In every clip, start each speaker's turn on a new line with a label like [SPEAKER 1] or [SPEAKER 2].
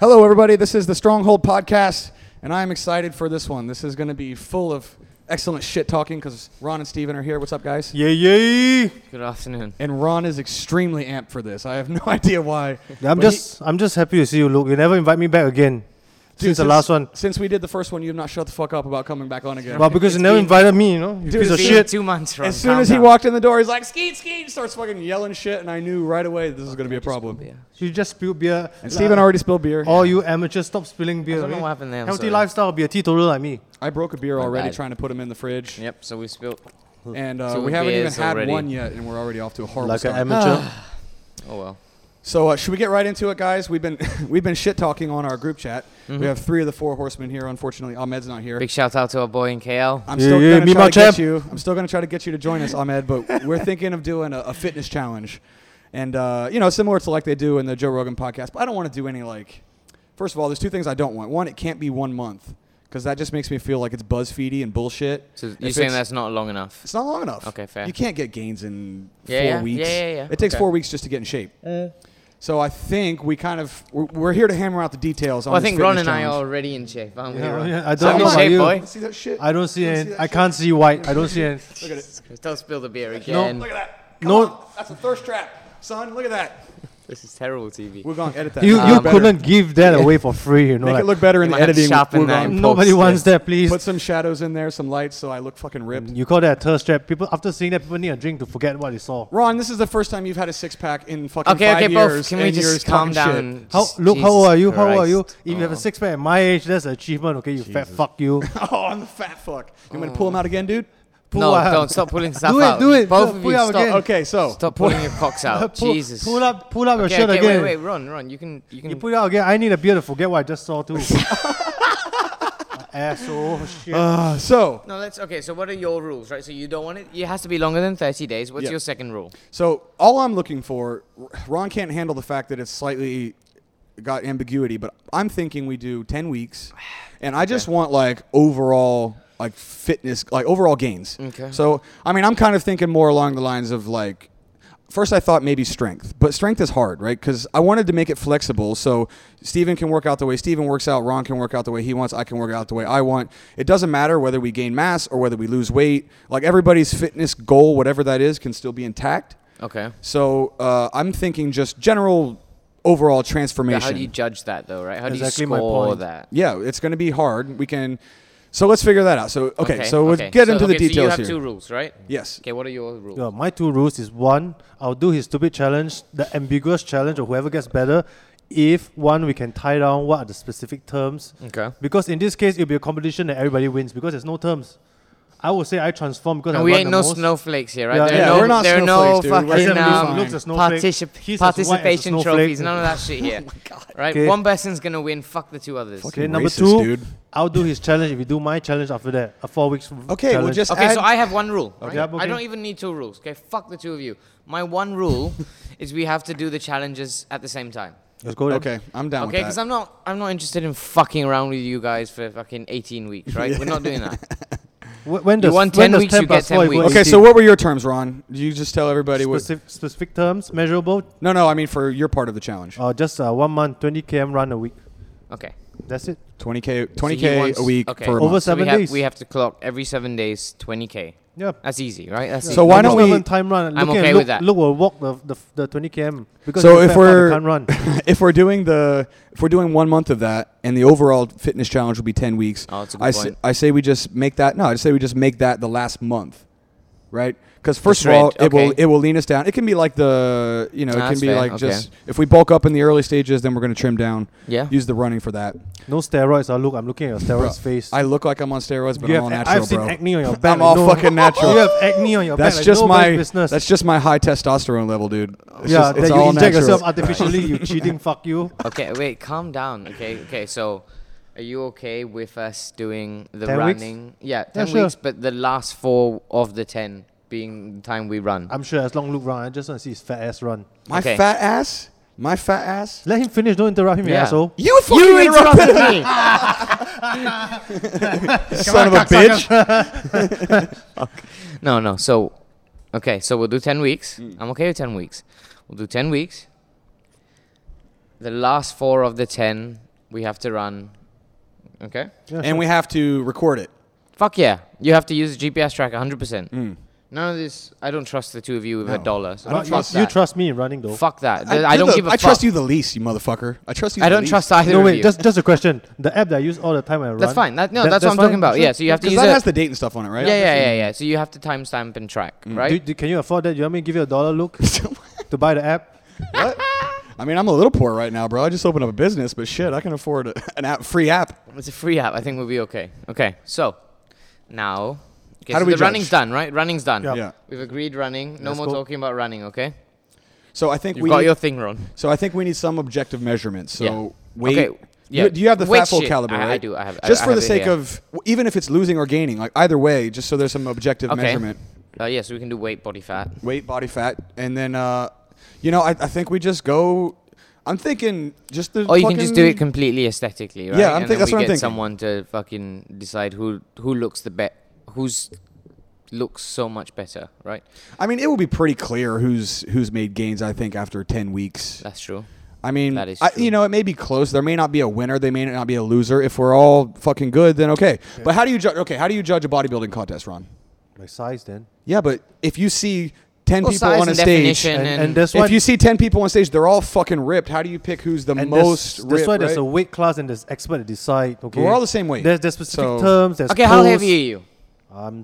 [SPEAKER 1] Hello, everybody. This is the Stronghold Podcast, and I'm excited for this one. This is going to be full of excellent shit talking because Ron and Steven are here. What's up, guys?
[SPEAKER 2] Yeah, yeah.
[SPEAKER 3] Good afternoon.
[SPEAKER 1] And Ron is extremely amped for this. I have no idea why.
[SPEAKER 2] I'm
[SPEAKER 1] But
[SPEAKER 2] just, I'm just happy to see you, Luke. You never invite me back again
[SPEAKER 1] Dude,
[SPEAKER 2] since the last one.
[SPEAKER 1] Since we did the first one, you've not shut the fuck up about coming back on again.
[SPEAKER 2] Well, because you never
[SPEAKER 3] been-
[SPEAKER 2] invited me, you know, you
[SPEAKER 1] Dude,
[SPEAKER 2] piece of
[SPEAKER 1] it's
[SPEAKER 2] shit.
[SPEAKER 3] Two months, Ron.
[SPEAKER 1] as soon
[SPEAKER 3] calm
[SPEAKER 1] as he
[SPEAKER 3] down.
[SPEAKER 1] walked in the door, he's like, skeet, skeet, starts fucking yelling shit, and I knew right away this was going to be a problem.
[SPEAKER 3] Yeah.
[SPEAKER 2] You just spilled beer.
[SPEAKER 1] And Steven already spilled beer.
[SPEAKER 2] All you amateurs, stop spilling beer.
[SPEAKER 3] don't know
[SPEAKER 2] okay?
[SPEAKER 3] what happened there, I'm
[SPEAKER 2] Healthy
[SPEAKER 3] sorry.
[SPEAKER 2] lifestyle, be a teetotaler like me.
[SPEAKER 1] I broke a beer already
[SPEAKER 3] bad.
[SPEAKER 1] trying to put him in the fridge,
[SPEAKER 3] Yep. So we spilled.
[SPEAKER 1] and uh,
[SPEAKER 3] So
[SPEAKER 1] we haven't even
[SPEAKER 3] beers
[SPEAKER 1] had
[SPEAKER 3] already.
[SPEAKER 1] one yet, and we're already off to a horrible
[SPEAKER 2] Like an
[SPEAKER 1] start.
[SPEAKER 2] amateur.
[SPEAKER 3] Oh well.
[SPEAKER 1] So uh, should we get right into it, guys? We've been we've been shit talking on our group chat. We have three of the four horsemen here. Unfortunately, Ahmed's not here.
[SPEAKER 3] Mm-hmm. Big shout out to our boy in KL.
[SPEAKER 1] I'm
[SPEAKER 2] Yeah,
[SPEAKER 1] still
[SPEAKER 2] yeah,
[SPEAKER 1] gonna
[SPEAKER 2] me
[SPEAKER 1] try to
[SPEAKER 2] my
[SPEAKER 1] get
[SPEAKER 2] champ.
[SPEAKER 1] you. I'm still gonna try to get you to join us, Ahmed. But we're thinking of doing a, a fitness challenge, and uh, you know, similar to like they do in the Joe Rogan podcast. But I don't want to do any like. First of all, there's two things I don't want. One, it can't be one month because that just makes me feel like it's BuzzFeedy and bullshit.
[SPEAKER 3] So
[SPEAKER 1] If
[SPEAKER 3] you're
[SPEAKER 1] it's-
[SPEAKER 3] saying that's not long enough?
[SPEAKER 1] It's not long enough.
[SPEAKER 3] Okay, fair.
[SPEAKER 1] You can't get gains in
[SPEAKER 3] Yeah,
[SPEAKER 1] four
[SPEAKER 3] yeah.
[SPEAKER 1] weeks.
[SPEAKER 3] Yeah, yeah, yeah.
[SPEAKER 1] It takes
[SPEAKER 3] Okay.
[SPEAKER 1] four weeks just to get in shape.
[SPEAKER 2] Eh.
[SPEAKER 1] so I think we kind of we're, we're here to hammer out the details. On
[SPEAKER 3] Well, I
[SPEAKER 1] this
[SPEAKER 3] think Ron and
[SPEAKER 1] fitness
[SPEAKER 3] I are
[SPEAKER 1] challenge.
[SPEAKER 3] already in shape, aren't we?
[SPEAKER 2] Yeah,
[SPEAKER 3] Ron?
[SPEAKER 2] yeah, I
[SPEAKER 3] So
[SPEAKER 2] don't
[SPEAKER 3] I'm
[SPEAKER 2] know
[SPEAKER 3] in
[SPEAKER 2] about
[SPEAKER 3] shape,
[SPEAKER 2] you.
[SPEAKER 3] boy.
[SPEAKER 1] See that shit?
[SPEAKER 2] I don't see
[SPEAKER 1] Don't
[SPEAKER 2] any.
[SPEAKER 1] that
[SPEAKER 2] I
[SPEAKER 1] shit?
[SPEAKER 2] can't see white. I don't see any.
[SPEAKER 1] Look at it.
[SPEAKER 3] Don't spill the beer again.
[SPEAKER 1] Look at that. Come
[SPEAKER 2] No.
[SPEAKER 1] on. That's a thirst trap, son. Look at that.
[SPEAKER 3] This is terrible TV.
[SPEAKER 1] We're gonna edit that.
[SPEAKER 2] You,
[SPEAKER 1] Make
[SPEAKER 2] you
[SPEAKER 1] it better.
[SPEAKER 2] couldn't give that away for free, you know.
[SPEAKER 1] make
[SPEAKER 2] like,
[SPEAKER 1] it look better in
[SPEAKER 3] You
[SPEAKER 1] the
[SPEAKER 3] might have to
[SPEAKER 1] editing.
[SPEAKER 3] sharpen
[SPEAKER 1] We're
[SPEAKER 3] that.
[SPEAKER 1] gonna
[SPEAKER 2] nobody
[SPEAKER 3] Pops,
[SPEAKER 2] wants that, please.
[SPEAKER 1] Put some shadows in there, some lights, so I look fucking ripped.
[SPEAKER 2] You call that a thirst trap? People after seeing that, people need a drink to forget what they saw.
[SPEAKER 1] Ron, this is the first time you've had a six pack in fucking
[SPEAKER 3] Okay,
[SPEAKER 1] five
[SPEAKER 3] okay,
[SPEAKER 1] years.
[SPEAKER 3] both. Can we
[SPEAKER 1] and you're
[SPEAKER 3] just calm
[SPEAKER 1] talking
[SPEAKER 3] down?
[SPEAKER 1] shit.
[SPEAKER 3] and
[SPEAKER 2] How,
[SPEAKER 3] just-
[SPEAKER 2] Luke, how old
[SPEAKER 3] Jesus
[SPEAKER 2] are you? How old are you? If
[SPEAKER 3] Christ.
[SPEAKER 2] you have a
[SPEAKER 3] Oh.
[SPEAKER 2] six pack at my age, that's an achievement. Okay, you fat fuck you.
[SPEAKER 1] Oh, I'm the fat fuck. You want me to
[SPEAKER 3] Oh.
[SPEAKER 1] pull him out again, dude?
[SPEAKER 2] Pull
[SPEAKER 3] no,
[SPEAKER 2] out.
[SPEAKER 3] don't stop pulling stuff
[SPEAKER 2] Do it,
[SPEAKER 3] out.
[SPEAKER 2] do it,
[SPEAKER 3] Both
[SPEAKER 2] do-
[SPEAKER 3] of
[SPEAKER 2] pull
[SPEAKER 3] you
[SPEAKER 2] out
[SPEAKER 3] stop.
[SPEAKER 2] again.
[SPEAKER 1] Okay, so
[SPEAKER 3] Stop pulling your cocks out.
[SPEAKER 2] Uh, pull,
[SPEAKER 3] Jesus.
[SPEAKER 2] Pull up, pull up your
[SPEAKER 3] Okay,
[SPEAKER 2] shirt
[SPEAKER 3] okay,
[SPEAKER 2] again.
[SPEAKER 3] Wait, wait, Ron, Ron, you can, you can.
[SPEAKER 2] You put it out again. I need a beer to forget what I just saw too. Asshole. oh, Shit.
[SPEAKER 1] uh, so
[SPEAKER 3] no, let's. Okay, so what are your rules, right? So you don't want it. It has to be longer than 30 days. What's
[SPEAKER 1] Yeah.
[SPEAKER 3] your second rule?
[SPEAKER 1] so all I'm looking for, Ron can't handle the fact that it's slightly got ambiguity, but I'm thinking we do 10 weeks, and I just want like overall like fitness, like overall gains.
[SPEAKER 3] Okay.
[SPEAKER 1] So I mean, I'm kind of thinking more along the lines of like. First, I thought maybe strength, but strength is hard, right? Because I wanted to make it flexible so Steven can work out the way Steven works out, Ron can work out the way he wants, I can work out the way I want. It doesn't matter whether we gain mass or whether we lose weight. Like everybody's fitness goal, whatever that is, can still be intact.
[SPEAKER 3] Okay.
[SPEAKER 1] So uh, I'm thinking just general overall transformation.
[SPEAKER 3] But how do you judge that though, right? How
[SPEAKER 2] Exactly
[SPEAKER 3] do
[SPEAKER 2] my
[SPEAKER 3] you score
[SPEAKER 2] point.
[SPEAKER 3] that?
[SPEAKER 1] yeah, it's going to be hard. We can. So let's figure that out. So okay, so we'll
[SPEAKER 3] okay.
[SPEAKER 1] get
[SPEAKER 3] So-
[SPEAKER 1] into the
[SPEAKER 3] okay, So you
[SPEAKER 1] details
[SPEAKER 3] have
[SPEAKER 1] here.
[SPEAKER 3] two rules, right?
[SPEAKER 1] Yes.
[SPEAKER 3] Okay, what are your rules?
[SPEAKER 2] Yeah, my two rules is one, I'll do his stupid challenge, the ambiguous challenge of whoever gets better. If one, we can tie down what are the specific terms.
[SPEAKER 3] Okay.
[SPEAKER 2] Because in this case, it'll be a competition that everybody wins because there's no terms. I would say I transform because I
[SPEAKER 3] And we
[SPEAKER 2] won
[SPEAKER 3] ain't
[SPEAKER 2] the
[SPEAKER 3] no
[SPEAKER 2] most.
[SPEAKER 3] snowflakes here, right?
[SPEAKER 2] Yeah,
[SPEAKER 3] there
[SPEAKER 2] yeah,
[SPEAKER 3] are no,
[SPEAKER 1] we're not
[SPEAKER 3] there are no
[SPEAKER 1] snowflakes, dude. We're
[SPEAKER 3] fucking
[SPEAKER 2] gonna be
[SPEAKER 3] um,
[SPEAKER 2] fine. Looks a snowflake.
[SPEAKER 3] particip-
[SPEAKER 2] He's as white as a
[SPEAKER 3] participation
[SPEAKER 2] snowflake. Oh
[SPEAKER 3] trophies. None of that shit here. right?
[SPEAKER 2] Okay.
[SPEAKER 3] One person's gonna win. Fuck the two others.
[SPEAKER 1] Fucking
[SPEAKER 2] Okay, number
[SPEAKER 1] Racist,
[SPEAKER 2] two,
[SPEAKER 1] dude.
[SPEAKER 2] I'll do his challenge. If you do my challenge after that, a four weeks.
[SPEAKER 1] Okay, we'll
[SPEAKER 2] challenge.
[SPEAKER 1] just
[SPEAKER 3] Okay,
[SPEAKER 1] add,
[SPEAKER 3] so I have one rule.
[SPEAKER 2] Okay.
[SPEAKER 3] right?
[SPEAKER 2] Yep,
[SPEAKER 3] I
[SPEAKER 2] okay.
[SPEAKER 3] don't even need two rules. Okay, fuck the two of you. My one rule is we have to do the challenges at the same time.
[SPEAKER 2] Let's go. Then.
[SPEAKER 1] okay, I'm down
[SPEAKER 3] Okay,
[SPEAKER 1] with
[SPEAKER 3] because
[SPEAKER 1] that.
[SPEAKER 3] I'm not I'm not interested in fucking around with you guys for fucking 18 weeks, right? We're not doing that.
[SPEAKER 2] Wh- When does
[SPEAKER 3] want
[SPEAKER 2] when
[SPEAKER 3] 10
[SPEAKER 2] does
[SPEAKER 3] weeks,
[SPEAKER 2] 10
[SPEAKER 3] you
[SPEAKER 2] plus
[SPEAKER 3] get 10
[SPEAKER 2] four equal
[SPEAKER 3] weeks.
[SPEAKER 1] okay,
[SPEAKER 2] 18?
[SPEAKER 1] so what were your terms, Ron? Did you just tell everybody what?
[SPEAKER 2] specific, specific terms, measurable.
[SPEAKER 1] No, no, I mean for your part of the challenge.
[SPEAKER 2] Uh, just uh, one month, 20 km run a week.
[SPEAKER 3] Okay.
[SPEAKER 2] That's it.
[SPEAKER 1] 20k,
[SPEAKER 3] So
[SPEAKER 1] 20k
[SPEAKER 3] he wants-
[SPEAKER 1] a week
[SPEAKER 3] okay.
[SPEAKER 1] for a
[SPEAKER 2] Over
[SPEAKER 1] month.
[SPEAKER 2] s-
[SPEAKER 3] So we
[SPEAKER 2] Seven
[SPEAKER 3] have,
[SPEAKER 2] days.
[SPEAKER 3] we have to clock every seven days 20k.
[SPEAKER 2] Yeah.
[SPEAKER 3] That's easy, right? That's
[SPEAKER 1] So
[SPEAKER 3] easy.
[SPEAKER 1] why don't
[SPEAKER 2] Just
[SPEAKER 1] we-
[SPEAKER 2] one time run?
[SPEAKER 3] I'm
[SPEAKER 2] Look at
[SPEAKER 3] okay
[SPEAKER 2] Luke,
[SPEAKER 3] with that.
[SPEAKER 2] Luke will walk the, the, the 20 km because
[SPEAKER 1] So
[SPEAKER 2] he's a
[SPEAKER 1] if
[SPEAKER 2] fat fuck who
[SPEAKER 1] we're
[SPEAKER 2] can't run.
[SPEAKER 1] if we're doing the if we're doing one month of that, and the overall fitness challenge will be 10 weeks.
[SPEAKER 3] Oh, that's a good
[SPEAKER 1] I Say,
[SPEAKER 3] point.
[SPEAKER 1] I say we just make that. No, I say we just make that the last month, right? Because first of
[SPEAKER 3] trend,
[SPEAKER 1] all, it will
[SPEAKER 3] okay.
[SPEAKER 1] it will lean us down. It can be like the you know
[SPEAKER 3] No,
[SPEAKER 1] it can
[SPEAKER 3] that's
[SPEAKER 1] be
[SPEAKER 3] fair,
[SPEAKER 1] like
[SPEAKER 3] okay.
[SPEAKER 1] just if we bulk up in the early stages, then we're going to trim down.
[SPEAKER 3] Yeah.
[SPEAKER 1] Use the running for that.
[SPEAKER 2] No steroids. Uh, Luke, I'm looking at your
[SPEAKER 1] Bro,
[SPEAKER 2] steroids face.
[SPEAKER 1] I look like I'm on steroids, but
[SPEAKER 2] you
[SPEAKER 1] I'm all
[SPEAKER 2] have, ac-
[SPEAKER 1] natural,
[SPEAKER 2] I've seen
[SPEAKER 1] bro.
[SPEAKER 2] acne on your back.
[SPEAKER 1] I'm all
[SPEAKER 2] no-
[SPEAKER 1] fucking natural.
[SPEAKER 2] you have acne on your back.
[SPEAKER 1] That's
[SPEAKER 2] like
[SPEAKER 1] just
[SPEAKER 2] nobody's
[SPEAKER 1] my
[SPEAKER 2] business.
[SPEAKER 1] that's just my high testosterone level, dude. It's
[SPEAKER 2] yeah,
[SPEAKER 1] just, it's
[SPEAKER 2] that you
[SPEAKER 1] all
[SPEAKER 2] inject
[SPEAKER 1] natural.
[SPEAKER 2] yourself artificially. you cheating. Fuck you.
[SPEAKER 3] Okay, wait, calm down. Okay, okay. So, are you okay with us doing the
[SPEAKER 2] 10 weeks?
[SPEAKER 3] running? Yeah, ten
[SPEAKER 2] sure.
[SPEAKER 3] weeks, but the last four of the ten being the time we run.
[SPEAKER 2] I'm sure as long Luke run, I just want to see his fat ass run.
[SPEAKER 1] My
[SPEAKER 3] Okay.
[SPEAKER 1] fat ass, my fat ass.
[SPEAKER 2] Let him finish. Don't interrupt him, you
[SPEAKER 3] Yeah.
[SPEAKER 2] asshole.
[SPEAKER 1] You fucking interrupted,
[SPEAKER 3] me.
[SPEAKER 1] son of a bitch.
[SPEAKER 3] No, no. So, okay, so we'll do ten weeks. I'm okay with ten weeks. We'll do ten weeks. The last four of the ten We have to run. Okay.
[SPEAKER 2] Yeah,
[SPEAKER 1] and we have to record it.
[SPEAKER 3] Fuck yeah! You have to use the GPS track 100%. None of this. I don't trust the two of you with a
[SPEAKER 1] No.
[SPEAKER 3] dollar. So
[SPEAKER 1] I don't
[SPEAKER 3] fuck
[SPEAKER 1] trust-
[SPEAKER 3] that.
[SPEAKER 2] you trust me in running though.
[SPEAKER 3] Fuck that. Th- I,
[SPEAKER 1] you're
[SPEAKER 3] don't
[SPEAKER 1] the-
[SPEAKER 3] give a
[SPEAKER 1] I
[SPEAKER 3] fuck.
[SPEAKER 1] trust you the least, you motherfucker. I trust you.
[SPEAKER 3] I
[SPEAKER 1] the
[SPEAKER 3] don't
[SPEAKER 1] least.
[SPEAKER 3] trust either
[SPEAKER 2] No
[SPEAKER 3] of
[SPEAKER 2] wait,
[SPEAKER 3] you.
[SPEAKER 2] just just a question. The app that I use all the time when I run.
[SPEAKER 3] that's fine. That, no,
[SPEAKER 2] that-
[SPEAKER 3] that's, what I'm
[SPEAKER 2] fine?
[SPEAKER 3] talking about.
[SPEAKER 2] Sure.
[SPEAKER 3] Yeah. So you have to
[SPEAKER 1] Because
[SPEAKER 3] use
[SPEAKER 1] that
[SPEAKER 3] it.
[SPEAKER 1] has the date and stuff on it, right?
[SPEAKER 3] yeah, yeah, yeah, yeah. So you have to timestamp and track, right?
[SPEAKER 2] Do- do- can you afford that? You want me to give you a dollar look to buy the app?
[SPEAKER 1] What? I mean, I'm a little poor right now, bro. I just opened up a business, but shit, I can afford a, an app, free app.
[SPEAKER 3] It's a free app. I think we'll be okay. Okay, so now. Okay,
[SPEAKER 1] How
[SPEAKER 3] so
[SPEAKER 1] do we
[SPEAKER 3] the running's
[SPEAKER 1] judge?
[SPEAKER 3] done, right? Running's done.
[SPEAKER 2] Yeah.
[SPEAKER 1] Yeah.
[SPEAKER 3] We've agreed running. No
[SPEAKER 2] Let's
[SPEAKER 3] more
[SPEAKER 2] go.
[SPEAKER 3] talking about running, okay?
[SPEAKER 1] So I think
[SPEAKER 3] You've
[SPEAKER 1] we
[SPEAKER 3] got
[SPEAKER 1] need,
[SPEAKER 3] your thing, Ron.
[SPEAKER 1] so I think we need some objective measurements. So
[SPEAKER 3] Yeah.
[SPEAKER 1] weight.
[SPEAKER 3] Okay, yeah.
[SPEAKER 1] You- Do you have the
[SPEAKER 3] Weight
[SPEAKER 1] fat full
[SPEAKER 3] shit.
[SPEAKER 1] caliber?
[SPEAKER 3] I- I
[SPEAKER 1] right?
[SPEAKER 3] do, I have- I-
[SPEAKER 1] Just
[SPEAKER 3] I
[SPEAKER 1] for
[SPEAKER 3] have
[SPEAKER 1] the
[SPEAKER 3] it
[SPEAKER 1] sake
[SPEAKER 3] here.
[SPEAKER 1] of even if it's losing or gaining, like either way, just so there's some objective
[SPEAKER 3] Okay.
[SPEAKER 1] measurement.
[SPEAKER 3] Uh, yeah, so we can do weight, body fat.
[SPEAKER 1] weight, body fat, and then uh, you know, I, I think we just go. I'm thinking just the.
[SPEAKER 3] Or Oh, you can just do it
[SPEAKER 1] fucking-
[SPEAKER 3] completely aesthetically, right?
[SPEAKER 1] Yeah, I'm
[SPEAKER 3] and
[SPEAKER 1] think-
[SPEAKER 3] then
[SPEAKER 1] that's
[SPEAKER 3] we
[SPEAKER 1] what I'm
[SPEAKER 3] get
[SPEAKER 1] thinking.
[SPEAKER 3] someone to fucking decide who who looks the bet, who's looks so much better, right?
[SPEAKER 1] I mean, it will be pretty clear who's who's made gains. I think after ten weeks.
[SPEAKER 3] That's true.
[SPEAKER 1] I mean,
[SPEAKER 3] that is
[SPEAKER 1] I,
[SPEAKER 3] true.
[SPEAKER 1] you know, it may be close. There may not be a winner. They may not be a loser. If we're all fucking good, then okay. But how do you judge? Okay, how do you judge a bodybuilding contest, Ron?
[SPEAKER 2] My size then.
[SPEAKER 1] Yeah, but if you see ten
[SPEAKER 3] Well,
[SPEAKER 1] people
[SPEAKER 3] size
[SPEAKER 1] on a
[SPEAKER 3] and
[SPEAKER 1] stage,
[SPEAKER 3] definition.
[SPEAKER 2] And,
[SPEAKER 3] And-
[SPEAKER 2] and, that's why
[SPEAKER 1] if you see ten people on stage, they're all fucking ripped. How do you pick who's the
[SPEAKER 2] and that's-
[SPEAKER 1] most
[SPEAKER 2] that's,
[SPEAKER 1] ripped?
[SPEAKER 2] why there's
[SPEAKER 1] right?
[SPEAKER 2] a weight class and there's expert to decide. Okay,
[SPEAKER 1] all the same weight.
[SPEAKER 2] There's, there's specific
[SPEAKER 1] So-
[SPEAKER 2] terms. There's
[SPEAKER 3] okay, how
[SPEAKER 2] pose.
[SPEAKER 3] heavy are you?
[SPEAKER 2] I'm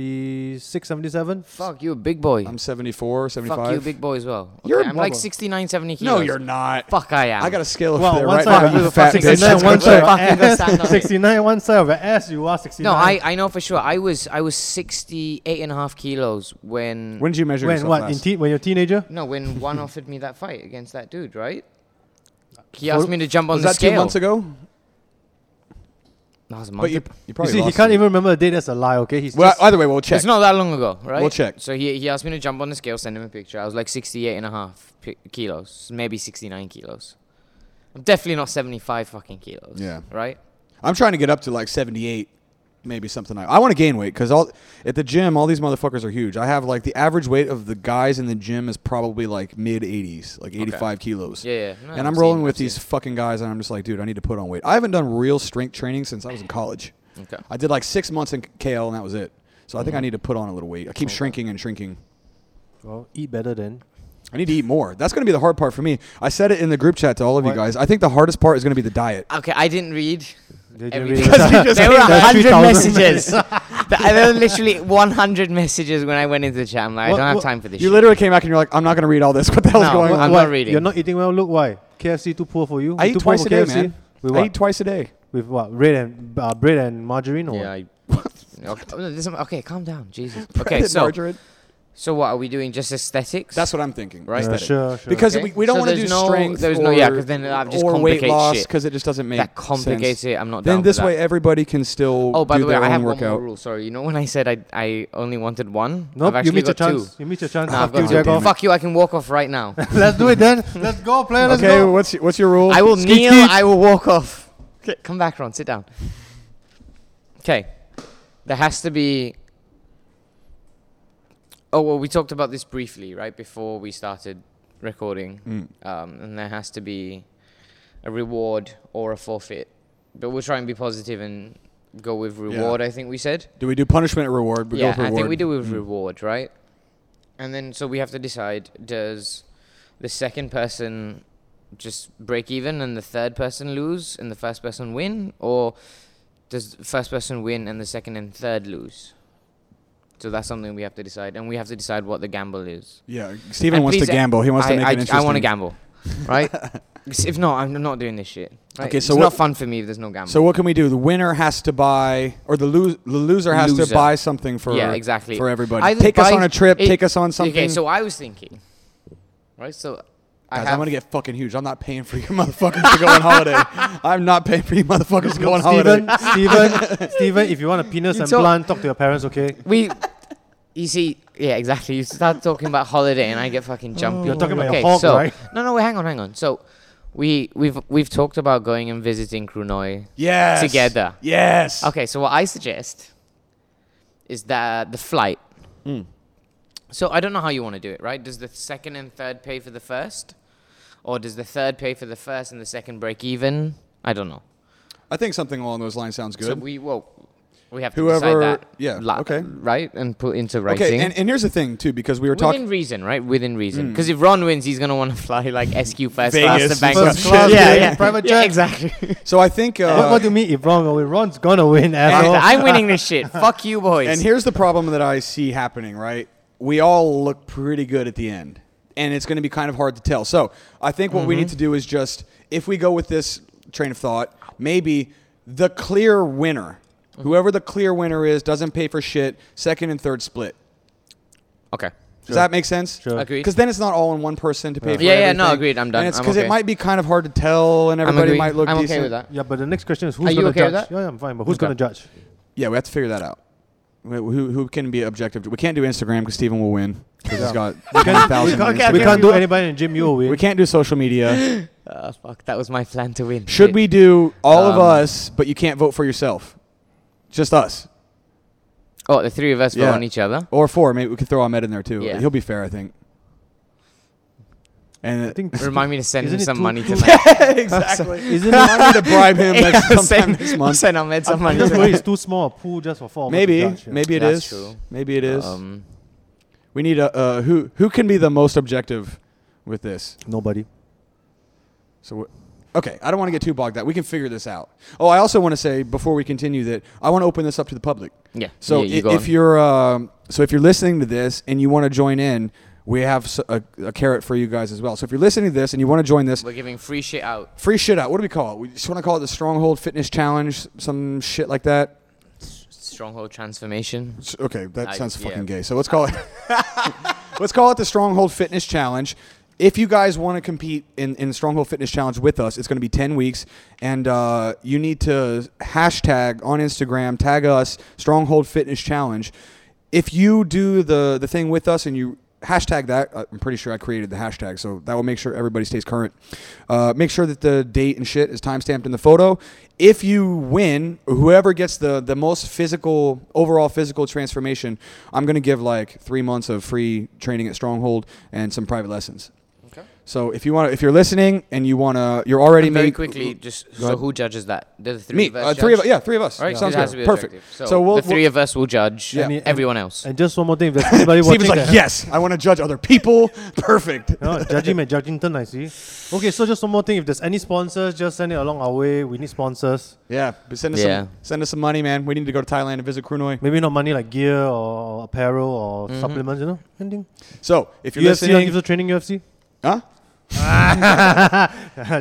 [SPEAKER 2] 76, 77.
[SPEAKER 3] Fuck, you're a big boy.
[SPEAKER 1] I'm 74, 75.
[SPEAKER 3] Fuck you, big boy as well. Okay,
[SPEAKER 1] You're a
[SPEAKER 3] I'm like
[SPEAKER 1] bubba.
[SPEAKER 3] 69, 70 kilos.
[SPEAKER 1] No, you're not.
[SPEAKER 3] Fuck, I am.
[SPEAKER 1] I got a scale over
[SPEAKER 2] Well,
[SPEAKER 1] there
[SPEAKER 2] one
[SPEAKER 1] right
[SPEAKER 2] side
[SPEAKER 1] now,
[SPEAKER 2] of
[SPEAKER 1] you
[SPEAKER 2] it-
[SPEAKER 1] fat bitch.
[SPEAKER 2] 69, one
[SPEAKER 1] That's
[SPEAKER 2] side of
[SPEAKER 1] good.
[SPEAKER 3] Fucking go stand
[SPEAKER 2] ass.
[SPEAKER 3] on it.
[SPEAKER 2] 69, one side of ass. You are 69.
[SPEAKER 3] No, I, I know for sure. I was I was 68 and a half kilos when,
[SPEAKER 1] When did you measure
[SPEAKER 2] When
[SPEAKER 1] yourself
[SPEAKER 2] what? In
[SPEAKER 1] last?
[SPEAKER 2] teen when you're a teenager?
[SPEAKER 3] no when one offered me that fight against that dude, right? He asked me to jump on
[SPEAKER 1] was
[SPEAKER 3] the
[SPEAKER 1] that
[SPEAKER 3] scale.
[SPEAKER 1] two months ago?
[SPEAKER 3] That was a month
[SPEAKER 1] But you,
[SPEAKER 3] ag-
[SPEAKER 1] you
[SPEAKER 2] You
[SPEAKER 1] probably
[SPEAKER 2] see, he
[SPEAKER 1] lost
[SPEAKER 2] can't
[SPEAKER 1] it.
[SPEAKER 2] even remember the date. That's a lie. Okay, he's
[SPEAKER 1] Well,
[SPEAKER 2] just,
[SPEAKER 1] either way, we'll check.
[SPEAKER 3] It's not that long ago, right?
[SPEAKER 1] We'll check.
[SPEAKER 3] So he, he asked me to jump on the scale, send him a picture. I was like 68 and a half pi- kilos, maybe 69 kilos. I'm definitely not 75 fucking kilos.
[SPEAKER 1] Yeah.
[SPEAKER 3] Right?
[SPEAKER 1] I'm trying to get up to like 78, maybe something like. I want to gain weight because all at the gym, all these motherfuckers are huge. I have like the average weight of the guys in the gym is probably like mid 80s, like 85 kilos.
[SPEAKER 3] Yeah, yeah. No,
[SPEAKER 1] and
[SPEAKER 3] I've
[SPEAKER 1] I'm rolling
[SPEAKER 3] seen-
[SPEAKER 1] with
[SPEAKER 3] I've seen.
[SPEAKER 1] these fucking guys, and I'm just like, dude, I need to put on weight. I haven't done real strength training since I was in college.
[SPEAKER 3] Okay.
[SPEAKER 1] I did like six months in KL, and that was it. So I
[SPEAKER 3] Mm-hmm.
[SPEAKER 1] think I need to put on a little weight. I keep shrinking and shrinking.
[SPEAKER 2] well, eat better then.
[SPEAKER 1] I need to eat more. That's going to be the hard part for me. I said it in the group chat to all of you
[SPEAKER 2] What?
[SPEAKER 1] guys. I think the hardest part is going to be the diet.
[SPEAKER 3] Okay, I didn't read.
[SPEAKER 2] Did you
[SPEAKER 3] everything.
[SPEAKER 2] read it?
[SPEAKER 3] there were
[SPEAKER 2] hit that
[SPEAKER 3] 100
[SPEAKER 2] 3,000
[SPEAKER 3] messages. Th- there were literally 100 messages when I went into the chat. I'm like,
[SPEAKER 2] What-
[SPEAKER 3] I don't have
[SPEAKER 2] what-
[SPEAKER 3] time for this
[SPEAKER 1] You
[SPEAKER 3] shit.
[SPEAKER 1] literally came back and you're like, I'm not going to read all this. What the hell's
[SPEAKER 3] No,
[SPEAKER 1] going
[SPEAKER 3] what-
[SPEAKER 1] on?
[SPEAKER 3] I'm not reading.
[SPEAKER 2] You're not eating well. Look why. KFC too poor for you.
[SPEAKER 1] I
[SPEAKER 2] You
[SPEAKER 1] eat
[SPEAKER 2] too poor
[SPEAKER 1] twice
[SPEAKER 2] for
[SPEAKER 1] a day,
[SPEAKER 2] KFC?
[SPEAKER 1] man.
[SPEAKER 2] With
[SPEAKER 1] I
[SPEAKER 2] what?
[SPEAKER 1] eat twice a day.
[SPEAKER 2] With what? Bread and uh, bread and margarine or Uh,
[SPEAKER 3] Yeah,
[SPEAKER 2] what?
[SPEAKER 3] I, okay, oh, no, this- okay, calm down, Jesus. Okay,
[SPEAKER 1] Breaded
[SPEAKER 3] so
[SPEAKER 1] margarine.
[SPEAKER 3] so what are we doing? Just aesthetics?
[SPEAKER 1] that's what I'm thinking.
[SPEAKER 3] Right.
[SPEAKER 2] Uh,
[SPEAKER 1] instead.
[SPEAKER 2] sure, sure.
[SPEAKER 1] Because
[SPEAKER 3] Okay.
[SPEAKER 1] we, we don't
[SPEAKER 3] So
[SPEAKER 1] want to
[SPEAKER 3] there's
[SPEAKER 1] do
[SPEAKER 3] no-
[SPEAKER 1] strength
[SPEAKER 3] there's
[SPEAKER 1] or,
[SPEAKER 3] no- yeah, 'cause then I've just
[SPEAKER 1] or weight
[SPEAKER 3] complicates
[SPEAKER 1] loss
[SPEAKER 3] shit.
[SPEAKER 1] because it just doesn't make
[SPEAKER 3] that complicates
[SPEAKER 1] sense.
[SPEAKER 3] it. I'm not.
[SPEAKER 1] Then
[SPEAKER 3] down
[SPEAKER 1] this
[SPEAKER 3] for that.
[SPEAKER 1] way, everybody can still
[SPEAKER 3] Oh, by
[SPEAKER 1] do
[SPEAKER 3] the way,
[SPEAKER 1] their
[SPEAKER 3] I
[SPEAKER 1] own
[SPEAKER 3] have one
[SPEAKER 1] workout.
[SPEAKER 3] more rule. Sorry, you know when I said I I only wanted one?
[SPEAKER 2] Nope,
[SPEAKER 3] I've
[SPEAKER 2] you
[SPEAKER 3] actually
[SPEAKER 2] meet your
[SPEAKER 3] got two.
[SPEAKER 2] chance. You meet your chance.
[SPEAKER 3] Nah, I've
[SPEAKER 2] Fuck you,
[SPEAKER 3] got two.
[SPEAKER 2] Jago.
[SPEAKER 3] Fuck you! I can walk off right now.
[SPEAKER 2] Let's do it then. Let's go, player. Let's
[SPEAKER 1] okay,
[SPEAKER 2] go.
[SPEAKER 1] what's your, what's your rule?
[SPEAKER 3] I will
[SPEAKER 2] Skeet,
[SPEAKER 3] kneel.
[SPEAKER 2] skeet.
[SPEAKER 3] I will walk off. Okay, come back, Ron. Sit down. Okay, there has to be. Oh well, we talked about this briefly right before we started recording,
[SPEAKER 1] Mm.
[SPEAKER 3] um, and there has to be a reward or a forfeit. But we'll try and be positive and go with reward. I think we said.
[SPEAKER 1] Do we do punishment or reward? We go
[SPEAKER 3] yeah,
[SPEAKER 1] for reward. Mm.
[SPEAKER 3] I think we do with reward, right? And then so we have to decide: does the second person just break even and the third person lose and the first person win, or does the first person win and the second and third lose? So that's something we have to decide, and we have to decide what the gamble is.
[SPEAKER 1] Yeah, Steven
[SPEAKER 3] And
[SPEAKER 1] wants to
[SPEAKER 3] please, uh,
[SPEAKER 1] gamble. He wants
[SPEAKER 3] I,
[SPEAKER 1] to make
[SPEAKER 3] I,
[SPEAKER 1] it interesting.
[SPEAKER 3] I want to gamble, right? 'Cause if not, I'm not doing this shit. right?
[SPEAKER 1] Okay, so
[SPEAKER 3] it's
[SPEAKER 1] what-
[SPEAKER 3] not fun for me if there's no gamble.
[SPEAKER 1] So what can we do? The winner has to buy, or the, lose, the loser has to
[SPEAKER 3] Loser.
[SPEAKER 1] buy something for
[SPEAKER 3] yeah, exactly.
[SPEAKER 1] for everybody.
[SPEAKER 3] Either
[SPEAKER 1] take us
[SPEAKER 3] buy-
[SPEAKER 1] on a trip.
[SPEAKER 3] it-
[SPEAKER 1] take us on something.
[SPEAKER 3] Okay, so I was thinking, right? So I
[SPEAKER 1] Guys,
[SPEAKER 3] have
[SPEAKER 1] I'm gonna get fucking huge. I'm not paying for you motherfuckers to go on holiday. I'm not paying for you motherfuckers to go on
[SPEAKER 2] Steven,
[SPEAKER 1] holiday.
[SPEAKER 2] Steven, Steven, if you want a penis
[SPEAKER 3] You
[SPEAKER 2] and
[SPEAKER 3] talk-
[SPEAKER 2] blunt, talk to your parents, okay?
[SPEAKER 3] we. You see, yeah, exactly. You start talking about holiday, and I get
[SPEAKER 1] Oh.
[SPEAKER 3] fucking jumpy.
[SPEAKER 2] You're talking about
[SPEAKER 3] okay,
[SPEAKER 2] your hog,
[SPEAKER 3] so,
[SPEAKER 2] right?
[SPEAKER 3] No, no, wait, hang on, hang on. So, we we've we've talked about going and visiting Krunoi.
[SPEAKER 1] Yes.
[SPEAKER 3] Together.
[SPEAKER 1] Yes.
[SPEAKER 3] Okay, so what I suggest is that the flight.
[SPEAKER 1] Hmm.
[SPEAKER 3] So I don't know how you want to do it, right? Does the second and third pay for the first, or does the third pay for the first and the second break even? I don't know.
[SPEAKER 1] I think something along those lines sounds good.
[SPEAKER 3] So we well, we have to
[SPEAKER 1] Whoever-
[SPEAKER 3] decide that.
[SPEAKER 1] yeah,
[SPEAKER 3] la-
[SPEAKER 1] okay.
[SPEAKER 3] Right, and put into writing.
[SPEAKER 1] okay, and, and here's the thing too, because we were
[SPEAKER 3] Within
[SPEAKER 1] talking.
[SPEAKER 3] reason, right? Within reason, because if Ron wins, he's gonna want to fly like SQ first class
[SPEAKER 1] Vegas,
[SPEAKER 3] to Bangkok.
[SPEAKER 2] first class,
[SPEAKER 3] yeah,
[SPEAKER 2] yeah,
[SPEAKER 3] yeah,
[SPEAKER 2] private
[SPEAKER 3] Yeah,
[SPEAKER 2] jet.
[SPEAKER 3] exactly.
[SPEAKER 1] So I think. Uh,
[SPEAKER 2] what, what do you mean if Ron win? Ron's gonna win, asshole.
[SPEAKER 3] I'm winning this shit. Fuck you, boys.
[SPEAKER 1] And here's the problem that I see happening, right? We all look pretty good at the end, and it's going to be kind of hard to tell. So I think what we need to do is just, if we go with this train of thought, maybe the clear winner, whoever the clear winner is, doesn't pay for shit, second and third split.
[SPEAKER 3] okay,
[SPEAKER 1] Does that make sense?
[SPEAKER 2] Sure.
[SPEAKER 3] Agreed.
[SPEAKER 1] Because then it's not all on one person to pay for
[SPEAKER 3] Yeah, yeah, no,
[SPEAKER 1] everything.
[SPEAKER 3] agreed, I'm done,
[SPEAKER 1] And it's
[SPEAKER 3] I'm
[SPEAKER 1] because it
[SPEAKER 3] okay.
[SPEAKER 1] might be kind of hard to tell, and
[SPEAKER 3] I'm
[SPEAKER 1] everybody
[SPEAKER 3] agreeing.
[SPEAKER 1] might look
[SPEAKER 3] I'm
[SPEAKER 1] decent.
[SPEAKER 3] okay with that.
[SPEAKER 2] Yeah, but the next question is
[SPEAKER 3] Are
[SPEAKER 2] who's
[SPEAKER 3] you
[SPEAKER 2] gonna
[SPEAKER 3] okay with
[SPEAKER 2] judge?
[SPEAKER 3] that?
[SPEAKER 2] Yeah, yeah, I'm fine. But who's
[SPEAKER 3] Okay.
[SPEAKER 2] gonna judge?
[SPEAKER 1] Yeah, we have to figure that out. Wh- Who, who can be objective? We can't do Instagram because Steven will win. 'cause he's got
[SPEAKER 2] We can't,
[SPEAKER 1] 1,000
[SPEAKER 2] we can't,
[SPEAKER 1] views.
[SPEAKER 2] we
[SPEAKER 1] We
[SPEAKER 2] can't
[SPEAKER 1] can't
[SPEAKER 2] do anybody in gym. You will
[SPEAKER 1] do- we
[SPEAKER 2] win.
[SPEAKER 1] can't do social media.
[SPEAKER 3] Uh, fuck, that was my plan to win.
[SPEAKER 1] Should
[SPEAKER 3] Shit.
[SPEAKER 1] we do all of
[SPEAKER 3] Um,
[SPEAKER 1] us, but you can't vote for yourself? Just us.
[SPEAKER 3] Oh, the three of us
[SPEAKER 1] Yeah.
[SPEAKER 3] vote on each other.
[SPEAKER 1] Or four. Maybe we could throw Ahmed in there too.
[SPEAKER 3] Yeah.
[SPEAKER 1] He'll be fair, I think. And
[SPEAKER 2] I think
[SPEAKER 3] Remind me to send him
[SPEAKER 2] Isn't it
[SPEAKER 3] some
[SPEAKER 2] two-
[SPEAKER 3] money
[SPEAKER 2] two-
[SPEAKER 3] tonight.
[SPEAKER 1] exactly.
[SPEAKER 2] Isn't it-
[SPEAKER 1] I need to bribe him next, sometime
[SPEAKER 3] send,
[SPEAKER 1] next month.
[SPEAKER 3] send Ahmed some money.
[SPEAKER 2] Just
[SPEAKER 3] tonight.
[SPEAKER 2] where it's too small a pool just for four. of us to
[SPEAKER 1] Maybe,
[SPEAKER 2] judge, yeah.
[SPEAKER 1] maybe it
[SPEAKER 3] That's
[SPEAKER 1] is.
[SPEAKER 3] true.
[SPEAKER 1] Maybe it is.
[SPEAKER 3] Um,
[SPEAKER 1] we need a uh, who who can be the most objective with this.
[SPEAKER 2] nobody.
[SPEAKER 1] So, we're- okay, I don't want to get too bogged down. We can figure this out. Oh, I also want to say before we continue that I want to open this up to the public.
[SPEAKER 3] yeah.
[SPEAKER 1] So
[SPEAKER 3] yeah, you go
[SPEAKER 1] i- if
[SPEAKER 3] on.
[SPEAKER 1] you're um, so if you're listening to this and you want to join in, we have s- a, a carrot for you guys as well. So if you're listening to this and you want to join this,
[SPEAKER 3] we're giving free shit out.
[SPEAKER 1] free shit out. What do we call it? We just want to call it the Stronghold Fitness Challenge, some shit like that.
[SPEAKER 3] Stronghold transformation.
[SPEAKER 1] S- Okay, that
[SPEAKER 3] I-
[SPEAKER 1] sounds
[SPEAKER 3] yeah.
[SPEAKER 1] fucking gay. So let's call it let's call it the Stronghold Fitness Challenge. If you guys want to compete in, in Stronghold Fitness Challenge with us, it's going to be 10 weeks. And uh, you need to hashtag on Instagram, tag us, Stronghold Fitness Challenge. If you do the, the thing with us and you hashtag that, uh, I'm pretty sure I created the hashtag, so that will make sure everybody stays current. Uh, make sure that the date and shit is timestamped in the photo. If you win, whoever gets the, the most physical, overall physical transformation, I'm going to give like three months of free training at Stronghold and some private lessons.
[SPEAKER 3] Okay.
[SPEAKER 1] So if you want, to if you're listening and you want to, you're already
[SPEAKER 3] And very
[SPEAKER 1] made-
[SPEAKER 3] quickly, just
[SPEAKER 1] Go
[SPEAKER 3] so
[SPEAKER 1] ahead.
[SPEAKER 3] who judges that? The three
[SPEAKER 1] me,
[SPEAKER 3] of us.
[SPEAKER 1] uh, three of
[SPEAKER 3] judge?
[SPEAKER 1] yeah, three of us.
[SPEAKER 3] Right,
[SPEAKER 1] Sounds
[SPEAKER 3] it has to
[SPEAKER 1] good.
[SPEAKER 3] be
[SPEAKER 1] Perfect.
[SPEAKER 3] objective. So,
[SPEAKER 1] So we'll-
[SPEAKER 3] the three of us will judge
[SPEAKER 1] Yeah.
[SPEAKER 2] And-
[SPEAKER 3] everyone else.
[SPEAKER 2] And just one more thing, if there's anybody
[SPEAKER 1] Steven's
[SPEAKER 2] watching
[SPEAKER 1] like,
[SPEAKER 2] that-
[SPEAKER 1] yes, I want to judge other people. Perfect.
[SPEAKER 2] No, judging and judging turn, I see. Okay, so just one more thing. If there's any sponsors, just send it along our way. We need sponsors.
[SPEAKER 1] Yeah, but send us
[SPEAKER 3] Yeah.
[SPEAKER 1] some send us some money, man. We need to go to Thailand and visit Krunoi.
[SPEAKER 2] Maybe not money like gear or apparel or supplements, you know? Anything.
[SPEAKER 1] So Mm-hmm. if you're
[SPEAKER 2] UFC not
[SPEAKER 1] listening,
[SPEAKER 2] gives a training UFC.
[SPEAKER 1] huh?
[SPEAKER 3] I-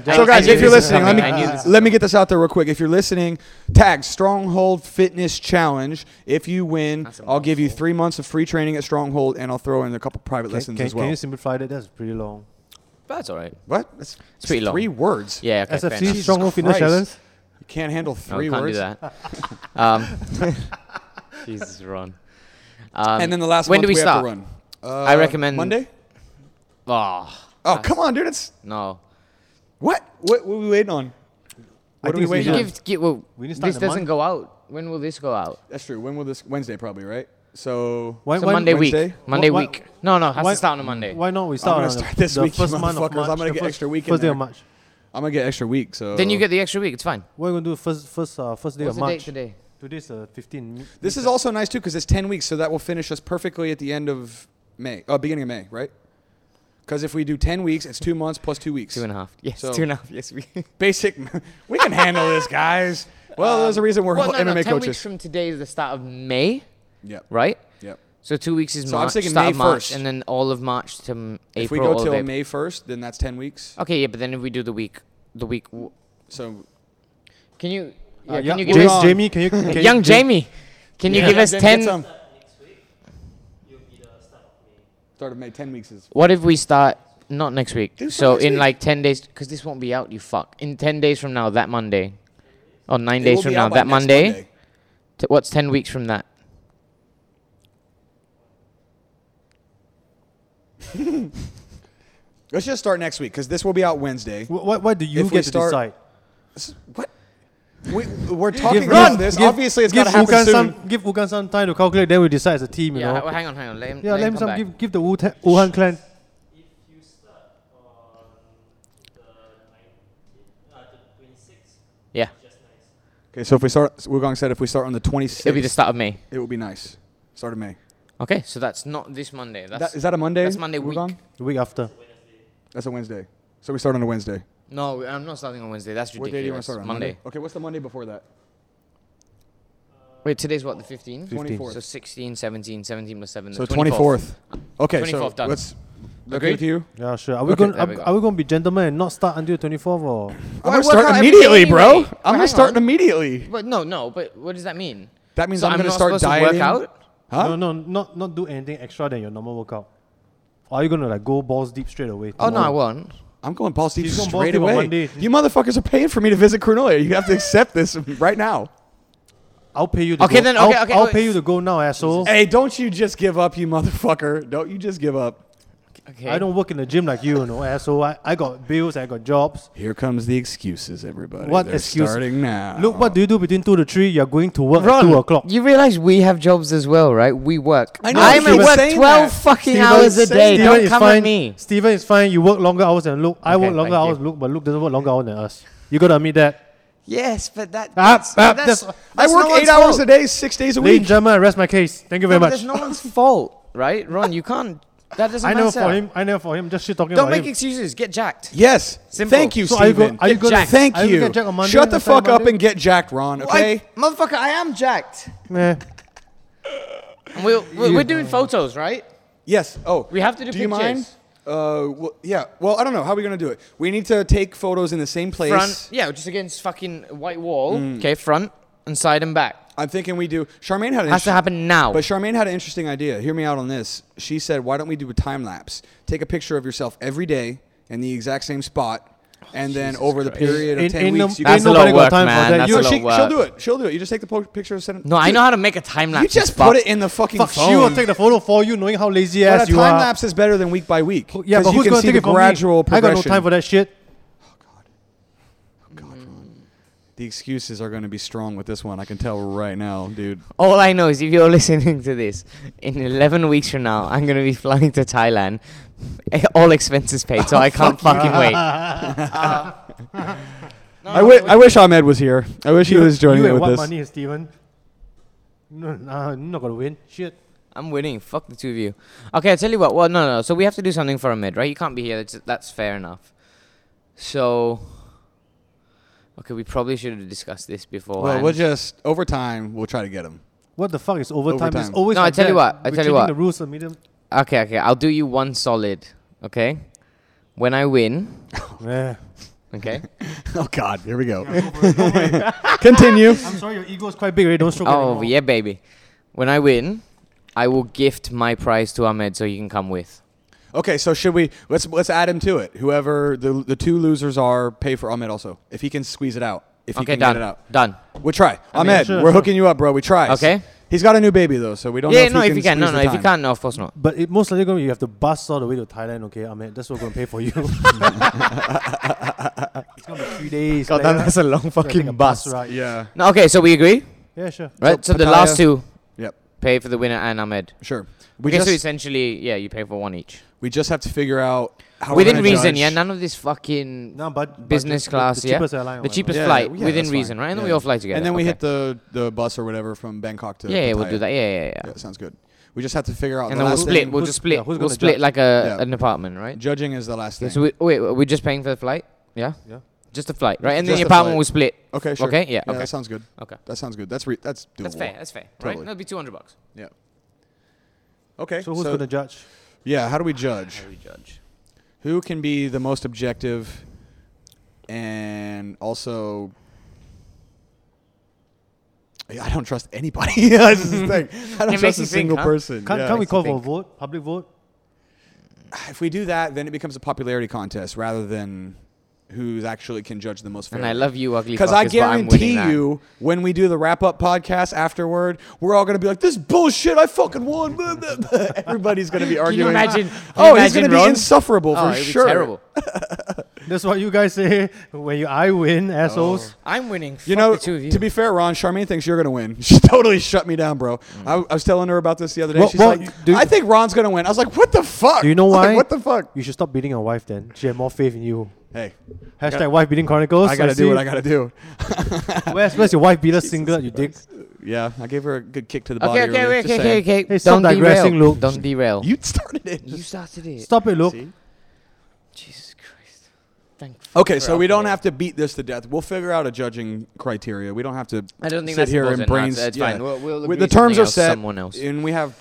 [SPEAKER 1] So
[SPEAKER 3] I
[SPEAKER 1] guys,
[SPEAKER 3] knew
[SPEAKER 1] if you're
[SPEAKER 3] this was
[SPEAKER 1] listening, let me
[SPEAKER 3] coming. I knew this was
[SPEAKER 1] let me get this out there real quick. If you're listening, tag Stronghold Fitness Challenge. If you win,
[SPEAKER 3] That's a
[SPEAKER 1] I'll give you
[SPEAKER 3] mouthful.
[SPEAKER 1] three months of free training at Stronghold, and I'll throw in a couple private
[SPEAKER 2] Can-
[SPEAKER 1] lessons
[SPEAKER 2] can,
[SPEAKER 1] as well.
[SPEAKER 2] can you simplify that? That's pretty long.
[SPEAKER 3] But That's all right.
[SPEAKER 1] what? That's, that's
[SPEAKER 3] pretty long.
[SPEAKER 1] three words.
[SPEAKER 3] Yeah. Okay, fair
[SPEAKER 2] SFC
[SPEAKER 3] enough.
[SPEAKER 2] Stronghold Fitness
[SPEAKER 1] Christ.
[SPEAKER 2] Challenge.
[SPEAKER 1] You can't handle
[SPEAKER 3] No,
[SPEAKER 1] three
[SPEAKER 3] can't
[SPEAKER 1] words.
[SPEAKER 3] do that. um, Jesus, Ron. Um,
[SPEAKER 1] And then the last
[SPEAKER 3] When
[SPEAKER 1] month
[SPEAKER 3] do we,
[SPEAKER 1] have
[SPEAKER 3] start?
[SPEAKER 1] to run. Uh,
[SPEAKER 3] I recommend-
[SPEAKER 1] Monday.
[SPEAKER 3] Oh,
[SPEAKER 1] Oh come on, dude! It's
[SPEAKER 3] no.
[SPEAKER 1] what? What, what are we waiting on?
[SPEAKER 2] I
[SPEAKER 1] What
[SPEAKER 2] think
[SPEAKER 1] are we
[SPEAKER 2] it's
[SPEAKER 1] waiting
[SPEAKER 2] Midnight.
[SPEAKER 1] on?
[SPEAKER 3] Give, give, well,
[SPEAKER 2] We need to start
[SPEAKER 3] this
[SPEAKER 2] in a
[SPEAKER 3] doesn't
[SPEAKER 2] month.
[SPEAKER 3] go out. When will this go out?
[SPEAKER 1] That's true. When will this? Wednesday probably, right? So
[SPEAKER 2] Why-
[SPEAKER 3] It's a
[SPEAKER 2] why-
[SPEAKER 3] Monday
[SPEAKER 1] Wednesday?
[SPEAKER 3] week. Monday
[SPEAKER 2] Why-
[SPEAKER 3] week. No, no, it has
[SPEAKER 2] why-
[SPEAKER 3] to start on a Monday.
[SPEAKER 2] Why not
[SPEAKER 1] gonna
[SPEAKER 2] we start, on
[SPEAKER 1] start
[SPEAKER 2] the,
[SPEAKER 1] this
[SPEAKER 2] the
[SPEAKER 1] week,
[SPEAKER 2] first month of
[SPEAKER 1] motherfuckers.
[SPEAKER 2] March,
[SPEAKER 1] I'm gonna
[SPEAKER 2] the
[SPEAKER 1] get
[SPEAKER 2] first,
[SPEAKER 1] extra week in
[SPEAKER 2] First day
[SPEAKER 1] there.
[SPEAKER 2] of March.
[SPEAKER 1] I'm gonna get extra week. So
[SPEAKER 3] Then you get the extra week. It's fine.
[SPEAKER 2] What are we gonna do first first uh, first day
[SPEAKER 3] What's
[SPEAKER 2] of
[SPEAKER 3] the date
[SPEAKER 2] March?
[SPEAKER 3] today?
[SPEAKER 2] Today's uh, 15.
[SPEAKER 1] This is also nice too because it's ten weeks, so that will finish us perfectly at the end of May, uh, beginning of May, right? Because if we do ten weeks, it's two months plus two weeks.
[SPEAKER 3] Two and a half. Yes,
[SPEAKER 1] So-
[SPEAKER 3] two and a half. Yes, we.
[SPEAKER 1] Basic. we can handle this, guys. Well, there's a reason we're
[SPEAKER 3] well, no, no,
[SPEAKER 1] MMA
[SPEAKER 3] ten
[SPEAKER 1] coaches.
[SPEAKER 3] weeks from today is the start of May,
[SPEAKER 1] yeah.
[SPEAKER 3] right?
[SPEAKER 1] Yep.
[SPEAKER 3] So two weeks is
[SPEAKER 1] So I'm
[SPEAKER 3] March.
[SPEAKER 1] thinking
[SPEAKER 3] start
[SPEAKER 1] May
[SPEAKER 3] of March,
[SPEAKER 1] 1st.
[SPEAKER 3] and then all of March to m- April. Uh,
[SPEAKER 1] If we go
[SPEAKER 3] all of
[SPEAKER 1] till
[SPEAKER 3] April.
[SPEAKER 1] May first, then that's ten weeks.
[SPEAKER 3] Okay, yeah, but then if we do the week, the week. W-
[SPEAKER 1] So
[SPEAKER 3] can you? Yeah,
[SPEAKER 2] Uh,
[SPEAKER 3] can
[SPEAKER 2] yeah,
[SPEAKER 3] you give
[SPEAKER 2] Ja-
[SPEAKER 1] James-
[SPEAKER 3] us
[SPEAKER 2] Jamie, can you? Can
[SPEAKER 3] young
[SPEAKER 2] you,
[SPEAKER 3] Jamie? Can you
[SPEAKER 1] Yeah,
[SPEAKER 3] give
[SPEAKER 1] then
[SPEAKER 3] us
[SPEAKER 1] get
[SPEAKER 3] ten?
[SPEAKER 1] some. Start of May. Ten weeks is.
[SPEAKER 3] What if we start not next week?
[SPEAKER 1] Dude,
[SPEAKER 3] so
[SPEAKER 1] next
[SPEAKER 3] in
[SPEAKER 1] week.
[SPEAKER 3] like ten days, because this won't be out. You fuck. In ten days from now, that Monday, or nine
[SPEAKER 1] It will
[SPEAKER 3] days from
[SPEAKER 1] be
[SPEAKER 3] now,
[SPEAKER 1] out by
[SPEAKER 3] that
[SPEAKER 1] next
[SPEAKER 3] Monday. T- what's ten weeks from that?
[SPEAKER 1] Let's just start next week because this will be out Wednesday.
[SPEAKER 2] Wh- Why, why do you
[SPEAKER 1] If we
[SPEAKER 2] get to
[SPEAKER 1] start-
[SPEAKER 2] decide?
[SPEAKER 1] S- What? We, we're talking
[SPEAKER 2] Give-
[SPEAKER 1] about
[SPEAKER 2] give-
[SPEAKER 1] this.
[SPEAKER 2] give-
[SPEAKER 1] Obviously, it's
[SPEAKER 2] give
[SPEAKER 1] got to happen
[SPEAKER 2] Wukan
[SPEAKER 1] soon.
[SPEAKER 2] Some, give Wukan some time to calculate, then we decide as a team, you
[SPEAKER 3] Yeah,
[SPEAKER 2] know.
[SPEAKER 3] h- well, hang on, hang on. Let him.
[SPEAKER 2] yeah, let him
[SPEAKER 3] come
[SPEAKER 2] some,
[SPEAKER 3] back.
[SPEAKER 2] give, give the Wu- Wuhan clan.
[SPEAKER 4] If you start on the 19th, uh, the 26th,
[SPEAKER 1] Okay, so if we start, Wugong said if we start on the 26th,
[SPEAKER 3] It'll be the start of May.
[SPEAKER 1] it would be nice. Start of May.
[SPEAKER 3] Okay, so that's not this Monday. That's
[SPEAKER 1] That, is that a Monday?
[SPEAKER 3] that's Monday week.
[SPEAKER 1] Wugong?
[SPEAKER 2] The week after.
[SPEAKER 1] That's a Wednesday. So we start on a Wednesday.
[SPEAKER 3] no. I'm not starting on Wednesday. That's ridiculous.
[SPEAKER 1] What day do you want to start on?
[SPEAKER 3] Monday.
[SPEAKER 1] Okay, what's the Monday before that?
[SPEAKER 3] Wait, today's what the 15th.
[SPEAKER 1] 24th.
[SPEAKER 3] So 16, 17, 17 plus seven.
[SPEAKER 1] So
[SPEAKER 3] the
[SPEAKER 1] 24th. Okay, so
[SPEAKER 3] 24th done.
[SPEAKER 1] let's. Okay
[SPEAKER 3] Agreed?
[SPEAKER 1] with you?
[SPEAKER 2] Yeah, sure. Are we
[SPEAKER 1] Okay,
[SPEAKER 2] going?
[SPEAKER 3] there
[SPEAKER 2] Are,
[SPEAKER 3] we go.
[SPEAKER 2] are we going to be gentlemen and not start until twenty fourth or?
[SPEAKER 1] I'm
[SPEAKER 3] Well, I
[SPEAKER 1] gonna
[SPEAKER 3] work out
[SPEAKER 1] start
[SPEAKER 3] every
[SPEAKER 1] immediately,
[SPEAKER 3] day
[SPEAKER 1] bro.
[SPEAKER 3] anyway. But
[SPEAKER 1] I'm gonna
[SPEAKER 3] hang
[SPEAKER 1] start
[SPEAKER 3] on.
[SPEAKER 1] immediately.
[SPEAKER 3] But no, no. But what does that mean?
[SPEAKER 1] That means
[SPEAKER 3] So
[SPEAKER 1] I'm,
[SPEAKER 3] I'm
[SPEAKER 1] gonna
[SPEAKER 3] not
[SPEAKER 1] start
[SPEAKER 3] supposed to work
[SPEAKER 1] dieting.
[SPEAKER 3] out?
[SPEAKER 1] Huh?
[SPEAKER 2] No, no, not not do anything extra than your normal workout. Or are you gonna like go balls deep straight away?
[SPEAKER 3] Oh no, I
[SPEAKER 2] tomorrow?
[SPEAKER 3] won't.
[SPEAKER 1] I'm going balls deep
[SPEAKER 2] He's going balls
[SPEAKER 1] straight
[SPEAKER 2] deep on
[SPEAKER 1] away.
[SPEAKER 2] Monday.
[SPEAKER 1] You motherfuckers are paying for me to visit Cronulla. You have to accept this right now.
[SPEAKER 2] I'll pay you. To
[SPEAKER 3] Okay,
[SPEAKER 2] go.
[SPEAKER 3] then, okay,
[SPEAKER 2] I'll,
[SPEAKER 3] okay,
[SPEAKER 2] I'll
[SPEAKER 3] wait.
[SPEAKER 2] pay you to go now, asshole.
[SPEAKER 1] Hey, don't you just give up, you motherfucker. Don't you just give up.
[SPEAKER 3] Okay.
[SPEAKER 2] I don't work in the gym like you, you know, asshole. I, I got bills, I got jobs.
[SPEAKER 1] Here comes the excuses, everybody.
[SPEAKER 2] What
[SPEAKER 1] They're
[SPEAKER 2] excuse?
[SPEAKER 1] starting now.
[SPEAKER 2] Look, what do you do between two to three? You're going to work
[SPEAKER 3] Ron,
[SPEAKER 2] at two o'clock.
[SPEAKER 3] You realize we have jobs as well, right? We work.
[SPEAKER 1] I know,
[SPEAKER 3] I'm at
[SPEAKER 1] Steven.
[SPEAKER 3] work
[SPEAKER 1] saying
[SPEAKER 3] 12
[SPEAKER 1] that.
[SPEAKER 3] fucking
[SPEAKER 1] Steven
[SPEAKER 3] hours a
[SPEAKER 1] is
[SPEAKER 3] day.
[SPEAKER 1] saying
[SPEAKER 2] Steven
[SPEAKER 3] Don't
[SPEAKER 2] is
[SPEAKER 3] come
[SPEAKER 2] fine.
[SPEAKER 3] at me.
[SPEAKER 2] Steven is fine. You work longer hours than Luke. I
[SPEAKER 3] Okay,
[SPEAKER 2] work longer
[SPEAKER 3] thank
[SPEAKER 2] hours,
[SPEAKER 3] you.
[SPEAKER 2] than Luke, but Luke doesn't work longer hours than us. You gotta admit that.
[SPEAKER 3] Yes, but that,
[SPEAKER 2] Ah,
[SPEAKER 3] that's,
[SPEAKER 2] ah,
[SPEAKER 3] that's,
[SPEAKER 2] that's-
[SPEAKER 1] I
[SPEAKER 3] that's
[SPEAKER 1] work
[SPEAKER 3] no
[SPEAKER 1] eight
[SPEAKER 3] one's
[SPEAKER 1] hours
[SPEAKER 3] fault.
[SPEAKER 1] a day, six days a
[SPEAKER 2] Ladies and
[SPEAKER 1] week.
[SPEAKER 2] gentlemen, I rest my case. Thank you very
[SPEAKER 3] No, but
[SPEAKER 2] much.
[SPEAKER 3] That's no one's fault, right? Ron, you can't. That doesn't
[SPEAKER 2] I
[SPEAKER 3] matter.
[SPEAKER 2] never for him. I never for him. Just shit talking
[SPEAKER 3] Don't
[SPEAKER 2] about
[SPEAKER 3] make
[SPEAKER 2] him.
[SPEAKER 3] excuses. Get jacked.
[SPEAKER 1] Yes.
[SPEAKER 3] Simple.
[SPEAKER 1] Thank you,
[SPEAKER 2] So are you
[SPEAKER 1] Steven.
[SPEAKER 2] go- are you
[SPEAKER 1] Get
[SPEAKER 2] gonna-
[SPEAKER 1] jacked. Thank
[SPEAKER 2] are you
[SPEAKER 1] you.
[SPEAKER 2] gonna jack on Monday
[SPEAKER 1] Shut the
[SPEAKER 2] instead of
[SPEAKER 1] fuck up
[SPEAKER 2] Monday?
[SPEAKER 1] and get jacked, Ron. Okay.
[SPEAKER 3] I, motherfucker, I am jacked.
[SPEAKER 2] Meh.
[SPEAKER 3] And We're, we're, we're doing photos, right?
[SPEAKER 1] Yes. Oh,
[SPEAKER 3] We have to do
[SPEAKER 1] Do you mind?
[SPEAKER 3] pictures.
[SPEAKER 1] Uh, well, yeah. Well, I don't know how are we gonna do it. We need to take photos in the same place.
[SPEAKER 3] Front. Yeah, just against fucking white wall. Okay, front and side and back.
[SPEAKER 1] I'm thinking we do. Charmaine had an
[SPEAKER 3] Has to
[SPEAKER 1] interest-
[SPEAKER 3] happen now.
[SPEAKER 1] But Charmaine had an interesting idea. Hear me out on this. She said, "Why don't we do a time lapse? Take a picture of yourself every day in the exact same spot, and then over the period of
[SPEAKER 2] Ain't-
[SPEAKER 1] ten
[SPEAKER 2] ain't no-
[SPEAKER 1] weeks, you
[SPEAKER 2] ain't
[SPEAKER 1] can."
[SPEAKER 3] That's a lot
[SPEAKER 2] nobody
[SPEAKER 3] of
[SPEAKER 2] got
[SPEAKER 3] work,
[SPEAKER 2] time for
[SPEAKER 3] man.
[SPEAKER 2] that.
[SPEAKER 3] That's
[SPEAKER 2] You-
[SPEAKER 3] a
[SPEAKER 1] No,
[SPEAKER 3] lot
[SPEAKER 1] she,
[SPEAKER 3] of work.
[SPEAKER 1] she'll do it. She'll do it. You just take the po- picture. Send it.
[SPEAKER 3] No, I
[SPEAKER 1] Dude,
[SPEAKER 3] know how to make a time lapse.
[SPEAKER 1] You just
[SPEAKER 3] but
[SPEAKER 1] put it in the fucking
[SPEAKER 2] Fuck,
[SPEAKER 1] phone.
[SPEAKER 2] she will take the photo for you, knowing how lazy
[SPEAKER 1] but
[SPEAKER 2] ass
[SPEAKER 1] a
[SPEAKER 2] you
[SPEAKER 1] time
[SPEAKER 2] are.
[SPEAKER 1] lapse is better than week by week.
[SPEAKER 2] Yeah,
[SPEAKER 1] 'cause
[SPEAKER 2] but
[SPEAKER 1] you
[SPEAKER 2] who's
[SPEAKER 1] can
[SPEAKER 2] gonna
[SPEAKER 1] see
[SPEAKER 2] take
[SPEAKER 1] the
[SPEAKER 2] it from
[SPEAKER 1] gradual
[SPEAKER 2] me? I
[SPEAKER 1] progression.
[SPEAKER 2] got no time for that shit.
[SPEAKER 1] The excuses are going to be strong with this one. I can tell right now, dude.
[SPEAKER 3] All I know is if you're listening to this, in 11 weeks from now, I'm going to be flying to Thailand. All expenses paid, so I can't fucking wait.
[SPEAKER 1] I, wi- I wish Ahmed was here. I wish he was joining
[SPEAKER 2] you
[SPEAKER 1] in with
[SPEAKER 2] and what
[SPEAKER 1] this.
[SPEAKER 2] money, Steven? No, nah, you're not gonna win. Shit.
[SPEAKER 3] I'm winning. Fuck the two of you. Okay, I tell you what. Well, no, no. So we have to do something for a mid, right? You can't be here. That's, that's fair enough. So, okay, we probably should have discussed this before.
[SPEAKER 1] Well, we'll just over time we'll try to get him.
[SPEAKER 2] What the fuck is overtime? It's
[SPEAKER 1] Overtime.
[SPEAKER 2] always
[SPEAKER 3] No, I
[SPEAKER 2] like
[SPEAKER 3] tell you
[SPEAKER 2] that.
[SPEAKER 3] what, I
[SPEAKER 2] We're
[SPEAKER 3] tell you
[SPEAKER 2] changing
[SPEAKER 3] what.
[SPEAKER 2] The rules of medium.
[SPEAKER 3] okay, okay. I'll do you one solid. Okay, when I win.
[SPEAKER 2] Yeah.
[SPEAKER 3] Okay.
[SPEAKER 1] oh God, here we go. Continue.
[SPEAKER 2] I'm sorry, your ego is quite big. Already. Don't stroke
[SPEAKER 3] oh
[SPEAKER 2] anymore.
[SPEAKER 3] yeah, baby. When I win, I will gift my prize to Ahmed so you can come with.
[SPEAKER 1] Okay, so should we let's let's add him to it. Whoever the the two losers are, pay for Ahmed also if he can squeeze it out. If he
[SPEAKER 3] okay,
[SPEAKER 1] can
[SPEAKER 3] done.
[SPEAKER 1] get it out,
[SPEAKER 3] Done.
[SPEAKER 1] we'll try.
[SPEAKER 2] mean,
[SPEAKER 1] Ahmed,
[SPEAKER 2] sure,
[SPEAKER 1] we're
[SPEAKER 2] sure.
[SPEAKER 1] hooking you up, bro. We try.
[SPEAKER 3] Okay.
[SPEAKER 1] He's got a new baby though, so we don't know
[SPEAKER 3] yeah,
[SPEAKER 1] if
[SPEAKER 3] no,
[SPEAKER 1] he
[SPEAKER 3] if
[SPEAKER 1] can
[SPEAKER 3] you can, no,
[SPEAKER 1] squeeze
[SPEAKER 3] no,
[SPEAKER 1] the
[SPEAKER 3] if you
[SPEAKER 1] time.
[SPEAKER 3] can't, no, of course not.
[SPEAKER 2] But it most likely gonna be you have to bus all the way to Thailand, okay? I mean, that's what we're gonna pay for you. it's gonna be three days.
[SPEAKER 3] God,
[SPEAKER 2] later.
[SPEAKER 3] that's a long
[SPEAKER 2] It's gonna take
[SPEAKER 3] fucking
[SPEAKER 2] a bus
[SPEAKER 3] bus.
[SPEAKER 2] ride.
[SPEAKER 1] Yeah.
[SPEAKER 3] No, okay, so we agree,
[SPEAKER 2] Yeah, sure.
[SPEAKER 3] right? So,
[SPEAKER 1] So
[SPEAKER 3] the last
[SPEAKER 1] Pattaya-
[SPEAKER 3] two
[SPEAKER 1] Yep.
[SPEAKER 3] pay for the winner and Ahmed.
[SPEAKER 1] Sure. We
[SPEAKER 3] We okay, so
[SPEAKER 1] just
[SPEAKER 3] essentially, yeah, you pay for one each
[SPEAKER 1] we just have to figure out how we're
[SPEAKER 3] within
[SPEAKER 1] gonna
[SPEAKER 3] reason.
[SPEAKER 1] judge.
[SPEAKER 3] Yeah, none of this fucking
[SPEAKER 2] No, but
[SPEAKER 3] business
[SPEAKER 2] but the-
[SPEAKER 3] class.
[SPEAKER 2] The
[SPEAKER 3] yeah,
[SPEAKER 2] cheapest airline. or
[SPEAKER 3] the
[SPEAKER 2] whatever.
[SPEAKER 3] cheapest
[SPEAKER 1] Yeah,
[SPEAKER 3] flight
[SPEAKER 1] yeah,
[SPEAKER 3] within
[SPEAKER 1] that's
[SPEAKER 3] reason,
[SPEAKER 1] fine.
[SPEAKER 3] right? And then we
[SPEAKER 1] Yeah.
[SPEAKER 3] all fly together.
[SPEAKER 1] And then we
[SPEAKER 3] Okay.
[SPEAKER 1] hit the the bus or whatever from Bangkok to
[SPEAKER 3] Yeah, yeah, we'll
[SPEAKER 1] Pattaya.
[SPEAKER 3] do that. Yeah, yeah, yeah.
[SPEAKER 1] Yeah, sounds good. We just have to figure out.
[SPEAKER 3] And
[SPEAKER 1] the
[SPEAKER 3] then we'll
[SPEAKER 1] last
[SPEAKER 3] split.
[SPEAKER 1] thing-
[SPEAKER 3] We'll
[SPEAKER 2] who's-
[SPEAKER 3] just split.
[SPEAKER 2] yeah, who's
[SPEAKER 3] we'll
[SPEAKER 2] gonna
[SPEAKER 3] split
[SPEAKER 2] judge?
[SPEAKER 3] like a
[SPEAKER 1] Yeah.
[SPEAKER 3] an apartment, right?
[SPEAKER 1] Judging is the last
[SPEAKER 3] Okay,
[SPEAKER 1] thing.
[SPEAKER 3] so we, wait, we're just paying for the flight. Yeah,
[SPEAKER 2] Yeah.
[SPEAKER 3] just the flight, right? And then
[SPEAKER 1] Just the
[SPEAKER 3] the apartment
[SPEAKER 1] flight.
[SPEAKER 3] will split.
[SPEAKER 1] okay, sure.
[SPEAKER 3] Okay, yeah, okay.
[SPEAKER 1] that sounds good.
[SPEAKER 3] Okay,
[SPEAKER 1] That sounds good. That's re- that's doable.
[SPEAKER 3] that's fair. That's fair. Right?
[SPEAKER 1] Totally.
[SPEAKER 3] That'll be two hundred bucks.
[SPEAKER 1] Yeah. Okay.
[SPEAKER 2] So who's gonna judge?
[SPEAKER 1] yeah, how do we judge?
[SPEAKER 3] we judge?
[SPEAKER 1] Who can be the most objective and also Yeah, I don't trust anybody. That's the thing. I don't
[SPEAKER 3] It makes
[SPEAKER 1] trust
[SPEAKER 3] you
[SPEAKER 1] a
[SPEAKER 3] think,
[SPEAKER 1] single
[SPEAKER 3] huh?
[SPEAKER 1] person.
[SPEAKER 2] Can't,
[SPEAKER 1] yeah.
[SPEAKER 2] can't we
[SPEAKER 3] Makes you
[SPEAKER 2] call for a
[SPEAKER 3] think.
[SPEAKER 2] vote? Public vote?
[SPEAKER 1] if we do that, then it becomes a popularity contest rather than who's actually can judge the most fairly.
[SPEAKER 3] And I love you, ugly.
[SPEAKER 1] Because
[SPEAKER 3] Because
[SPEAKER 1] I guarantee you, when we do the wrap up podcast afterward, we're all going to be like, this bullshit, I fucking won. Blah, blah, blah. Everybody's going to be
[SPEAKER 3] Can you
[SPEAKER 1] arguing.
[SPEAKER 3] imagine-
[SPEAKER 1] Oh,
[SPEAKER 3] can you
[SPEAKER 1] it's going
[SPEAKER 3] imagine,
[SPEAKER 1] to be
[SPEAKER 3] Ron?
[SPEAKER 1] insufferable
[SPEAKER 3] Oh,
[SPEAKER 1] for
[SPEAKER 3] it'd be
[SPEAKER 1] sure.
[SPEAKER 3] terrible.
[SPEAKER 2] That's what you guys say when you I win, assholes.
[SPEAKER 3] I'm winning. Fuck
[SPEAKER 1] You know,
[SPEAKER 3] the two of you.
[SPEAKER 1] to be fair, Ron, Charmaine thinks you're going to win. She totally shut me down, bro. I, I was telling her about this the other day.
[SPEAKER 2] Well-
[SPEAKER 1] She's
[SPEAKER 2] well,
[SPEAKER 1] like,
[SPEAKER 2] do you-
[SPEAKER 1] I think Ron's going to win. I was like, what the fuck?
[SPEAKER 2] Do you know
[SPEAKER 1] I was
[SPEAKER 2] why?
[SPEAKER 1] like, what the fuck?
[SPEAKER 2] You should stop beating your wife then. She had more faith in you.
[SPEAKER 1] Hey, I
[SPEAKER 2] Hashtag
[SPEAKER 1] gotta-
[SPEAKER 2] wife beating chronicles.
[SPEAKER 1] I gotta do
[SPEAKER 2] see.
[SPEAKER 1] what I gotta do.
[SPEAKER 2] Where's, where's your wife beater singlet, you dick?
[SPEAKER 1] Yeah, I gave her a good kick to the body.
[SPEAKER 3] Okay, okay,
[SPEAKER 1] earlier,
[SPEAKER 3] okay,
[SPEAKER 1] just
[SPEAKER 3] okay, okay,
[SPEAKER 1] saying.
[SPEAKER 3] okay.
[SPEAKER 2] Hey, stop digressing,
[SPEAKER 3] derail.
[SPEAKER 2] Luke.
[SPEAKER 3] Don't derail.
[SPEAKER 1] You started it.
[SPEAKER 3] You started it.
[SPEAKER 2] Stop it, Luke.
[SPEAKER 1] See?
[SPEAKER 3] Jesus Christ. Thank
[SPEAKER 1] Okay,
[SPEAKER 3] fuck
[SPEAKER 1] so
[SPEAKER 3] for
[SPEAKER 1] we don't
[SPEAKER 3] alcohol.
[SPEAKER 1] have to beat this to death. We'll figure out a judging criteria. We don't have to.
[SPEAKER 3] I don't think
[SPEAKER 1] sit
[SPEAKER 3] that's
[SPEAKER 1] here and
[SPEAKER 3] important.
[SPEAKER 1] brains.
[SPEAKER 3] That's- that's
[SPEAKER 1] yeah.
[SPEAKER 3] fine. We'll- we'll
[SPEAKER 1] We-
[SPEAKER 3] agree
[SPEAKER 1] the
[SPEAKER 3] something
[SPEAKER 1] terms are
[SPEAKER 3] else,
[SPEAKER 1] set.
[SPEAKER 3] someone else.
[SPEAKER 1] and we have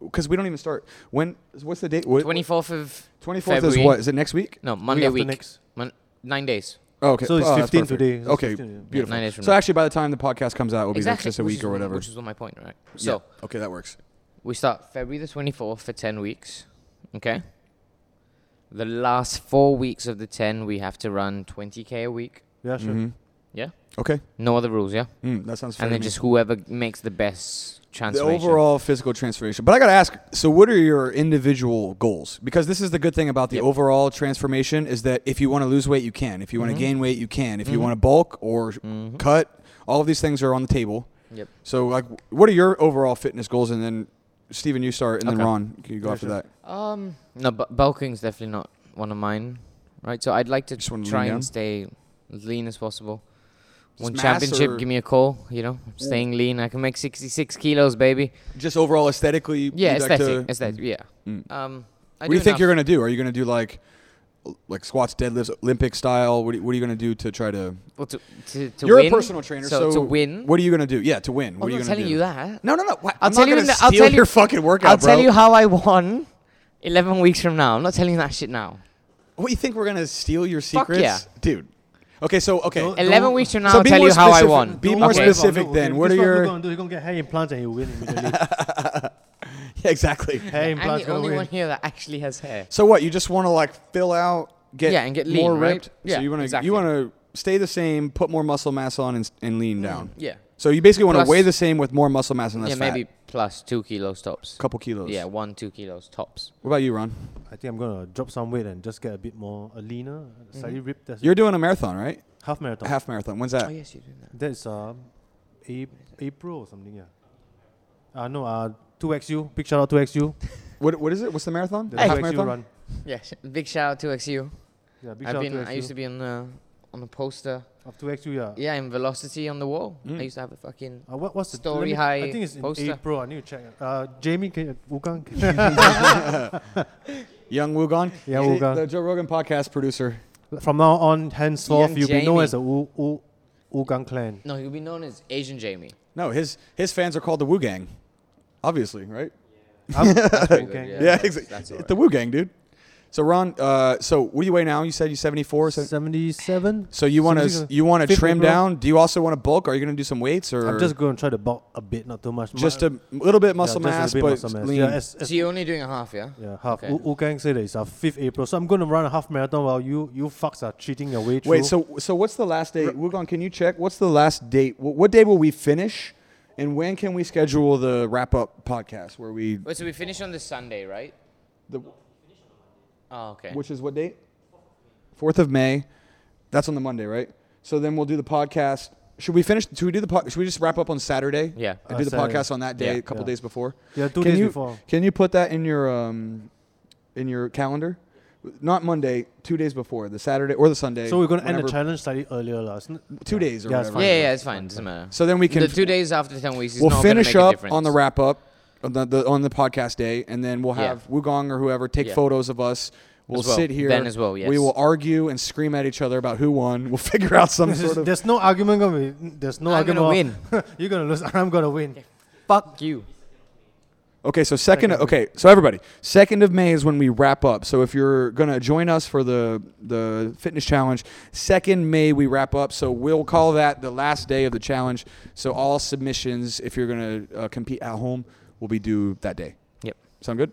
[SPEAKER 1] because we don't even start. When? What's the date? What-
[SPEAKER 3] 24th of
[SPEAKER 1] 24th is
[SPEAKER 3] February.
[SPEAKER 1] what? Is it next week?
[SPEAKER 3] No, Monday
[SPEAKER 2] after
[SPEAKER 3] week.
[SPEAKER 2] next.
[SPEAKER 3] Mon- nine days.
[SPEAKER 1] Oh, okay.
[SPEAKER 2] So it's
[SPEAKER 1] Oh, that's
[SPEAKER 2] 15
[SPEAKER 1] perfect.
[SPEAKER 2] today. So it's
[SPEAKER 1] Okay,
[SPEAKER 2] 15, yeah.
[SPEAKER 1] beautiful.
[SPEAKER 3] Nine days from
[SPEAKER 1] so
[SPEAKER 3] now.
[SPEAKER 1] actually, by the time the podcast comes out, it will be like
[SPEAKER 3] exactly.
[SPEAKER 1] just a
[SPEAKER 3] which
[SPEAKER 1] week
[SPEAKER 3] is
[SPEAKER 1] or
[SPEAKER 3] what-
[SPEAKER 1] whatever.
[SPEAKER 3] Which is what my point, right?
[SPEAKER 1] Yeah.
[SPEAKER 3] So
[SPEAKER 1] okay, that works.
[SPEAKER 3] we start February the 24th for 10 weeks. Okay. The last four weeks of the 10, we have to run 20K a week.
[SPEAKER 2] Yeah, sure.
[SPEAKER 3] Mm-hmm.
[SPEAKER 1] Mhm.
[SPEAKER 3] Yeah.
[SPEAKER 1] Okay,
[SPEAKER 3] No other rules, yeah?
[SPEAKER 1] Mm, that sounds. Fair
[SPEAKER 3] and
[SPEAKER 1] to
[SPEAKER 3] then
[SPEAKER 1] me.
[SPEAKER 3] just whoever makes the best
[SPEAKER 1] the
[SPEAKER 3] transformation.
[SPEAKER 1] overall physical transformation. But I got to ask, so what are your individual goals? Because this is the good thing about the
[SPEAKER 3] Yep.
[SPEAKER 1] overall transformation is that if you want to lose weight, you can. If you
[SPEAKER 3] Mm-hmm.
[SPEAKER 1] want to gain weight, you can. If you want to bulk or cut, all of these things are on the table.
[SPEAKER 3] Yep.
[SPEAKER 1] So like what are your overall fitness goals and then Steven you start and then
[SPEAKER 3] Okay.
[SPEAKER 1] Ron, can you go
[SPEAKER 2] Yeah,
[SPEAKER 1] after
[SPEAKER 2] sure.
[SPEAKER 1] that?
[SPEAKER 3] Um, no, bu- bulking's definitely not one of mine, right? So I'd like to
[SPEAKER 1] Just wanna lean
[SPEAKER 3] try
[SPEAKER 1] down?
[SPEAKER 3] and stay as lean as possible.
[SPEAKER 1] Just
[SPEAKER 3] One
[SPEAKER 1] mass
[SPEAKER 3] championship,
[SPEAKER 1] or-
[SPEAKER 3] give me a call. You know, I'm staying lean. I can make 66 kilos, baby.
[SPEAKER 1] Just overall aesthetically
[SPEAKER 3] Yeah,
[SPEAKER 1] you'd like
[SPEAKER 3] aesthetic,
[SPEAKER 1] to-
[SPEAKER 3] aesthetic. Yeah.
[SPEAKER 1] Mm.
[SPEAKER 3] Um, I
[SPEAKER 1] What do you think
[SPEAKER 3] enough.
[SPEAKER 1] you're going to do? Are you going to do like like squats, deadlifts, Olympic style? What are, you- what are you going to do to try to
[SPEAKER 3] Well, to, to, to
[SPEAKER 1] You're
[SPEAKER 3] win,
[SPEAKER 1] a personal trainer, so,
[SPEAKER 3] so, to win.
[SPEAKER 1] What are you going to do? Yeah, to win. What
[SPEAKER 3] I'm
[SPEAKER 1] are you
[SPEAKER 3] not
[SPEAKER 1] going to
[SPEAKER 3] telling
[SPEAKER 1] do?
[SPEAKER 3] you that.
[SPEAKER 1] No, no, no. Why-
[SPEAKER 3] I'll
[SPEAKER 1] I'm
[SPEAKER 3] tell
[SPEAKER 1] not
[SPEAKER 3] you
[SPEAKER 1] gonna
[SPEAKER 3] in the- I'll
[SPEAKER 1] steal
[SPEAKER 3] tell you-
[SPEAKER 1] your fucking workout,
[SPEAKER 3] I'll
[SPEAKER 1] bro.
[SPEAKER 3] tell you how I won. 11 weeks from now. I'm not telling you that shit now.
[SPEAKER 1] What you think we're gonna steal your secrets,
[SPEAKER 3] yeah.
[SPEAKER 1] dude? Okay, so okay.
[SPEAKER 2] Don't-
[SPEAKER 3] 11
[SPEAKER 2] Don't-
[SPEAKER 3] weeks from now,
[SPEAKER 1] So
[SPEAKER 3] I'll
[SPEAKER 1] be
[SPEAKER 3] tell
[SPEAKER 1] more
[SPEAKER 3] you how I
[SPEAKER 1] specific-
[SPEAKER 3] won.
[SPEAKER 1] be more
[SPEAKER 3] Okay.
[SPEAKER 1] specific. then. What are your-
[SPEAKER 2] Going to do? He's going to get hair implants and he'll win immediately.
[SPEAKER 1] Yeah, exactly.
[SPEAKER 2] hair
[SPEAKER 3] I'm
[SPEAKER 2] implants
[SPEAKER 3] the
[SPEAKER 2] going to
[SPEAKER 3] only
[SPEAKER 2] win.
[SPEAKER 3] one here that actually has hair.
[SPEAKER 1] So what? You just want to like fill out, get
[SPEAKER 3] Yeah, and get
[SPEAKER 1] more
[SPEAKER 3] lean, right?
[SPEAKER 1] ripped.
[SPEAKER 3] Yeah,
[SPEAKER 1] so you want to
[SPEAKER 3] exactly.
[SPEAKER 1] you want to stay the same, put more muscle mass on, and, s- and lean down.
[SPEAKER 3] Yeah.
[SPEAKER 1] So you basically want to
[SPEAKER 3] Mm. Plus-
[SPEAKER 1] weigh the same with more muscle mass and less
[SPEAKER 3] yeah,
[SPEAKER 1] fat.
[SPEAKER 3] maybe plus two kilos tops.
[SPEAKER 1] couple kilos.
[SPEAKER 3] Yeah, one, two kilos tops.
[SPEAKER 1] What about you, Ron?
[SPEAKER 2] I think I'm going to drop some weight and just get a bit more a leaner,
[SPEAKER 3] Mm-hmm.
[SPEAKER 2] slightly ripped. That's
[SPEAKER 1] You're doing a marathon, right?
[SPEAKER 2] half marathon.
[SPEAKER 1] Half marathon. When's that?
[SPEAKER 3] Oh yes, you do that.
[SPEAKER 2] That's um, a- April or something, yeah. Uh, no, uh, 2XU. Big shout out to 2XU.
[SPEAKER 1] What What is it? What's the marathon?
[SPEAKER 2] The
[SPEAKER 1] Half
[SPEAKER 2] 2XU
[SPEAKER 1] marathon.
[SPEAKER 2] run.
[SPEAKER 3] Yes. Big shout out to XU.
[SPEAKER 2] Yeah, big
[SPEAKER 3] I've
[SPEAKER 2] shout out
[SPEAKER 3] been.
[SPEAKER 2] to
[SPEAKER 3] I used to
[SPEAKER 2] XU.
[SPEAKER 3] be on the on the poster.
[SPEAKER 2] Of 2XU, yeah.
[SPEAKER 3] Yeah, in velocity on the wall.
[SPEAKER 1] Mm.
[SPEAKER 3] I used to have a fucking.
[SPEAKER 2] Uh, what, what's the
[SPEAKER 3] Story
[SPEAKER 2] let me-
[SPEAKER 3] high
[SPEAKER 2] I think it's in
[SPEAKER 3] poster.
[SPEAKER 2] April. I need to check. it. Uh, Jamie, can, Wukong, can-
[SPEAKER 1] Young Wugan.
[SPEAKER 2] Yeah,
[SPEAKER 1] See,
[SPEAKER 2] Wugan.
[SPEAKER 1] The Joe Rogan podcast producer.
[SPEAKER 2] From now on, henceforth,
[SPEAKER 3] Young
[SPEAKER 2] you'll be known
[SPEAKER 3] Jamie.
[SPEAKER 2] as the Wu- Wu- Wugang clan.
[SPEAKER 3] No, you'll be known as Asian Jamie.
[SPEAKER 1] No, his his fans are called the Wu Gang. Obviously, right?
[SPEAKER 2] I'm-
[SPEAKER 3] That's pretty good,
[SPEAKER 2] Wugang.
[SPEAKER 3] yeah.
[SPEAKER 1] yeah,
[SPEAKER 3] that's-
[SPEAKER 1] exactly.
[SPEAKER 3] that's
[SPEAKER 1] It's
[SPEAKER 3] alright.
[SPEAKER 1] the Wu Gang, dude. So Ron, uh, so what do you weigh now? You said you 74. So,
[SPEAKER 2] 77.
[SPEAKER 1] so you want to
[SPEAKER 2] 76.
[SPEAKER 1] you want to
[SPEAKER 2] Fifty,
[SPEAKER 1] trim
[SPEAKER 2] bro.
[SPEAKER 1] down? Do you also want to bulk? Are you going to do some weights or
[SPEAKER 2] I'm just going to try to bulk a bit, not too much.
[SPEAKER 1] just
[SPEAKER 2] My-
[SPEAKER 1] a little bit
[SPEAKER 2] yeah,
[SPEAKER 1] muscle
[SPEAKER 2] just a
[SPEAKER 1] mass,
[SPEAKER 2] bit
[SPEAKER 1] but
[SPEAKER 2] muscle mass.
[SPEAKER 1] lean?
[SPEAKER 2] Yeah, as- as-
[SPEAKER 3] So you're only doing a half, yeah?
[SPEAKER 2] yeah, half.
[SPEAKER 3] Okay.
[SPEAKER 2] Wu Wukang said that it's our fifth April, so I'm going to run a half marathon while you you fucks are cheating your way through.
[SPEAKER 1] Wait, so so what's the last date? Wugon, can you check? What's the last date? What, what day will we finish? And when can we schedule the wrap up podcast where we
[SPEAKER 3] Wait, so we finish on the Sunday, right?
[SPEAKER 1] the
[SPEAKER 3] Oh, okay.
[SPEAKER 1] which is what date? Fourth of May. That's on the Monday, right? So then we'll do the podcast. Should we finish? Should we do the? Po- should we just wrap up on Saturday?
[SPEAKER 3] Yeah.
[SPEAKER 1] and
[SPEAKER 2] Uh,
[SPEAKER 1] do the
[SPEAKER 2] Saturday.
[SPEAKER 1] podcast on that day,
[SPEAKER 3] Yeah.
[SPEAKER 1] a couple
[SPEAKER 2] Yeah.
[SPEAKER 1] days before.
[SPEAKER 2] Yeah, two
[SPEAKER 1] can
[SPEAKER 2] days
[SPEAKER 1] you,
[SPEAKER 2] before.
[SPEAKER 1] Can you put that in your um, in your calendar? Not Monday, two days before the Saturday or the Sunday.
[SPEAKER 2] So we're going to end the
[SPEAKER 1] whenever-
[SPEAKER 2] challenge slightly earlier, last.
[SPEAKER 1] two days or
[SPEAKER 2] Yeah, it's
[SPEAKER 1] whatever.
[SPEAKER 3] yeah,
[SPEAKER 2] fine.
[SPEAKER 3] yeah, it's fine. Doesn't matter.
[SPEAKER 1] So then we can
[SPEAKER 3] the two days after ten weeks is
[SPEAKER 1] we'll
[SPEAKER 3] not gonna
[SPEAKER 1] finish
[SPEAKER 3] make a
[SPEAKER 1] up
[SPEAKER 3] difference.
[SPEAKER 1] on the wrap up on the, the on the podcast day, and then we'll
[SPEAKER 3] Yeah.
[SPEAKER 1] have Wugong or whoever take
[SPEAKER 3] Yeah.
[SPEAKER 1] photos of us. We'll
[SPEAKER 3] As well.
[SPEAKER 1] sit here.
[SPEAKER 3] Then as well,
[SPEAKER 1] We
[SPEAKER 3] yes.
[SPEAKER 1] will argue and scream at each other about who won. We'll figure out some
[SPEAKER 2] This is-
[SPEAKER 1] sort of.
[SPEAKER 2] There's no argument going to be. There's no
[SPEAKER 3] I'm
[SPEAKER 2] argument.
[SPEAKER 3] gonna
[SPEAKER 2] of, You're going to lose. I'm going to win.
[SPEAKER 3] Fuck you.
[SPEAKER 1] Okay, so second.
[SPEAKER 2] Second of
[SPEAKER 1] Okay, so everybody, second of May is when we wrap up. So if you're gonna join us for the the fitness challenge, second May we wrap up. So we'll call that the last day of the challenge. So all submissions, if you're gonna uh, compete at home, will be due that day.
[SPEAKER 3] Yep.
[SPEAKER 1] Sound good?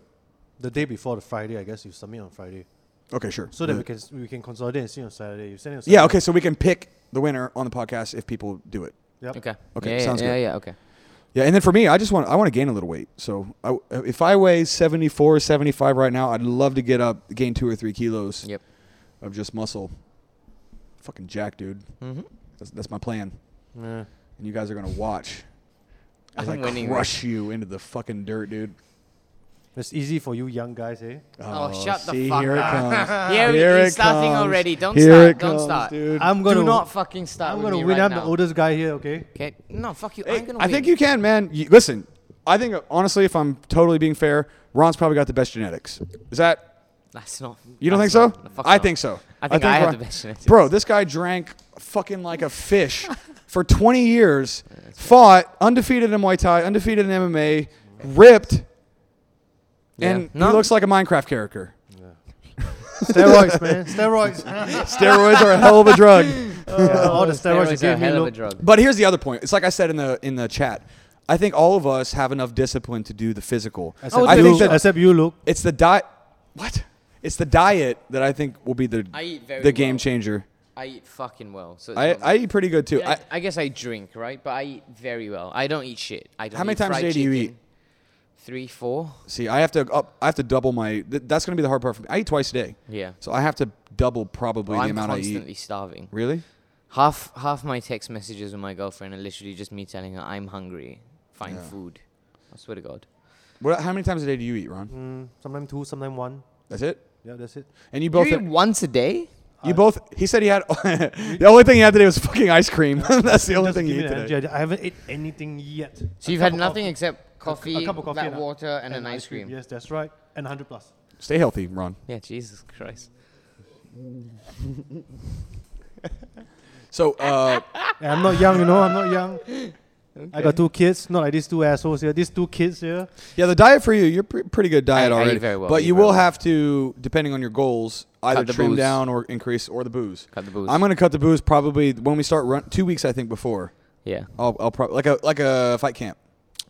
[SPEAKER 2] The day before the Friday, I guess you submit on Friday,
[SPEAKER 1] Okay, sure.
[SPEAKER 2] so that we can we can consolidate and see on Saturday. You send it on Saturday.
[SPEAKER 1] Yeah. Okay, so we can pick the winner on the podcast if people do it.
[SPEAKER 2] Yep.
[SPEAKER 3] Okay.
[SPEAKER 1] Okay,
[SPEAKER 3] Yeah, yeah,
[SPEAKER 1] sounds
[SPEAKER 3] yeah,
[SPEAKER 1] good.
[SPEAKER 3] Yeah, okay.
[SPEAKER 1] Yeah, and then for me, I just want I want to gain a little weight. So I, if I weigh 74, 75 right now, I'd love to get up, gain two or three kilos
[SPEAKER 3] Yep.
[SPEAKER 1] of just muscle. Fucking jack, dude.
[SPEAKER 3] Mm-hmm.
[SPEAKER 1] That's, that's my plan.
[SPEAKER 2] Yeah.
[SPEAKER 1] And you guys are gonna watch as
[SPEAKER 3] I'm
[SPEAKER 1] I
[SPEAKER 3] winning
[SPEAKER 1] crush you into the fucking dirt, dude.
[SPEAKER 2] It's easy for you young guys, eh?
[SPEAKER 3] Oh, shut the
[SPEAKER 1] see,
[SPEAKER 3] fuck
[SPEAKER 1] here
[SPEAKER 3] up.
[SPEAKER 1] It comes.
[SPEAKER 3] Here we-
[SPEAKER 1] Here
[SPEAKER 3] he's
[SPEAKER 1] it
[SPEAKER 3] starting
[SPEAKER 1] comes.
[SPEAKER 3] already. Don't
[SPEAKER 1] Here
[SPEAKER 3] start.
[SPEAKER 1] it
[SPEAKER 3] Don't
[SPEAKER 1] comes,
[SPEAKER 3] start.
[SPEAKER 1] dude.
[SPEAKER 2] I'm gonna
[SPEAKER 3] Do not fucking start.
[SPEAKER 2] I'm
[SPEAKER 3] with
[SPEAKER 2] gonna
[SPEAKER 3] me
[SPEAKER 2] win.
[SPEAKER 3] right
[SPEAKER 2] I'm
[SPEAKER 3] now.
[SPEAKER 2] the oldest guy here, okay?
[SPEAKER 3] Okay. No, fuck you.
[SPEAKER 1] Hey,
[SPEAKER 3] I'm gonna
[SPEAKER 1] I
[SPEAKER 3] win.
[SPEAKER 1] think you can, man. You, listen, I think uh, honestly, if I'm totally being fair, Ron's probably got the best genetics. Is that
[SPEAKER 3] That's not.
[SPEAKER 1] you don't
[SPEAKER 3] that's
[SPEAKER 1] think
[SPEAKER 3] not-
[SPEAKER 1] so?
[SPEAKER 3] no, fuck
[SPEAKER 1] I
[SPEAKER 3] no.
[SPEAKER 1] think so.
[SPEAKER 3] I think I have
[SPEAKER 1] Ron-
[SPEAKER 3] the best genetics.
[SPEAKER 1] Bro, this guy drank fucking like a fish for 20 years, fought undefeated in Muay Thai, undefeated in MMA, ripped,
[SPEAKER 3] Yeah.
[SPEAKER 1] and
[SPEAKER 3] No.
[SPEAKER 1] he looks like a Minecraft character.
[SPEAKER 2] steroids, man. Steroids.
[SPEAKER 1] Steroids are a hell of a drug.
[SPEAKER 2] Yeah, all the steroids, you
[SPEAKER 3] are a
[SPEAKER 2] gave me.
[SPEAKER 3] hell of a
[SPEAKER 2] Look,
[SPEAKER 3] drug.
[SPEAKER 1] But here's the other point. It's like I said in the in the chat. I think all of us have enough discipline to do the physical.
[SPEAKER 2] except,
[SPEAKER 3] Oh,
[SPEAKER 1] I
[SPEAKER 2] you,
[SPEAKER 1] think that
[SPEAKER 2] except you, Luke.
[SPEAKER 1] it's the diet. What? It's the diet that I think will be the
[SPEAKER 3] I eat very
[SPEAKER 1] the game
[SPEAKER 3] well.
[SPEAKER 1] changer.
[SPEAKER 3] I eat fucking well. So it's
[SPEAKER 1] I,
[SPEAKER 3] not-
[SPEAKER 1] I eat pretty good too.
[SPEAKER 3] Yeah, I, guess I drink, right? But I eat very well. I don't eat shit. I don't
[SPEAKER 1] How many
[SPEAKER 3] eat
[SPEAKER 1] times a
[SPEAKER 3] fried
[SPEAKER 1] day do you
[SPEAKER 3] chicken.
[SPEAKER 1] eat?
[SPEAKER 3] Three, four.
[SPEAKER 1] I see. I have to up. I have to double my. Th- that's gonna be the hard part for me. I eat twice a day,
[SPEAKER 3] Yeah.
[SPEAKER 1] so I have to double probably
[SPEAKER 3] Well,
[SPEAKER 1] the
[SPEAKER 3] Oh, I'm
[SPEAKER 1] amount I eat.
[SPEAKER 3] constantly starving.
[SPEAKER 1] Really?
[SPEAKER 3] Half half my text messages with my girlfriend are literally just me telling her I'm hungry. Find food. I swear to God.
[SPEAKER 1] What? How many times a day do you eat, Ron?
[SPEAKER 2] Mm, sometimes two, sometimes one.
[SPEAKER 1] That's it.
[SPEAKER 2] Yeah, that's it.
[SPEAKER 1] And you both.
[SPEAKER 3] you eat once a day?
[SPEAKER 1] you both. He said he had. the only thing he had today was fucking ice cream. that's the only
[SPEAKER 2] Just
[SPEAKER 1] thing
[SPEAKER 2] give
[SPEAKER 1] he
[SPEAKER 2] me
[SPEAKER 1] ate
[SPEAKER 2] the
[SPEAKER 1] today.
[SPEAKER 2] energy. I I haven't ate anything yet. A
[SPEAKER 3] So you've had
[SPEAKER 2] cup of
[SPEAKER 3] nothing
[SPEAKER 2] coffee-
[SPEAKER 3] except coffee,
[SPEAKER 2] cup of coffee
[SPEAKER 3] that
[SPEAKER 2] and a-
[SPEAKER 3] water, and, an ice cream.
[SPEAKER 2] Yes, that's right. And 100 plus.
[SPEAKER 1] Stay healthy, Ron.
[SPEAKER 3] Yeah, Jesus Christ.
[SPEAKER 1] So, uh,
[SPEAKER 2] And I'm not young, you know. I'm not young. I got two kids. Not like these two assholes here. These two kids here.
[SPEAKER 1] yeah, the diet for you, you're pre- pretty good diet
[SPEAKER 3] I- I eat
[SPEAKER 1] already.
[SPEAKER 3] very well,
[SPEAKER 1] But
[SPEAKER 3] eat
[SPEAKER 1] you
[SPEAKER 3] very
[SPEAKER 1] will
[SPEAKER 3] well.
[SPEAKER 1] have to, depending on your goals, either
[SPEAKER 3] the
[SPEAKER 1] trim
[SPEAKER 3] booze.
[SPEAKER 1] down or increase or the booze.
[SPEAKER 3] Cut the booze.
[SPEAKER 1] I'm going to cut the booze probably when we start run two weeks, I think, before.
[SPEAKER 3] yeah.
[SPEAKER 1] I'll, I'll probably like a, like a fight camp.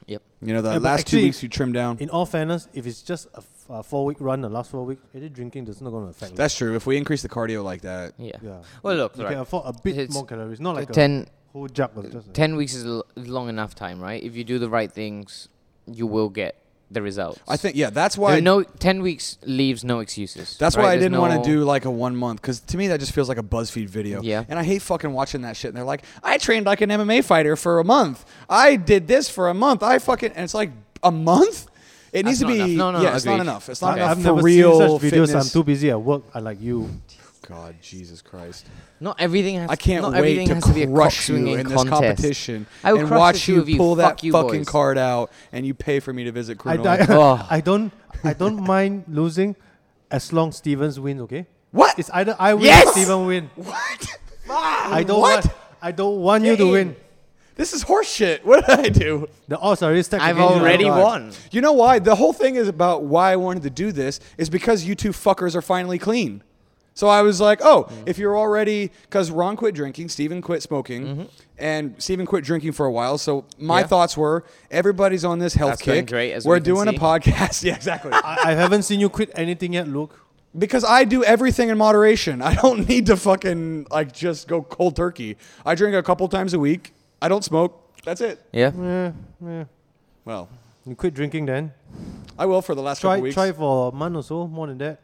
[SPEAKER 3] Yep.
[SPEAKER 1] You know, the
[SPEAKER 2] Yeah, but
[SPEAKER 1] last two
[SPEAKER 2] actually-
[SPEAKER 1] weeks you trim down.
[SPEAKER 2] In all fairness, if it's just a, f- a four week run, the last four week, it is drinking that's not going to affect. me.
[SPEAKER 1] That's true. If we increase the cardio like that,
[SPEAKER 3] Yeah.
[SPEAKER 2] yeah.
[SPEAKER 3] Well, look,
[SPEAKER 2] you
[SPEAKER 3] right.
[SPEAKER 2] can afford a bit
[SPEAKER 3] It's
[SPEAKER 2] more calories. Not like a
[SPEAKER 3] 10,
[SPEAKER 2] whole jug of just. a-
[SPEAKER 3] 10 weeks is a l- long enough time, right? If you do the right things, you will get the results.
[SPEAKER 1] I think, yeah, that's
[SPEAKER 3] There
[SPEAKER 1] why.
[SPEAKER 3] are no 10 weeks leaves no excuses.
[SPEAKER 1] That's
[SPEAKER 3] right?
[SPEAKER 1] why I
[SPEAKER 3] There's
[SPEAKER 1] didn't want
[SPEAKER 3] no-
[SPEAKER 1] to do like a one month because to me that just feels like a BuzzFeed video.
[SPEAKER 3] Yeah.
[SPEAKER 1] And I hate fucking watching that shit. And they're like, I trained like an MMA fighter for a month. I did this for a month. I fucking and it's like a month. It
[SPEAKER 3] That's
[SPEAKER 1] needs to
[SPEAKER 3] not
[SPEAKER 1] be
[SPEAKER 3] enough. No, no,
[SPEAKER 1] yeah.
[SPEAKER 3] no,
[SPEAKER 1] It's not
[SPEAKER 3] agreed.
[SPEAKER 1] enough. It's not
[SPEAKER 2] I've,
[SPEAKER 1] enough
[SPEAKER 2] I've
[SPEAKER 1] for
[SPEAKER 2] never
[SPEAKER 1] real
[SPEAKER 2] seen such videos.
[SPEAKER 1] fitness.
[SPEAKER 2] I'm too busy at work. I like you.
[SPEAKER 1] God, Jesus Christ!
[SPEAKER 3] Not everything has
[SPEAKER 1] I can't
[SPEAKER 3] not
[SPEAKER 1] wait
[SPEAKER 3] everything
[SPEAKER 1] to
[SPEAKER 3] has to be a cock
[SPEAKER 1] crush you
[SPEAKER 3] swinging
[SPEAKER 1] in this
[SPEAKER 3] contest.
[SPEAKER 1] competition
[SPEAKER 3] I will
[SPEAKER 1] and
[SPEAKER 3] crush
[SPEAKER 1] watch
[SPEAKER 3] the two
[SPEAKER 1] you
[SPEAKER 3] of you.
[SPEAKER 1] pull
[SPEAKER 3] Fuck
[SPEAKER 1] that
[SPEAKER 3] you
[SPEAKER 1] fucking
[SPEAKER 3] boys.
[SPEAKER 1] card out, and you pay for me to visit
[SPEAKER 2] I,
[SPEAKER 1] Cornwall.
[SPEAKER 2] I,
[SPEAKER 3] Oh.
[SPEAKER 2] I don't. I don't mind losing, as long Stevens wins. Okay.
[SPEAKER 1] What?
[SPEAKER 2] It's either I win
[SPEAKER 1] Yes!
[SPEAKER 2] or Steven win.
[SPEAKER 1] what?
[SPEAKER 2] I don't
[SPEAKER 1] What?
[SPEAKER 2] want. I don't want you to
[SPEAKER 1] Game.
[SPEAKER 2] win.
[SPEAKER 1] This is horseshit. What did I do?
[SPEAKER 2] The odds are already stacked
[SPEAKER 3] I've
[SPEAKER 2] against you.
[SPEAKER 3] already
[SPEAKER 2] Oh,
[SPEAKER 1] God.
[SPEAKER 2] God.
[SPEAKER 3] won.
[SPEAKER 1] You know why? The whole thing is about why I wanted to do this is because you two fuckers are finally clean. So I was like, oh,
[SPEAKER 3] Mm-hmm.
[SPEAKER 1] if you're already, because Ron quit drinking, Steven quit smoking, and Steven quit drinking for a while. So my
[SPEAKER 3] Mm-hmm. Yeah.
[SPEAKER 1] thoughts were, everybody's on this health
[SPEAKER 3] That's going
[SPEAKER 1] kick.
[SPEAKER 3] great, as
[SPEAKER 1] We're
[SPEAKER 3] we can
[SPEAKER 1] doing a
[SPEAKER 3] see.
[SPEAKER 1] podcast. yeah, exactly.
[SPEAKER 2] I, I haven't seen you quit anything yet, Luke.
[SPEAKER 1] because I do everything in moderation. I don't need to fucking like just go cold turkey. I drink a couple times a week. I don't smoke. That's it.
[SPEAKER 3] Yeah.
[SPEAKER 2] Yeah, yeah.
[SPEAKER 1] Well,
[SPEAKER 2] You quit drinking then.
[SPEAKER 1] I will for the last
[SPEAKER 2] Try
[SPEAKER 1] couple weeks.
[SPEAKER 2] try for a month or so, more than that.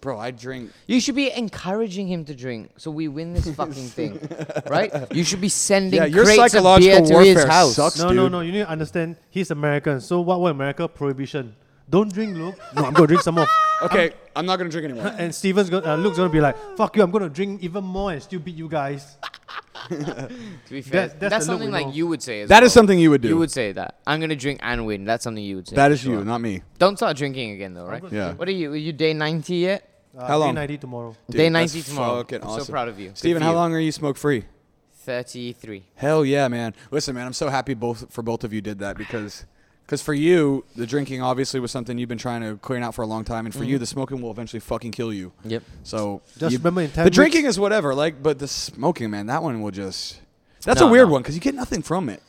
[SPEAKER 1] Bro, I drink.
[SPEAKER 3] You should be encouraging him to drink so we win this fucking thing. Right? You should be sending
[SPEAKER 1] Yeah, your
[SPEAKER 3] crates of beer
[SPEAKER 1] psychological
[SPEAKER 3] to his
[SPEAKER 1] warfare
[SPEAKER 3] house.
[SPEAKER 1] sucks.
[SPEAKER 2] No, no,
[SPEAKER 1] dude.
[SPEAKER 2] no. You need to understand. He's American. So what? What America? Prohibition. Don't drink, Luke. No, I'm gonna drink some more.
[SPEAKER 1] Okay, I'm, not gonna drink anymore.
[SPEAKER 2] And Steven's gonna, uh, Luke's gonna be like, "Fuck you! I'm gonna drink even more and still beat you guys."
[SPEAKER 3] To be fair,
[SPEAKER 2] That- that's
[SPEAKER 3] that's,
[SPEAKER 2] the look
[SPEAKER 3] something
[SPEAKER 2] we
[SPEAKER 3] like
[SPEAKER 2] know.
[SPEAKER 3] you would say. As
[SPEAKER 1] That
[SPEAKER 3] well.
[SPEAKER 1] is something you would do.
[SPEAKER 3] You would say that. I'm gonna drink and win. That's something you would say.
[SPEAKER 1] that
[SPEAKER 3] for
[SPEAKER 1] is you,
[SPEAKER 3] sure.
[SPEAKER 1] not me.
[SPEAKER 3] Don't start drinking again though, right?
[SPEAKER 1] Yeah.
[SPEAKER 3] What are you? Are you day 90 yet?
[SPEAKER 2] Uh,
[SPEAKER 1] How long?
[SPEAKER 2] 390 tomorrow.
[SPEAKER 1] Dude,
[SPEAKER 3] day
[SPEAKER 1] that's
[SPEAKER 3] 90 tomorrow.
[SPEAKER 1] fucking
[SPEAKER 3] I'm so
[SPEAKER 1] awesome.
[SPEAKER 3] proud of you. Good
[SPEAKER 1] Steven,
[SPEAKER 3] for
[SPEAKER 1] how
[SPEAKER 3] you.
[SPEAKER 1] long are you smoke free?
[SPEAKER 3] 33.
[SPEAKER 1] Hell yeah, man. Listen, man, I'm so happy both for both of you did that because because for you, the drinking obviously was something you've been trying to clean out for a long time, and for you, the smoking will eventually fucking kill you.
[SPEAKER 3] Mm-hmm. Yep.
[SPEAKER 1] So
[SPEAKER 2] Just
[SPEAKER 1] you-
[SPEAKER 2] remember in
[SPEAKER 1] the
[SPEAKER 2] 10 weeks-
[SPEAKER 1] drinking is whatever, like, but the smoking, man, that one will just. That's
[SPEAKER 3] No,
[SPEAKER 1] a weird
[SPEAKER 3] no. Ah,
[SPEAKER 1] one because you get nothing from it.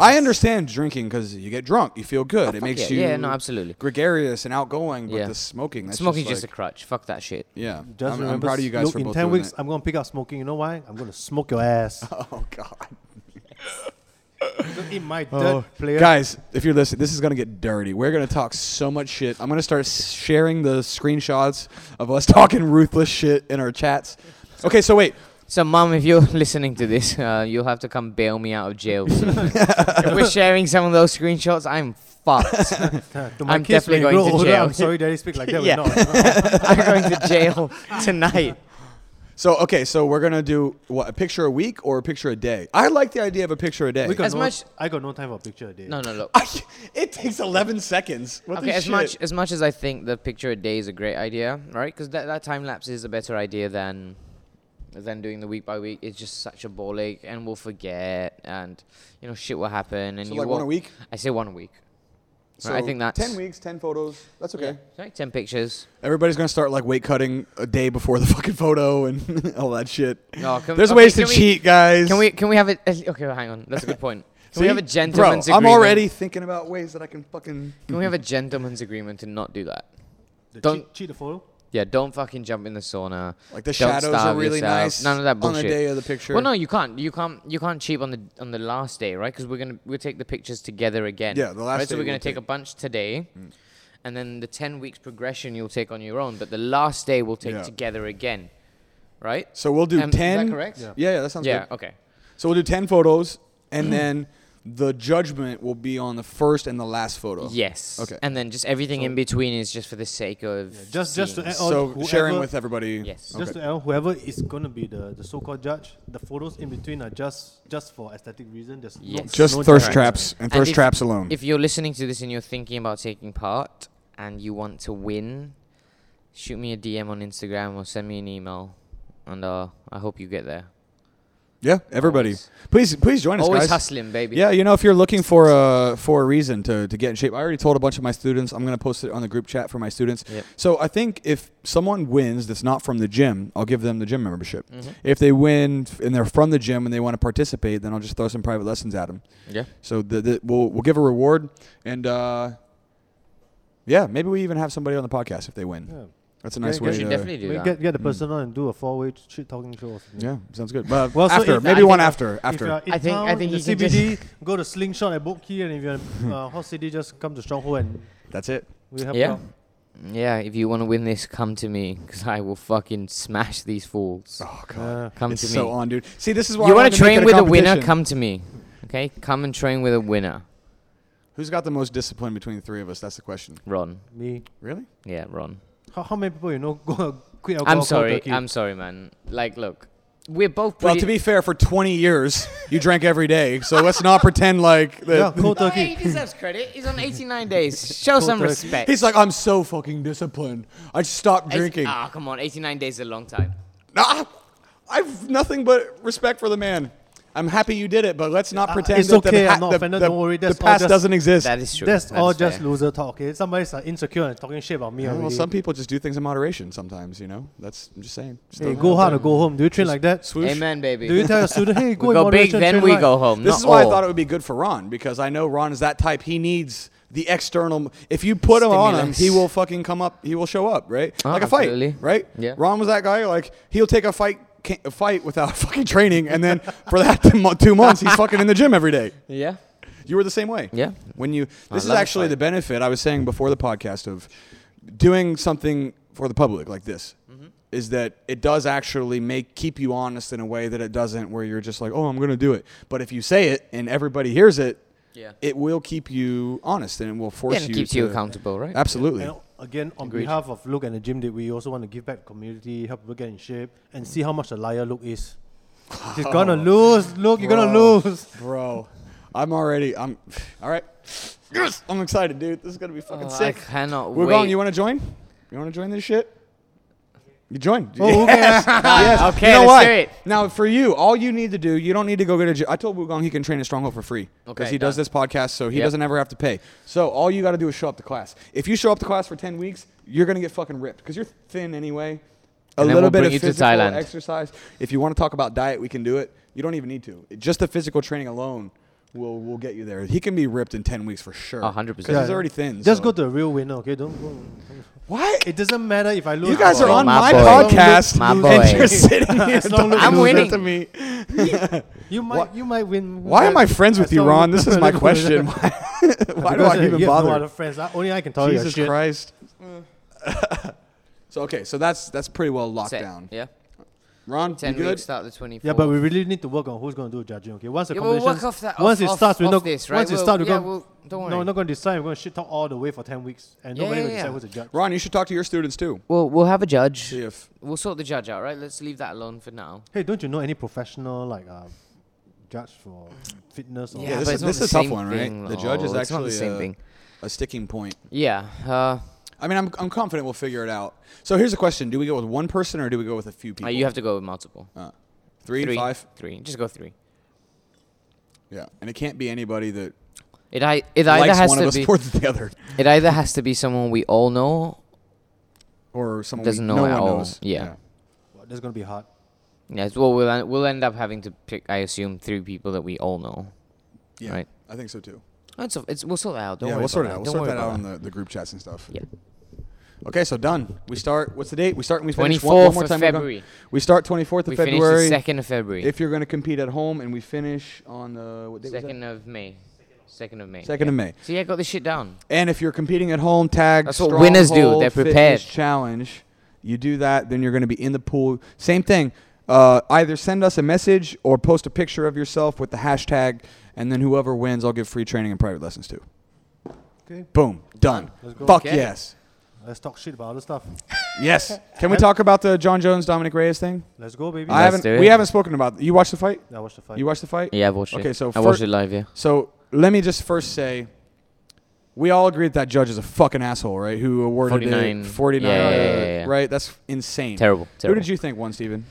[SPEAKER 1] I understand drinking because you get drunk, you feel good, it
[SPEAKER 3] Oh, fuck
[SPEAKER 1] makes
[SPEAKER 3] yeah.
[SPEAKER 1] you
[SPEAKER 3] Yeah, no, absolutely.
[SPEAKER 1] gregarious and outgoing. But
[SPEAKER 3] Yeah.
[SPEAKER 1] the smoking, that's
[SPEAKER 3] Smoking's
[SPEAKER 1] just,
[SPEAKER 3] just,
[SPEAKER 1] like-
[SPEAKER 3] a crutch. Fuck that shit.
[SPEAKER 1] yeah.
[SPEAKER 2] Just
[SPEAKER 1] I'm, I'm
[SPEAKER 2] remember,
[SPEAKER 1] proud of you guys
[SPEAKER 2] Luke,
[SPEAKER 1] for
[SPEAKER 2] in
[SPEAKER 1] both
[SPEAKER 2] ten
[SPEAKER 1] doing
[SPEAKER 2] weeks,
[SPEAKER 1] that.
[SPEAKER 2] I'm gonna pick up smoking. You know why? I'm gonna smoke your ass.
[SPEAKER 1] Oh God,
[SPEAKER 2] Don't eat my dirt, player.
[SPEAKER 1] guys! If you're listening, this is gonna get dirty. We're gonna talk so much shit. I'm gonna start s- sharing the screenshots of us talking ruthless shit in our chats. Okay, so wait,
[SPEAKER 3] So, mum, if you're listening to this, uh, you'll have to come bail me out of jail. soon. if we're sharing some of those screenshots's, I'm fucked.
[SPEAKER 2] Uh, to my
[SPEAKER 3] I'm
[SPEAKER 2] kids when
[SPEAKER 3] definitely
[SPEAKER 2] you
[SPEAKER 3] going
[SPEAKER 2] grow
[SPEAKER 3] to
[SPEAKER 2] older,
[SPEAKER 3] jail.
[SPEAKER 2] I'm sorry daddy speak like that.
[SPEAKER 3] Yeah.
[SPEAKER 2] We're not.
[SPEAKER 3] I'm going to jail tonight.
[SPEAKER 1] So okay, so we're gonna do what a picture a week or a picture a day. I like the idea of a picture a day.
[SPEAKER 2] We got
[SPEAKER 3] As
[SPEAKER 2] no,
[SPEAKER 3] much-
[SPEAKER 2] I got no time for a picture a day.
[SPEAKER 3] No, no, look.
[SPEAKER 1] I, it takes eleven seconds. What
[SPEAKER 3] okay, as much as much as I think the picture a day is a great idea, right? Because that, that time lapse is a better idea than than doing the week by week. It's just such a ball ache, and we'll forget, and you know shit will happen. And
[SPEAKER 1] So
[SPEAKER 3] you
[SPEAKER 1] like one
[SPEAKER 3] won't-
[SPEAKER 1] a week?
[SPEAKER 3] I say one a week. Right, I think that's
[SPEAKER 1] ten weeks, ten photos. That's okay.
[SPEAKER 3] Yeah, like ten pictures.
[SPEAKER 1] Everybody's gonna start like weight cutting a day before the fucking photo and all that shit.
[SPEAKER 3] No, can we-
[SPEAKER 1] There's
[SPEAKER 3] okay,
[SPEAKER 1] ways to
[SPEAKER 3] can we-
[SPEAKER 1] cheat, guys.
[SPEAKER 3] Can we can we have it? Okay, well, hang on. That's a good point. Can we have a
[SPEAKER 1] See?
[SPEAKER 3] gentleman's
[SPEAKER 1] Bro, I'm
[SPEAKER 3] agreement?
[SPEAKER 1] already thinking about ways that I can fucking.
[SPEAKER 3] Can we have a gentleman's agreement to not do that?
[SPEAKER 2] The
[SPEAKER 3] Don't-
[SPEAKER 2] cheat, cheat the photo.
[SPEAKER 3] Yeah, don't fucking jump in the sauna.
[SPEAKER 1] Like the
[SPEAKER 3] Don't
[SPEAKER 1] shadows are
[SPEAKER 3] starve
[SPEAKER 1] really
[SPEAKER 3] yourself.
[SPEAKER 1] nice.
[SPEAKER 3] None of that
[SPEAKER 1] on
[SPEAKER 3] bullshit.
[SPEAKER 1] the day of the picture.
[SPEAKER 3] Well, no, you can't. You can't. You can't cheap on the on the last day, right? Because we're gonna we'll take the pictures together again.
[SPEAKER 1] Yeah, the last
[SPEAKER 3] right? So
[SPEAKER 1] day
[SPEAKER 3] we're gonna
[SPEAKER 1] we'll take-
[SPEAKER 3] take,
[SPEAKER 1] Mm.
[SPEAKER 3] a bunch today, and then the ten weeks progression you'll take on your own. But the last day we'll take
[SPEAKER 1] Yeah.
[SPEAKER 3] together again, right?
[SPEAKER 1] So we'll do
[SPEAKER 3] Um, is that
[SPEAKER 1] ten.
[SPEAKER 3] correct?
[SPEAKER 1] Yeah,
[SPEAKER 3] Yeah.
[SPEAKER 1] yeah, that sounds
[SPEAKER 3] yeah.
[SPEAKER 1] good.
[SPEAKER 3] Okay.
[SPEAKER 1] So we'll do 10 photos, and then the judgment will be on the first and the last photo.
[SPEAKER 3] Yes.
[SPEAKER 1] Okay.
[SPEAKER 3] And then just everything in between is just for the sake of
[SPEAKER 2] Just, just to
[SPEAKER 3] seeing.
[SPEAKER 2] add on,
[SPEAKER 1] So
[SPEAKER 2] Uh, oh, whoever,
[SPEAKER 1] sharing with everybody.
[SPEAKER 3] Yes.
[SPEAKER 1] Okay.
[SPEAKER 2] Just to add, whoever is gonna be the, the so-called judge, the photos in between are just just for aesthetic reason. There's no,
[SPEAKER 3] Yes.
[SPEAKER 1] Just
[SPEAKER 2] no
[SPEAKER 1] thirst
[SPEAKER 2] judgment.
[SPEAKER 1] traps and,
[SPEAKER 3] And
[SPEAKER 1] thirst
[SPEAKER 3] if-
[SPEAKER 1] traps alone.
[SPEAKER 3] If you're listening to this and you're thinking about taking part and you want to win, shoot me a DM on Instagram or send me an email, and uh, I hope you get there.
[SPEAKER 1] yeah, everybody.
[SPEAKER 3] Always.
[SPEAKER 1] Please, please join us,
[SPEAKER 3] Always
[SPEAKER 1] guys.
[SPEAKER 3] hustling, baby.
[SPEAKER 1] Yeah, you know, if you're looking for a for a reason to, to get in shape, I already told a bunch of my students. I'm gonna post it on the group chat for my students.
[SPEAKER 3] Yep.
[SPEAKER 1] So I think if someone wins that's not from the gym, I'll give them the gym membership.
[SPEAKER 3] Mm-hmm.
[SPEAKER 1] If they win f- and they're from the gym and they want to participate, then I'll just throw some private lessons at them.
[SPEAKER 3] Yeah.
[SPEAKER 1] So the, the, we'll we'll give a reward, and uh, yeah, maybe we even have somebody on the podcast if they win.
[SPEAKER 2] Yeah.
[SPEAKER 1] That's a nice
[SPEAKER 2] Yeah,
[SPEAKER 1] way
[SPEAKER 3] We should
[SPEAKER 1] to.
[SPEAKER 3] definitely do
[SPEAKER 2] We
[SPEAKER 3] that.
[SPEAKER 2] get get the person on and do a four-way shit talking show. Or something.
[SPEAKER 1] Hmm. Yeah, sounds good. But
[SPEAKER 2] Well, so
[SPEAKER 1] after,
[SPEAKER 2] if-
[SPEAKER 1] maybe
[SPEAKER 2] I
[SPEAKER 1] one
[SPEAKER 2] think-
[SPEAKER 1] after,
[SPEAKER 2] If you
[SPEAKER 1] after.
[SPEAKER 2] are in
[SPEAKER 3] I think-
[SPEAKER 2] town,
[SPEAKER 3] I think
[SPEAKER 2] in
[SPEAKER 3] you
[SPEAKER 2] the
[SPEAKER 3] can just- Hmm.
[SPEAKER 2] CBD, go to Slingshot at Boat Key, and if you're in uh, Hot City, just come to Stronghold and
[SPEAKER 1] That's it.
[SPEAKER 2] we help
[SPEAKER 3] Yeah.
[SPEAKER 2] out.
[SPEAKER 3] Yeah, if you want to win this, come to me, because I will fucking smash these fools.
[SPEAKER 1] Oh god,
[SPEAKER 2] Uh,
[SPEAKER 3] Come
[SPEAKER 1] it's
[SPEAKER 3] to me.
[SPEAKER 1] so on, dude. See, this is why
[SPEAKER 3] you
[SPEAKER 1] want to
[SPEAKER 3] train with a winner?
[SPEAKER 1] competition.
[SPEAKER 3] Come to me. Okay, come and train with a winner,
[SPEAKER 1] Who's got the most discipline between the three of us? That's the question.
[SPEAKER 3] Ron.
[SPEAKER 2] me.
[SPEAKER 1] Really?
[SPEAKER 3] Yeah, Ron.
[SPEAKER 2] How, how many people you know go quit alcohol?
[SPEAKER 3] I'm
[SPEAKER 2] cold
[SPEAKER 3] sorry.
[SPEAKER 2] turkey?
[SPEAKER 3] I'm sorry, man. Like, look, we're both.
[SPEAKER 1] Well,
[SPEAKER 3] Pretty
[SPEAKER 1] to be fair, for 20 years you drank every day, so let's not pretend like
[SPEAKER 2] yeah,
[SPEAKER 1] that.
[SPEAKER 2] cold
[SPEAKER 3] Oh, hey,
[SPEAKER 2] turkey.
[SPEAKER 3] he deserves credit. He's on 89 days. Show
[SPEAKER 2] Cool
[SPEAKER 3] some
[SPEAKER 2] turkey.
[SPEAKER 3] respect.
[SPEAKER 1] He's like, I'm so fucking disciplined. I stopped
[SPEAKER 3] Eight-
[SPEAKER 1] drinking.
[SPEAKER 3] Ah, come on. 89 days is a long time.
[SPEAKER 1] Nah, I've nothing but respect for the man. I'm happy you did it, but let's not
[SPEAKER 2] Uh,
[SPEAKER 1] pretend
[SPEAKER 2] it's
[SPEAKER 1] that
[SPEAKER 2] okay,
[SPEAKER 1] the, ha-
[SPEAKER 2] I'm not
[SPEAKER 1] the,
[SPEAKER 2] offended,
[SPEAKER 1] the-
[SPEAKER 2] don't worry,
[SPEAKER 1] the
[SPEAKER 2] that's all
[SPEAKER 1] past
[SPEAKER 2] just-
[SPEAKER 1] doesn't exist.
[SPEAKER 3] That is true.
[SPEAKER 2] That's
[SPEAKER 3] That
[SPEAKER 2] all
[SPEAKER 3] is
[SPEAKER 2] just
[SPEAKER 3] fair.
[SPEAKER 2] loser talk. Okay, somebody's uh, insecure and talking shit about me.
[SPEAKER 1] Yeah, well,
[SPEAKER 2] already.
[SPEAKER 1] some people just do things in moderation sometimes, you know? That's, I'm just saying. Just
[SPEAKER 2] Hey,
[SPEAKER 1] throwing
[SPEAKER 2] go
[SPEAKER 1] it out
[SPEAKER 2] hard or go home. Do you train like
[SPEAKER 1] there.
[SPEAKER 2] that?
[SPEAKER 1] Swoosh.
[SPEAKER 3] Amen, baby.
[SPEAKER 2] Do you tell your student, hey, go
[SPEAKER 3] we
[SPEAKER 2] in
[SPEAKER 3] go big,
[SPEAKER 2] moderation,
[SPEAKER 3] then
[SPEAKER 2] train
[SPEAKER 3] we
[SPEAKER 2] light?
[SPEAKER 3] go home.
[SPEAKER 1] This
[SPEAKER 3] Not
[SPEAKER 1] is why
[SPEAKER 3] all.
[SPEAKER 1] I thought it would be good for Ron because I know Ron is that type. He needs the external. If you put him on him,
[SPEAKER 3] Stimulus.
[SPEAKER 1] he will fucking come up. He will show up, right?
[SPEAKER 3] Oh,
[SPEAKER 1] like a fight,
[SPEAKER 3] absolutely.
[SPEAKER 1] right?
[SPEAKER 3] Yeah.
[SPEAKER 1] Ron was that guy. Like he'll take a fight, ca- a fight without fucking training, and then for that two mo- two months, he's fucking in the gym every day.
[SPEAKER 3] Yeah.
[SPEAKER 1] You were the same way.
[SPEAKER 3] Yeah.
[SPEAKER 1] When you
[SPEAKER 3] I
[SPEAKER 1] this is
[SPEAKER 3] love a
[SPEAKER 1] actually
[SPEAKER 3] fight.
[SPEAKER 1] the benefit I was saying before the podcast of doing something for the public like this
[SPEAKER 3] Mm-hmm.
[SPEAKER 1] is that it does actually make keep you honest in a way that it doesn't where you're just like, "Oh, I'm going to do it." But if you say it and everybody hears it,
[SPEAKER 3] Yeah.
[SPEAKER 1] it will keep you honest and it will force
[SPEAKER 3] and
[SPEAKER 1] you
[SPEAKER 3] it keeps
[SPEAKER 1] to
[SPEAKER 3] you accountable, right?
[SPEAKER 1] Absolutely.
[SPEAKER 2] And again, on
[SPEAKER 3] Agreed.
[SPEAKER 2] behalf of Luke and the gym, that we also want to give back community, help people get in shape, and see how much a liar Luke is. He's gonna lose, Luke. You're gonna
[SPEAKER 1] Bro.
[SPEAKER 2] lose.
[SPEAKER 1] Bro, I'm already I'm All right. Yes, I'm excited, dude. This is going to be fucking
[SPEAKER 3] Oh, I
[SPEAKER 1] sick.
[SPEAKER 3] cannot
[SPEAKER 1] We're
[SPEAKER 3] wait.
[SPEAKER 1] going. You want to join? You want to join this shit? You join.
[SPEAKER 2] Oh, okay.
[SPEAKER 1] Ah, yes.
[SPEAKER 3] Ah, Okay,
[SPEAKER 1] You know
[SPEAKER 3] let's
[SPEAKER 1] what?
[SPEAKER 3] do it.
[SPEAKER 1] Now, for you, all you need to do, you don't need to go get a gym. I told Wugong he can train at Stronghold for free because
[SPEAKER 3] Okay,
[SPEAKER 1] he does
[SPEAKER 3] done.
[SPEAKER 1] this podcast, so he
[SPEAKER 3] Yep.
[SPEAKER 1] doesn't ever have to pay. So all you got to do is show up to class. If you show up to class for ten weeks, you're gonna get fucking ripped because you're thin anyway. A
[SPEAKER 3] And then
[SPEAKER 1] little
[SPEAKER 3] we'll
[SPEAKER 1] bit
[SPEAKER 3] bring
[SPEAKER 1] of
[SPEAKER 3] you to
[SPEAKER 1] physical
[SPEAKER 3] Thailand.
[SPEAKER 1] exercise. If you want to talk about diet, we can do it. You don't even need to. Just the physical training alone will will get you there. He can be ripped in ten weeks for sure.
[SPEAKER 3] 100%.
[SPEAKER 1] Because he's
[SPEAKER 2] Yeah.
[SPEAKER 1] already thin.
[SPEAKER 2] Just
[SPEAKER 1] so-
[SPEAKER 2] go to a real winner, okay? Don't go.
[SPEAKER 1] What?
[SPEAKER 2] It doesn't matter if I lose.
[SPEAKER 1] You guys
[SPEAKER 2] or
[SPEAKER 1] are
[SPEAKER 2] not.
[SPEAKER 1] on my,
[SPEAKER 3] My boy.
[SPEAKER 1] podcast,
[SPEAKER 3] My
[SPEAKER 1] and
[SPEAKER 3] boy.
[SPEAKER 1] you're sitting here
[SPEAKER 2] As long
[SPEAKER 1] talking
[SPEAKER 2] as
[SPEAKER 3] I'm
[SPEAKER 1] shit
[SPEAKER 3] winning.
[SPEAKER 1] to me.
[SPEAKER 2] You might, you might win.
[SPEAKER 1] Why am I friends
[SPEAKER 2] As
[SPEAKER 1] with you,
[SPEAKER 2] long-
[SPEAKER 1] Ron? This is my
[SPEAKER 2] Because, uh,
[SPEAKER 1] question. Why, why do
[SPEAKER 2] because, uh,
[SPEAKER 1] I even
[SPEAKER 2] you have no
[SPEAKER 1] bother?
[SPEAKER 2] other friends. Uh, Only I can tell you.
[SPEAKER 1] Jesus
[SPEAKER 2] shit.
[SPEAKER 1] Christ. so okay, so that's that's pretty well locked
[SPEAKER 3] Set.
[SPEAKER 1] down.
[SPEAKER 3] Yeah.
[SPEAKER 1] Ron,
[SPEAKER 3] Ten
[SPEAKER 1] you good?
[SPEAKER 3] weeks start the twenty fourth.
[SPEAKER 2] Yeah, but we really need to work on who's going to do judging. Okay, once the
[SPEAKER 3] yeah, we'll
[SPEAKER 2] competition,
[SPEAKER 3] work off that.
[SPEAKER 2] once
[SPEAKER 3] off,
[SPEAKER 2] it starts,
[SPEAKER 3] off,
[SPEAKER 2] we're
[SPEAKER 3] off
[SPEAKER 2] not
[SPEAKER 3] this, right?
[SPEAKER 2] once
[SPEAKER 3] we'll,
[SPEAKER 2] it starts, we're
[SPEAKER 3] yeah,
[SPEAKER 2] going.
[SPEAKER 3] we'll, don't worry.
[SPEAKER 2] No, we're not going to decide. We're going to shit talk all the way for ten weeks, and
[SPEAKER 3] Yeah,
[SPEAKER 2] nobody
[SPEAKER 3] yeah,
[SPEAKER 2] will decide
[SPEAKER 3] yeah.
[SPEAKER 2] who's a judge.
[SPEAKER 1] Ron, you should talk to your students too.
[SPEAKER 3] We'll we'll have a judge.
[SPEAKER 1] See if
[SPEAKER 3] We'll sort the judge out, right? Let's leave that alone for now.
[SPEAKER 2] Hey, don't you know any professional like uh, judge for fitness? Or
[SPEAKER 1] Yeah, this
[SPEAKER 3] but
[SPEAKER 1] is-
[SPEAKER 3] it's not
[SPEAKER 1] this
[SPEAKER 3] the
[SPEAKER 1] is a tough
[SPEAKER 3] same
[SPEAKER 1] one, right?
[SPEAKER 3] thing,
[SPEAKER 1] The judge is
[SPEAKER 3] though. It's not the
[SPEAKER 1] actually,
[SPEAKER 3] same
[SPEAKER 1] uh,
[SPEAKER 3] thing.
[SPEAKER 1] a sticking point.
[SPEAKER 3] Yeah. Uh,
[SPEAKER 1] I mean, I'm, I'm confident we'll figure it out. So here's the question: Do we go with one person or do we go with a few
[SPEAKER 3] uh,
[SPEAKER 1] people?
[SPEAKER 3] you have to go with multiple.
[SPEAKER 1] uh, three,
[SPEAKER 3] three,
[SPEAKER 1] five.
[SPEAKER 3] three. Just go three.
[SPEAKER 1] Yeah, and it can't be anybody that
[SPEAKER 3] It I it either
[SPEAKER 1] likes
[SPEAKER 3] has
[SPEAKER 1] one
[SPEAKER 3] to
[SPEAKER 1] of us
[SPEAKER 3] be
[SPEAKER 1] more than the other,
[SPEAKER 3] it either has to be someone we all know.
[SPEAKER 1] or someone
[SPEAKER 3] Doesn't
[SPEAKER 1] we,
[SPEAKER 3] know
[SPEAKER 1] no one
[SPEAKER 3] at all.
[SPEAKER 1] knows.
[SPEAKER 3] Yeah.
[SPEAKER 2] Well, that's going to be hard.
[SPEAKER 3] Yeah. it's- Well, we'll en- we'll end up having to pick. I assume three people that we all know.
[SPEAKER 1] yeah,
[SPEAKER 3] Right.
[SPEAKER 1] I think so too.
[SPEAKER 3] It's, it's we'll sort that out. Don't
[SPEAKER 1] yeah, we'll
[SPEAKER 3] worry about
[SPEAKER 1] sort it
[SPEAKER 3] that.
[SPEAKER 1] out. We'll
[SPEAKER 3] Don't
[SPEAKER 1] sort
[SPEAKER 3] worry
[SPEAKER 1] that out
[SPEAKER 3] about
[SPEAKER 1] on the, the group chats and stuff.
[SPEAKER 3] Yeah.
[SPEAKER 1] Okay, so done. We start. What's the date? We start and we
[SPEAKER 3] Twenty
[SPEAKER 1] finish. One- one
[SPEAKER 3] fourth
[SPEAKER 1] more
[SPEAKER 3] of
[SPEAKER 1] time, we're going-
[SPEAKER 3] February.
[SPEAKER 1] We start 24th of
[SPEAKER 3] We finish
[SPEAKER 1] February.
[SPEAKER 3] the second of February.
[SPEAKER 1] If you're going to compete at home, and we finish on the what date was that?
[SPEAKER 3] second of May. Second of May.
[SPEAKER 1] Second of May.
[SPEAKER 3] So yeah, I got this shit down.
[SPEAKER 1] And if you're competing at home, tag
[SPEAKER 3] That's what winners do.
[SPEAKER 1] Stronghold
[SPEAKER 3] They're
[SPEAKER 1] Fitness
[SPEAKER 3] prepared.
[SPEAKER 1] Challenge. You do that, then you're going to be in the pool. Same thing. Uh, either send us a message or post a picture of yourself with the hashtag, and then whoever wins, I'll give free training and private lessons too.
[SPEAKER 2] Okay,
[SPEAKER 1] Boom. Done.
[SPEAKER 2] Let's go.
[SPEAKER 1] Fuck
[SPEAKER 3] Okay.
[SPEAKER 1] yes.
[SPEAKER 2] let's talk shit about other stuff.
[SPEAKER 1] Yes. Can we talk about the John Jones Dominic Reyes thing?
[SPEAKER 2] Let's go, baby.
[SPEAKER 1] I
[SPEAKER 3] Let's
[SPEAKER 1] haven't.
[SPEAKER 3] do
[SPEAKER 1] We
[SPEAKER 3] it.
[SPEAKER 1] haven't spoken about. You watched the fight.
[SPEAKER 2] I watched the fight.
[SPEAKER 1] You watched the fight.
[SPEAKER 3] Yeah, I've watched it.
[SPEAKER 1] Okay, so
[SPEAKER 3] I watched
[SPEAKER 1] fir-
[SPEAKER 3] it live. Yeah.
[SPEAKER 1] So let me just first say, we all agreed that judge is a fucking asshole, right? Who awarded
[SPEAKER 3] 49.
[SPEAKER 1] it 49,
[SPEAKER 3] Yeah, yeah,
[SPEAKER 1] uh,
[SPEAKER 3] yeah, yeah, yeah.
[SPEAKER 1] right? That's insane.
[SPEAKER 3] Terrible.
[SPEAKER 1] Who
[SPEAKER 3] Terrible.
[SPEAKER 1] did you think won, Steven?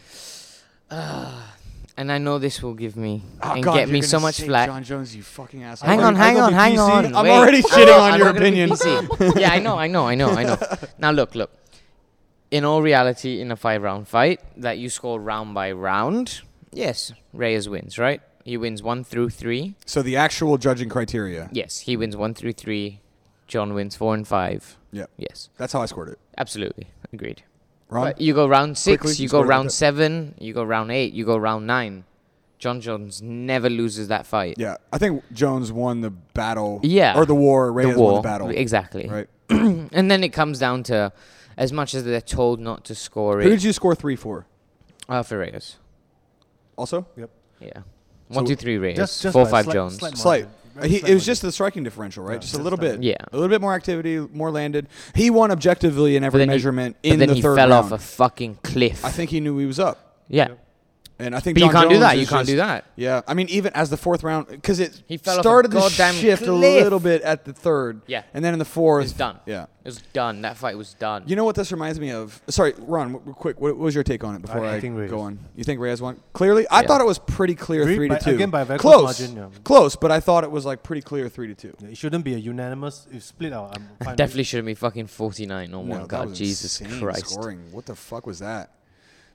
[SPEAKER 3] and I know this will give me
[SPEAKER 1] Oh,
[SPEAKER 3] and
[SPEAKER 1] God,
[SPEAKER 3] get
[SPEAKER 1] you're
[SPEAKER 3] me
[SPEAKER 1] gonna
[SPEAKER 3] so much
[SPEAKER 1] say
[SPEAKER 3] flack.
[SPEAKER 1] John Jones, you fucking asshole.
[SPEAKER 3] Hang
[SPEAKER 1] I'm
[SPEAKER 3] on,
[SPEAKER 1] gonna- I'm
[SPEAKER 3] hang
[SPEAKER 1] gonna
[SPEAKER 3] on,
[SPEAKER 1] be
[SPEAKER 3] hang
[SPEAKER 1] PC.
[SPEAKER 3] on.
[SPEAKER 1] I'm
[SPEAKER 3] wait.
[SPEAKER 1] already
[SPEAKER 3] I'm
[SPEAKER 1] shitting
[SPEAKER 3] not-
[SPEAKER 1] on
[SPEAKER 3] I'm
[SPEAKER 1] your
[SPEAKER 3] not gonna be
[SPEAKER 1] opinion.
[SPEAKER 3] PC. yeah, I know, I know, I know, I know. Now look, look. In all reality, in a five-round fight that you score round by round, yes, Reyes wins, right? He wins one through three.
[SPEAKER 1] So the actual judging criteria.
[SPEAKER 3] Yes, he wins one through three. John wins four and five.
[SPEAKER 1] Yeah.
[SPEAKER 3] Yes,
[SPEAKER 1] That's how I scored it.
[SPEAKER 3] absolutely agreed.
[SPEAKER 1] Ron?
[SPEAKER 3] But you go round six,
[SPEAKER 1] Quickly,
[SPEAKER 3] you
[SPEAKER 1] just
[SPEAKER 3] go
[SPEAKER 1] go to
[SPEAKER 3] round
[SPEAKER 1] that.
[SPEAKER 3] seven, you go round eight, you go round nine. John Jones never loses that fight.
[SPEAKER 1] Yeah. I think Jones won the battle.
[SPEAKER 3] Yeah.
[SPEAKER 1] Or the war. Reyes
[SPEAKER 3] war,
[SPEAKER 1] won the battle.
[SPEAKER 3] exactly.
[SPEAKER 1] Right.
[SPEAKER 3] and then it comes down to as much as they're told not to score
[SPEAKER 1] Who
[SPEAKER 3] it
[SPEAKER 1] did you score three for?
[SPEAKER 3] uh, for Reyes.
[SPEAKER 1] Also?
[SPEAKER 2] Yep.
[SPEAKER 3] Yeah. one, two, three Reyes.
[SPEAKER 2] just- just
[SPEAKER 3] four
[SPEAKER 2] by
[SPEAKER 3] five
[SPEAKER 2] slight-
[SPEAKER 3] Jones.
[SPEAKER 2] slight-
[SPEAKER 1] Slight.
[SPEAKER 2] Margin.
[SPEAKER 1] He,
[SPEAKER 2] Slight
[SPEAKER 1] it was
[SPEAKER 2] margin.
[SPEAKER 1] just the striking differential, right?
[SPEAKER 2] Yeah,
[SPEAKER 1] just a
[SPEAKER 2] just
[SPEAKER 1] little
[SPEAKER 2] slight.
[SPEAKER 1] bit.
[SPEAKER 3] Yeah.
[SPEAKER 1] A little bit more activity, more landed. He won objectively in every
[SPEAKER 3] then he-
[SPEAKER 1] measurement
[SPEAKER 3] But
[SPEAKER 1] in
[SPEAKER 3] then
[SPEAKER 1] the
[SPEAKER 3] he
[SPEAKER 1] third
[SPEAKER 3] fell
[SPEAKER 1] round.
[SPEAKER 3] off a fucking cliff.
[SPEAKER 1] I think he knew he was up,
[SPEAKER 3] yeah.
[SPEAKER 2] Yep.
[SPEAKER 1] and I think.
[SPEAKER 3] But you
[SPEAKER 1] John
[SPEAKER 3] can't do
[SPEAKER 1] Jones
[SPEAKER 3] that.
[SPEAKER 1] is
[SPEAKER 3] You can't
[SPEAKER 1] just-
[SPEAKER 3] do that.
[SPEAKER 1] Yeah, I mean, even as the fourth round, because it
[SPEAKER 3] He fell off a
[SPEAKER 1] started the
[SPEAKER 3] goddamn
[SPEAKER 1] shift a
[SPEAKER 3] cliff.
[SPEAKER 1] little bit at the third.
[SPEAKER 3] Yeah.
[SPEAKER 1] and then in the fourth,
[SPEAKER 3] It's done.
[SPEAKER 1] Yeah.
[SPEAKER 3] It was done. That fight was done.
[SPEAKER 1] You know what this reminds me of? Sorry, Ron. w- w- Quick, what what was your take on it before I,
[SPEAKER 2] I think Reyes.
[SPEAKER 1] go on? You think Reyes won? Clearly, I
[SPEAKER 3] Yeah.
[SPEAKER 1] thought it was pretty clear,
[SPEAKER 2] Three-
[SPEAKER 1] three to
[SPEAKER 2] by-
[SPEAKER 1] two.
[SPEAKER 2] again, by a very close
[SPEAKER 1] close,
[SPEAKER 2] margin, yeah.
[SPEAKER 1] close, but I thought it was like pretty clear, three to two.
[SPEAKER 2] Yeah, It shouldn't be a unanimous. If split out, I'm fine with
[SPEAKER 3] Definitely shouldn't be fucking 49 on one card. Jesus
[SPEAKER 1] insane
[SPEAKER 3] Christ.
[SPEAKER 1] Scoring. What the fuck was that?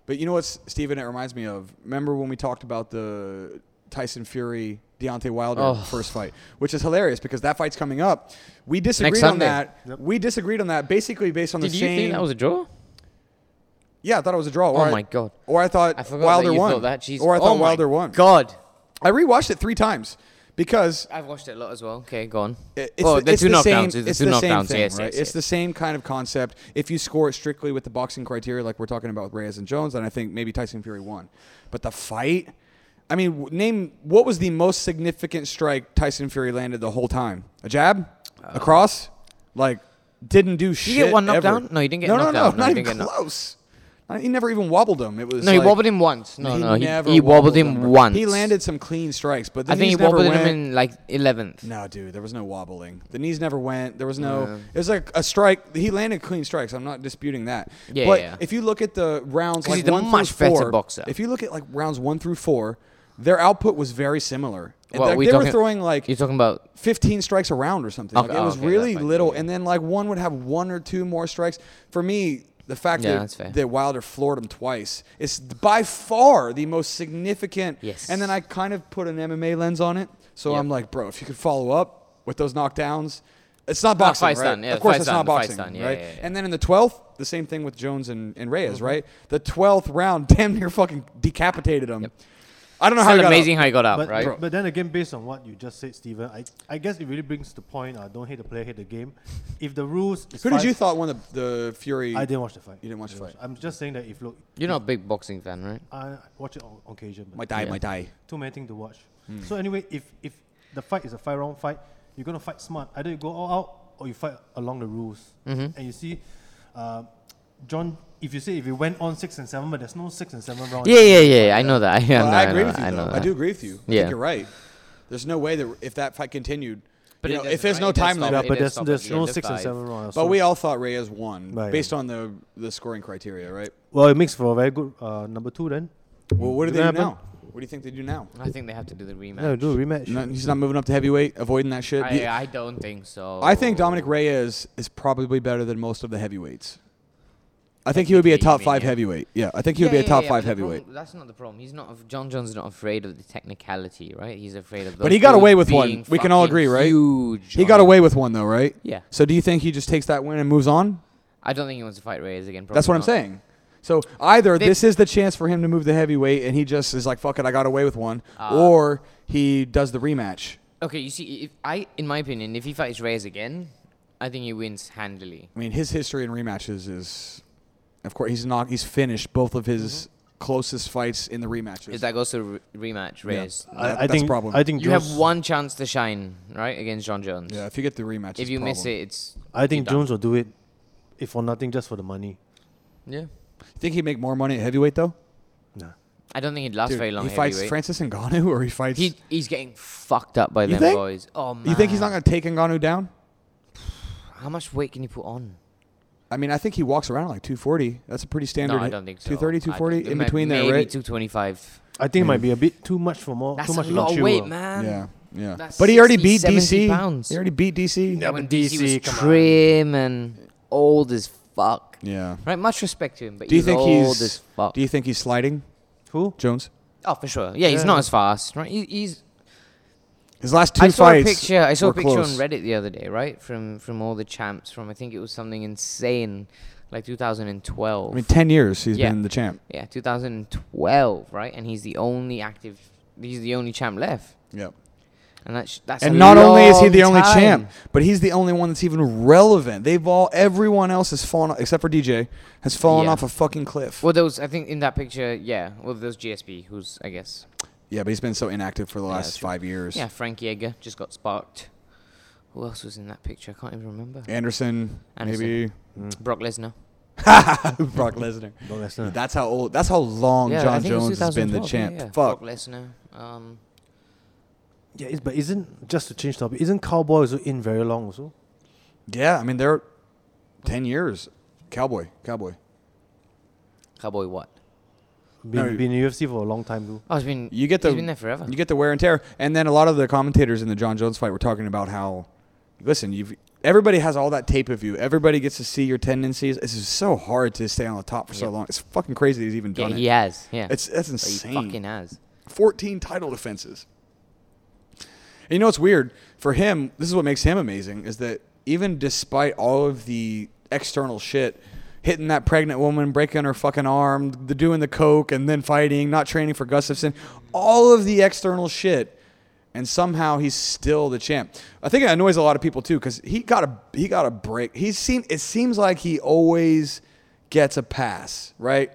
[SPEAKER 1] But you know what, Steven, it reminds me of? Remember when we talked about the Tyson Fury Deontay Wilder
[SPEAKER 3] Oh.
[SPEAKER 1] first fight, which is hilarious because that fight's coming up. We disagreed on
[SPEAKER 3] Sunday.
[SPEAKER 1] that. We disagreed on that basically based on
[SPEAKER 3] Did
[SPEAKER 1] the
[SPEAKER 3] you
[SPEAKER 1] same.
[SPEAKER 3] think that was a draw?
[SPEAKER 1] yeah, I thought it was a draw. Or
[SPEAKER 3] Oh
[SPEAKER 1] I-
[SPEAKER 3] my God.
[SPEAKER 1] Or I thought
[SPEAKER 3] I forgot
[SPEAKER 1] Wilder
[SPEAKER 3] that you
[SPEAKER 1] won.
[SPEAKER 3] thought that. Jesus.
[SPEAKER 1] Or I
[SPEAKER 3] oh
[SPEAKER 1] thought
[SPEAKER 3] my
[SPEAKER 1] Wilder won.
[SPEAKER 3] God.
[SPEAKER 1] I rewatched it three times because
[SPEAKER 3] I've watched it a lot as well. Okay, go on.
[SPEAKER 1] It- It's,
[SPEAKER 3] oh,
[SPEAKER 1] the,
[SPEAKER 3] the
[SPEAKER 1] it's
[SPEAKER 3] two
[SPEAKER 1] the
[SPEAKER 3] knockdowns.
[SPEAKER 1] Same,
[SPEAKER 3] the
[SPEAKER 1] it's
[SPEAKER 3] two
[SPEAKER 1] the
[SPEAKER 3] knockdowns.
[SPEAKER 1] same thing,
[SPEAKER 3] yes,
[SPEAKER 1] right?
[SPEAKER 3] yes,
[SPEAKER 1] It's
[SPEAKER 3] yes.
[SPEAKER 1] the same kind of concept. If you score it strictly with the boxing criteria, like we're talking about with Reyes and Jones, then I think maybe Tyson Fury won. But the fight, I mean, w- name what was the most significant strike Tyson Fury landed the whole time? A jab, a cross, like didn't do shit.
[SPEAKER 3] you Uh, get one knockdown?
[SPEAKER 1] ever.
[SPEAKER 3] No, you didn't get
[SPEAKER 1] no, no,
[SPEAKER 3] knocked
[SPEAKER 1] no,
[SPEAKER 3] down. No,
[SPEAKER 1] not
[SPEAKER 3] you didn't
[SPEAKER 1] even
[SPEAKER 3] get knocked-
[SPEAKER 1] close. Not- He never even wobbled him. It was
[SPEAKER 3] No,
[SPEAKER 1] like,
[SPEAKER 3] he wobbled him once. No, no, he,
[SPEAKER 1] never
[SPEAKER 3] he wobbled him
[SPEAKER 1] him.
[SPEAKER 3] once.
[SPEAKER 1] He landed some clean strikes, but the
[SPEAKER 3] I think he
[SPEAKER 1] knees never
[SPEAKER 3] wobbled him
[SPEAKER 1] went.
[SPEAKER 3] in like eleventh.
[SPEAKER 1] No, dude, there was no wobbling. The knees never went. There was no.
[SPEAKER 3] Yeah.
[SPEAKER 1] It was like a strike. He landed clean strikes. I'm not disputing that.
[SPEAKER 3] Yeah,
[SPEAKER 1] but
[SPEAKER 3] yeah.
[SPEAKER 1] if you look at the rounds,
[SPEAKER 3] 'Cause
[SPEAKER 1] like
[SPEAKER 3] he's a
[SPEAKER 1] one through
[SPEAKER 3] much better
[SPEAKER 1] four-
[SPEAKER 3] boxer.
[SPEAKER 1] If you look at like rounds one through four, their output was very similar. And
[SPEAKER 3] What,
[SPEAKER 1] like,
[SPEAKER 3] we
[SPEAKER 1] they were
[SPEAKER 3] talking-
[SPEAKER 1] throwing like
[SPEAKER 3] You're talking about
[SPEAKER 1] 15 strikes a round or something. Like,
[SPEAKER 3] Okay, Oh,
[SPEAKER 1] it was
[SPEAKER 3] okay,
[SPEAKER 1] really
[SPEAKER 3] that's fine.
[SPEAKER 1] little. And then like one would have one or two more strikes. For me, the fact
[SPEAKER 3] Yeah,
[SPEAKER 1] that,
[SPEAKER 3] that's fair.
[SPEAKER 1] that Wilder floored him twice is by far the most significant.
[SPEAKER 3] Yes.
[SPEAKER 1] And then I kind of put an MMA lens on it. So
[SPEAKER 3] Yep.
[SPEAKER 1] I'm like, bro, if you could follow up with those knockdowns, it's not
[SPEAKER 3] Ah,
[SPEAKER 1] boxing,
[SPEAKER 3] fight's
[SPEAKER 1] right?
[SPEAKER 3] done. Yeah,
[SPEAKER 1] of course,
[SPEAKER 3] fight's
[SPEAKER 1] it's not
[SPEAKER 3] done. The fight's
[SPEAKER 1] boxing,
[SPEAKER 3] done. Yeah,
[SPEAKER 1] right?
[SPEAKER 3] yeah, Mm-hmm. yeah.
[SPEAKER 1] And then in the 12th, the same thing with Jones and, and Reyes, right? The 12th round damn near fucking decapitated him. I don't know how
[SPEAKER 3] Still
[SPEAKER 1] you got up.
[SPEAKER 3] amazing how he got up,
[SPEAKER 2] but,
[SPEAKER 3] right?
[SPEAKER 2] but then again, based on what you just said, Steven, I, I guess it really brings the point. Uh, don't hate the player, hate the game. If the rules, is
[SPEAKER 1] Who did
[SPEAKER 2] five-
[SPEAKER 1] you thought won the, the Fury?
[SPEAKER 2] I didn't watch the fight.
[SPEAKER 1] You didn't watch the
[SPEAKER 2] Didn't
[SPEAKER 1] fight.
[SPEAKER 2] I'm just saying that if look,
[SPEAKER 3] You're not a big boxing fan, right?
[SPEAKER 2] I watch it on occasion. But
[SPEAKER 1] Might die,
[SPEAKER 3] Yeah.
[SPEAKER 1] might die.
[SPEAKER 2] too many things to watch.
[SPEAKER 1] Hmm.
[SPEAKER 2] So anyway, if if the fight is a five round fight, you're gonna fight smart. Either you go all out or you fight along the rules.
[SPEAKER 1] Mm-hmm.
[SPEAKER 2] And you see, uh, John, if you say if you went on six and seven, but there's no six and seven rounds.
[SPEAKER 3] Yeah, yeah, yeah. I know that. Yeah,
[SPEAKER 1] Well,
[SPEAKER 3] no,
[SPEAKER 1] I agree
[SPEAKER 3] know
[SPEAKER 1] with
[SPEAKER 3] that,
[SPEAKER 1] you.
[SPEAKER 3] I
[SPEAKER 1] though.
[SPEAKER 3] know
[SPEAKER 1] I
[SPEAKER 3] that.
[SPEAKER 1] do agree with you. I
[SPEAKER 3] Yeah.
[SPEAKER 1] think you're right. There's no way that if that fight continued,
[SPEAKER 3] But
[SPEAKER 1] you
[SPEAKER 3] it
[SPEAKER 1] know, if
[SPEAKER 3] doesn't,
[SPEAKER 1] there's
[SPEAKER 3] right?
[SPEAKER 1] no
[SPEAKER 3] It does
[SPEAKER 1] time
[SPEAKER 3] stop
[SPEAKER 1] limit.
[SPEAKER 2] Yeah,
[SPEAKER 3] it
[SPEAKER 2] but
[SPEAKER 3] is
[SPEAKER 2] there's
[SPEAKER 3] stopped at
[SPEAKER 2] there's
[SPEAKER 3] the
[SPEAKER 2] no
[SPEAKER 3] end of
[SPEAKER 2] six and
[SPEAKER 3] five.
[SPEAKER 2] seven rounds.
[SPEAKER 1] But
[SPEAKER 2] so-
[SPEAKER 1] we all thought Reyes won
[SPEAKER 2] Right.
[SPEAKER 1] based on the the scoring criteria, right?
[SPEAKER 2] well, it makes for a very good uh, number two then.
[SPEAKER 1] Well, what do
[SPEAKER 2] Did
[SPEAKER 1] they do
[SPEAKER 2] that
[SPEAKER 1] now?
[SPEAKER 2] happen?
[SPEAKER 1] What do you think they do now?
[SPEAKER 3] I think they have to do the rematch.
[SPEAKER 2] Yeah, we do a rematch.
[SPEAKER 1] No, he's not moving up to heavyweight, avoiding that shit.
[SPEAKER 3] I, uh,
[SPEAKER 1] The-
[SPEAKER 3] I don't think so.
[SPEAKER 1] I think Dominic Reyes is probably better than most of the heavyweights. I think he would be a
[SPEAKER 3] Technically, you
[SPEAKER 1] top
[SPEAKER 3] mean,
[SPEAKER 1] five
[SPEAKER 3] yeah.
[SPEAKER 1] heavyweight. Yeah, I think he would
[SPEAKER 3] Yeah,
[SPEAKER 1] be a
[SPEAKER 3] yeah,
[SPEAKER 1] top
[SPEAKER 3] yeah,
[SPEAKER 1] five
[SPEAKER 3] but the
[SPEAKER 1] heavyweight.
[SPEAKER 3] problem- that's not the problem. He's not. af- John John's not afraid of the technicality, right? He's afraid of.
[SPEAKER 1] But
[SPEAKER 3] those
[SPEAKER 1] he got
[SPEAKER 3] dudes
[SPEAKER 1] away with
[SPEAKER 3] being
[SPEAKER 1] one. We can all
[SPEAKER 3] fucking
[SPEAKER 1] agree, right?
[SPEAKER 3] Huge.
[SPEAKER 1] He got
[SPEAKER 3] on-
[SPEAKER 1] away with one though, right?
[SPEAKER 3] Yeah,
[SPEAKER 1] So do you think he just takes that win and moves on?
[SPEAKER 3] I don't think he wants to fight Reyes again.
[SPEAKER 1] That's what
[SPEAKER 3] probably
[SPEAKER 1] I'm
[SPEAKER 3] not.
[SPEAKER 1] saying. So either
[SPEAKER 3] They-
[SPEAKER 1] this is the chance for him to move the heavyweight and he just is like, fuck it, I got away with one,
[SPEAKER 3] Ah.
[SPEAKER 1] or he does the rematch.
[SPEAKER 3] Okay, you see, if I, in my opinion, if he fights Reyes again, I think he wins handily.
[SPEAKER 1] I mean, his history in rematches is, of course, he's not. He's finished both of his closest fights in the rematches.
[SPEAKER 3] If Mm-hmm. that goes to re- rematch, Reyes,
[SPEAKER 1] That-
[SPEAKER 2] I, I
[SPEAKER 1] that's
[SPEAKER 2] think
[SPEAKER 1] problem.
[SPEAKER 2] I think
[SPEAKER 3] you have
[SPEAKER 2] Jones-
[SPEAKER 3] one chance to shine, right, against John Jones.
[SPEAKER 1] yeah, if you get the rematch,
[SPEAKER 3] If you miss it, it's.
[SPEAKER 2] I think
[SPEAKER 3] you're done.
[SPEAKER 2] Jones will do it, if for nothing, just for the money.
[SPEAKER 3] Yeah.
[SPEAKER 1] think he'd make more money at heavyweight though.
[SPEAKER 2] Nah.
[SPEAKER 3] I don't think he'd last
[SPEAKER 1] Dude,
[SPEAKER 3] very long.
[SPEAKER 1] he fights
[SPEAKER 3] heavyweight.
[SPEAKER 1] Francis Ngannou, or he fights.
[SPEAKER 3] He he's getting fucked up by
[SPEAKER 1] You
[SPEAKER 3] them
[SPEAKER 1] think?
[SPEAKER 3] boys. Oh man.
[SPEAKER 1] you think he's not gonna take Ngannou down?
[SPEAKER 3] How much weight can you put on?
[SPEAKER 1] I mean, I think he walks around like 240. That's a pretty standard.
[SPEAKER 3] no, I don't think so.
[SPEAKER 1] 230,
[SPEAKER 3] I don't
[SPEAKER 1] 240,
[SPEAKER 3] think-
[SPEAKER 1] in
[SPEAKER 3] may-
[SPEAKER 1] between
[SPEAKER 3] maybe
[SPEAKER 1] there, right? Oh,
[SPEAKER 3] 225.
[SPEAKER 2] I think it might be a bit too much for more.
[SPEAKER 3] That's
[SPEAKER 2] too much
[SPEAKER 3] a lot
[SPEAKER 2] for
[SPEAKER 3] of weight,
[SPEAKER 2] Chua.
[SPEAKER 3] man.
[SPEAKER 1] Yeah, yeah.
[SPEAKER 3] Um, That's
[SPEAKER 1] but he already
[SPEAKER 3] 60,
[SPEAKER 1] beat
[SPEAKER 3] 70
[SPEAKER 1] DC.
[SPEAKER 3] pounds.
[SPEAKER 1] He already beat DC.
[SPEAKER 2] Yeah,
[SPEAKER 3] when
[SPEAKER 2] but
[SPEAKER 3] DC
[SPEAKER 2] DC,
[SPEAKER 3] was
[SPEAKER 2] come on.
[SPEAKER 3] trim and old as fuck.
[SPEAKER 1] Yeah.
[SPEAKER 3] Right, much respect to him, but
[SPEAKER 1] Do you
[SPEAKER 3] he's
[SPEAKER 1] think
[SPEAKER 3] old as
[SPEAKER 1] he's?
[SPEAKER 3] fuck.
[SPEAKER 1] Do you think he's sliding,
[SPEAKER 2] Who?
[SPEAKER 1] Jones?
[SPEAKER 3] oh, for sure. Yeah, he's
[SPEAKER 2] Yeah.
[SPEAKER 3] not as fast. Right, he, he's.
[SPEAKER 1] His last two
[SPEAKER 3] I saw a
[SPEAKER 1] fights.
[SPEAKER 3] picture. I saw a
[SPEAKER 1] were
[SPEAKER 3] picture
[SPEAKER 1] close.
[SPEAKER 3] on Reddit the other day, right, from from all the champs from. I think it was something insane, like 2012.
[SPEAKER 1] I mean, 10 years he's
[SPEAKER 3] Yeah.
[SPEAKER 1] been the champ.
[SPEAKER 3] Yeah, 2012, right? And he's the only active. He's the only champ left,
[SPEAKER 1] Yeah.
[SPEAKER 3] and that's that's. a
[SPEAKER 1] and not only is he
[SPEAKER 3] long
[SPEAKER 1] the only
[SPEAKER 3] time.
[SPEAKER 1] champ, but he's the only one that's even relevant. They've all, everyone else has fallen, except for DJ, has fallen
[SPEAKER 3] Yeah.
[SPEAKER 1] off a fucking cliff.
[SPEAKER 3] Well, there was I think in that picture, yeah. Well, there was GSP, who's I guess.
[SPEAKER 1] Yeah, but he's been so inactive for the
[SPEAKER 3] Yeah,
[SPEAKER 1] last
[SPEAKER 3] that's true.
[SPEAKER 1] five years.
[SPEAKER 3] Yeah, Frankie Edgar just got sparked. Who else was in that picture? I can't even remember.
[SPEAKER 1] Anderson,
[SPEAKER 3] Anderson.
[SPEAKER 1] maybe
[SPEAKER 3] Brock Lesnar.
[SPEAKER 1] Brock Lesnar.
[SPEAKER 2] No, that's not.
[SPEAKER 1] That's how old. That's how long
[SPEAKER 3] yeah, I
[SPEAKER 1] John
[SPEAKER 3] think it was
[SPEAKER 1] Jones has been the
[SPEAKER 3] 2012,
[SPEAKER 1] champ.
[SPEAKER 3] Yeah, yeah.
[SPEAKER 1] Fuck.
[SPEAKER 3] Brock Lesnar. Um,
[SPEAKER 2] Yeah, it's, but isn't just to change topic? Isn't Cowboy also in very long also?
[SPEAKER 1] Yeah, I mean they're ten years. Cowboy, cowboy.
[SPEAKER 3] Cowboy what?
[SPEAKER 2] Been,
[SPEAKER 1] No.
[SPEAKER 2] been in UFC for a long time too.
[SPEAKER 3] Oh, he's been.
[SPEAKER 1] You get the
[SPEAKER 3] He's been there forever.
[SPEAKER 1] You get the wear and tear, and then a lot of the commentators in the John Jones fight were talking about how, listen, you've everybody has all that tape of you. Everybody gets to see your tendencies. It's just so hard to stay on the top for so
[SPEAKER 3] Yeah.
[SPEAKER 1] long. It's fucking crazy that he's even
[SPEAKER 3] yeah,
[SPEAKER 1] done
[SPEAKER 3] he
[SPEAKER 1] it.
[SPEAKER 3] has. Yeah.
[SPEAKER 1] It's that's
[SPEAKER 3] But he
[SPEAKER 1] insane.
[SPEAKER 3] fucking has.
[SPEAKER 1] 14 title defenses. And you know what's weird for him? This is what makes him amazing is that even despite all of the external shit, hitting that pregnant woman, breaking her fucking arm, the doing the coke, and then fighting, not training for Gustafson, all of the external shit, and somehow he's still the champ. I think it annoys a lot of people too because he got a he got a break. He seem it seems like he always gets a pass, right?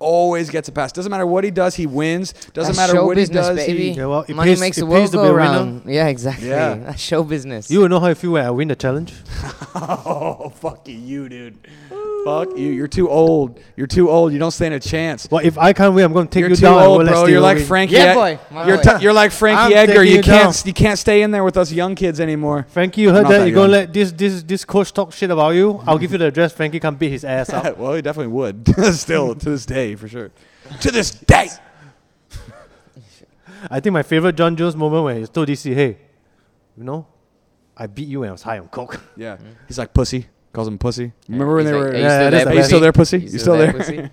[SPEAKER 1] Always gets a pass. Doesn't matter what he does, he wins. Doesn't
[SPEAKER 3] That's
[SPEAKER 1] matter
[SPEAKER 3] show
[SPEAKER 1] what he
[SPEAKER 3] business,
[SPEAKER 1] does, he
[SPEAKER 3] baby.
[SPEAKER 2] Yeah, well, it
[SPEAKER 3] Money
[SPEAKER 2] pays-
[SPEAKER 3] makes
[SPEAKER 2] it
[SPEAKER 3] the
[SPEAKER 2] pays
[SPEAKER 3] world
[SPEAKER 2] to
[SPEAKER 3] go
[SPEAKER 2] be a winner.
[SPEAKER 3] around. Yeah, exactly.
[SPEAKER 1] Yeah.
[SPEAKER 3] That's show business.
[SPEAKER 2] You will know how I feel when I win the challenge.
[SPEAKER 1] Oh, fuck you, dude. Fuck you. You're too old. You're too old. You don't stand a chance.
[SPEAKER 2] well, if I can't win, I'm gonna take
[SPEAKER 1] You're
[SPEAKER 2] you
[SPEAKER 1] too
[SPEAKER 2] down. and
[SPEAKER 1] old,
[SPEAKER 2] won't let
[SPEAKER 1] bro.
[SPEAKER 2] Steve
[SPEAKER 1] You're like
[SPEAKER 2] win.
[SPEAKER 1] Frankie.
[SPEAKER 3] Yeah,
[SPEAKER 1] Ed-
[SPEAKER 3] boy. My
[SPEAKER 1] You're,
[SPEAKER 3] boy.
[SPEAKER 1] t- you're like Frankie
[SPEAKER 2] I'm
[SPEAKER 1] Edgar.
[SPEAKER 2] taking
[SPEAKER 1] You
[SPEAKER 2] you
[SPEAKER 1] can't.
[SPEAKER 2] down.
[SPEAKER 1] s- You can't stay in there with us young kids anymore.
[SPEAKER 2] Frankie, you heard
[SPEAKER 1] Not
[SPEAKER 2] that?
[SPEAKER 1] that
[SPEAKER 2] You're gonna
[SPEAKER 1] young.
[SPEAKER 2] let this this this coach talk shit about you? I'll give you the address. Frankie can beat his ass up.
[SPEAKER 1] well, he definitely would. Still to this day, for sure. to this day.
[SPEAKER 2] I think my favorite John Jones moment when he told DC, "Hey, you know, I beat you when I was high on coke."
[SPEAKER 1] Yeah. He's like pussy. Calls him pussy. Remember when
[SPEAKER 3] He's
[SPEAKER 1] they
[SPEAKER 3] like,
[SPEAKER 1] were?
[SPEAKER 3] "Are you
[SPEAKER 2] Yeah,
[SPEAKER 3] still
[SPEAKER 2] it
[SPEAKER 3] there,
[SPEAKER 2] is the best.
[SPEAKER 1] You still there, pussy?
[SPEAKER 3] You
[SPEAKER 1] You still there?
[SPEAKER 3] pussy?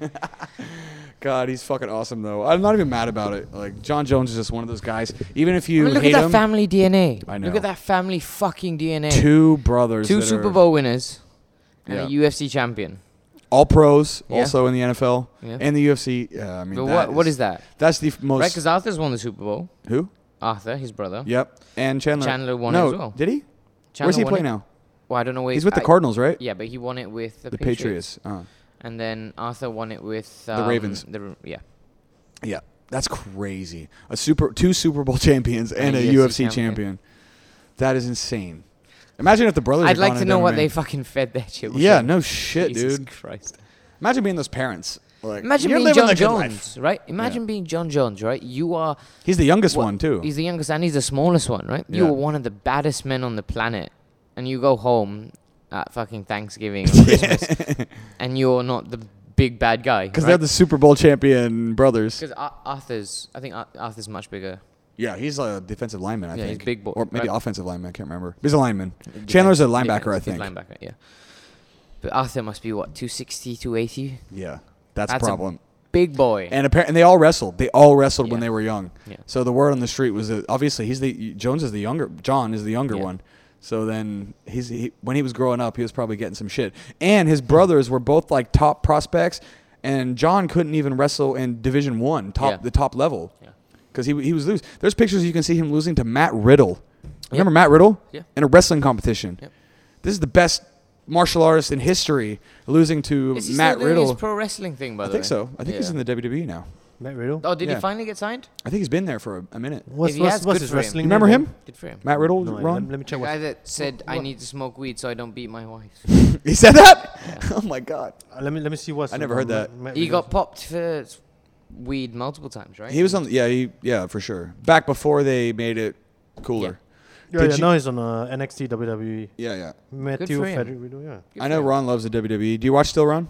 [SPEAKER 1] God, he's fucking awesome though. I'm not even mad about it. Like John Jones is just one of those guys. Even if
[SPEAKER 3] I
[SPEAKER 1] you
[SPEAKER 3] mean, look at
[SPEAKER 1] hate
[SPEAKER 3] that
[SPEAKER 1] him,
[SPEAKER 3] family DNA.
[SPEAKER 1] I
[SPEAKER 3] Look
[SPEAKER 1] know.
[SPEAKER 3] at that family fucking DNA.
[SPEAKER 1] two brothers,
[SPEAKER 3] Two
[SPEAKER 1] that
[SPEAKER 3] Super
[SPEAKER 1] are-
[SPEAKER 3] Bowl winners and
[SPEAKER 1] Yeah.
[SPEAKER 3] a UFC champion.
[SPEAKER 1] all pros,
[SPEAKER 3] Yeah.
[SPEAKER 1] also in the NFL
[SPEAKER 3] Yeah.
[SPEAKER 1] and the UFC. Yeah, I mean,
[SPEAKER 3] But
[SPEAKER 1] that
[SPEAKER 3] what what
[SPEAKER 1] is-
[SPEAKER 3] is that?
[SPEAKER 1] That's the f- most.
[SPEAKER 3] Right, because Arthur's won the Super Bowl.
[SPEAKER 1] who?
[SPEAKER 3] Arthur, his brother.
[SPEAKER 1] Yep. And Chandler.
[SPEAKER 3] Chandler won
[SPEAKER 1] no,
[SPEAKER 3] as well.
[SPEAKER 1] Did he?
[SPEAKER 3] Chandler
[SPEAKER 1] Where's he
[SPEAKER 3] won
[SPEAKER 1] playing
[SPEAKER 3] it-
[SPEAKER 1] now?
[SPEAKER 3] Well, I don't know where
[SPEAKER 1] He's with the
[SPEAKER 3] I-
[SPEAKER 1] Cardinals, right?
[SPEAKER 3] Yeah, but he won it with the,
[SPEAKER 1] the Patriots. Uh,
[SPEAKER 3] and then Arthur won it with
[SPEAKER 1] The
[SPEAKER 3] um,
[SPEAKER 1] Ravens.
[SPEAKER 3] The, yeah,
[SPEAKER 1] Uh, yeah, that's crazy. A super, two Super Bowl champions and,
[SPEAKER 3] And
[SPEAKER 1] a
[SPEAKER 3] a
[SPEAKER 1] UFC
[SPEAKER 3] UFC
[SPEAKER 1] champion. That is insane. Imagine if the brothers.
[SPEAKER 3] I'd
[SPEAKER 1] had
[SPEAKER 3] like
[SPEAKER 1] gone
[SPEAKER 3] to
[SPEAKER 1] and
[SPEAKER 3] know
[SPEAKER 1] done
[SPEAKER 3] what
[SPEAKER 1] it,
[SPEAKER 3] they
[SPEAKER 1] man.
[SPEAKER 3] fucking fed their children.
[SPEAKER 1] yeah, no shit,
[SPEAKER 3] Jesus
[SPEAKER 1] dude.
[SPEAKER 3] Christ.
[SPEAKER 1] Imagine being those parents. Like,
[SPEAKER 3] Imagine
[SPEAKER 1] you're
[SPEAKER 3] being
[SPEAKER 1] living
[SPEAKER 3] John
[SPEAKER 1] the good life.
[SPEAKER 3] Jones, right? Imagine being John Jones, right? You are.
[SPEAKER 1] He's the youngest
[SPEAKER 3] what-
[SPEAKER 1] one too.
[SPEAKER 3] He's the youngest and he's the smallest one, right? You
[SPEAKER 1] Yeah.
[SPEAKER 3] are one of the baddest men on the planet, and you go home at fucking Thanksgiving or Christmas, and you're not the big bad guy.
[SPEAKER 1] Because they're the Super Bowl champion brothers.
[SPEAKER 3] Because Arthur's, I think Ar- Arthur's much bigger.
[SPEAKER 1] Yeah, he's a defensive lineman, I
[SPEAKER 3] Yeah,
[SPEAKER 1] think.
[SPEAKER 3] he's big boy,
[SPEAKER 1] Or maybe
[SPEAKER 3] right?
[SPEAKER 1] offensive lineman, I can't remember. He's a lineman. Chandler's a
[SPEAKER 3] Defense-
[SPEAKER 1] linebacker, I
[SPEAKER 3] defensive
[SPEAKER 1] think.
[SPEAKER 3] Linebacker, yeah. But Arthur must be what 260, 280?
[SPEAKER 1] Yeah, that's,
[SPEAKER 3] That's
[SPEAKER 1] a
[SPEAKER 3] a-
[SPEAKER 1] problem.
[SPEAKER 3] Big boy.
[SPEAKER 1] and apparently, and they all wrestled. They all wrestled when
[SPEAKER 3] Yeah.
[SPEAKER 1] they were young.
[SPEAKER 3] Yeah.
[SPEAKER 1] So the word on the street was that obviously he's the Jones is the younger John is the younger
[SPEAKER 3] Yeah.
[SPEAKER 1] one. So then he's he, when he was growing up, he was probably getting some shit. And his brothers were both like top prospects, and John couldn't even wrestle in Division One, top
[SPEAKER 3] Yeah.
[SPEAKER 1] the top level,
[SPEAKER 3] Yeah.
[SPEAKER 1] because he he was loose. There's pictures you can see him losing to Matt Riddle. Remember Matt Riddle?
[SPEAKER 3] Yeah.
[SPEAKER 1] In a wrestling competition.
[SPEAKER 3] Yep.
[SPEAKER 1] This is the best martial artist in history, losing to
[SPEAKER 3] Is he
[SPEAKER 1] Matt
[SPEAKER 3] still doing
[SPEAKER 1] Riddle.
[SPEAKER 3] His pro wrestling thing, by
[SPEAKER 1] I
[SPEAKER 3] the
[SPEAKER 1] think
[SPEAKER 3] way?
[SPEAKER 1] so. I think he's
[SPEAKER 3] Yeah.
[SPEAKER 1] in the WWE now.
[SPEAKER 2] Matt Riddle.
[SPEAKER 3] Oh, did
[SPEAKER 1] Yeah.
[SPEAKER 3] he finally get signed?
[SPEAKER 1] I think he's been there for a, a minute.
[SPEAKER 2] What's,
[SPEAKER 3] he
[SPEAKER 2] what's,
[SPEAKER 3] has,
[SPEAKER 2] what's
[SPEAKER 3] good
[SPEAKER 2] his
[SPEAKER 3] for him.
[SPEAKER 2] wrestling
[SPEAKER 1] You remember
[SPEAKER 2] name?
[SPEAKER 1] him?
[SPEAKER 3] Good for him.
[SPEAKER 1] Matt Riddle,
[SPEAKER 2] No, I-
[SPEAKER 1] Ron?
[SPEAKER 2] Let, let me
[SPEAKER 3] The
[SPEAKER 2] check.
[SPEAKER 3] guy
[SPEAKER 2] What,
[SPEAKER 3] that said, "I
[SPEAKER 2] what-
[SPEAKER 3] need to smoke weed so I don't beat my wife."
[SPEAKER 1] he said that? Oh my god.
[SPEAKER 2] uh, let me let me see what's.
[SPEAKER 1] I never heard that.
[SPEAKER 3] he got popped for s- weed multiple times, right?
[SPEAKER 1] He was on. Yeah, he, yeah, for sure. Back before they made it cooler.
[SPEAKER 2] Yeah,
[SPEAKER 1] Did
[SPEAKER 2] yeah
[SPEAKER 1] you-
[SPEAKER 2] now he's on uh, NXT WWE.
[SPEAKER 1] Yeah, yeah.
[SPEAKER 2] Matthew Uh,
[SPEAKER 3] for him.
[SPEAKER 2] Frederick Riddle. Yeah.
[SPEAKER 3] Good
[SPEAKER 1] I
[SPEAKER 3] for
[SPEAKER 1] know
[SPEAKER 3] him.
[SPEAKER 1] Ron loves the WWE. Do you watch still Ron?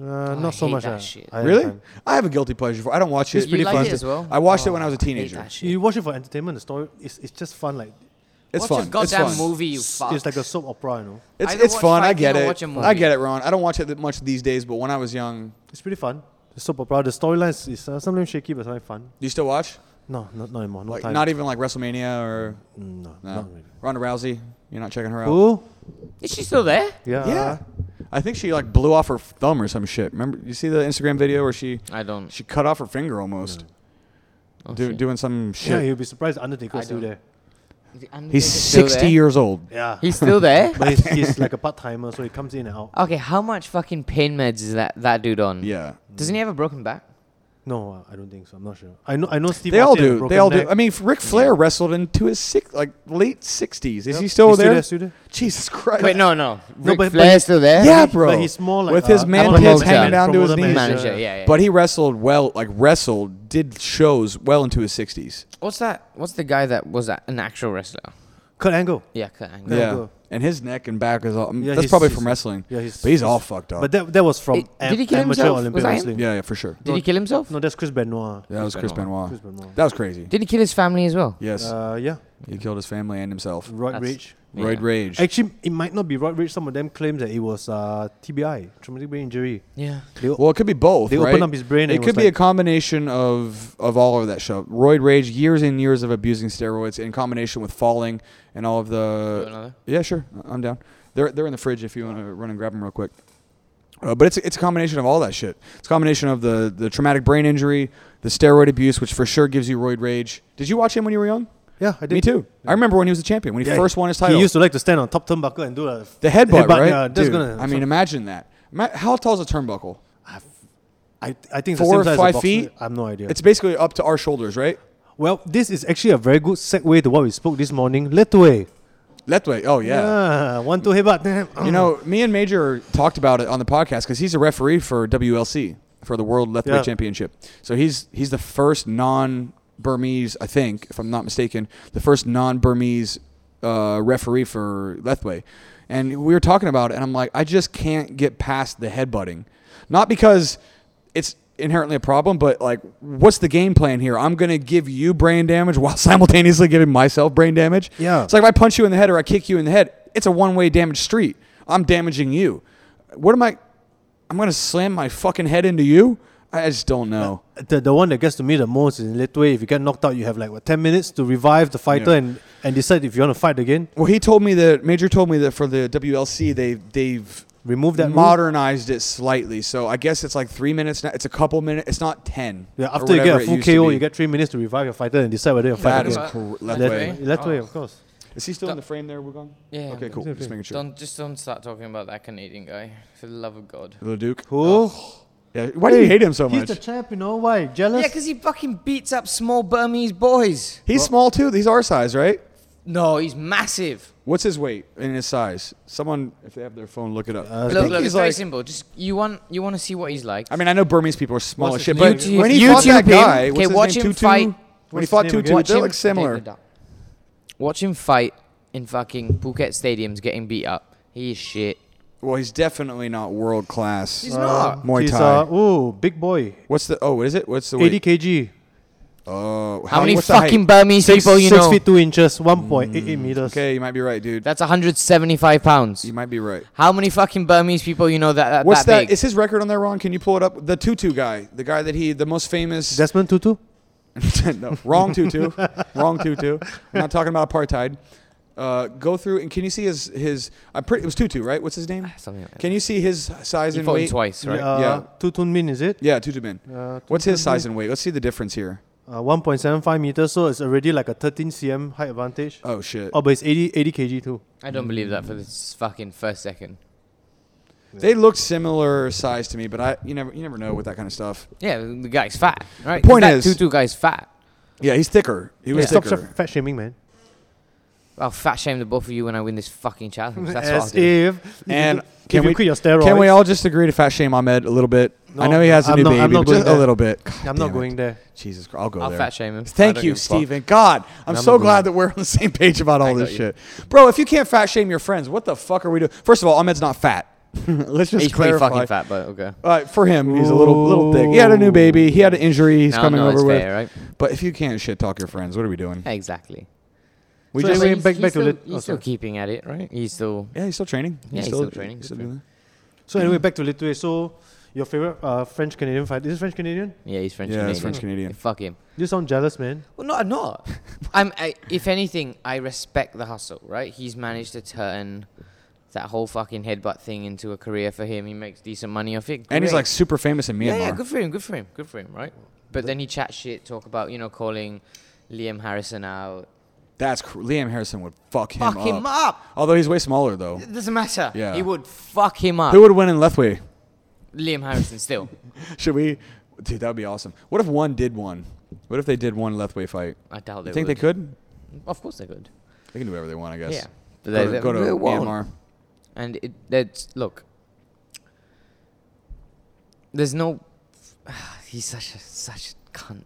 [SPEAKER 2] Uh,
[SPEAKER 3] Oh, I
[SPEAKER 2] not so
[SPEAKER 3] hate
[SPEAKER 2] much.
[SPEAKER 3] that
[SPEAKER 2] uh,
[SPEAKER 3] shit.
[SPEAKER 2] I
[SPEAKER 1] really?
[SPEAKER 2] understand.
[SPEAKER 1] I have a guilty pleasure for. I don't watch it.
[SPEAKER 3] You-
[SPEAKER 1] It's pretty
[SPEAKER 3] you like
[SPEAKER 1] fun.
[SPEAKER 3] it as well?
[SPEAKER 1] I watched it when
[SPEAKER 3] Oh,
[SPEAKER 1] I was a
[SPEAKER 3] I hate
[SPEAKER 1] teenager.
[SPEAKER 3] that shit.
[SPEAKER 2] You watch it for entertainment. The story is it's just fun. Like
[SPEAKER 1] It's
[SPEAKER 3] Watch
[SPEAKER 1] fun.
[SPEAKER 3] a goddamn
[SPEAKER 1] it's fun.
[SPEAKER 3] movie, you fuck.
[SPEAKER 2] it's like a soap opera. You know,
[SPEAKER 1] It's
[SPEAKER 3] Either
[SPEAKER 1] it's
[SPEAKER 3] watch
[SPEAKER 1] fun. I
[SPEAKER 3] fighting
[SPEAKER 1] get
[SPEAKER 3] or
[SPEAKER 1] it.
[SPEAKER 3] watch a movie.
[SPEAKER 1] I get it, Ron. I don't watch it that much these days, but when I was young,
[SPEAKER 2] it's pretty fun. The soap opera. The storyline is- is uh, sometimes shaky, but sometimes fun.
[SPEAKER 1] do you still watch?
[SPEAKER 2] No, not not anymore. No
[SPEAKER 1] like
[SPEAKER 2] time.
[SPEAKER 1] not even like WrestleMania or
[SPEAKER 2] Mm, no,
[SPEAKER 1] no.
[SPEAKER 2] not really.
[SPEAKER 1] Ronda Rousey. You're not checking her out.
[SPEAKER 2] Who?
[SPEAKER 3] Is she still there?
[SPEAKER 2] Yeah.
[SPEAKER 1] Yeah. I think she like blew off her thumb or some shit. Remember, you see the Instagram video where she
[SPEAKER 3] I don't.
[SPEAKER 1] she cut off her finger almost,
[SPEAKER 3] Oh,
[SPEAKER 1] do,
[SPEAKER 3] shit.
[SPEAKER 1] doing some
[SPEAKER 2] Yeah,
[SPEAKER 1] shit.
[SPEAKER 2] you'll be surprised. Undertaker's still
[SPEAKER 3] don't-
[SPEAKER 2] there.
[SPEAKER 3] The Undertaker's
[SPEAKER 1] He's
[SPEAKER 3] still
[SPEAKER 1] 60
[SPEAKER 3] there?
[SPEAKER 1] years old.
[SPEAKER 2] Yeah.
[SPEAKER 3] He's still there.
[SPEAKER 2] but he's, he's like a part timer, so he comes in and out.
[SPEAKER 3] okay, how much fucking pain meds is that that dude on?
[SPEAKER 1] Yeah,
[SPEAKER 3] Doesn't he have a broken back?
[SPEAKER 2] No, I don't think so. I'm not sure. I know. I know Steve.
[SPEAKER 1] they all
[SPEAKER 2] Austin had
[SPEAKER 1] do.
[SPEAKER 2] a
[SPEAKER 1] They
[SPEAKER 2] broken
[SPEAKER 1] all
[SPEAKER 2] neck.
[SPEAKER 1] do. I mean, Ric Flair wrestled into his six, like late 60s. Is
[SPEAKER 2] Yep.
[SPEAKER 1] he still
[SPEAKER 2] He's
[SPEAKER 1] there?
[SPEAKER 2] Still there.
[SPEAKER 1] Jesus Christ!
[SPEAKER 3] Wait, no, no.
[SPEAKER 2] No, but-
[SPEAKER 3] Ric
[SPEAKER 2] but
[SPEAKER 3] Flair's
[SPEAKER 2] he's-
[SPEAKER 3] still there.
[SPEAKER 1] Yeah,
[SPEAKER 2] But
[SPEAKER 1] bro.
[SPEAKER 2] he's more like
[SPEAKER 1] With
[SPEAKER 2] uh,
[SPEAKER 1] his man
[SPEAKER 2] promoter,
[SPEAKER 1] pits
[SPEAKER 3] promoter.
[SPEAKER 1] hanging down to his
[SPEAKER 2] promoter,
[SPEAKER 1] knees.
[SPEAKER 3] Manager, yeah, yeah.
[SPEAKER 1] But he wrestled well, like wrestled, did shows well into his 60s.
[SPEAKER 3] What's that? What's the guy that was a- an actual wrestler?
[SPEAKER 2] Kurt Angle.
[SPEAKER 3] Yeah, Kurt Angle.
[SPEAKER 2] Yeah,
[SPEAKER 1] Yeah,
[SPEAKER 2] bro.
[SPEAKER 1] and his neck and back is all.
[SPEAKER 2] Yeah,
[SPEAKER 1] that's
[SPEAKER 2] he's-
[SPEAKER 1] probably
[SPEAKER 2] he's-
[SPEAKER 1] from wrestling.
[SPEAKER 2] Yeah, he's.
[SPEAKER 1] But he's all fucked up.
[SPEAKER 2] But that that was from
[SPEAKER 3] It-
[SPEAKER 2] am-
[SPEAKER 3] did he kill
[SPEAKER 2] amateur
[SPEAKER 3] himself?
[SPEAKER 2] Olympic
[SPEAKER 3] Was that him?
[SPEAKER 2] wrestling.
[SPEAKER 1] yeah, yeah, for sure.
[SPEAKER 3] Did he kill himself?
[SPEAKER 2] No, that's Chris Benoit.
[SPEAKER 1] That was Chris Benoit.
[SPEAKER 2] Chris Benoit.
[SPEAKER 1] That was crazy.
[SPEAKER 3] Did he kill his family as well?
[SPEAKER 1] Yes,
[SPEAKER 2] Uh, yeah,
[SPEAKER 1] he killed his family and himself.
[SPEAKER 2] Roid
[SPEAKER 3] That's-
[SPEAKER 2] Rage.
[SPEAKER 1] Roid
[SPEAKER 3] Yeah.
[SPEAKER 1] rage.
[SPEAKER 2] Actually, it might not be Roid Rage. Some of them claim that it was uh, TBI, traumatic brain injury.
[SPEAKER 3] Yeah.
[SPEAKER 2] They,
[SPEAKER 1] Well, it could be both.
[SPEAKER 2] they
[SPEAKER 1] right?
[SPEAKER 2] opened up his brain.
[SPEAKER 1] It
[SPEAKER 2] and
[SPEAKER 1] could be
[SPEAKER 2] was
[SPEAKER 1] a
[SPEAKER 2] like,
[SPEAKER 1] combination of of all of that show. Roid rage, years and years of abusing steroids in combination with falling and all of
[SPEAKER 3] Do
[SPEAKER 1] the.
[SPEAKER 3] another?
[SPEAKER 1] Yeah, sure, I'm down. They're they're in the fridge if you want to run and grab them real quick. Uh, but it's it's a combination of all that shit. It's a combination of the the traumatic brain injury, the steroid abuse, which for sure gives you roid rage. Did you watch him when you were young?
[SPEAKER 2] yeah, I did.
[SPEAKER 1] Me too. I remember when he was a champion when he
[SPEAKER 2] Yeah,
[SPEAKER 1] first won his title.
[SPEAKER 2] He used to like to stand on top turnbuckle and do a
[SPEAKER 1] the headbutt,
[SPEAKER 2] headbutt,
[SPEAKER 1] right?
[SPEAKER 2] yeah, that's
[SPEAKER 1] Dude,
[SPEAKER 2] gonna-
[SPEAKER 1] I mean, imagine that. Ma- How tall is a turnbuckle?
[SPEAKER 2] I, I, I think
[SPEAKER 1] Four or
[SPEAKER 2] it's the same size as a
[SPEAKER 1] five
[SPEAKER 2] boxer.
[SPEAKER 1] feet?
[SPEAKER 2] I have no idea.
[SPEAKER 1] It's basically up to our shoulders, right?
[SPEAKER 2] well, this is actually a very good segue to what we spoke this morning. Letway.
[SPEAKER 1] Left way. Oh yeah.
[SPEAKER 2] one two headbutt.
[SPEAKER 1] You know, me and Major talked about it on the podcast because he's a referee for WLC for the World Left
[SPEAKER 2] Yeah.
[SPEAKER 1] Weight Championship. So he's he's the first non Burmese, I think, if I'm not mistaken, the first non Burmese uh, referee for Lethway. And we were talking about it, and I'm like, I just can't get past the headbutting, not because it's inherently a problem, but like, what's the game plan here? I'm gonna give you brain damage while simultaneously giving myself brain damage.
[SPEAKER 2] Yeah.
[SPEAKER 1] It's like if I punch you in the head or I kick you in the head, it's a one way damage street. I'm damaging you. What am I? I'm going to slam my fucking head into you? I just don't know.
[SPEAKER 2] the, the one that gets to me the most is in Letway. If you get knocked out, you have like what ten minutes to revive the fighter
[SPEAKER 1] Yeah.
[SPEAKER 2] and, and decide if you want to fight again.
[SPEAKER 1] Well, he told me that Major told me that for the WLC they they've
[SPEAKER 2] remove that rule.
[SPEAKER 1] modernized it slightly. So I guess it's like three minutes. Now. It's a couple minutes. It's not ten.
[SPEAKER 2] Yeah,
[SPEAKER 1] or
[SPEAKER 2] after you get
[SPEAKER 1] whatever
[SPEAKER 2] a
[SPEAKER 1] it
[SPEAKER 2] full
[SPEAKER 1] used to
[SPEAKER 2] KO,
[SPEAKER 1] be.
[SPEAKER 2] you get three minutes to revive your fighter and decide whether you're
[SPEAKER 1] that
[SPEAKER 2] fighting.
[SPEAKER 1] is
[SPEAKER 2] again.
[SPEAKER 3] Left
[SPEAKER 1] cor-
[SPEAKER 3] way.
[SPEAKER 1] left
[SPEAKER 2] left
[SPEAKER 1] way. Oh.
[SPEAKER 2] way, left way, of course.
[SPEAKER 1] Is he still in
[SPEAKER 3] Stop.
[SPEAKER 1] the frame there, Wugong?
[SPEAKER 3] Yeah.
[SPEAKER 1] Okay, cool. Just making sure.
[SPEAKER 3] Don't just don't start talking about that Canadian guy. For the love of God.
[SPEAKER 1] The Duke.
[SPEAKER 2] Who?
[SPEAKER 1] Oh. Yeah. Why do you
[SPEAKER 2] Hey,
[SPEAKER 1] hate him so
[SPEAKER 2] He's
[SPEAKER 1] much?
[SPEAKER 2] the champ, you know why? Jealous?
[SPEAKER 3] Yeah, because he fucking beats up small Burmese boys.
[SPEAKER 1] He's small too. He's our size, right?
[SPEAKER 3] No, he's massive.
[SPEAKER 1] What's his weight and his size? Someone, if they have their phone, look it up. I
[SPEAKER 3] look,
[SPEAKER 1] think
[SPEAKER 3] look,
[SPEAKER 1] he's
[SPEAKER 3] Uh, it's very
[SPEAKER 1] like-
[SPEAKER 3] simple. Just you want you want to see what he's like.
[SPEAKER 1] I mean, I know Burmese people are small as
[SPEAKER 2] What's
[SPEAKER 1] shit,
[SPEAKER 2] his
[SPEAKER 1] but
[SPEAKER 2] name?
[SPEAKER 3] YouTube-
[SPEAKER 1] when he fought
[SPEAKER 3] YouTube
[SPEAKER 1] that
[SPEAKER 3] him.
[SPEAKER 1] guy,
[SPEAKER 3] Okay,
[SPEAKER 1] what's his
[SPEAKER 3] watch
[SPEAKER 1] name,
[SPEAKER 3] him
[SPEAKER 1] Tutu?
[SPEAKER 3] fight.
[SPEAKER 1] When he
[SPEAKER 2] What's
[SPEAKER 1] fought
[SPEAKER 2] his name
[SPEAKER 1] Tutu,
[SPEAKER 2] again?
[SPEAKER 1] they look similar.
[SPEAKER 3] take the duck. Watch him fight in fucking Phuket stadiums getting beat up. He is shit.
[SPEAKER 1] Well, he's definitely not world class.
[SPEAKER 3] He's not.
[SPEAKER 1] Muay
[SPEAKER 2] He's,
[SPEAKER 1] Thai.
[SPEAKER 2] uh, ooh, big boy.
[SPEAKER 1] What's the? Oh, what is it? What's the
[SPEAKER 2] 80
[SPEAKER 1] weight?
[SPEAKER 2] kg.
[SPEAKER 1] Oh,
[SPEAKER 3] How many
[SPEAKER 1] what's the height?
[SPEAKER 3] fucking Burmese
[SPEAKER 2] Six,
[SPEAKER 3] people you
[SPEAKER 2] six
[SPEAKER 3] know?
[SPEAKER 2] feet two inches, 1.88 meters.
[SPEAKER 1] Mm, Okay, you might be right, dude.
[SPEAKER 3] That's 175 pounds.
[SPEAKER 1] You might be right.
[SPEAKER 3] How many fucking Burmese people you know that that,
[SPEAKER 1] What's
[SPEAKER 3] that
[SPEAKER 1] that?
[SPEAKER 3] big?
[SPEAKER 1] Is his record on there, Ron? Can you pull it up? The Tutu guy, the guy that he, the most famous.
[SPEAKER 2] Desmond Tutu?
[SPEAKER 1] no, wrong Tutu, wrong Tutu. I'm not talking about apartheid. Uh, go through and can you see his his? I'm pretty. It was Tutu, right? What's his name?
[SPEAKER 3] Ah, Something like that.
[SPEAKER 1] Can you see his size
[SPEAKER 3] He
[SPEAKER 1] and
[SPEAKER 3] fought him
[SPEAKER 1] weight?
[SPEAKER 3] twice, right?
[SPEAKER 2] Uh,
[SPEAKER 1] Yeah.
[SPEAKER 2] Tutun Min, is it?
[SPEAKER 1] Yeah, Tutu Min.
[SPEAKER 2] Uh,
[SPEAKER 1] What's his
[SPEAKER 2] Tutun
[SPEAKER 1] size
[SPEAKER 2] Min,
[SPEAKER 1] and weight? Let's see the difference here.
[SPEAKER 2] Uh, 1.75 meters, so it's already like a 13 cm height advantage.
[SPEAKER 1] Oh shit!
[SPEAKER 2] oh, but it's 80, 80 kg too.
[SPEAKER 3] I don't believe that for this fucking first second.
[SPEAKER 1] They looked similar size to me, but I you never you never know with that kind of stuff.
[SPEAKER 3] Yeah, the the guy's fat, right?
[SPEAKER 1] point
[SPEAKER 3] that
[SPEAKER 1] is-
[SPEAKER 3] Tutu guy's fat.
[SPEAKER 1] Yeah, he's thicker. He was
[SPEAKER 2] Stop, stop
[SPEAKER 1] thicker.
[SPEAKER 2] fat shaming, man.
[SPEAKER 3] I'll fat shame the both of you when I win this fucking challenge. That's what I'll
[SPEAKER 2] As
[SPEAKER 3] do.
[SPEAKER 1] E
[SPEAKER 2] if,
[SPEAKER 1] And
[SPEAKER 2] if you, can
[SPEAKER 1] we
[SPEAKER 2] you quit your steroids.
[SPEAKER 1] Can we all just agree to fat shame Ahmed a little bit? I
[SPEAKER 2] No,
[SPEAKER 1] know he has a
[SPEAKER 2] I'm
[SPEAKER 1] new
[SPEAKER 2] not-
[SPEAKER 1] baby,
[SPEAKER 2] I'm not
[SPEAKER 1] but just
[SPEAKER 2] going
[SPEAKER 1] a
[SPEAKER 2] there.
[SPEAKER 1] little bit.
[SPEAKER 2] I'm
[SPEAKER 1] God
[SPEAKER 2] not
[SPEAKER 1] damn it.
[SPEAKER 2] going there.
[SPEAKER 1] Jesus Christ, I'll go
[SPEAKER 3] I'll
[SPEAKER 1] there.
[SPEAKER 3] fat shame him.
[SPEAKER 1] Thank
[SPEAKER 3] I don't
[SPEAKER 1] you,
[SPEAKER 3] give a fuck.
[SPEAKER 1] Steven. God, I'm
[SPEAKER 3] I'm
[SPEAKER 1] so
[SPEAKER 3] not
[SPEAKER 1] glad
[SPEAKER 3] going.
[SPEAKER 1] that we're on the same page about all
[SPEAKER 3] I
[SPEAKER 1] this
[SPEAKER 3] got you.
[SPEAKER 1] shit, bro. If you can't fat shame your friends, what the fuck are we doing? First of all, Ahmed's not fat. Let's just
[SPEAKER 3] He's pretty
[SPEAKER 1] clarify.
[SPEAKER 3] fucking fat, but okay.
[SPEAKER 1] Uh, for him, he's a little little thick. He had a new baby. He had an injury. He's
[SPEAKER 3] No,
[SPEAKER 1] coming
[SPEAKER 3] no,
[SPEAKER 1] over
[SPEAKER 3] it's
[SPEAKER 1] with.
[SPEAKER 3] fair, right?
[SPEAKER 1] But if you can't shit talk your friends, what are we doing?
[SPEAKER 3] Exactly.
[SPEAKER 1] We
[SPEAKER 2] So
[SPEAKER 1] just
[SPEAKER 2] anyway-
[SPEAKER 3] he's,
[SPEAKER 2] back-
[SPEAKER 3] he's
[SPEAKER 2] back to
[SPEAKER 3] still,
[SPEAKER 2] lit-
[SPEAKER 3] he's
[SPEAKER 2] oh,
[SPEAKER 3] still
[SPEAKER 2] sorry.
[SPEAKER 3] keeping at it, right? He's still.
[SPEAKER 1] yeah, he's still training.
[SPEAKER 3] Yeah, he's still training.
[SPEAKER 1] He's still
[SPEAKER 3] Good
[SPEAKER 1] doing
[SPEAKER 2] So anyway, back to Lithuania. So your favorite uh, French Canadian fighter is it French Canadian?
[SPEAKER 3] Yeah, he's French
[SPEAKER 1] Yeah,
[SPEAKER 3] Canadian.
[SPEAKER 1] he's French Canadian.
[SPEAKER 3] Fuck him.
[SPEAKER 2] You sound jealous, man.
[SPEAKER 3] Well, no, I'm not. I'm. I, if anything, I respect the hustle. Right? He's managed to turn that whole fucking headbutt thing into a career for him. He makes decent money off it.
[SPEAKER 1] that. And he's
[SPEAKER 3] Great.
[SPEAKER 1] like super famous in Myanmar.
[SPEAKER 3] Yeah, yeah, good for him, good for him, good for him, right? But then he chat shit, talk about you know calling Liam Harrison out,
[SPEAKER 1] That's cr- Liam Harrison would fuck him
[SPEAKER 3] fuck
[SPEAKER 1] up.
[SPEAKER 3] him up.
[SPEAKER 1] Although he's way smaller though.
[SPEAKER 3] It doesn't matter.
[SPEAKER 1] Yeah.
[SPEAKER 3] he would fuck him up.
[SPEAKER 1] Who would win in Lethway?
[SPEAKER 3] Liam Harrison still.
[SPEAKER 1] Should we? Dude, that would be awesome. What if one did one? What if they did one Lethway fight?
[SPEAKER 3] I doubt they
[SPEAKER 1] You think
[SPEAKER 3] would.
[SPEAKER 1] they could?
[SPEAKER 3] Of course they could.
[SPEAKER 1] They can do whatever they want, I guess.
[SPEAKER 3] Yeah. But
[SPEAKER 1] Go
[SPEAKER 3] they-
[SPEAKER 1] to,
[SPEAKER 3] they-
[SPEAKER 1] go to
[SPEAKER 3] they won't.
[SPEAKER 1] Myanmar.
[SPEAKER 3] And it that's look. There's no. He's such a such a cunt.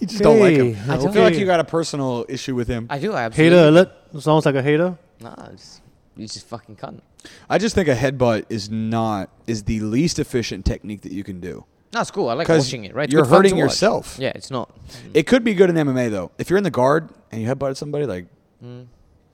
[SPEAKER 1] You just don't like him.
[SPEAKER 2] Okay.
[SPEAKER 1] I
[SPEAKER 3] don't-
[SPEAKER 1] feel like you got a personal issue with him.
[SPEAKER 3] I do. I absolutely.
[SPEAKER 2] Hater alert. Sounds like a hater.
[SPEAKER 3] Nah, it's, he's just fucking cunt.
[SPEAKER 1] I just think a headbutt is not is the least efficient technique that you can do.
[SPEAKER 3] No, it's cool. I like
[SPEAKER 1] 'Cause
[SPEAKER 3] watching it. Right? It's
[SPEAKER 1] you're
[SPEAKER 3] good fun to
[SPEAKER 1] hurting
[SPEAKER 3] watch.
[SPEAKER 1] yourself.
[SPEAKER 3] Yeah, it's not.
[SPEAKER 1] It could be good in MMA though. If you're in the guard and you headbutted somebody, like,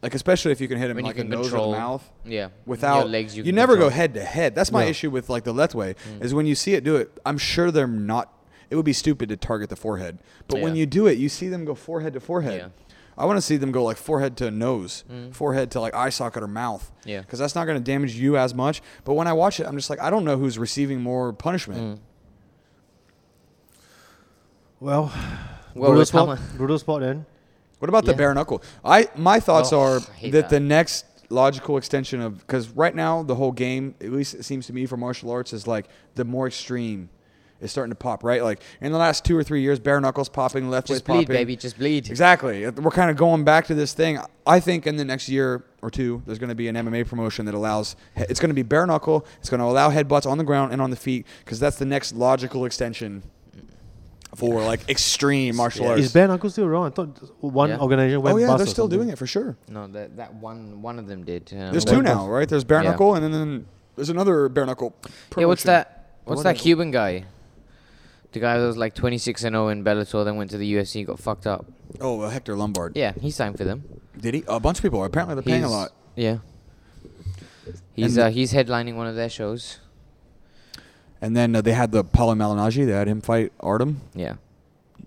[SPEAKER 1] like especially if you can hit him
[SPEAKER 3] Hmm. When you
[SPEAKER 1] like a
[SPEAKER 3] can
[SPEAKER 1] nose or the
[SPEAKER 3] control-
[SPEAKER 1] mouth.
[SPEAKER 3] Yeah.
[SPEAKER 1] without
[SPEAKER 3] your legs, you,
[SPEAKER 1] you,
[SPEAKER 3] can
[SPEAKER 1] never
[SPEAKER 3] control. Mm.
[SPEAKER 1] go head to head. That's my
[SPEAKER 2] No.
[SPEAKER 1] issue with like the Lethway is when you see it do it. I'm sure they're not. It would be stupid to target the forehead, but when
[SPEAKER 3] Yeah.
[SPEAKER 1] you do it, you see them go forehead to forehead.
[SPEAKER 3] Yeah. Mm.
[SPEAKER 1] I want to see them go like forehead to nose, forehead to like eye socket or mouth.
[SPEAKER 3] Yeah.
[SPEAKER 1] because that's not going to damage you as much. But when I watch it, I'm just like, I don't know who's receiving more
[SPEAKER 3] Mm.
[SPEAKER 1] punishment.
[SPEAKER 2] Well,
[SPEAKER 3] Well,
[SPEAKER 2] brutal
[SPEAKER 3] with how
[SPEAKER 2] sport.
[SPEAKER 3] mu-
[SPEAKER 2] Brutal sport then.
[SPEAKER 1] What about the
[SPEAKER 3] Yeah.
[SPEAKER 1] bare knuckle? I my thoughts
[SPEAKER 3] Oh,
[SPEAKER 1] are
[SPEAKER 3] I hate
[SPEAKER 1] that,
[SPEAKER 3] that.
[SPEAKER 1] the next logical extension of because right now the whole game, at least it seems to me for martial arts, is like the more extreme is starting to pop. Right, like in the last two or three years, bare knuckles popping, left ways
[SPEAKER 3] Just bleed,
[SPEAKER 1] popping.
[SPEAKER 3] baby. Just bleed.
[SPEAKER 1] Exactly. We're kind of going back to this thing. I think in the next year or two, there's going to be an MMA promotion that allows it's going to be bare knuckle. It's going to allow headbutts on the ground and on the feet because that's the next logical extension for like extreme martial arts.
[SPEAKER 2] Is bare knuckles still around? I thought one
[SPEAKER 3] Yeah.
[SPEAKER 2] organization went
[SPEAKER 1] oh yeah,
[SPEAKER 2] bust
[SPEAKER 1] they're
[SPEAKER 2] or
[SPEAKER 1] still doing
[SPEAKER 2] something.
[SPEAKER 1] it for sure.
[SPEAKER 3] No, that that one one of them did. uh,
[SPEAKER 1] There's
[SPEAKER 3] one-
[SPEAKER 1] two now, right? There's bare
[SPEAKER 3] Yeah.
[SPEAKER 1] knuckle, and then, then there's another bare knuckle.
[SPEAKER 3] Yeah, what's
[SPEAKER 1] promotion.
[SPEAKER 3] that? What's
[SPEAKER 2] one
[SPEAKER 3] that Cuban guy? The guy that was like 26 and 0 in Bellator, then went to the UFC, got fucked up.
[SPEAKER 1] Oh, uh, Hector Lombard.
[SPEAKER 3] Yeah, he signed for them.
[SPEAKER 1] Did he? A bunch of people. are. Apparently, they're paying
[SPEAKER 3] He's-
[SPEAKER 1] a lot.
[SPEAKER 3] Yeah. He's
[SPEAKER 1] And
[SPEAKER 3] uh, he's headlining one of their shows.
[SPEAKER 1] And then uh, they had the Paulo Malignaggi. They had him fight Artem,
[SPEAKER 3] Yeah.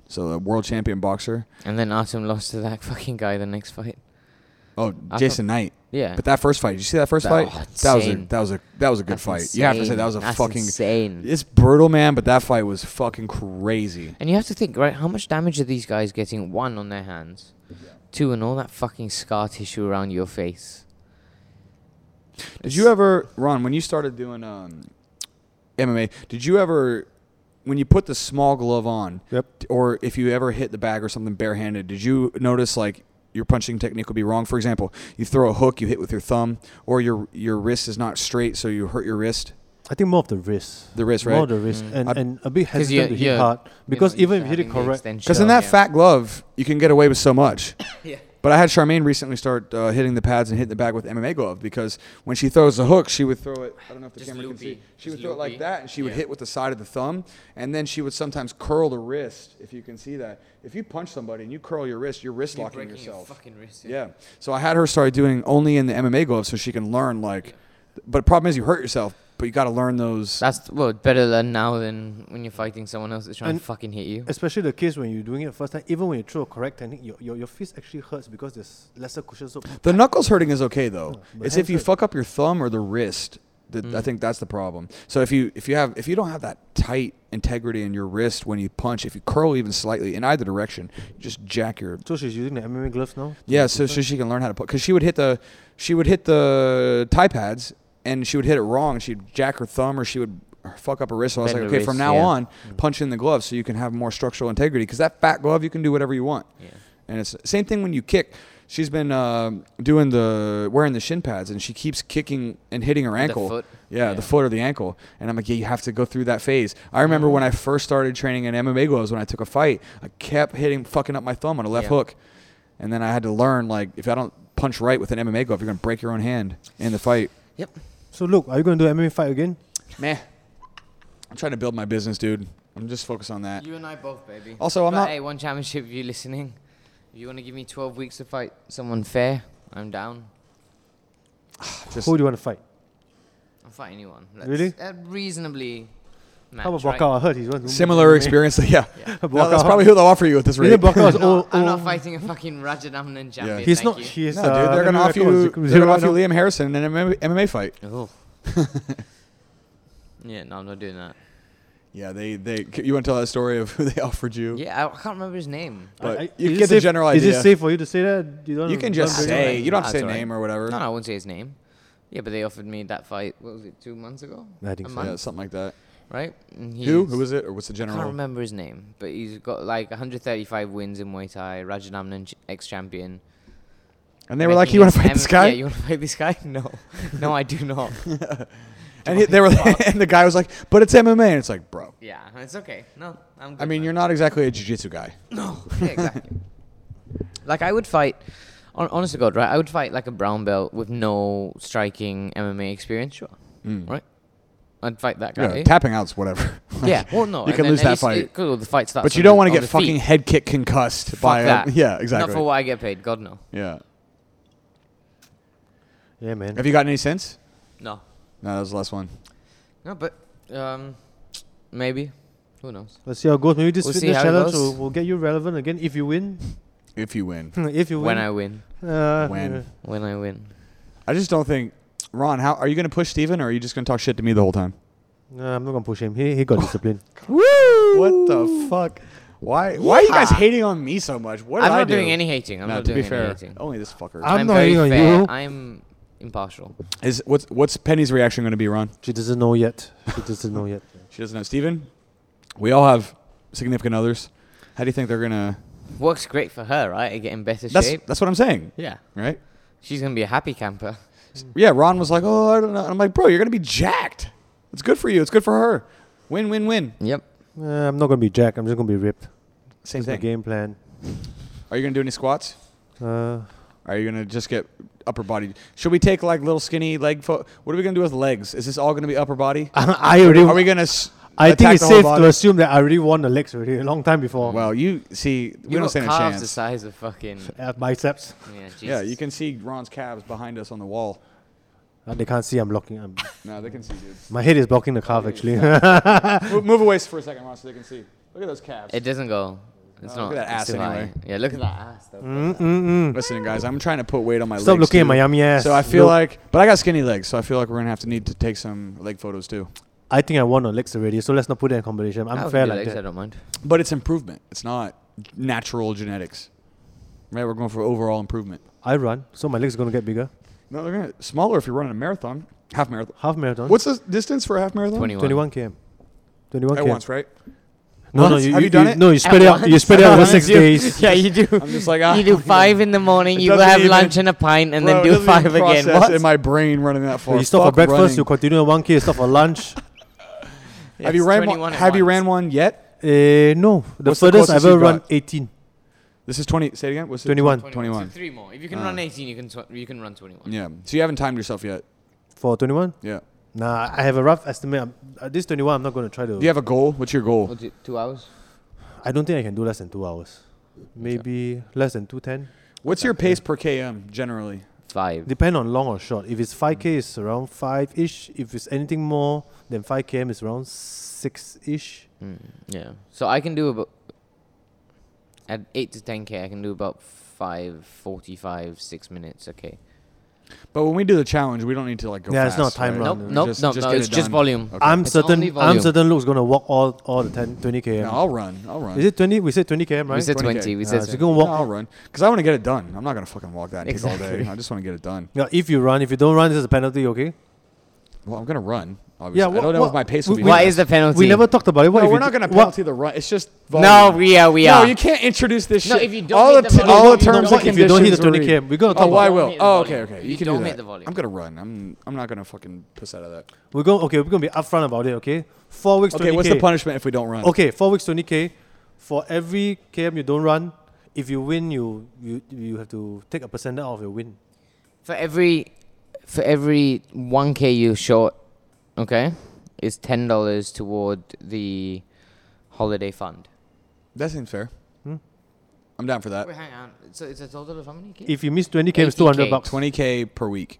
[SPEAKER 1] so a world champion boxer.
[SPEAKER 3] And then Artem lost to that fucking guy the next fight.
[SPEAKER 1] Oh,
[SPEAKER 3] I
[SPEAKER 1] Jason Knight.
[SPEAKER 3] Yeah.
[SPEAKER 1] But that first fight, did you see that first
[SPEAKER 3] Oh,
[SPEAKER 1] fight? That was a
[SPEAKER 3] insane.
[SPEAKER 1] that was a that was a good
[SPEAKER 3] That's
[SPEAKER 1] fight. You have to say
[SPEAKER 3] insane.
[SPEAKER 1] that was a
[SPEAKER 3] That's
[SPEAKER 1] fucking
[SPEAKER 3] insane.
[SPEAKER 1] It's brutal, man, but that fight was fucking crazy.
[SPEAKER 3] And you have to think, right? How much damage are these guys getting? One on their hands, two, and all that fucking scar tissue around your face.
[SPEAKER 1] Did you ever, Ron, when you started doing um, MMA, did you ever, when you put the small glove on,
[SPEAKER 2] Yep.
[SPEAKER 1] t- or if you ever hit the bag or something barehanded, did you notice like your punching technique would be wrong? For example, you throw a hook, you hit with your thumb, or your your wrist is not straight, so you hurt your wrist.
[SPEAKER 2] I think more of the wrist.
[SPEAKER 1] The wrist, right?
[SPEAKER 2] More
[SPEAKER 1] Mm.
[SPEAKER 2] of the wrist. And,
[SPEAKER 1] I-
[SPEAKER 2] and a bit
[SPEAKER 3] 'Cause
[SPEAKER 2] hesitant
[SPEAKER 3] you're-
[SPEAKER 2] to hit
[SPEAKER 3] you're-
[SPEAKER 2] hard.
[SPEAKER 3] you're
[SPEAKER 2] Because
[SPEAKER 3] not used
[SPEAKER 2] even if
[SPEAKER 3] to
[SPEAKER 2] you hit it
[SPEAKER 3] having the
[SPEAKER 2] correct,
[SPEAKER 3] extension.
[SPEAKER 1] Because in that
[SPEAKER 3] Yeah.
[SPEAKER 1] fat glove, you can get away with so much.
[SPEAKER 3] Yeah.
[SPEAKER 1] But I had Charmaine recently start uh, hitting the pads and hit the bag with MMA glove because when she throws the hook, she would throw it. I don't know if the
[SPEAKER 3] Just
[SPEAKER 1] camera can
[SPEAKER 3] loopy.
[SPEAKER 1] see. She would
[SPEAKER 3] Just
[SPEAKER 1] throw it like
[SPEAKER 3] loopy.
[SPEAKER 1] that, and she would
[SPEAKER 3] Yeah.
[SPEAKER 1] hit with the side of the thumb, and then she would sometimes curl the wrist. If you can see that, if you punch somebody and you curl your wrist, you're wrist
[SPEAKER 3] You're
[SPEAKER 1] locking
[SPEAKER 3] breaking your
[SPEAKER 1] yourself.
[SPEAKER 3] fucking wrist.
[SPEAKER 1] yeah. So I had her start doing only in the MMA glove so she can learn like. But the problem is you hurt yourself, but you got to learn those.
[SPEAKER 3] That's well, better learn now than when you're fighting someone else that's trying
[SPEAKER 2] And-
[SPEAKER 3] to fucking hit
[SPEAKER 1] Mm.
[SPEAKER 3] you.
[SPEAKER 2] Especially the case when you're doing it first time, even when you throw a correct technique, your, your, your fist actually hurts because there's lesser cushion. So
[SPEAKER 1] The knuckles hurting is okay though.
[SPEAKER 2] but
[SPEAKER 1] It's if you
[SPEAKER 2] hamstring-
[SPEAKER 1] fuck up your thumb or the wrist. That
[SPEAKER 3] Mm.
[SPEAKER 1] I think that's the problem. So if you if you have if you don't have that tight integrity in your wrist when you punch, if you curl even slightly in either direction, you just jack your
[SPEAKER 2] so she's using the MMA gloves now?
[SPEAKER 1] yeah. So, so she can learn how to punch because she would hit the she would hit the tie pads and she would hit it wrong. She'd jack her thumb or she would fuck up her wrist. So I was
[SPEAKER 3] Bend
[SPEAKER 1] like,
[SPEAKER 3] her
[SPEAKER 1] okay, from
[SPEAKER 3] wrist,
[SPEAKER 1] now
[SPEAKER 3] yeah. Mm.
[SPEAKER 1] on, punch in the glove so you can have more structural integrity. Because that fat glove, you can do whatever you want.
[SPEAKER 3] Yeah.
[SPEAKER 1] And it's same thing when you kick. She's been um doing the wearing the shin pads, and she keeps kicking and hitting her ankle.
[SPEAKER 3] foot?
[SPEAKER 1] Yeah,
[SPEAKER 3] Yeah.
[SPEAKER 1] the foot or the ankle. And I'm like, yeah, you have to go through that phase. I remember when I first started training in MMA gloves, when I took a fight, I kept hitting, fucking up my thumb on a left
[SPEAKER 3] Yeah.
[SPEAKER 1] hook, and then I had to learn like if I don't punch right with an MMA glove, you're gonna break your own hand in the fight.
[SPEAKER 3] Yep.
[SPEAKER 2] So look, are you going to do MMA fight again?
[SPEAKER 1] Meh. I'm trying to build my business, dude. I'm just focused on that.
[SPEAKER 3] You and I both, baby.
[SPEAKER 1] Also, I'm
[SPEAKER 3] but
[SPEAKER 1] not-
[SPEAKER 3] Hey, one championship. If you listening, if you want to give me 12 weeks to fight someone fair, I'm down.
[SPEAKER 1] Just-
[SPEAKER 2] Who do you want to fight?
[SPEAKER 3] I'll fight anyone. Let's,
[SPEAKER 2] Really?
[SPEAKER 3] Uh, reasonably. Match,
[SPEAKER 2] How about
[SPEAKER 3] right?
[SPEAKER 2] Brokaw? I heard he's one.
[SPEAKER 1] similar experience. Yeah. No,
[SPEAKER 2] Brokaw.
[SPEAKER 1] that's probably who they'll offer you at this
[SPEAKER 2] Really,
[SPEAKER 1] rate.
[SPEAKER 2] Brokaw is
[SPEAKER 3] No,
[SPEAKER 2] all-
[SPEAKER 3] I'm not
[SPEAKER 2] all-
[SPEAKER 3] fighting a fucking Rajadamnan champion.
[SPEAKER 2] He's
[SPEAKER 3] thank
[SPEAKER 2] not.
[SPEAKER 3] You.
[SPEAKER 2] He is.
[SPEAKER 1] No,
[SPEAKER 2] uh,
[SPEAKER 1] dude, they're gonna
[SPEAKER 2] MMA
[SPEAKER 1] off you.
[SPEAKER 2] record was
[SPEAKER 1] They're gonna off you
[SPEAKER 2] zero-
[SPEAKER 1] Liam Harrison in an MMA, MMA fight.
[SPEAKER 3] oh. yeah, no, I'm not doing that.
[SPEAKER 1] Yeah, they they. You want to tell that story of who they offered you?
[SPEAKER 3] Yeah, I, I can't remember his name.
[SPEAKER 1] but
[SPEAKER 2] I- I-
[SPEAKER 1] you
[SPEAKER 2] is it
[SPEAKER 1] get the
[SPEAKER 2] safe-
[SPEAKER 1] general
[SPEAKER 2] Is
[SPEAKER 1] idea.
[SPEAKER 2] it safe for you to say that? don't-
[SPEAKER 1] You can just
[SPEAKER 2] don't bring it up?
[SPEAKER 1] say. You don't have to
[SPEAKER 3] That's
[SPEAKER 1] say
[SPEAKER 3] all right.
[SPEAKER 1] name or whatever.
[SPEAKER 3] Ah, No, no, I won't say his name. Yeah, but they offered me that fight. What was it? Two months ago.
[SPEAKER 2] I think
[SPEAKER 3] A
[SPEAKER 2] so.
[SPEAKER 1] Yeah,
[SPEAKER 3] month,
[SPEAKER 1] something like that.
[SPEAKER 3] right? And
[SPEAKER 1] Who?
[SPEAKER 3] he's-
[SPEAKER 1] Who is it? Or what's the
[SPEAKER 3] I can't
[SPEAKER 1] general?
[SPEAKER 3] remember his name, but he's got like 135 wins in Muay Thai. Rajadamnan, ex-champion.
[SPEAKER 1] And they were like,
[SPEAKER 3] Making
[SPEAKER 1] "You want
[SPEAKER 3] his
[SPEAKER 1] to fight this
[SPEAKER 3] M-
[SPEAKER 1] guy?"
[SPEAKER 3] Yeah, you want to fight this guy? No, no, I do not.
[SPEAKER 1] and he, they were, and the guy was like, "But it's MMA," and it's like, bro.
[SPEAKER 3] yeah, it's okay. No, I'm. Good
[SPEAKER 1] I mean,
[SPEAKER 3] man.
[SPEAKER 1] you're not exactly a jiu-jitsu guy.
[SPEAKER 3] No, yeah, exactly. like I would fight. hon- Honest to God, right? I would fight like a brown belt with no striking MMA experience, sure, right? I'd fight that guy.
[SPEAKER 1] Hmm. Yeah, tapping out's whatever.
[SPEAKER 3] Yeah, well, no,
[SPEAKER 1] you
[SPEAKER 3] and
[SPEAKER 1] can
[SPEAKER 3] then
[SPEAKER 1] lose
[SPEAKER 3] at
[SPEAKER 1] that
[SPEAKER 3] least
[SPEAKER 1] fight.
[SPEAKER 3] it- cool, the fight starts.
[SPEAKER 1] but you
[SPEAKER 3] on
[SPEAKER 1] don't want
[SPEAKER 3] the- on
[SPEAKER 1] to get
[SPEAKER 3] the
[SPEAKER 1] fucking
[SPEAKER 3] feet.
[SPEAKER 1] head kick concussed by
[SPEAKER 3] Fuck that.
[SPEAKER 1] a yeah exactly.
[SPEAKER 3] Not for what I get paid. God no,
[SPEAKER 1] yeah.
[SPEAKER 2] Yeah, man.
[SPEAKER 1] Have you gotten any since?
[SPEAKER 3] no,
[SPEAKER 1] No, that was the last one.
[SPEAKER 3] no. But um, maybe who knows?
[SPEAKER 2] Let's see how it goes. Maybe this
[SPEAKER 3] We'll see
[SPEAKER 2] fitness
[SPEAKER 3] how it
[SPEAKER 2] challenge
[SPEAKER 3] goes.
[SPEAKER 2] will, will get you relevant again if you win.
[SPEAKER 1] If you win,
[SPEAKER 2] if you win.
[SPEAKER 3] When I win,
[SPEAKER 2] uh,
[SPEAKER 1] When.
[SPEAKER 2] yeah.
[SPEAKER 3] when I win,
[SPEAKER 1] I just don't think. Ron, how are you going to push Steven or are you just going to talk shit to me the whole time?
[SPEAKER 2] No, I'm not gonna push him. He, he got discipline.
[SPEAKER 1] What the fuck? Why? Why are you guys
[SPEAKER 3] Yeehaw.
[SPEAKER 1] hating on me so much? What did
[SPEAKER 3] I'm
[SPEAKER 1] I
[SPEAKER 3] not
[SPEAKER 1] do?
[SPEAKER 3] doing any hating. I'm
[SPEAKER 1] No,
[SPEAKER 3] not
[SPEAKER 1] to
[SPEAKER 3] doing
[SPEAKER 1] be fair,
[SPEAKER 3] any
[SPEAKER 1] Oh,
[SPEAKER 3] hating.
[SPEAKER 1] only this fucker.
[SPEAKER 2] I'm not
[SPEAKER 3] very
[SPEAKER 2] hating on
[SPEAKER 3] fair.
[SPEAKER 2] you.
[SPEAKER 3] I'm impartial.
[SPEAKER 1] Is what's what's Penny's reaction going to be, Ron?
[SPEAKER 2] She doesn't know yet. She doesn't know yet.
[SPEAKER 1] She doesn't know. Steven, we all have significant others. How do you think they're gonna?
[SPEAKER 3] Works great for her, right? I get in better
[SPEAKER 1] That's
[SPEAKER 3] shape.
[SPEAKER 1] that's what I'm saying,
[SPEAKER 3] Yeah.
[SPEAKER 1] right?
[SPEAKER 3] She's gonna be a happy camper.
[SPEAKER 1] S- Yeah. Ron was like, "Oh, I don't know." I'm like, "Bro, you're gonna be jacked. It's good for you. It's good for her. Win, win, win.
[SPEAKER 3] Yep.
[SPEAKER 2] Uh, I'm not gonna be Jack. I'm just gonna be ripped.
[SPEAKER 1] Same
[SPEAKER 2] That's my
[SPEAKER 1] thing.
[SPEAKER 2] game plan.
[SPEAKER 1] Are you gonna do any squats?
[SPEAKER 2] Uh,
[SPEAKER 1] Are you gonna just get upper body? Should we take like little skinny leg? Fo- what are we gonna do with legs? Is this all gonna be upper body?
[SPEAKER 2] I already.
[SPEAKER 1] Are we gonna? S-
[SPEAKER 2] I think
[SPEAKER 1] attack
[SPEAKER 2] it's
[SPEAKER 1] the whole
[SPEAKER 2] safe
[SPEAKER 1] body?
[SPEAKER 2] to assume that I already won the legs already a long time before.
[SPEAKER 1] Well, you see, we
[SPEAKER 3] You
[SPEAKER 1] don't
[SPEAKER 3] got
[SPEAKER 1] stand a
[SPEAKER 3] calves the
[SPEAKER 1] chance.
[SPEAKER 3] size of fucking.
[SPEAKER 2] Uh, biceps.
[SPEAKER 3] Yeah. Jesus.
[SPEAKER 1] Yeah, you can see Ron's calves behind us on the wall.
[SPEAKER 2] Uh, they can't see. I'm blocking. I'm,
[SPEAKER 1] No, they can see, dude.
[SPEAKER 2] my head is blocking the calf actually. Mm,
[SPEAKER 1] move, move away for a second, Ron, so they can see. Look at those calves.
[SPEAKER 3] It doesn't go. It's
[SPEAKER 1] Oh,
[SPEAKER 3] not
[SPEAKER 1] look at that
[SPEAKER 3] it's too
[SPEAKER 1] ass
[SPEAKER 3] high.
[SPEAKER 1] anyway. Mm.
[SPEAKER 3] Yeah, look at that ass though.
[SPEAKER 2] mm, Mm-mm-mm.
[SPEAKER 1] Listen, guys, I'm trying to put weight on my
[SPEAKER 2] Stop
[SPEAKER 1] legs.
[SPEAKER 2] looking at
[SPEAKER 1] too.
[SPEAKER 2] my yummy ass.
[SPEAKER 1] So I feel
[SPEAKER 2] Look,
[SPEAKER 1] like, but I got skinny legs, so I feel like we're gonna have to need to take some leg photos too.
[SPEAKER 2] I think I won on legs already, so let's not put it in combination.
[SPEAKER 3] I
[SPEAKER 2] I'm
[SPEAKER 3] would
[SPEAKER 2] fair
[SPEAKER 3] do
[SPEAKER 2] like
[SPEAKER 3] legs, I
[SPEAKER 2] that.
[SPEAKER 3] don't mind.
[SPEAKER 1] But it's improvement. It's not natural genetics. Right? We're going for overall improvement.
[SPEAKER 2] I run, so my legs are gonna get bigger.
[SPEAKER 1] No, they're gonna smaller if you're running a marathon, half marathon.
[SPEAKER 2] Half marathon.
[SPEAKER 1] What's the distance for a half marathon?
[SPEAKER 3] 21.
[SPEAKER 2] 21 km? 21
[SPEAKER 1] At
[SPEAKER 2] km.
[SPEAKER 1] once, right?
[SPEAKER 2] No, no,
[SPEAKER 1] Once?
[SPEAKER 2] you,
[SPEAKER 1] Have
[SPEAKER 2] you,
[SPEAKER 1] you done it?
[SPEAKER 2] No, you spread it out. You spread it out over six days.
[SPEAKER 3] Yeah, you do.
[SPEAKER 1] I'm just like, ah,
[SPEAKER 3] you do five in the morning.
[SPEAKER 1] It
[SPEAKER 3] You go
[SPEAKER 1] doesn't
[SPEAKER 3] have
[SPEAKER 1] even-
[SPEAKER 3] lunch and a pint, and
[SPEAKER 1] Bro, it
[SPEAKER 3] then do
[SPEAKER 1] doesn't even
[SPEAKER 3] five again.
[SPEAKER 1] process
[SPEAKER 3] What?
[SPEAKER 1] in my brain running that far.
[SPEAKER 2] You stop for
[SPEAKER 1] Fuck
[SPEAKER 2] breakfast.
[SPEAKER 1] running.
[SPEAKER 2] You continue at 1k. You stop for lunch.
[SPEAKER 1] have you
[SPEAKER 3] It's
[SPEAKER 1] ran
[SPEAKER 3] 21
[SPEAKER 1] one?
[SPEAKER 3] at
[SPEAKER 1] Have you
[SPEAKER 3] once.
[SPEAKER 1] ran one yet?
[SPEAKER 2] Uh, no, the
[SPEAKER 1] What's the
[SPEAKER 2] furthest I've
[SPEAKER 1] closest
[SPEAKER 2] ever
[SPEAKER 1] you've
[SPEAKER 2] run
[SPEAKER 1] got?
[SPEAKER 2] 18,
[SPEAKER 1] This is 20. Say it again. What's the-
[SPEAKER 2] 21
[SPEAKER 1] 21.
[SPEAKER 3] So three more. If you can
[SPEAKER 1] Ah.
[SPEAKER 3] run 18, you can tw- you can run 21.
[SPEAKER 1] Yeah. So you haven't timed yourself yet.
[SPEAKER 2] for 21.
[SPEAKER 1] Yeah.
[SPEAKER 2] Nah, I have a rough estimate. I'm, uh, this 21, I'm not gonna try to.
[SPEAKER 1] Do you have a goal? What's your goal?
[SPEAKER 3] What's it, two hours?
[SPEAKER 2] I don't think I can do less than two hours. Maybe less than 210.
[SPEAKER 1] What's your pace per km generally?
[SPEAKER 3] Five.
[SPEAKER 2] Depend on long or short. If it's 5k, it's around 5 ish. If it's anything more than 5km, it's around 6 ish.
[SPEAKER 3] Mm, yeah. So I can do about at eight to 10k. I can do about five, 45, six minutes. Okay.
[SPEAKER 1] But when we do the challenge, we don't need to like go.
[SPEAKER 2] Yeah, it's
[SPEAKER 1] fast,
[SPEAKER 2] not a time
[SPEAKER 1] right?
[SPEAKER 2] run.
[SPEAKER 3] Nope,
[SPEAKER 2] no,
[SPEAKER 3] nope,
[SPEAKER 1] just-
[SPEAKER 3] nope,
[SPEAKER 1] just
[SPEAKER 3] no.
[SPEAKER 1] get
[SPEAKER 3] It's
[SPEAKER 1] it
[SPEAKER 3] just
[SPEAKER 1] done.
[SPEAKER 3] volume.
[SPEAKER 1] Okay.
[SPEAKER 2] I'm
[SPEAKER 3] It's only
[SPEAKER 2] certain. I'm
[SPEAKER 3] volume.
[SPEAKER 2] certain. Luke's gonna walk all all the 10, 20 km.
[SPEAKER 1] No, I'll run. I'll run.
[SPEAKER 2] Is it 20? We said 20 km, right?
[SPEAKER 3] We said
[SPEAKER 1] 20K.
[SPEAKER 3] 20. We
[SPEAKER 2] Ah,
[SPEAKER 3] said
[SPEAKER 2] so you
[SPEAKER 3] 20.
[SPEAKER 2] can
[SPEAKER 1] No,
[SPEAKER 2] walk.
[SPEAKER 1] I'll run because I want to get it done. I'm not gonna fucking walk that and take all day.
[SPEAKER 3] Exactly.
[SPEAKER 1] I just want to get it done.
[SPEAKER 2] Yeah, if you run, if you don't run, there's a penalty. Okay.
[SPEAKER 1] Well, I'm gonna run. Obviously.
[SPEAKER 2] wha-
[SPEAKER 1] I don't know
[SPEAKER 2] wha-
[SPEAKER 1] if my pace
[SPEAKER 2] we-
[SPEAKER 1] will be.
[SPEAKER 2] we-
[SPEAKER 3] What
[SPEAKER 1] fast.
[SPEAKER 3] is the penalty?
[SPEAKER 2] We never talked about it. What
[SPEAKER 1] No,
[SPEAKER 2] if
[SPEAKER 1] we're
[SPEAKER 2] you
[SPEAKER 1] not
[SPEAKER 2] d-
[SPEAKER 1] gonna
[SPEAKER 2] what-
[SPEAKER 1] penalty the run. It's just.
[SPEAKER 3] No,
[SPEAKER 1] Volume.
[SPEAKER 3] we are. We
[SPEAKER 1] no,
[SPEAKER 3] are.
[SPEAKER 1] you can't introduce this shit.
[SPEAKER 3] No, if you don't hit the volume,
[SPEAKER 1] all the
[SPEAKER 3] you don't
[SPEAKER 1] terms
[SPEAKER 3] hit
[SPEAKER 1] and
[SPEAKER 3] the
[SPEAKER 2] if you don't hit
[SPEAKER 1] conditions
[SPEAKER 2] the 20
[SPEAKER 1] are-
[SPEAKER 2] km, we gotta
[SPEAKER 1] Oh,
[SPEAKER 2] talk.
[SPEAKER 1] why
[SPEAKER 2] about,
[SPEAKER 3] don't
[SPEAKER 1] will?
[SPEAKER 3] hit the
[SPEAKER 1] Oh,
[SPEAKER 3] volume.
[SPEAKER 1] okay, okay.
[SPEAKER 3] If
[SPEAKER 1] You,
[SPEAKER 3] you
[SPEAKER 1] can
[SPEAKER 3] don't
[SPEAKER 1] do
[SPEAKER 3] hit
[SPEAKER 1] that.
[SPEAKER 3] the volume.
[SPEAKER 1] I'm gonna run. I'm. I'm not gonna fucking piss out of that.
[SPEAKER 2] we're going. Okay, we're gonna be upfront about it. Okay. Four weeks.
[SPEAKER 1] Okay,
[SPEAKER 2] 20K.
[SPEAKER 1] what's the punishment if we don't run?
[SPEAKER 2] Okay, four weeks, 20k. For every km you don't run, if you win, you you you have to take a percent out of your win.
[SPEAKER 3] For every for every one k you short, okay, is ten dollars toward the holiday fund.
[SPEAKER 1] That seems fair.
[SPEAKER 2] Hmm?
[SPEAKER 1] I'm down for that.
[SPEAKER 3] Wait, hang on. So it's a total of how many? K?
[SPEAKER 2] If you miss 20k, it's 200
[SPEAKER 3] 80K.
[SPEAKER 2] bucks.
[SPEAKER 1] 20k per week.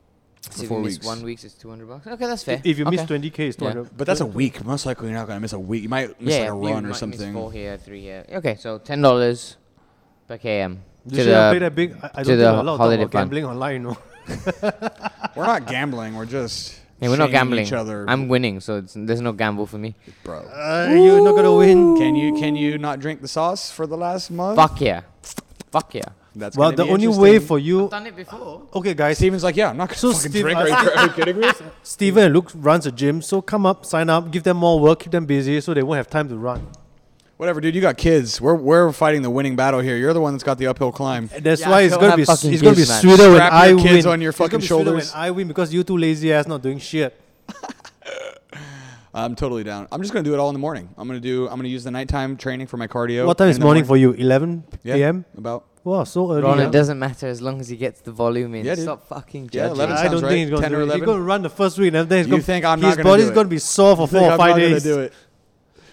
[SPEAKER 3] So if
[SPEAKER 1] four
[SPEAKER 3] you miss
[SPEAKER 1] weeks.
[SPEAKER 3] one week, it's two hundred bucks. Okay, that's fair.
[SPEAKER 2] If you miss
[SPEAKER 3] Okay.
[SPEAKER 2] 20k, it's
[SPEAKER 3] Yeah.
[SPEAKER 2] 200.
[SPEAKER 1] But that's a week. Most likely you're not gonna miss a week. You might miss like a
[SPEAKER 3] you
[SPEAKER 1] run
[SPEAKER 3] might
[SPEAKER 1] or
[SPEAKER 3] miss
[SPEAKER 1] something.
[SPEAKER 3] Four here, three here. Okay, so ten dollars per km.
[SPEAKER 2] You
[SPEAKER 3] to
[SPEAKER 2] should have
[SPEAKER 3] the-
[SPEAKER 2] played that big. I, I don't
[SPEAKER 3] to
[SPEAKER 2] think
[SPEAKER 3] the
[SPEAKER 2] we're allowed to talk
[SPEAKER 3] holiday
[SPEAKER 2] about
[SPEAKER 3] fund.
[SPEAKER 2] gambling online. You know?
[SPEAKER 1] We're not gambling. We're just.
[SPEAKER 3] Hey, we're not
[SPEAKER 1] shaming
[SPEAKER 3] gambling.
[SPEAKER 1] Each other,
[SPEAKER 3] I'm winning, so it's, there's no gamble for me.
[SPEAKER 1] bro.
[SPEAKER 2] uh, you're not gonna win.
[SPEAKER 1] Can you can you not drink the sauce for the last month?
[SPEAKER 3] Fuck yeah, fuck yeah.
[SPEAKER 1] That's
[SPEAKER 2] Well,
[SPEAKER 1] gonna
[SPEAKER 2] the
[SPEAKER 1] be
[SPEAKER 2] only
[SPEAKER 1] interesting.
[SPEAKER 2] way for you.
[SPEAKER 3] Done it before.
[SPEAKER 2] Okay, guys.
[SPEAKER 1] Steven's like, yeah, I'm not gonna
[SPEAKER 2] So
[SPEAKER 1] fucking
[SPEAKER 2] Steve-
[SPEAKER 1] drink. Are you, are you kidding me?
[SPEAKER 2] Steven and Luke runs a gym, so come up, sign up, give them more work, keep them busy, so they won't have time to run.
[SPEAKER 1] Whatever, dude. You got kids. We're we're fighting the winning battle here. You're the one that's got the uphill climb.
[SPEAKER 2] And that's
[SPEAKER 3] Yeah,
[SPEAKER 2] why it's
[SPEAKER 3] don't
[SPEAKER 2] gonna
[SPEAKER 3] have
[SPEAKER 2] be s-
[SPEAKER 3] fucking
[SPEAKER 2] it's gonna be
[SPEAKER 3] kids, man.
[SPEAKER 2] sweeter when
[SPEAKER 1] Strap
[SPEAKER 2] I
[SPEAKER 1] your kids
[SPEAKER 2] win.
[SPEAKER 1] on your
[SPEAKER 2] It's gonna
[SPEAKER 1] fucking
[SPEAKER 2] be sweeter
[SPEAKER 1] shoulders.
[SPEAKER 2] when I win because you two lazy ass not doing shit.
[SPEAKER 1] I'm totally down. I'm just gonna do it all in the morning. I'm gonna do. I'm gonna use the nighttime training for my cardio.
[SPEAKER 2] what time
[SPEAKER 1] in
[SPEAKER 2] is
[SPEAKER 1] the
[SPEAKER 2] morning for you? 11
[SPEAKER 1] Yeah,
[SPEAKER 2] a.m.
[SPEAKER 1] About.
[SPEAKER 2] Wow, so early.
[SPEAKER 3] Ron,
[SPEAKER 2] huh?
[SPEAKER 3] it doesn't matter as long as he gets the volume in.
[SPEAKER 1] Yeah, dude.
[SPEAKER 3] Stop fucking
[SPEAKER 1] Yeah,
[SPEAKER 3] judging.
[SPEAKER 1] 11
[SPEAKER 2] I
[SPEAKER 1] sounds
[SPEAKER 2] don't
[SPEAKER 1] right.
[SPEAKER 2] think he's gonna
[SPEAKER 1] 10 or
[SPEAKER 2] do it. He's
[SPEAKER 1] 11?
[SPEAKER 2] gonna run the first week, and then he's
[SPEAKER 1] You
[SPEAKER 2] gonna,
[SPEAKER 1] think I'm not
[SPEAKER 2] his
[SPEAKER 1] gonna
[SPEAKER 2] body's
[SPEAKER 1] do it?
[SPEAKER 2] gonna be sore for four
[SPEAKER 1] Think
[SPEAKER 2] or
[SPEAKER 1] I'm
[SPEAKER 2] five
[SPEAKER 1] not gonna
[SPEAKER 2] days.
[SPEAKER 1] do it.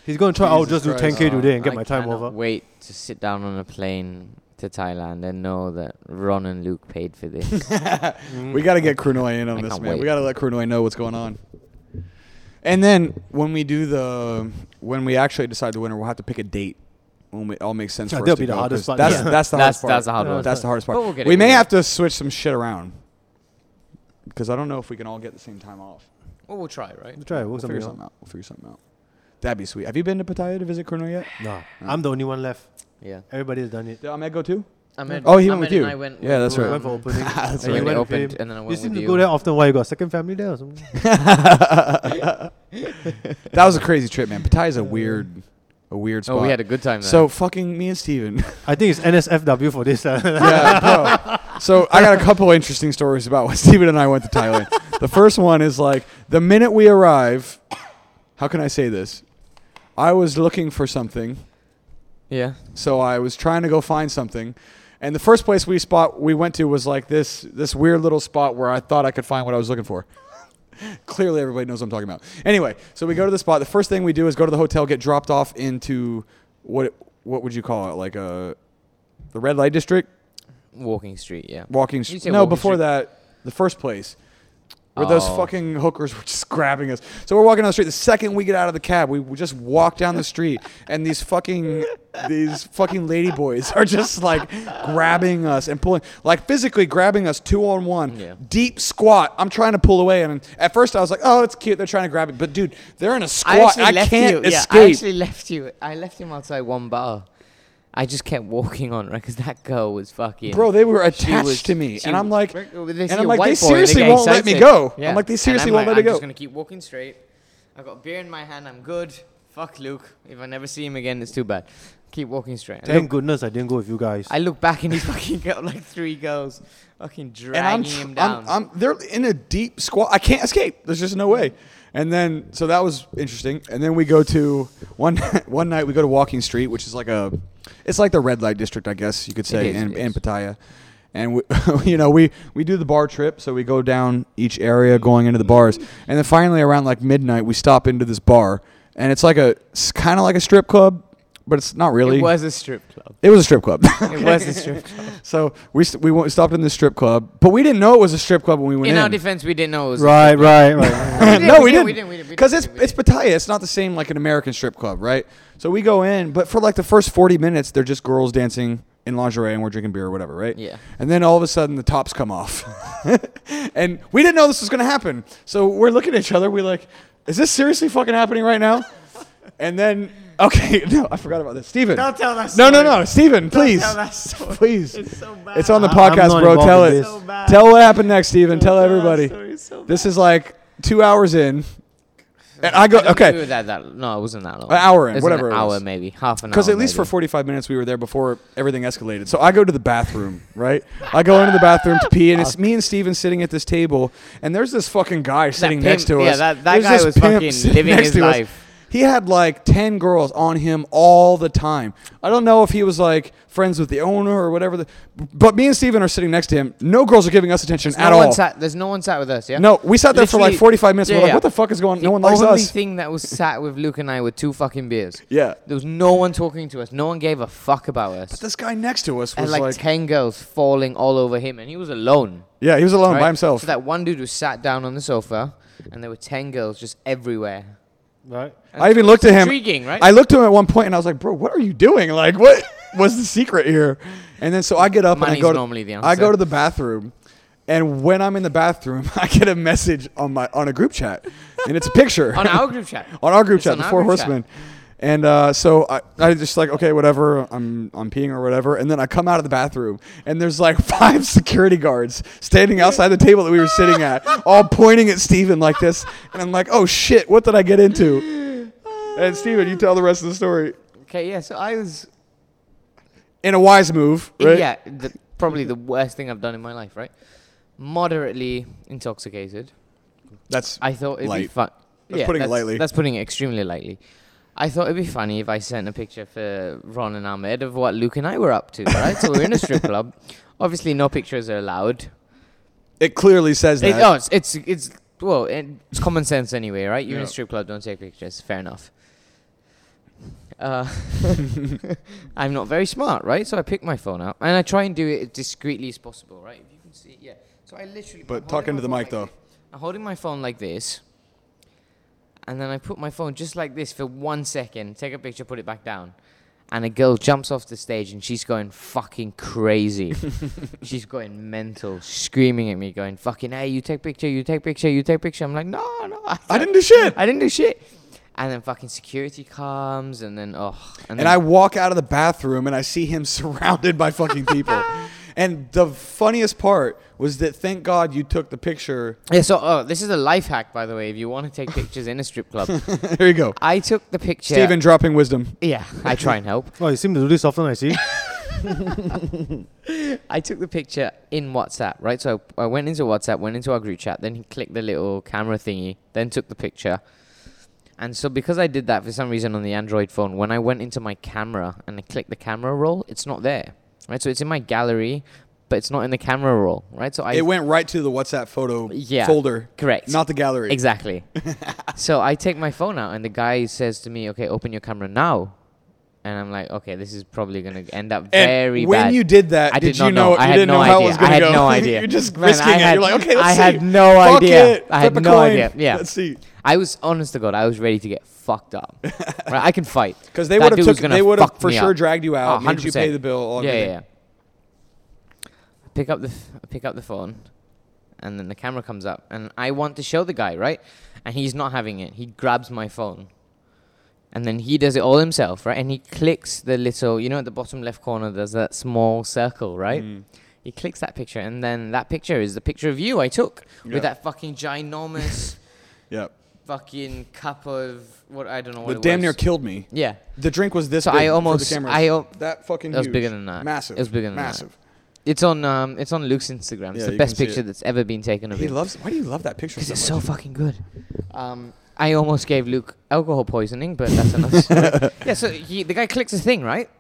[SPEAKER 2] He's gonna try. I'll
[SPEAKER 1] Jesus
[SPEAKER 2] just do
[SPEAKER 1] Christ.
[SPEAKER 2] 10k today and get
[SPEAKER 3] I
[SPEAKER 2] my time
[SPEAKER 3] cannot
[SPEAKER 2] over.
[SPEAKER 3] Wait to sit down on a plane to Thailand and know that Ron and Luke paid for this.
[SPEAKER 1] We got to get Crunoy in on
[SPEAKER 3] I
[SPEAKER 1] this,
[SPEAKER 3] can't
[SPEAKER 1] man.
[SPEAKER 3] wait.
[SPEAKER 1] We got to let Crunoy know what's going on. And then when we do the when we actually decide the winner, we'll have to pick a date. When it all makes sense
[SPEAKER 2] Yeah,
[SPEAKER 1] for us
[SPEAKER 2] that'll
[SPEAKER 1] to
[SPEAKER 2] be the
[SPEAKER 1] go,
[SPEAKER 2] hardest
[SPEAKER 1] 'cause
[SPEAKER 2] part.
[SPEAKER 1] That's
[SPEAKER 2] Yeah.
[SPEAKER 1] that's the hardest
[SPEAKER 3] That's-
[SPEAKER 1] part.
[SPEAKER 3] that's the hard
[SPEAKER 2] one.
[SPEAKER 1] That's the hardest part.
[SPEAKER 3] But we'll get it
[SPEAKER 1] we may
[SPEAKER 3] going.
[SPEAKER 1] have to switch some shit around because I don't know if we can all get the same time off.
[SPEAKER 3] well, we'll try, right?
[SPEAKER 2] We'll try. We'll
[SPEAKER 1] We'll
[SPEAKER 2] something
[SPEAKER 1] figure
[SPEAKER 2] out.
[SPEAKER 1] something out. We'll figure something out. That'd be sweet. Have you been to Pattaya to visit Crunoy yet?
[SPEAKER 2] No, I'm the only one left.
[SPEAKER 3] Yeah.
[SPEAKER 2] Everybody's done it.
[SPEAKER 1] Did Ahmed go too?
[SPEAKER 3] I mean,
[SPEAKER 1] Oh, he
[SPEAKER 3] I
[SPEAKER 1] went with
[SPEAKER 3] mean,
[SPEAKER 1] you.
[SPEAKER 3] I went
[SPEAKER 1] Yeah,
[SPEAKER 3] with
[SPEAKER 1] that's right.
[SPEAKER 2] I
[SPEAKER 3] Ron.
[SPEAKER 2] went for opening.
[SPEAKER 1] That's
[SPEAKER 2] and
[SPEAKER 1] right.
[SPEAKER 2] you went
[SPEAKER 3] They
[SPEAKER 2] with him.
[SPEAKER 3] opened and then I
[SPEAKER 2] you
[SPEAKER 3] went
[SPEAKER 2] seem
[SPEAKER 3] with
[SPEAKER 2] to
[SPEAKER 3] you.
[SPEAKER 2] go there often. Why you got a second family there or something?
[SPEAKER 1] That was a crazy trip, man. Pattaya's a weird, a weird spot.
[SPEAKER 3] Oh, we had a good time there.
[SPEAKER 1] so fucking me and Steven.
[SPEAKER 2] I think it's NSFW for this. uh,
[SPEAKER 1] yeah, bro. So I got a couple interesting stories about when Steven and I went to Thailand. the first one is like the minute we arrive, how can I say this? I was looking for something,
[SPEAKER 3] yeah.
[SPEAKER 1] so I was trying to go find something. And the first place we spot we went to was like this this weird little spot where I thought I could find what I was looking for. Clearly everybody knows what I'm talking about. Anyway, so we go to the spot. The first thing we do is go to the hotel, get dropped off into what what would you call it? Like a the red light district?
[SPEAKER 3] Walking Street, yeah.
[SPEAKER 1] Walking
[SPEAKER 3] You
[SPEAKER 1] Street.
[SPEAKER 3] say
[SPEAKER 1] No,
[SPEAKER 3] Walking
[SPEAKER 1] before
[SPEAKER 3] Street.
[SPEAKER 1] that, the first place. where those
[SPEAKER 3] Oh.
[SPEAKER 1] fucking hookers were just grabbing us. So we're walking down the street. The second we get out of the cab, we we just walk down the street, and these fucking these fucking lady boys are just like grabbing us and pulling, like physically grabbing us two on one,
[SPEAKER 3] Yeah.
[SPEAKER 1] deep squat. I'm trying to pull away, and at first I was like, oh, it's cute. They're trying to grab me, but dude, they're in a
[SPEAKER 3] I
[SPEAKER 1] squat.
[SPEAKER 3] actually
[SPEAKER 1] I,
[SPEAKER 3] left
[SPEAKER 1] can't
[SPEAKER 3] you.
[SPEAKER 1] escape.
[SPEAKER 3] Yeah, I actually left you. I left him outside one bar. I just kept walking on, right? Because that girl was fucking.
[SPEAKER 1] Bro, they were
[SPEAKER 3] she
[SPEAKER 1] attached
[SPEAKER 3] was-
[SPEAKER 1] to me,
[SPEAKER 3] she
[SPEAKER 1] and I'm
[SPEAKER 3] was- oh,
[SPEAKER 1] like,
[SPEAKER 3] Right, well,
[SPEAKER 1] and
[SPEAKER 3] see
[SPEAKER 1] I'm
[SPEAKER 3] a
[SPEAKER 1] like,
[SPEAKER 3] white
[SPEAKER 1] they
[SPEAKER 3] boy and
[SPEAKER 1] seriously
[SPEAKER 3] get
[SPEAKER 1] won't let me
[SPEAKER 3] excited.
[SPEAKER 1] go.
[SPEAKER 3] Yeah.
[SPEAKER 1] I'm like, they
[SPEAKER 3] And
[SPEAKER 1] seriously
[SPEAKER 3] I'm
[SPEAKER 1] won't
[SPEAKER 3] like,
[SPEAKER 1] let me
[SPEAKER 3] I'm
[SPEAKER 1] go.
[SPEAKER 3] just gonna keep walking straight. I got beer in my hand. I'm good. Fuck Luke. If I never see him again, it's too bad. Keep walking straight. I
[SPEAKER 2] Thank
[SPEAKER 3] look,
[SPEAKER 2] goodness I didn't go with you guys.
[SPEAKER 3] I look back and he fucking got like three girls, fucking
[SPEAKER 1] and
[SPEAKER 3] dragging
[SPEAKER 1] I'm, tr-
[SPEAKER 3] him down.
[SPEAKER 1] I'm, I'm, they're in a deep squat. I can't escape. There's just no way. And then, so that was interesting. And then we go to one one night. We go to Walking Street, which is like a, it's like the red light district, I guess you could say,
[SPEAKER 3] is,
[SPEAKER 1] in,
[SPEAKER 3] it
[SPEAKER 1] in
[SPEAKER 3] is.
[SPEAKER 1] Pattaya. And we, you know, we we do the bar trip, so we go down each area, going into the bars, and then finally around like midnight, we stop into this bar, and it's like a, it's kind of like a strip club, but it's not really.
[SPEAKER 3] It was a strip club.
[SPEAKER 1] It was a strip club.
[SPEAKER 3] It was a strip club.
[SPEAKER 1] So we st- we went, stopped in the strip club, but we didn't know it was a strip club when we went
[SPEAKER 3] In
[SPEAKER 1] in.
[SPEAKER 3] our defense, we didn't know it was. a
[SPEAKER 2] right, right, right.
[SPEAKER 3] didn't,
[SPEAKER 1] no,
[SPEAKER 3] we
[SPEAKER 1] we didn't.
[SPEAKER 3] didn't, we didn't, we didn't, we
[SPEAKER 1] Because
[SPEAKER 3] didn't,
[SPEAKER 1] it's
[SPEAKER 3] we
[SPEAKER 1] it's Pattaya. It's not the same like an American strip club, right? So we go in, but for like the first forty minutes, they're just girls dancing in lingerie and we're drinking beer or whatever, right?
[SPEAKER 3] Yeah.
[SPEAKER 1] And then all of a sudden, the tops come off, and we didn't know this was gonna happen. So we're looking at each other. We like, is this seriously fucking happening right now? and then. Okay, no, I forgot about this. Steven.
[SPEAKER 3] Don't tell that
[SPEAKER 1] No, no,
[SPEAKER 3] story.
[SPEAKER 1] no. Steven, please.
[SPEAKER 3] tell that story.
[SPEAKER 1] Please.
[SPEAKER 3] It's so bad.
[SPEAKER 1] It's on the
[SPEAKER 2] I- I'm
[SPEAKER 1] podcast,
[SPEAKER 2] not
[SPEAKER 1] bro.
[SPEAKER 2] involved
[SPEAKER 1] Tell
[SPEAKER 2] in
[SPEAKER 1] it.
[SPEAKER 2] this. So
[SPEAKER 3] bad.
[SPEAKER 1] tell what happened next, Steven. Tell
[SPEAKER 3] tell that
[SPEAKER 1] everybody.
[SPEAKER 3] story so bad.
[SPEAKER 1] This is like two hours in, and I go
[SPEAKER 3] I don't think we were
[SPEAKER 1] okay
[SPEAKER 3] there that, no, it wasn't that long.
[SPEAKER 1] An hour in,
[SPEAKER 3] It was
[SPEAKER 1] whatever
[SPEAKER 3] An
[SPEAKER 1] it
[SPEAKER 3] hour
[SPEAKER 1] was.
[SPEAKER 3] maybe, half an hour.
[SPEAKER 1] because at least for
[SPEAKER 3] maybe.
[SPEAKER 1] 45 minutes we were there before everything escalated. So I go to the bathroom, right? I go into the bathroom to pee, and it's me and Steven sitting at this table, and there's this fucking guy sitting
[SPEAKER 3] pimp-
[SPEAKER 1] next to
[SPEAKER 3] yeah,
[SPEAKER 1] us.
[SPEAKER 3] that- that
[SPEAKER 1] There's
[SPEAKER 3] guy
[SPEAKER 1] this
[SPEAKER 3] was
[SPEAKER 1] pimp
[SPEAKER 3] fucking
[SPEAKER 1] sitting
[SPEAKER 3] living
[SPEAKER 1] next
[SPEAKER 3] his
[SPEAKER 1] to us.
[SPEAKER 3] life.
[SPEAKER 1] He had like 10 girls on him all the time. I don't know if he was like friends with the owner or whatever, the, but me and Steven are sitting next to him. No girls are giving us attention
[SPEAKER 3] no
[SPEAKER 1] at
[SPEAKER 3] one
[SPEAKER 1] all.
[SPEAKER 3] Sat, there's no one sat with us. Yeah.
[SPEAKER 1] No, we sat there for like
[SPEAKER 3] Literally-
[SPEAKER 1] 45 minutes.
[SPEAKER 3] yeah,
[SPEAKER 1] we're like,
[SPEAKER 3] yeah.
[SPEAKER 1] what the fuck is going on?
[SPEAKER 3] The
[SPEAKER 1] No one likes
[SPEAKER 3] only
[SPEAKER 1] us.
[SPEAKER 3] thing that was sat with Luke and I were two fucking beers.
[SPEAKER 1] yeah.
[SPEAKER 3] There was no one talking to us. No one gave a fuck about us.
[SPEAKER 1] This guy next to us
[SPEAKER 3] And
[SPEAKER 1] was
[SPEAKER 3] like,
[SPEAKER 1] like,
[SPEAKER 3] ten girls falling all over him, and he was alone.
[SPEAKER 1] yeah, he was alone
[SPEAKER 3] right?
[SPEAKER 1] by himself.
[SPEAKER 3] So that one dude was sat down on the sofa, and there were ten girls just everywhere.
[SPEAKER 2] right.
[SPEAKER 1] I even looked at him.
[SPEAKER 3] Intriguing, right?
[SPEAKER 1] I looked at him at one point and I was like, bro, what are you doing? Like, what was the secret here? And then so I get up and I
[SPEAKER 3] Money's
[SPEAKER 1] go, to,
[SPEAKER 3] normally the
[SPEAKER 1] I go
[SPEAKER 3] answer.
[SPEAKER 1] to the bathroom. And when I'm in the bathroom, I get a message on my on a group chat, and it's a picture
[SPEAKER 3] on our group chat.
[SPEAKER 1] on our group
[SPEAKER 3] It's
[SPEAKER 1] chat,
[SPEAKER 3] on
[SPEAKER 1] the
[SPEAKER 3] our
[SPEAKER 1] Four
[SPEAKER 3] group chat.
[SPEAKER 1] Horsemen. And uh, so I, I just like okay, whatever. I'm I'm peeing or whatever, and then I come out of the bathroom, and there's like five security guards standing outside the table that we were sitting at, all pointing at Steven like this, and I'm like, oh shit, what did I get into? And Steven, you tell the rest of the story
[SPEAKER 3] Okay, yeah. So I was,
[SPEAKER 1] in a wise move, right?
[SPEAKER 3] yeah, the, probably the worst thing I've done in my life, right? Moderately intoxicated.
[SPEAKER 1] That's
[SPEAKER 3] I thought it'd be
[SPEAKER 1] Light.
[SPEAKER 3] fun.
[SPEAKER 1] That's putting it lightly.
[SPEAKER 3] That's putting it extremely lightly. I thought it'd be funny if I sent a picture for Ron and Ahmed of what Luke and I were up to, right? so we're in a strip club. Obviously, no pictures are allowed.
[SPEAKER 1] it. Clearly says
[SPEAKER 3] It,
[SPEAKER 1] that.
[SPEAKER 3] oh, it's, it's it's well, it, it's common sense anyway, right? You're in
[SPEAKER 1] Yeah.
[SPEAKER 3] a strip club, don't take pictures. Fair enough. Uh, I'm not very smart, right? So I pick my phone out and I try and do it as discreetly as possible, right? If you can see, yeah. So I literally.
[SPEAKER 1] But
[SPEAKER 3] I'm
[SPEAKER 1] talk
[SPEAKER 3] holding
[SPEAKER 1] into the
[SPEAKER 3] my
[SPEAKER 1] mic,
[SPEAKER 3] phone like
[SPEAKER 1] though.
[SPEAKER 3] this. I'm holding my phone like this, and then I put my phone just like this for one second, take a picture, put it back down. And a girl jumps off the stage and she's going fucking crazy. she's going mental, screaming at me, going, fucking, hey, you take picture, you take picture, you take picture. I'm like, no, no.
[SPEAKER 1] I didn't do shit.
[SPEAKER 3] I didn't do shit. And then fucking security comes, and then oh,
[SPEAKER 1] And I walk out of the bathroom and I see him surrounded by fucking people. and the funniest part was that thank God you took the picture.
[SPEAKER 3] yeah. So oh, this is a life hack, by the way. If you want to take pictures in a strip club,
[SPEAKER 1] Here you go.
[SPEAKER 3] I took the picture.
[SPEAKER 1] Steven dropping wisdom.
[SPEAKER 3] Yeah, I try and help.
[SPEAKER 2] Oh, you seem to do this often. I see.
[SPEAKER 3] I took the picture in WhatsApp, right? So I went into WhatsApp, went into our group chat, then clicked the little camera thingy, then took the picture. And so because I did that for some reason on the Android phone, when I went into my camera and I clicked the camera roll, it's not there, right? So it's in my gallery, but it's not in the camera roll, right? So I
[SPEAKER 1] it went right to the WhatsApp photo
[SPEAKER 3] Yeah,
[SPEAKER 1] folder.
[SPEAKER 3] correct.
[SPEAKER 1] Not the gallery.
[SPEAKER 3] Exactly. so I take my phone out, and the guy says to me, "Okay, open your camera now." and I'm like, okay, this is probably gonna end up
[SPEAKER 1] And
[SPEAKER 3] very
[SPEAKER 1] when
[SPEAKER 3] bad.
[SPEAKER 1] you did that,
[SPEAKER 3] I
[SPEAKER 1] did
[SPEAKER 3] did
[SPEAKER 1] you
[SPEAKER 3] not know.
[SPEAKER 1] know,
[SPEAKER 3] I
[SPEAKER 1] you
[SPEAKER 3] had
[SPEAKER 1] didn't
[SPEAKER 3] no
[SPEAKER 1] know how it was
[SPEAKER 3] idea.
[SPEAKER 1] going
[SPEAKER 3] I
[SPEAKER 1] to
[SPEAKER 3] had
[SPEAKER 1] go?
[SPEAKER 3] no idea.
[SPEAKER 1] You're just
[SPEAKER 3] Man,
[SPEAKER 1] risking
[SPEAKER 3] I
[SPEAKER 1] it.
[SPEAKER 3] had-
[SPEAKER 1] You're like, okay, let's
[SPEAKER 3] I
[SPEAKER 1] see.
[SPEAKER 3] had no
[SPEAKER 1] Fuck
[SPEAKER 3] idea.
[SPEAKER 1] It.
[SPEAKER 3] I had
[SPEAKER 1] Flip a
[SPEAKER 3] no
[SPEAKER 1] coin.
[SPEAKER 3] idea. Yeah.
[SPEAKER 1] Let's see.
[SPEAKER 3] I was honest to God, I was ready to get fucked up. right, I can fight
[SPEAKER 1] Because they
[SPEAKER 3] That
[SPEAKER 1] would have
[SPEAKER 3] dude was
[SPEAKER 1] took,
[SPEAKER 3] gonna
[SPEAKER 1] they would have
[SPEAKER 3] fuck
[SPEAKER 1] for
[SPEAKER 3] me
[SPEAKER 1] sure
[SPEAKER 3] up.
[SPEAKER 1] dragged you out,
[SPEAKER 3] Oh,
[SPEAKER 1] made you pay
[SPEAKER 3] 100%.
[SPEAKER 1] the bill. all
[SPEAKER 3] yeah, yeah,
[SPEAKER 1] everything.
[SPEAKER 3] yeah. I pick up the f- I pick up the phone, and then the camera comes up, and I want to show the guy right, and he's not having it. He grabs my phone, and then he does it all himself, right? And he clicks the little, you know, at the bottom left corner, there's that small circle,
[SPEAKER 1] Mm.
[SPEAKER 3] right? He clicks that picture, and then that picture is the picture of you I took
[SPEAKER 1] Yeah.
[SPEAKER 3] with that fucking ginormous
[SPEAKER 1] Yep.
[SPEAKER 3] fucking cup of what I don't know what
[SPEAKER 1] That
[SPEAKER 3] it
[SPEAKER 1] damn
[SPEAKER 3] was.
[SPEAKER 1] near killed me.
[SPEAKER 3] yeah.
[SPEAKER 1] The drink was this
[SPEAKER 3] So
[SPEAKER 1] big
[SPEAKER 3] I
[SPEAKER 1] for the
[SPEAKER 3] almost-
[SPEAKER 1] cameras.
[SPEAKER 3] I al-
[SPEAKER 1] that fucking
[SPEAKER 3] It was
[SPEAKER 1] huge.
[SPEAKER 3] bigger than that.
[SPEAKER 1] Massive.
[SPEAKER 3] It was bigger than that.
[SPEAKER 1] Massive.
[SPEAKER 3] It's on um, it's on Luke's Instagram. It's
[SPEAKER 1] Yeah,
[SPEAKER 3] the
[SPEAKER 1] you
[SPEAKER 3] best
[SPEAKER 1] can see
[SPEAKER 3] picture
[SPEAKER 1] it.
[SPEAKER 3] that's ever been taken of
[SPEAKER 1] He
[SPEAKER 3] him.
[SPEAKER 1] loves. Why do you love that picture?
[SPEAKER 3] Because
[SPEAKER 1] so
[SPEAKER 3] it's
[SPEAKER 1] much?
[SPEAKER 3] so fucking good. Um, I almost gave Luke alcohol poisoning, but that's another story. yeah, so he, the guy clicks a thing, right?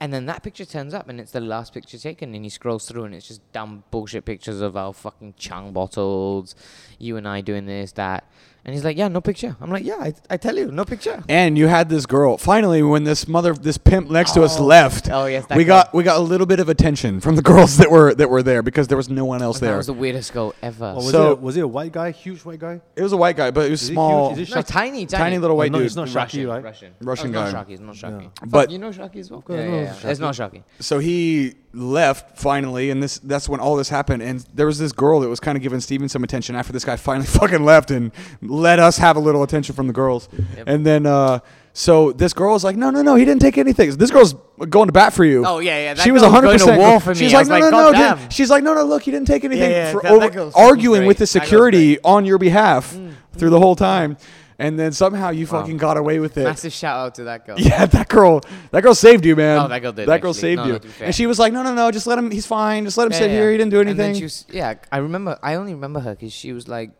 [SPEAKER 3] And then that picture turns up, and it's the last picture taken. And he scrolls through, and it's just dumb bullshit pictures of our fucking Chang bottles, you and I doing this, that. And he's like, "Yeah, no picture." I'm like, "Yeah, I, I tell you, no picture."
[SPEAKER 1] And you had this girl. Finally, when this mother, this pimp next to us
[SPEAKER 3] Oh.
[SPEAKER 1] left,
[SPEAKER 3] Oh, yes, that
[SPEAKER 1] we
[SPEAKER 3] girl.
[SPEAKER 1] got we got a little bit of attention from the girls that were that were there because there was no one else
[SPEAKER 3] That
[SPEAKER 1] there.
[SPEAKER 3] was the weirdest goal ever.
[SPEAKER 2] Or was,
[SPEAKER 1] So-
[SPEAKER 2] it a, was it a white guy, huge white guy?
[SPEAKER 1] it was a white guy, but it was
[SPEAKER 2] Is it
[SPEAKER 1] small,
[SPEAKER 2] huge? Is it
[SPEAKER 3] no,
[SPEAKER 2] Shaq-
[SPEAKER 3] tiny, tiny,
[SPEAKER 1] tiny little white
[SPEAKER 2] Oh, no,
[SPEAKER 1] dude.
[SPEAKER 2] it's not Shaki,
[SPEAKER 3] Russian,
[SPEAKER 2] right?
[SPEAKER 3] Russian,
[SPEAKER 1] Russian
[SPEAKER 3] oh, it's
[SPEAKER 1] guy.
[SPEAKER 3] Not Shaki, it's not Shaki.
[SPEAKER 2] Yeah.
[SPEAKER 3] Fuck,
[SPEAKER 1] But-
[SPEAKER 3] you know Shaki as well.
[SPEAKER 2] course, I know Shaki.
[SPEAKER 3] It's not Shaki.
[SPEAKER 1] so he left finally, and this that's when all this happened. And there was this girl that was kind of giving Steven some attention after this guy finally fucking left and let us have a little attention from the girls. And then uh, so this girl is like, no, no, no, he didn't take anything. This girl's going to bat for you.
[SPEAKER 3] Oh, yeah, yeah, that
[SPEAKER 1] She was
[SPEAKER 3] girl was
[SPEAKER 1] hundred
[SPEAKER 3] going to
[SPEAKER 1] percent
[SPEAKER 3] war for
[SPEAKER 1] She's
[SPEAKER 3] me. I
[SPEAKER 1] like,
[SPEAKER 3] was
[SPEAKER 1] no,
[SPEAKER 3] like,
[SPEAKER 1] no, no.
[SPEAKER 3] "God
[SPEAKER 1] dude."
[SPEAKER 3] damn.
[SPEAKER 1] She's like, no, no. Look, he didn't take anything
[SPEAKER 3] yeah,
[SPEAKER 1] for
[SPEAKER 3] that- that
[SPEAKER 1] over,
[SPEAKER 3] girl's fucking
[SPEAKER 1] arguing with
[SPEAKER 3] great.
[SPEAKER 1] the
[SPEAKER 3] That girl's
[SPEAKER 1] security on your behalf through the whole time. And then somehow you
[SPEAKER 3] Wow.
[SPEAKER 1] fucking got away with it.
[SPEAKER 3] Massive shout out to that girl.
[SPEAKER 1] Yeah, that girl, that girl saved you, man.
[SPEAKER 3] Oh, that girl did,
[SPEAKER 1] That girl
[SPEAKER 3] actually.
[SPEAKER 1] saved
[SPEAKER 3] No,
[SPEAKER 1] you.
[SPEAKER 3] no, to be fair.
[SPEAKER 1] and she was like, "No, no, no, just let him. He's fine. Just let him
[SPEAKER 3] Yeah,
[SPEAKER 1] sit
[SPEAKER 3] yeah,
[SPEAKER 1] here. He didn't do
[SPEAKER 3] And then
[SPEAKER 1] anything."
[SPEAKER 3] she was, yeah, I remember. I only remember her because she was like,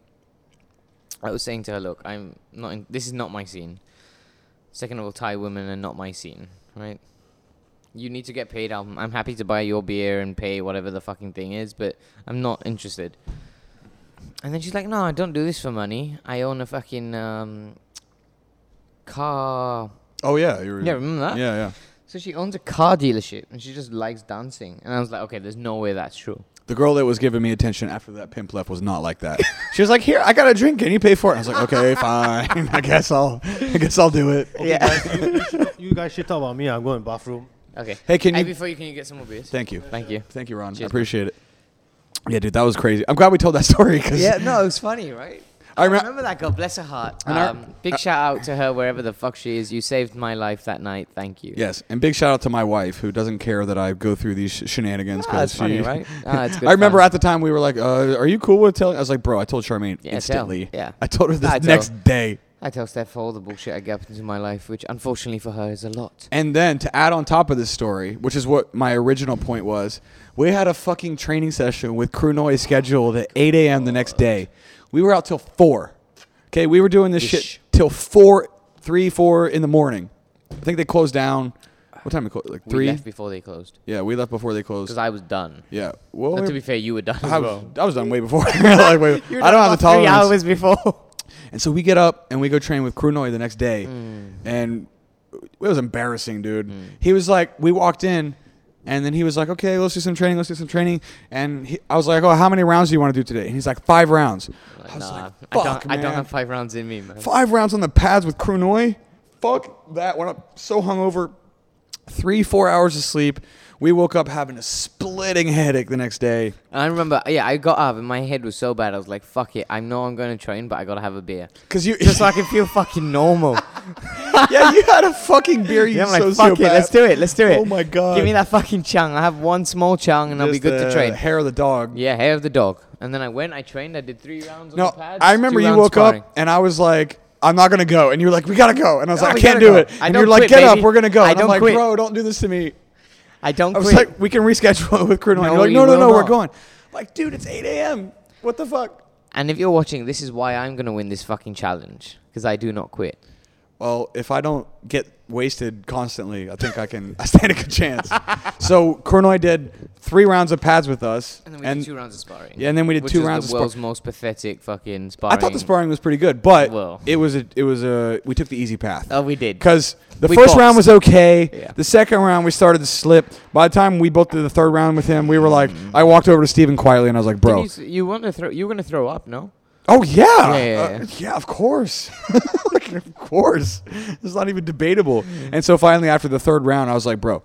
[SPEAKER 3] I was saying to her, "Look, I'm not. In, this is not my scene. Second of all, Thai women are not my scene, right? You need to get paid. I'm, I'm happy to buy your beer and pay whatever the fucking thing is, but I'm not interested." And then she's like, "No, I don't do this for money. I own a fucking um, car."
[SPEAKER 1] oh yeah, you were,
[SPEAKER 3] Yeah, remember that?
[SPEAKER 1] Yeah, yeah.
[SPEAKER 3] So she owns a car dealership and she just likes dancing. And I was like, okay, there's no way that's true.
[SPEAKER 1] The girl that was giving me attention after that pimp left was not like that. she was like, "Here, I got a drink. Can you pay for it?" I was like, "Okay, fine. I guess I'll, I guess I'll do it."
[SPEAKER 2] Okay, guys, you, you, shit- you guys shit talk about me. I'm going bathroom.
[SPEAKER 3] Okay.
[SPEAKER 1] Hey, can you-
[SPEAKER 3] before you can you get some more beers?
[SPEAKER 1] Thank you,
[SPEAKER 3] Thank you.
[SPEAKER 1] thank you, Ron. I
[SPEAKER 3] Cheers, man.
[SPEAKER 1] appreciate it. Yeah, dude, that was crazy. I'm glad we told that story because
[SPEAKER 3] Yeah, no, it was funny, right?
[SPEAKER 1] I
[SPEAKER 3] I
[SPEAKER 1] remem-
[SPEAKER 3] remember that girl. Bless her heart.
[SPEAKER 1] And our-
[SPEAKER 3] Um, big shout out to her wherever the fuck she is. You saved my life that night. Thank you.
[SPEAKER 1] Yes, and big shout out to my wife who doesn't care that I go through these sh- shenanigans.
[SPEAKER 3] Ah,
[SPEAKER 1] 'cause
[SPEAKER 3] it's funny,
[SPEAKER 1] she-
[SPEAKER 3] right? Ah, it's good
[SPEAKER 1] I remember
[SPEAKER 3] fun.
[SPEAKER 1] at the time we were like, uh, "Are you cool with telling?" I was like, "Bro, I told Charmaine
[SPEAKER 3] Yeah, tell.
[SPEAKER 1] instantly.
[SPEAKER 3] Yeah.
[SPEAKER 1] I told her this
[SPEAKER 3] I tell.
[SPEAKER 1] next day."
[SPEAKER 3] I tell Steph all the bullshit I get up into my life, which unfortunately for her is a lot.
[SPEAKER 1] And then to add on top of this story, which is what my original point was, we had a fucking training session with Crew Noise scheduled at 8 a.m. the next day. We were out till four. Okay, we were doing this shit
[SPEAKER 3] Ish.
[SPEAKER 1] till four, three, four in the morning. I think they closed down. What time? They closed? Like
[SPEAKER 3] We
[SPEAKER 1] three.
[SPEAKER 3] left before they closed
[SPEAKER 1] yeah, we left before they closed.
[SPEAKER 3] because I was done.
[SPEAKER 1] yeah. Well,
[SPEAKER 3] But
[SPEAKER 1] we-
[SPEAKER 3] to be fair, you were done as
[SPEAKER 1] I was,
[SPEAKER 3] well.
[SPEAKER 1] I was done way before. Like, wait, I don't have the tolerance.
[SPEAKER 3] before.
[SPEAKER 1] And so we get up and we go train with Krunoy the next day.
[SPEAKER 3] Mm.
[SPEAKER 1] And it was embarrassing, dude. He was like, we walked in and then he was like, okay, let's do some training, let's do some training. And he, I was like, oh, how many rounds do you want to do today? And he's like, five rounds. I was
[SPEAKER 3] nah,
[SPEAKER 1] like,
[SPEAKER 3] I
[SPEAKER 1] fuck,
[SPEAKER 3] don't, I
[SPEAKER 1] man.
[SPEAKER 3] don't have five rounds in me, man.
[SPEAKER 1] Five rounds on the pads with Krunoy? Fuck that. When I'm so hungover, three, four hours of sleep. We woke up having a splitting headache the next day.
[SPEAKER 3] And I remember, yeah, I got up and my head was so bad. I was like, fuck it. I know I'm going to train, but I got to have a beer.
[SPEAKER 1] Cause you,
[SPEAKER 3] Just so I can feel fucking normal.
[SPEAKER 1] yeah, you had a fucking beer. You
[SPEAKER 3] yeah, I'm like,
[SPEAKER 1] sociopath.
[SPEAKER 3] fuck it. Let's do it. Let's do it.
[SPEAKER 1] Oh my god.
[SPEAKER 3] Give me that fucking chung. I have one small chung and I'll be
[SPEAKER 1] Just
[SPEAKER 3] good
[SPEAKER 1] the
[SPEAKER 3] to train.
[SPEAKER 1] Hair of the dog.
[SPEAKER 3] Yeah, hair of the dog. And then I went, I trained, I did three rounds on
[SPEAKER 1] No,
[SPEAKER 3] the pads.
[SPEAKER 1] I remember
[SPEAKER 3] two
[SPEAKER 1] you
[SPEAKER 3] rounds
[SPEAKER 1] woke
[SPEAKER 3] sparring.
[SPEAKER 1] up and I was like, I'm not gonna go, and you were like, we gotta go, and I was
[SPEAKER 3] No,
[SPEAKER 1] like, I
[SPEAKER 3] we
[SPEAKER 1] can't
[SPEAKER 3] gotta
[SPEAKER 1] do
[SPEAKER 3] go.
[SPEAKER 1] it,
[SPEAKER 3] I
[SPEAKER 1] and
[SPEAKER 3] don't
[SPEAKER 1] you're like,
[SPEAKER 3] quit,
[SPEAKER 1] get up,
[SPEAKER 3] baby.
[SPEAKER 1] we're gonna go, and
[SPEAKER 3] I
[SPEAKER 1] I'm
[SPEAKER 3] don't
[SPEAKER 1] like,
[SPEAKER 3] quit.
[SPEAKER 1] bro, don't do this to me.
[SPEAKER 3] I don't
[SPEAKER 1] I was
[SPEAKER 3] quit.
[SPEAKER 1] like, we can reschedule it with Kruno.
[SPEAKER 3] No,
[SPEAKER 1] and you're like,
[SPEAKER 3] we
[SPEAKER 1] no, no,
[SPEAKER 3] will
[SPEAKER 1] no, we're
[SPEAKER 3] not.
[SPEAKER 1] going. I'm like, dude, it's 8 a.m. What the fuck?
[SPEAKER 3] and if you're watching, this is why I'm going to win this fucking challenge. Because I do not quit.
[SPEAKER 1] well, if I don't get wasted constantly, I think I can. I stand a good chance. so Cornoy did three rounds of pads with us,
[SPEAKER 3] And then we did two rounds of sparring.
[SPEAKER 1] yeah, and then we did
[SPEAKER 3] which
[SPEAKER 1] two
[SPEAKER 3] is
[SPEAKER 1] rounds of
[SPEAKER 3] the
[SPEAKER 1] spar-
[SPEAKER 3] world's most pathetic fucking sparring.
[SPEAKER 1] I thought the sparring was pretty good, but
[SPEAKER 3] Well.
[SPEAKER 1] it was a it was a we took the easy path.
[SPEAKER 3] Oh, we did.
[SPEAKER 1] Because the
[SPEAKER 3] We
[SPEAKER 1] first
[SPEAKER 3] boxed.
[SPEAKER 1] round was okay.
[SPEAKER 3] Yeah.
[SPEAKER 1] The second round we started to slip. By the time we both did the third round with him, we were like,
[SPEAKER 3] Mm-hmm.
[SPEAKER 1] I walked over to Steven quietly and I was like,
[SPEAKER 3] Didn't
[SPEAKER 1] bro.
[SPEAKER 3] You, s- you want to throw? You were gonna throw up, no?
[SPEAKER 1] Oh yeah,
[SPEAKER 3] Yeah, yeah,
[SPEAKER 1] Uh,
[SPEAKER 3] yeah.
[SPEAKER 1] yeah, of course, Like, of course. It's not even debatable. And so finally, after the third round, I was like, "Bro,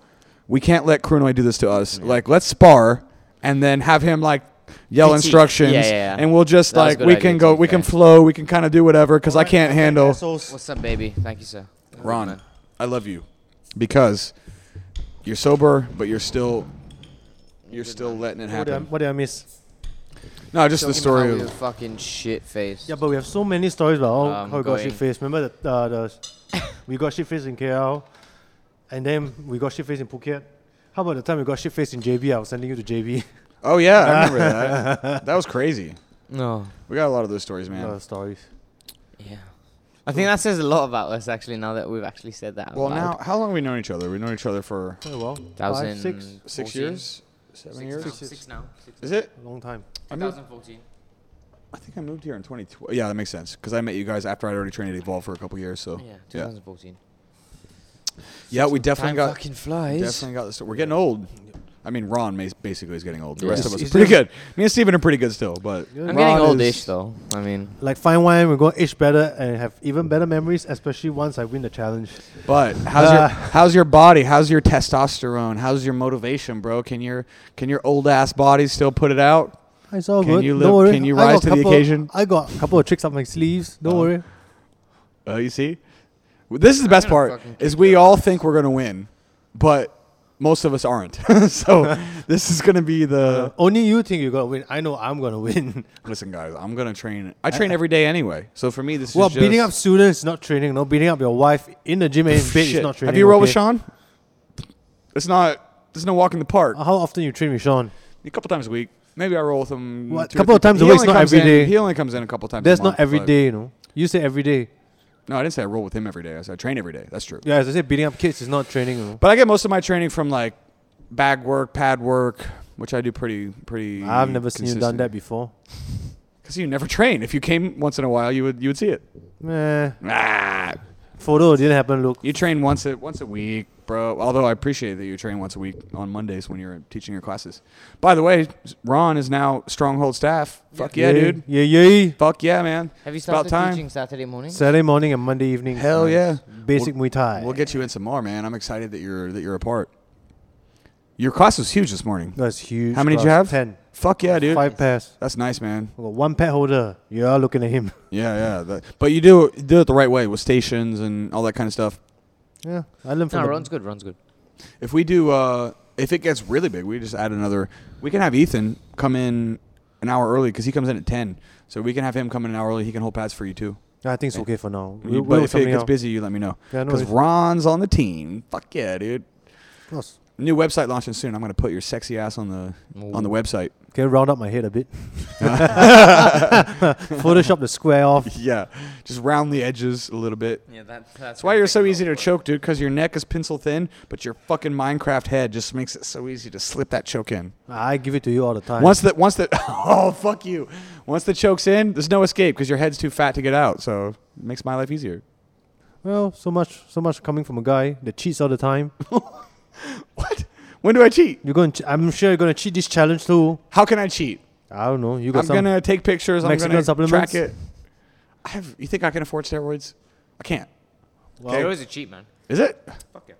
[SPEAKER 1] we can't let Krunoy do this to us. Like, let's spar, and then have him like yell
[SPEAKER 3] Critique.
[SPEAKER 1] instructions,
[SPEAKER 3] Yeah, yeah, yeah.
[SPEAKER 1] and we'll just
[SPEAKER 3] That was a
[SPEAKER 1] like
[SPEAKER 3] good
[SPEAKER 1] we
[SPEAKER 3] idea,
[SPEAKER 1] can
[SPEAKER 3] to
[SPEAKER 1] go,
[SPEAKER 3] be
[SPEAKER 1] we can
[SPEAKER 3] fair.
[SPEAKER 1] flow, we can kind of do whatever because I can't handle
[SPEAKER 2] Assholes.
[SPEAKER 3] What's up, baby? Thank you, sir.
[SPEAKER 1] Ron. I love you because you're sober, but you're still you're still letting it
[SPEAKER 2] What did, I,
[SPEAKER 1] happen.
[SPEAKER 2] what did I miss?
[SPEAKER 1] No, just the story
[SPEAKER 3] of
[SPEAKER 1] of
[SPEAKER 3] fucking shit face.
[SPEAKER 2] Yeah, but we have so many stories about how,
[SPEAKER 3] Um,
[SPEAKER 2] how we got
[SPEAKER 3] going.
[SPEAKER 2] shit faced. Remember the, uh, the we got shit faced in KL, and then we got shit faced in Phuket. How about the time we got shit faced in JB? I was sending you to JB.
[SPEAKER 1] oh yeah, I remember that. that was crazy.
[SPEAKER 3] No.
[SPEAKER 1] We got a lot of those stories, man.
[SPEAKER 2] Uh, stories.
[SPEAKER 3] Yeah. I think that says a lot about us actually. Now that we've actually said that. out
[SPEAKER 1] Well,
[SPEAKER 3] loud.
[SPEAKER 1] now, how long have we known each other? We've known each other for
[SPEAKER 2] Oh, well,
[SPEAKER 3] Thousand
[SPEAKER 2] five, six,
[SPEAKER 1] six
[SPEAKER 3] 14?
[SPEAKER 1] years, seven
[SPEAKER 3] Six
[SPEAKER 1] years.
[SPEAKER 3] now.
[SPEAKER 2] Six years.
[SPEAKER 3] Six now. Six
[SPEAKER 1] Is it?
[SPEAKER 2] a long time.
[SPEAKER 1] I, moved,
[SPEAKER 3] 2014.
[SPEAKER 1] I think I moved here in 2012. Yeah, that makes sense because I met you guys after I'd already trained at Evolve for a couple years. So
[SPEAKER 3] Yeah,
[SPEAKER 1] yeah,
[SPEAKER 3] 2014.
[SPEAKER 1] yeah, we definitely
[SPEAKER 3] Time
[SPEAKER 1] got
[SPEAKER 3] fucking flies.
[SPEAKER 1] definitely got the story. We're getting old. I mean, Ron mas- basically is getting old. The
[SPEAKER 3] Yeah.
[SPEAKER 1] rest
[SPEAKER 3] He's-
[SPEAKER 1] of us are
[SPEAKER 2] he's
[SPEAKER 1] pretty good. Me and Steven are pretty good still, but
[SPEAKER 3] I'm
[SPEAKER 1] Ron
[SPEAKER 3] getting
[SPEAKER 1] is-
[SPEAKER 3] oldish though. I mean,
[SPEAKER 2] Like fine wine, we're going to age better and have even better memories, especially once I win the challenge.
[SPEAKER 1] But how's
[SPEAKER 2] Uh,
[SPEAKER 1] your how's your body? How's your testosterone? How's your motivation, bro? Can your can your old ass body still put it out?
[SPEAKER 2] Ah, It's all
[SPEAKER 1] Can
[SPEAKER 2] good.
[SPEAKER 1] you
[SPEAKER 2] Don't
[SPEAKER 1] live-
[SPEAKER 2] worry.
[SPEAKER 1] can you
[SPEAKER 2] I got
[SPEAKER 1] rise to the
[SPEAKER 2] couple-
[SPEAKER 1] occasion?
[SPEAKER 2] I got a couple of tricks up my sleeves. Don't
[SPEAKER 1] Oh.
[SPEAKER 2] worry.
[SPEAKER 1] Oh, you see, Well, this is the best
[SPEAKER 3] gonna
[SPEAKER 1] part
[SPEAKER 3] fucking
[SPEAKER 1] is
[SPEAKER 3] kick
[SPEAKER 1] we
[SPEAKER 3] your
[SPEAKER 1] all think we're gonna win, but most of us aren't. so this is gonna be the
[SPEAKER 2] Only you think you're gonna win. I know I'm gonna win.
[SPEAKER 1] listen, guys. I'm gonna train. I train every day anyway. So for me, this
[SPEAKER 2] well,
[SPEAKER 1] is just
[SPEAKER 2] beating up students is not training. No, beating up your wife in the gym and in bed is
[SPEAKER 1] Shit.
[SPEAKER 2] not training.
[SPEAKER 1] Have you rolled with
[SPEAKER 2] okay?
[SPEAKER 1] Sean? It's not. There's no walk in the park.
[SPEAKER 2] How often you train with Sean?
[SPEAKER 1] a couple times a week. Maybe I roll with him.
[SPEAKER 2] What,
[SPEAKER 1] two or
[SPEAKER 2] couple of
[SPEAKER 1] three-
[SPEAKER 2] times a
[SPEAKER 1] he
[SPEAKER 2] week is
[SPEAKER 1] only
[SPEAKER 2] not
[SPEAKER 1] comes
[SPEAKER 2] every
[SPEAKER 1] in-
[SPEAKER 2] day.
[SPEAKER 1] He only comes in a couple times.
[SPEAKER 2] That's
[SPEAKER 1] a
[SPEAKER 2] not
[SPEAKER 1] month,
[SPEAKER 2] every
[SPEAKER 1] but-
[SPEAKER 2] day, you know. You say every day.
[SPEAKER 1] No, I didn't say I roll with him every day. I said I train every day. That's true.
[SPEAKER 2] Yeah, as I said, beating up kids is not training. You know.
[SPEAKER 1] But I get most of my training from like bag work, pad work, which I do pretty pretty.
[SPEAKER 2] I've never seen you done that before.
[SPEAKER 1] because you never train. If you came once in a while, you would you would see it.
[SPEAKER 2] Meh.
[SPEAKER 1] Ah,
[SPEAKER 2] Photo didn't happen. Look,
[SPEAKER 1] you train once a once a week, bro. Although I appreciate that you train once a week on Mondays when you're teaching your classes. By the way, Ron is now Stronghold staff. Fuck yeah, dude.
[SPEAKER 2] Yeah, yeah.
[SPEAKER 1] Fuck yeah, man.
[SPEAKER 3] have you
[SPEAKER 1] It's about
[SPEAKER 3] started
[SPEAKER 1] time.
[SPEAKER 3] teaching Saturday morning?
[SPEAKER 2] Saturday morning and Monday evening.
[SPEAKER 1] Hell
[SPEAKER 2] Nice.
[SPEAKER 1] yeah.
[SPEAKER 2] Basic Muay Thai.
[SPEAKER 1] We'll get you in some more, man. I'm excited that you're that you're a part. Your class was huge this morning.
[SPEAKER 2] That's huge.
[SPEAKER 1] How many did you have?
[SPEAKER 2] class. Ten.
[SPEAKER 1] Fuck yeah, dude.
[SPEAKER 2] Five pairs.
[SPEAKER 1] That's nice, man.
[SPEAKER 2] I got one pet holder. You are looking at him.
[SPEAKER 1] Yeah, yeah. That, but you do you do it the right way with stations and all that kind of stuff.
[SPEAKER 2] Yeah, I learned from.
[SPEAKER 3] No,
[SPEAKER 2] the-
[SPEAKER 3] Ron's good. Ron's good.
[SPEAKER 1] If we do, uh, if it gets really big, we just add another. We can have Ethan come in an hour early because he comes in at ten. So we can have him come in an hour early. He can hold pads for you too.
[SPEAKER 2] I think it's okay for now.
[SPEAKER 1] You-
[SPEAKER 2] We'll,
[SPEAKER 1] but
[SPEAKER 2] we'll
[SPEAKER 1] if it
[SPEAKER 2] something
[SPEAKER 1] gets
[SPEAKER 2] out.
[SPEAKER 1] busy, you let me know.
[SPEAKER 2] Yeah, no
[SPEAKER 1] Because
[SPEAKER 2] worries.
[SPEAKER 1] Ron's on the team. Fuck yeah, dude.
[SPEAKER 2] Of course.
[SPEAKER 1] New website launching soon. I'm gonna put your sexy ass on the on the
[SPEAKER 3] Ooh.
[SPEAKER 1] website.
[SPEAKER 2] Can you round up my head a bit? Photoshop the square off.
[SPEAKER 1] Yeah, just round the edges a little bit.
[SPEAKER 3] Yeah, that, that's
[SPEAKER 1] That's why you're so easy to choke, dude. Because your neck is pencil thin, but your fucking Minecraft head just makes it so easy to slip that choke in.
[SPEAKER 2] I give it to you all the time.
[SPEAKER 1] Once that, once that, oh fuck you. Once the choke's in, there's no escape because your head's too fat to get out. So it makes my life easier.
[SPEAKER 2] well, so much, so much coming from a guy that cheats all the time.
[SPEAKER 1] What? When do I cheat?
[SPEAKER 2] You're going. To, I'm sure you're going to cheat this challenge too.
[SPEAKER 1] How can I cheat?
[SPEAKER 2] I don't know. You got
[SPEAKER 1] I'm
[SPEAKER 2] some.
[SPEAKER 1] gonna take pictures.
[SPEAKER 2] Mexican
[SPEAKER 1] I'm gonna
[SPEAKER 2] supplements?
[SPEAKER 1] track it. I have. You think I can afford steroids? I can't.
[SPEAKER 2] Well,
[SPEAKER 1] Okay.
[SPEAKER 3] always a cheat man.
[SPEAKER 1] Is it?
[SPEAKER 3] Fuck yeah.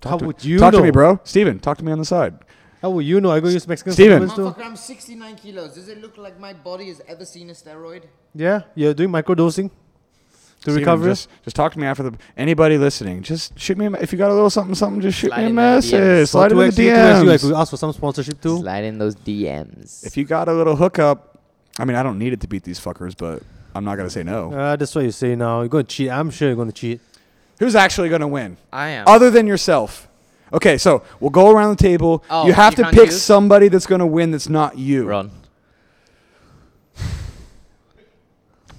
[SPEAKER 1] Talk
[SPEAKER 2] How
[SPEAKER 1] to,
[SPEAKER 2] would you
[SPEAKER 1] talk to
[SPEAKER 2] know?
[SPEAKER 1] me, bro? Steven, talk to me on the side.
[SPEAKER 2] How would you know? I go use Mexican
[SPEAKER 1] Steven.
[SPEAKER 2] supplements too.
[SPEAKER 3] I'm 69 kilos. Does it look like my body has ever seen a steroid?
[SPEAKER 2] Yeah, you're doing microdosing to
[SPEAKER 1] Steven,
[SPEAKER 2] recover.
[SPEAKER 1] Just, just talk to me after the. Anybody listening, just shoot me. A, if you got a little something, something, just shoot
[SPEAKER 3] Slide
[SPEAKER 1] me a
[SPEAKER 3] in the DMs.
[SPEAKER 1] message.
[SPEAKER 2] Or
[SPEAKER 1] Slide in the
[SPEAKER 2] 2X, you 2X, you, I
[SPEAKER 1] DMs.
[SPEAKER 2] could ask for some sponsorship too.
[SPEAKER 3] Slide in those DMs.
[SPEAKER 1] If you got a little hookup, I mean, I don't need it to beat these fuckers, but I'm not gonna say no.
[SPEAKER 2] Uh, that's what you say now. You're going to cheat. I'm sure you're going to cheat.
[SPEAKER 1] Who's actually gonna win,
[SPEAKER 3] I am.
[SPEAKER 1] other than yourself? Okay, so we'll go around the table.
[SPEAKER 3] Oh,
[SPEAKER 1] you have
[SPEAKER 3] you
[SPEAKER 1] to
[SPEAKER 3] can't
[SPEAKER 1] pick
[SPEAKER 3] choose?
[SPEAKER 1] somebody that's gonna win. That's not you,
[SPEAKER 3] Ron.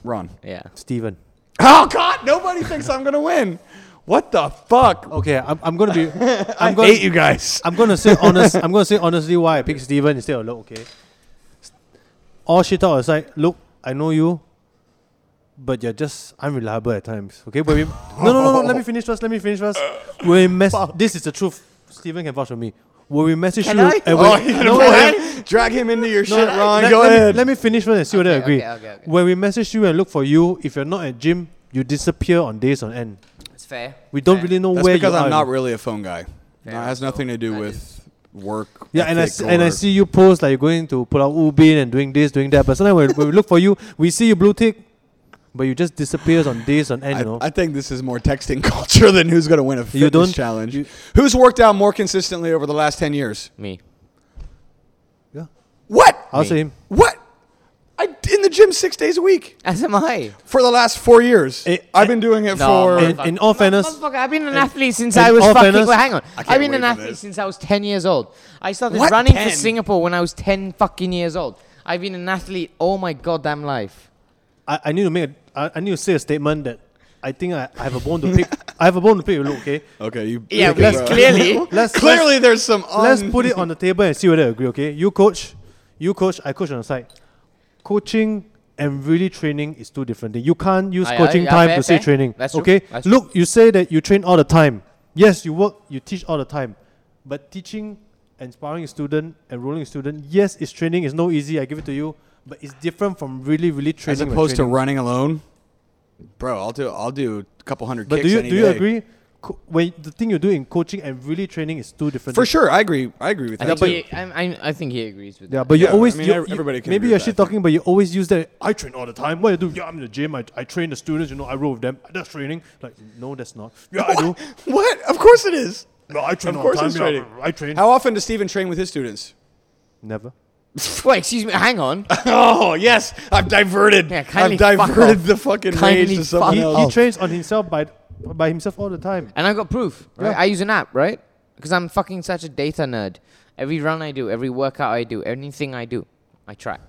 [SPEAKER 1] Ron.
[SPEAKER 3] Yeah.
[SPEAKER 2] Steven.
[SPEAKER 1] Oh God! Nobody thinks I'm gonna win. What the fuck?
[SPEAKER 2] Okay, I'm, I'm gonna be. I'm
[SPEAKER 1] I
[SPEAKER 2] gonna.
[SPEAKER 1] hate you guys.
[SPEAKER 2] I'm gonna say honest. I'm gonna say honestly why I picked Steven instead of Luke. Okay. All shit out aside, look, I know you, but you're just unreliable at times. Okay, but we, no, no, no, no. Let me finish first. Let me finish first. We mess. This is the truth. Steven can vouch for me. When we message
[SPEAKER 3] Can
[SPEAKER 2] you,
[SPEAKER 3] I?
[SPEAKER 1] Oh,
[SPEAKER 2] and when-
[SPEAKER 1] you
[SPEAKER 2] no,
[SPEAKER 1] know
[SPEAKER 2] when-
[SPEAKER 1] what? Drag him into your shit, Ron.
[SPEAKER 2] let,
[SPEAKER 1] Go
[SPEAKER 2] let me-
[SPEAKER 1] ahead.
[SPEAKER 2] let me finish first and see whether I
[SPEAKER 3] Okay,
[SPEAKER 2] agree.
[SPEAKER 3] okay, okay, okay.
[SPEAKER 2] When we message you and look for you, if you're not at gym, you disappear on days on end.
[SPEAKER 3] It's fair.
[SPEAKER 2] We don't
[SPEAKER 3] fair.
[SPEAKER 2] really know
[SPEAKER 1] That's
[SPEAKER 2] where
[SPEAKER 1] because
[SPEAKER 2] you
[SPEAKER 1] I'm
[SPEAKER 2] are.
[SPEAKER 1] not really a phone guy. No,
[SPEAKER 3] Fair.
[SPEAKER 1] it has nothing to do
[SPEAKER 3] That
[SPEAKER 1] with work.
[SPEAKER 2] Yeah, and I,
[SPEAKER 1] ethic
[SPEAKER 2] see, and I
[SPEAKER 1] or-
[SPEAKER 2] see you post like you're going to pull out Ubin and doing this, doing that. But sometimes when, when we look for you, we see you blue tick, but you just disappears on days on end. you know,
[SPEAKER 1] I, I think this is more texting culture than who's going to win a fitness
[SPEAKER 2] don't-
[SPEAKER 1] challenge.
[SPEAKER 2] you-
[SPEAKER 1] who's worked out more consistently over the last 10 years?
[SPEAKER 3] Me.
[SPEAKER 2] yeah.
[SPEAKER 1] What?
[SPEAKER 2] I'll
[SPEAKER 3] Me.
[SPEAKER 2] say him.
[SPEAKER 1] What? I in the gym 6 days a week
[SPEAKER 3] As am I.
[SPEAKER 1] for the last 4 years.
[SPEAKER 2] Eh,
[SPEAKER 1] I've
[SPEAKER 2] eh,
[SPEAKER 1] been doing it
[SPEAKER 3] no,
[SPEAKER 1] for
[SPEAKER 3] eh,
[SPEAKER 2] In, in all fairness,
[SPEAKER 3] Motherfucker, I've been an athlete since
[SPEAKER 2] in
[SPEAKER 3] I was
[SPEAKER 2] all
[SPEAKER 3] fucking.
[SPEAKER 2] fairness-
[SPEAKER 3] well, hang on.
[SPEAKER 1] I can't
[SPEAKER 3] I've been
[SPEAKER 1] wait
[SPEAKER 3] an
[SPEAKER 1] for
[SPEAKER 3] athlete
[SPEAKER 1] this.
[SPEAKER 3] since I was 10 years old. I started
[SPEAKER 1] What?
[SPEAKER 3] running
[SPEAKER 1] 10?
[SPEAKER 3] for Singapore when I was 10 fucking years old. I've been an athlete all my goddamn life.
[SPEAKER 2] I, I need to make a, I, I need to say a statement that I think I, I have a bone to pick. I have a bone to pick. with Luke, okay,
[SPEAKER 1] Okay, you
[SPEAKER 3] Yeah,
[SPEAKER 1] okay,
[SPEAKER 3] but
[SPEAKER 1] bro.
[SPEAKER 3] clearly.
[SPEAKER 2] let's
[SPEAKER 1] Clearly there's some un-
[SPEAKER 2] let's, let's put it on the table and see whether I agree. Okay, you coach, you coach, I coach on the side. Coaching and really training is two different things. You can't use
[SPEAKER 3] Aye, aye,
[SPEAKER 2] coaching
[SPEAKER 3] yeah,
[SPEAKER 2] time
[SPEAKER 3] fair,
[SPEAKER 2] to say
[SPEAKER 3] fair.
[SPEAKER 2] training.
[SPEAKER 3] That's true,
[SPEAKER 2] okay,
[SPEAKER 3] that's true.
[SPEAKER 2] look, you say that you train all the time. Yes, you work, you teach all the time, but teaching, inspiring a student, enrolling a student, yes, it's training. It's no easy. I give it to you, but it's different from really, really
[SPEAKER 1] as
[SPEAKER 2] training. by
[SPEAKER 1] opposed to
[SPEAKER 2] training.
[SPEAKER 1] running alone. Bro, I'll do I'll do a couple hundred
[SPEAKER 2] But
[SPEAKER 1] kicks
[SPEAKER 2] do you
[SPEAKER 1] any
[SPEAKER 2] do you
[SPEAKER 1] day.
[SPEAKER 2] agree? Co- when the thing you do in coaching and really training is two different.
[SPEAKER 1] For
[SPEAKER 2] things.
[SPEAKER 1] sure, I agree. I agree with
[SPEAKER 3] I,
[SPEAKER 1] that.
[SPEAKER 3] think,
[SPEAKER 1] but-
[SPEAKER 3] he, I, I, I think he agrees with
[SPEAKER 2] Yeah,
[SPEAKER 3] that.
[SPEAKER 2] but
[SPEAKER 1] Yeah,
[SPEAKER 2] you always
[SPEAKER 1] I mean,
[SPEAKER 2] you,
[SPEAKER 1] ev-
[SPEAKER 2] you-
[SPEAKER 1] everybody can
[SPEAKER 2] maybe
[SPEAKER 1] agree
[SPEAKER 2] you're
[SPEAKER 1] with
[SPEAKER 2] shit
[SPEAKER 1] that, I
[SPEAKER 2] talking, but you always use that. I train all the time. What do you do? Yeah, I'm in the gym. I, I train the students. You know, I roll with them. That's training. Like, no, that's not. Yeah, I do.
[SPEAKER 1] what? Of course it is.
[SPEAKER 2] No, I train
[SPEAKER 1] Of
[SPEAKER 2] all
[SPEAKER 1] course
[SPEAKER 2] the
[SPEAKER 1] it's
[SPEAKER 2] time. Yeah,
[SPEAKER 1] training.
[SPEAKER 2] I train.
[SPEAKER 1] How often does Steven train with his students?
[SPEAKER 2] Never.
[SPEAKER 3] Wait, excuse me. Hang on.
[SPEAKER 1] Oh yes, I've diverted.
[SPEAKER 3] Yeah,
[SPEAKER 1] I've
[SPEAKER 3] kindly fuck
[SPEAKER 1] diverted
[SPEAKER 3] off.
[SPEAKER 1] the fucking rage
[SPEAKER 3] Kindly
[SPEAKER 1] to someone
[SPEAKER 2] He,
[SPEAKER 3] fuck
[SPEAKER 1] else.
[SPEAKER 2] he trains on himself by by himself all the time.
[SPEAKER 3] And I got proof. Right?
[SPEAKER 2] Yeah.
[SPEAKER 3] I use an app, right? Because I'm fucking such a data nerd. Every run I do, every workout I do, anything I do, I track.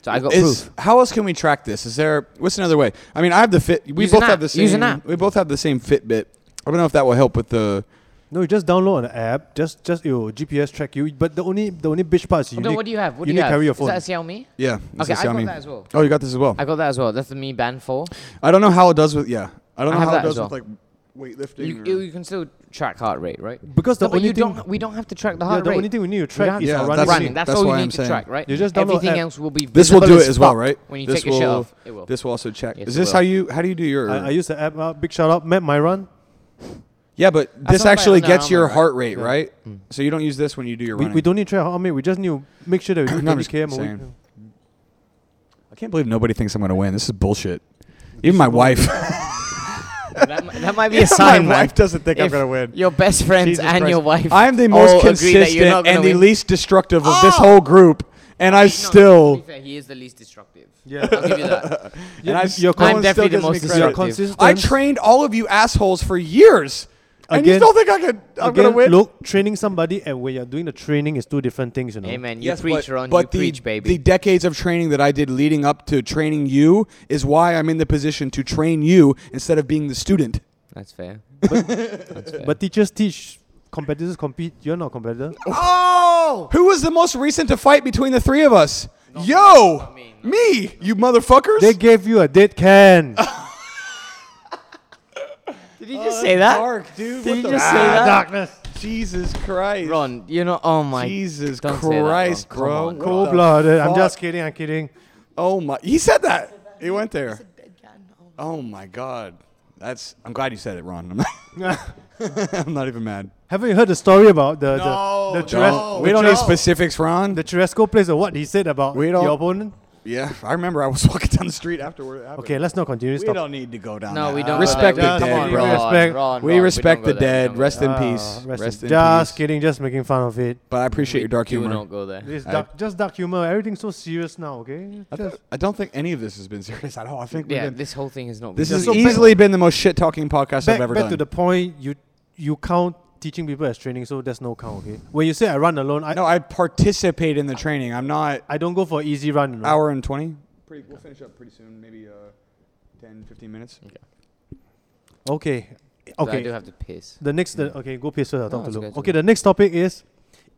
[SPEAKER 3] So I got
[SPEAKER 1] Is-
[SPEAKER 3] proof.
[SPEAKER 1] how else can we track this? Is there what's another way? I mean, I have the fit. We
[SPEAKER 3] Use an
[SPEAKER 1] both have
[SPEAKER 3] app.
[SPEAKER 1] the same.
[SPEAKER 3] Use an app.
[SPEAKER 1] We both have the same Fitbit. I don't know if that will help with the.
[SPEAKER 2] No, you just download an app. Just just it will GPS track you. But the only the only bitch part is you
[SPEAKER 3] No,
[SPEAKER 2] need,
[SPEAKER 3] what do you have? What
[SPEAKER 2] you
[SPEAKER 3] do
[SPEAKER 2] need
[SPEAKER 3] you have?
[SPEAKER 2] carry your
[SPEAKER 3] Is
[SPEAKER 2] phone.
[SPEAKER 3] that a Xiaomi?
[SPEAKER 1] Yeah. this
[SPEAKER 3] Okay,
[SPEAKER 1] is
[SPEAKER 3] I got
[SPEAKER 1] Xiaomi.
[SPEAKER 3] that as well.
[SPEAKER 1] Oh, you got this as well.
[SPEAKER 3] I got that as well. That's the Mi Band 4.
[SPEAKER 1] I don't know how it does with. Yeah. I don't
[SPEAKER 3] I
[SPEAKER 1] know
[SPEAKER 3] have
[SPEAKER 1] how it
[SPEAKER 3] that as
[SPEAKER 1] does with
[SPEAKER 3] well.
[SPEAKER 1] like weightlifting.
[SPEAKER 3] You,
[SPEAKER 1] or-
[SPEAKER 3] you, you can still track heart rate, right?
[SPEAKER 1] Mm.
[SPEAKER 2] because the
[SPEAKER 3] No, but
[SPEAKER 2] only
[SPEAKER 3] you
[SPEAKER 2] thing
[SPEAKER 3] don't, we don't have to track the
[SPEAKER 2] yeah,
[SPEAKER 3] heart
[SPEAKER 2] the
[SPEAKER 3] rate.
[SPEAKER 2] only thing we need to
[SPEAKER 3] we
[SPEAKER 2] track
[SPEAKER 3] don't
[SPEAKER 2] is
[SPEAKER 1] Yeah,
[SPEAKER 2] our
[SPEAKER 1] that's
[SPEAKER 2] running.
[SPEAKER 1] why
[SPEAKER 3] running.
[SPEAKER 1] I'm-
[SPEAKER 3] That's,
[SPEAKER 1] that's
[SPEAKER 3] all
[SPEAKER 1] why
[SPEAKER 3] you need
[SPEAKER 1] I'm
[SPEAKER 3] to
[SPEAKER 1] saying.
[SPEAKER 3] track, right?
[SPEAKER 2] You just download
[SPEAKER 3] Everything
[SPEAKER 2] app.
[SPEAKER 3] else will be
[SPEAKER 1] uh, this will
[SPEAKER 3] visible
[SPEAKER 1] do it
[SPEAKER 3] as
[SPEAKER 1] as well,
[SPEAKER 3] fuck
[SPEAKER 1] right?
[SPEAKER 3] When you
[SPEAKER 1] this
[SPEAKER 3] take your
[SPEAKER 1] will,
[SPEAKER 3] shirt off, it will.
[SPEAKER 1] This will also check.
[SPEAKER 3] Yes,
[SPEAKER 1] is
[SPEAKER 3] it
[SPEAKER 1] this
[SPEAKER 3] will.
[SPEAKER 1] how you how do you do your?
[SPEAKER 2] I, I use the app. Uh, big shout out, Matt Myron.
[SPEAKER 1] yeah, but this
[SPEAKER 3] not my-
[SPEAKER 1] actually
[SPEAKER 3] no,
[SPEAKER 1] gets
[SPEAKER 3] I'm
[SPEAKER 1] your
[SPEAKER 3] alright.
[SPEAKER 1] heart rate, right?
[SPEAKER 3] Mm.
[SPEAKER 1] So you don't use this when you do your
[SPEAKER 2] We,
[SPEAKER 1] running.
[SPEAKER 2] we don't need to track how many. We just need to make sure that we do
[SPEAKER 1] No, I'm
[SPEAKER 2] 20
[SPEAKER 1] just
[SPEAKER 2] km a week.
[SPEAKER 1] saying. I can't believe nobody thinks I'm going to win. This is bullshit. Even my wife.
[SPEAKER 3] that, mi- that might be a
[SPEAKER 1] my
[SPEAKER 3] sign, man.
[SPEAKER 1] wife doesn't think I'm
[SPEAKER 3] If
[SPEAKER 1] gonna win.
[SPEAKER 3] Your best friends
[SPEAKER 2] Jesus
[SPEAKER 3] and
[SPEAKER 2] Christ.
[SPEAKER 3] your wife.
[SPEAKER 1] I'm the
[SPEAKER 3] all
[SPEAKER 1] most
[SPEAKER 3] agree that you're
[SPEAKER 1] consistent
[SPEAKER 3] not gonna
[SPEAKER 1] and the
[SPEAKER 3] win.
[SPEAKER 1] least destructive of this
[SPEAKER 3] Oh!
[SPEAKER 1] whole group, and I
[SPEAKER 3] Wait, no, to
[SPEAKER 1] still
[SPEAKER 3] be fair, he is the least destructive.
[SPEAKER 2] Yeah.
[SPEAKER 3] I'll give you that.
[SPEAKER 1] and I
[SPEAKER 2] you're
[SPEAKER 1] still
[SPEAKER 2] con-
[SPEAKER 1] no one
[SPEAKER 3] I'm
[SPEAKER 1] still
[SPEAKER 3] definitely the
[SPEAKER 1] gives me
[SPEAKER 3] most
[SPEAKER 1] credit.
[SPEAKER 2] You're
[SPEAKER 3] destructive.
[SPEAKER 2] consistent.
[SPEAKER 1] I trained all of you assholes for years, and you
[SPEAKER 2] Again-
[SPEAKER 1] still think I could? I'm
[SPEAKER 2] Again,
[SPEAKER 1] gonna win.
[SPEAKER 2] look, training somebody and when you're doing the training is two different things, you know.
[SPEAKER 3] Amen. You
[SPEAKER 1] Yes,
[SPEAKER 3] preach,
[SPEAKER 1] but,
[SPEAKER 3] Ron.
[SPEAKER 1] but
[SPEAKER 3] you
[SPEAKER 1] the,
[SPEAKER 3] preach, baby.
[SPEAKER 1] the decades of training that I did leading up to training you is why I'm in the position to train you instead of being the student.
[SPEAKER 3] That's fair. That's fair.
[SPEAKER 2] But teachers teach, competitors compete. You're not a competitor.
[SPEAKER 3] oh,
[SPEAKER 1] Who was the most recent to fight between the three of us? Yo,
[SPEAKER 3] not me, not
[SPEAKER 1] me, you motherfuckers!
[SPEAKER 2] They gave you a dead can.
[SPEAKER 3] did he just say that?
[SPEAKER 1] Dark, dude.
[SPEAKER 3] Did
[SPEAKER 1] what
[SPEAKER 3] you
[SPEAKER 1] the
[SPEAKER 3] just say that?
[SPEAKER 1] Ah,
[SPEAKER 2] Darkness.
[SPEAKER 1] Jesus Christ,
[SPEAKER 3] Ron, you know, oh my.
[SPEAKER 1] Jesus
[SPEAKER 3] don't say that, Ron.
[SPEAKER 1] Christ,
[SPEAKER 3] Come
[SPEAKER 1] bro.
[SPEAKER 3] on.
[SPEAKER 1] What
[SPEAKER 2] Cold
[SPEAKER 1] the
[SPEAKER 2] blooded. I'm
[SPEAKER 1] fuck?
[SPEAKER 2] just kidding. I'm kidding.
[SPEAKER 1] Oh my, he said that. He went there. Oh my God, that's. I'm glad you said it, Ron. I'm not, I'm not even mad.
[SPEAKER 2] Haven't you heard the story about the the, the, Chires-
[SPEAKER 1] Don't.
[SPEAKER 2] we
[SPEAKER 1] We
[SPEAKER 2] don't
[SPEAKER 1] don't
[SPEAKER 2] know
[SPEAKER 1] need specifics, Ron.
[SPEAKER 2] the Churrasco place or what he said about
[SPEAKER 1] We don't-
[SPEAKER 2] your opponent?
[SPEAKER 1] Yeah, I remember I was walking down the street afterward.
[SPEAKER 2] Okay, let's not continue.
[SPEAKER 1] we
[SPEAKER 2] Stop.
[SPEAKER 1] don't need to go down.
[SPEAKER 3] No,
[SPEAKER 1] that.
[SPEAKER 3] we don't.
[SPEAKER 1] respect
[SPEAKER 3] go there.
[SPEAKER 1] the
[SPEAKER 2] Come
[SPEAKER 1] dead,
[SPEAKER 2] on,
[SPEAKER 1] bro.
[SPEAKER 2] we respect-
[SPEAKER 3] Ron,
[SPEAKER 1] we
[SPEAKER 3] Ron,
[SPEAKER 1] respect
[SPEAKER 3] don't
[SPEAKER 1] the
[SPEAKER 3] go there, we
[SPEAKER 1] dead.
[SPEAKER 3] don't go
[SPEAKER 1] Rest
[SPEAKER 3] there.
[SPEAKER 1] in
[SPEAKER 2] Ah,
[SPEAKER 1] peace.
[SPEAKER 2] rest in-
[SPEAKER 1] Rest in
[SPEAKER 2] just
[SPEAKER 1] peace.
[SPEAKER 2] kidding. Just making fun of it.
[SPEAKER 1] But I appreciate your dark
[SPEAKER 3] Do
[SPEAKER 1] humor.
[SPEAKER 3] not go there.
[SPEAKER 2] This
[SPEAKER 1] I-
[SPEAKER 2] dark, just dark humor. Everything's so serious now. Okay.
[SPEAKER 1] I don't- I don't think any of this has been serious at all. I think we've
[SPEAKER 3] Yeah,
[SPEAKER 1] been-
[SPEAKER 3] this whole thing has not.
[SPEAKER 1] this
[SPEAKER 3] been
[SPEAKER 1] has
[SPEAKER 2] so back-
[SPEAKER 1] easily been the most shit talking podcast
[SPEAKER 2] back,
[SPEAKER 1] I've ever
[SPEAKER 2] back
[SPEAKER 1] done.
[SPEAKER 2] to the point you you count teaching people as training so there's no count okay when you say i run alone i
[SPEAKER 1] no, I participate in the training. I'm not
[SPEAKER 2] i don't go for easy run you know.
[SPEAKER 1] hour and twenty. Pretty, we'll finish up pretty soon. Maybe uh, 10, 15 minutes.
[SPEAKER 2] Okay.
[SPEAKER 3] But I
[SPEAKER 2] Okay.
[SPEAKER 3] do have to piss.
[SPEAKER 2] The next, the, okay, go piss first. I'll
[SPEAKER 3] No,
[SPEAKER 2] talk to
[SPEAKER 3] it's
[SPEAKER 2] Luke.
[SPEAKER 3] okay, it's
[SPEAKER 2] Okay,
[SPEAKER 3] okay.
[SPEAKER 2] the next topic is,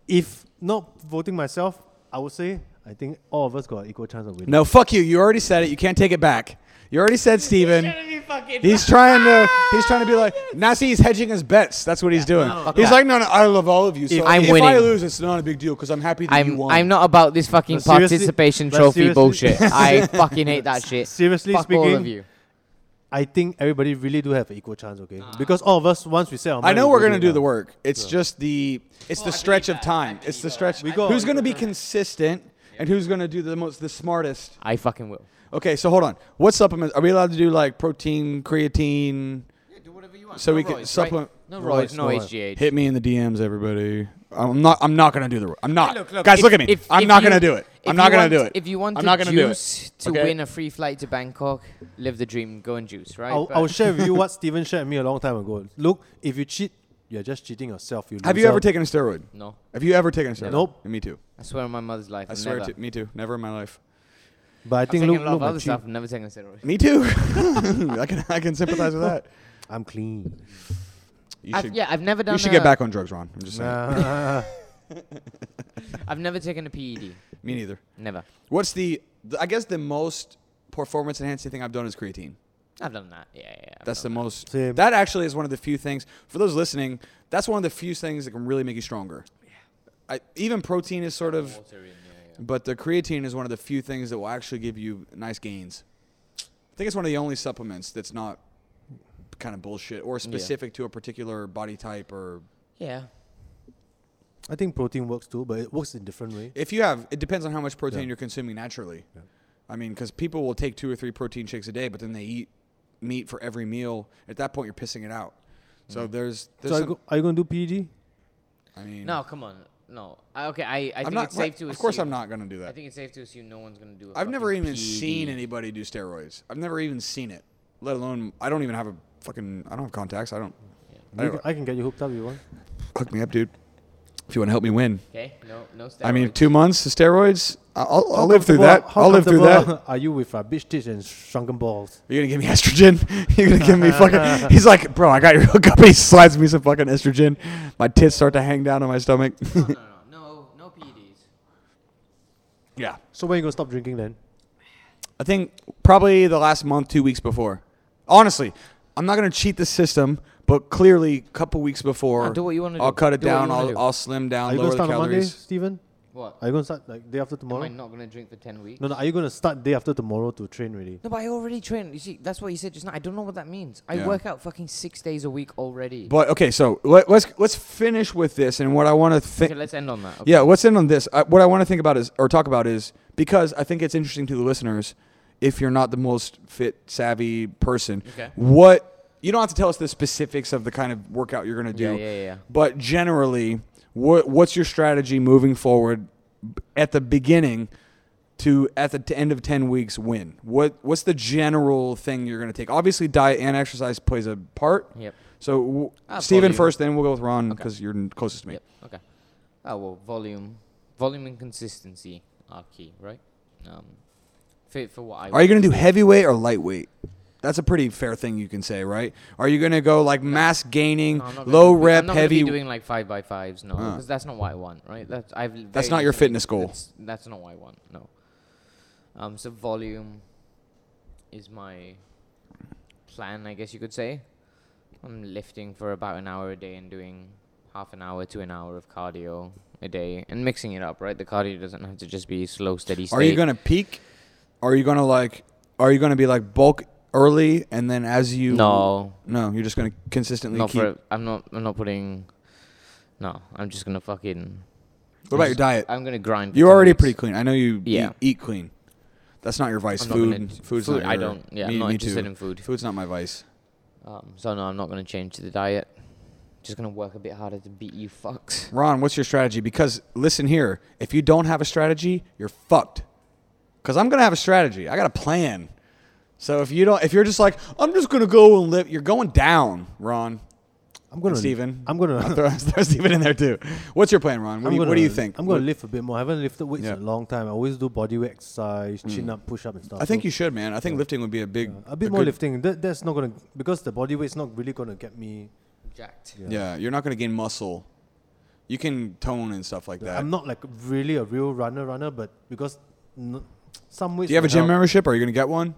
[SPEAKER 2] if not voting myself, I would say I think all of us got an equal chance of winning.
[SPEAKER 1] No, fuck you. You already said it. You can't take it back. You already said Steven.
[SPEAKER 3] be fucking.
[SPEAKER 1] He's trying to he's trying to be like now see he's hedging his bets. That's what he's doing.
[SPEAKER 3] fuck
[SPEAKER 1] he's
[SPEAKER 3] that.
[SPEAKER 1] like, no, no, I love all of you. So
[SPEAKER 3] I'm
[SPEAKER 1] if I
[SPEAKER 3] winning.
[SPEAKER 1] lose, it's not a big deal because I'm happy that you
[SPEAKER 3] I'm
[SPEAKER 1] won.
[SPEAKER 3] I'm not about this fucking
[SPEAKER 2] But seriously-
[SPEAKER 3] participation
[SPEAKER 2] but
[SPEAKER 3] trophy
[SPEAKER 2] seriously-
[SPEAKER 3] bullshit. I fucking hate that shit.
[SPEAKER 2] Seriously
[SPEAKER 3] Fuck
[SPEAKER 2] speaking,
[SPEAKER 3] all of you.
[SPEAKER 2] I think everybody really do have an equal chance, okay? Because all of us, once we set our
[SPEAKER 1] I
[SPEAKER 2] mind,
[SPEAKER 1] know
[SPEAKER 2] we
[SPEAKER 1] we're
[SPEAKER 2] go
[SPEAKER 1] gonna
[SPEAKER 2] do it
[SPEAKER 1] do the
[SPEAKER 2] now.
[SPEAKER 1] work. It's just the it's the stretch of time. It's the stretch.
[SPEAKER 2] We go-
[SPEAKER 1] who's gonna be consistent and who's gonna do the most the smartest?
[SPEAKER 3] I fucking will.
[SPEAKER 1] Okay, so hold on. What supplements are we allowed to do? Like protein, creatine.
[SPEAKER 3] do whatever you want.
[SPEAKER 1] So No we can- Royce, right? supplement-
[SPEAKER 3] No
[SPEAKER 1] Royce,
[SPEAKER 3] Royce, no
[SPEAKER 2] no Royce.
[SPEAKER 3] HGH.
[SPEAKER 1] Hit me in the DMs, everybody. I'm not. I'm not gonna do the. I'm not.
[SPEAKER 3] Look, look,
[SPEAKER 1] Guys,
[SPEAKER 3] if-
[SPEAKER 1] look at me.
[SPEAKER 3] if-
[SPEAKER 1] I'm
[SPEAKER 3] if
[SPEAKER 1] not
[SPEAKER 3] you-
[SPEAKER 1] gonna do it.
[SPEAKER 3] if
[SPEAKER 1] I'm
[SPEAKER 3] you
[SPEAKER 1] not gonna
[SPEAKER 3] want-
[SPEAKER 1] do it.
[SPEAKER 3] If you want
[SPEAKER 1] I'm
[SPEAKER 3] to
[SPEAKER 1] not gonna do it.
[SPEAKER 3] juice to
[SPEAKER 1] Okay?
[SPEAKER 3] win a free flight to Bangkok, live the dream, go and juice, right?
[SPEAKER 2] I'll,
[SPEAKER 3] But-
[SPEAKER 2] I'll share with you what Steven shared with me a long time ago. Look, if you cheat, you're just cheating yourself. You
[SPEAKER 1] Have you
[SPEAKER 2] loser.
[SPEAKER 1] ever taken a steroid?
[SPEAKER 3] No,
[SPEAKER 1] Have you ever taken a steroid?
[SPEAKER 2] Nope.
[SPEAKER 1] Me too.
[SPEAKER 3] I swear on my mother's life.
[SPEAKER 1] I
[SPEAKER 3] I've
[SPEAKER 1] swear
[SPEAKER 3] never.
[SPEAKER 1] to me too. Never in my life.
[SPEAKER 2] But I
[SPEAKER 3] I've
[SPEAKER 2] think
[SPEAKER 3] taken
[SPEAKER 2] look,
[SPEAKER 3] a lot
[SPEAKER 2] look,
[SPEAKER 3] of
[SPEAKER 2] my
[SPEAKER 3] other stuff.
[SPEAKER 2] cheat-
[SPEAKER 3] I've never taken a steroid.
[SPEAKER 1] Me too. I can I can sympathize with that.
[SPEAKER 2] I'm clean.
[SPEAKER 1] You
[SPEAKER 3] I've,
[SPEAKER 1] should,
[SPEAKER 3] yeah, I've never done.
[SPEAKER 1] you should
[SPEAKER 3] a-
[SPEAKER 1] get back on drugs, Ron. I'm just saying.
[SPEAKER 2] Nah.
[SPEAKER 3] I've never taken a PED.
[SPEAKER 1] Me neither.
[SPEAKER 3] Never.
[SPEAKER 1] What's the, the? I guess the most performance enhancing thing I've done is creatine.
[SPEAKER 3] I've done that. Yeah, yeah. yeah I've
[SPEAKER 1] That's the
[SPEAKER 3] done
[SPEAKER 1] most.
[SPEAKER 2] Same.
[SPEAKER 1] That actually is one of the few things for those listening. That's one of the few things that can really make you stronger. I, even protein is sort of,
[SPEAKER 3] water in, yeah, yeah.
[SPEAKER 1] but the creatine is one of the few things that will actually give you nice gains. I think it's one of the only supplements that's not kind of bullshit or specific to a particular body type or
[SPEAKER 3] Yeah.
[SPEAKER 2] I think protein works too, but it works in different way.
[SPEAKER 1] if you have it depends on how much protein
[SPEAKER 2] Yeah.
[SPEAKER 1] you're consuming naturally. I mean, because people will take two or three protein shakes a day, but then they eat meat for every meal. At that point, you're pissing it out. So there's, there's
[SPEAKER 2] Mm. So are you,
[SPEAKER 1] some-
[SPEAKER 2] go, are you gonna do PED?
[SPEAKER 1] I mean,
[SPEAKER 3] No, come on. No. I, okay, I, I
[SPEAKER 1] I'm
[SPEAKER 3] think
[SPEAKER 1] not-
[SPEAKER 3] it's safe to
[SPEAKER 1] Of course,
[SPEAKER 3] assume-
[SPEAKER 1] I'm not going to do
[SPEAKER 3] I
[SPEAKER 1] that.
[SPEAKER 3] think it's safe to assume no one's gonna do. i
[SPEAKER 1] I've never even
[SPEAKER 3] E
[SPEAKER 1] seen anybody do steroids. I've never even seen it. Let alone, I don't even have a fucking. I don't have contacts. I don't. I
[SPEAKER 2] You
[SPEAKER 1] don't-
[SPEAKER 2] can- I can get you hooked up if you want.
[SPEAKER 1] hook me up, dude. If you want to help me win,
[SPEAKER 3] Okay. No. No. Steroids.
[SPEAKER 1] I mean, two months of steroids. I'll, I'll
[SPEAKER 2] How
[SPEAKER 1] live through
[SPEAKER 2] comfortable-
[SPEAKER 1] that.
[SPEAKER 2] how
[SPEAKER 1] I'll live through that.
[SPEAKER 2] comfortable Are you with uh, bitch tits and shrunken balls?
[SPEAKER 1] You're gonna give me estrogen. You're gonna give me fucking. He's like, bro, I got your hookup. He slides me some fucking estrogen. My tits start to hang down on my stomach.
[SPEAKER 3] no, no, no, no, E no PEDs.
[SPEAKER 1] yeah,
[SPEAKER 2] So when you gonna stop drinking then?
[SPEAKER 1] I think probably the last month, two weeks before. Honestly, I'm not gonna cheat the system, but clearly, a couple weeks before,
[SPEAKER 3] No, Uh, do what you wanna
[SPEAKER 1] I'll
[SPEAKER 3] do.
[SPEAKER 1] cut it
[SPEAKER 3] Do what you
[SPEAKER 1] down.
[SPEAKER 3] wanna
[SPEAKER 1] I'll,
[SPEAKER 3] do.
[SPEAKER 1] I'll slim down,
[SPEAKER 2] Are you
[SPEAKER 1] lower
[SPEAKER 2] gonna
[SPEAKER 1] the
[SPEAKER 2] start on Monday,
[SPEAKER 1] calories.
[SPEAKER 2] Steven?
[SPEAKER 3] What?
[SPEAKER 2] Are you gonna start like day after
[SPEAKER 3] Am I
[SPEAKER 2] tomorrow?
[SPEAKER 3] not gonna drink for ten weeks?
[SPEAKER 2] No, no. Are you gonna start day after tomorrow to train really?
[SPEAKER 3] No, but I already train. You see, that's what you said just now. I don't know what that means. I
[SPEAKER 1] Yeah.
[SPEAKER 3] work out fucking six days a week already.
[SPEAKER 1] But okay, so let, let's let's finish with this. And what I want to think.
[SPEAKER 3] okay, let's end on that. Okay.
[SPEAKER 1] Yeah, what's in on this? I, what I want to think about is, or talk about is, because I think it's interesting to the listeners. If you're not the most fit, savvy person,
[SPEAKER 3] Okay.
[SPEAKER 1] what you don't have to tell us the specifics of the kind of workout you're going to do.
[SPEAKER 3] Yeah, yeah, yeah.
[SPEAKER 1] But generally, what what's your strategy moving forward b- at the beginning to at the t- end of ten weeks? Win. What what's the general thing you're going to take? Obviously, diet and exercise plays a part.
[SPEAKER 3] Yep.
[SPEAKER 1] So, w-
[SPEAKER 3] Ah,
[SPEAKER 1] Steven
[SPEAKER 3] volume.
[SPEAKER 1] first, then we'll go with Ron
[SPEAKER 3] Okay.
[SPEAKER 1] because you're n- closest to me.
[SPEAKER 3] Yep. Okay. Oh well, volume, volume and consistency are key, right? Um, fit for what I.
[SPEAKER 1] Are you going to do heavyweight or lightweight? That's a pretty fair thing you can say, right? Are you going to go like mass gaining,
[SPEAKER 3] No, I'm not gonna
[SPEAKER 1] low
[SPEAKER 3] be-
[SPEAKER 1] rep,
[SPEAKER 3] I'm not
[SPEAKER 1] heavy?
[SPEAKER 3] Gonna be doing like five by fives, no,
[SPEAKER 1] Uh.
[SPEAKER 3] because that's not what I want, right? That's I've. l-
[SPEAKER 1] That's
[SPEAKER 3] very
[SPEAKER 1] not your
[SPEAKER 3] recently-
[SPEAKER 1] fitness goal.
[SPEAKER 3] That's, that's not what I want. No. Um. So volume is my plan, I guess you could say. I'm lifting for about an hour a day and doing half an hour to an hour of cardio a day and mixing it up, right? The cardio doesn't have to just be slow, steady state.
[SPEAKER 1] Are you going to peak? Are you going to like? Are you going to be like bulk early and then as you?
[SPEAKER 3] No.
[SPEAKER 1] No, you're just going to consistently
[SPEAKER 3] Not
[SPEAKER 1] keep.
[SPEAKER 3] for. I'm not. I'm not putting. No, I'm just gonna fucking.
[SPEAKER 1] What about your diet?
[SPEAKER 3] I'm gonna grind. for
[SPEAKER 1] You're
[SPEAKER 3] 10
[SPEAKER 1] already
[SPEAKER 3] weeks.
[SPEAKER 1] pretty clean. I know you
[SPEAKER 3] Yeah.
[SPEAKER 1] eat, eat clean. That's not your vice.
[SPEAKER 3] I'm not
[SPEAKER 1] food,
[SPEAKER 3] gonna-
[SPEAKER 1] food's
[SPEAKER 3] food,
[SPEAKER 1] not. Your,
[SPEAKER 3] I don't- yeah, I'm
[SPEAKER 1] me,
[SPEAKER 3] not
[SPEAKER 1] me
[SPEAKER 3] interested
[SPEAKER 1] too.
[SPEAKER 3] in food.
[SPEAKER 1] Food's not my vice.
[SPEAKER 3] Um, so no, I'm not gonna change the diet. Just gonna work a bit harder to beat you fucks.
[SPEAKER 1] Ron, what's your strategy? Because listen here, if you don't have a strategy, you're fucked. Because I'm gonna have a strategy. I got a plan. So if you don't, if you're just like, I'm just gonna go and live, you're going down, Ron.
[SPEAKER 2] I'm gonna
[SPEAKER 1] Steven.
[SPEAKER 2] I'm gonna.
[SPEAKER 1] I'll throw, throw Steven in there too. What's your plan, Ron? What,
[SPEAKER 2] I'm
[SPEAKER 1] do, you,
[SPEAKER 2] gonna,
[SPEAKER 1] what do you think?
[SPEAKER 2] I'm gonna
[SPEAKER 1] What-
[SPEAKER 2] lift a bit more. I haven't lifted weights in
[SPEAKER 1] Yeah. Mm.
[SPEAKER 2] a long time. I always do body weight exercise, chin up, push up, and stuff.
[SPEAKER 1] I think
[SPEAKER 2] So
[SPEAKER 1] you should, man. I think lifting would be a big,
[SPEAKER 2] a bit more
[SPEAKER 1] good-
[SPEAKER 2] lifting. That, that's not gonna because the body weight's not really gonna get me.
[SPEAKER 3] Jacked.
[SPEAKER 1] Yeah, you're not going to gain muscle. You can tone and stuff like that.
[SPEAKER 2] I'm not like really a real runner runner, but because n- some weights.
[SPEAKER 1] do you have a
[SPEAKER 2] will
[SPEAKER 1] gym
[SPEAKER 2] help.
[SPEAKER 1] membership? Are you going to get one?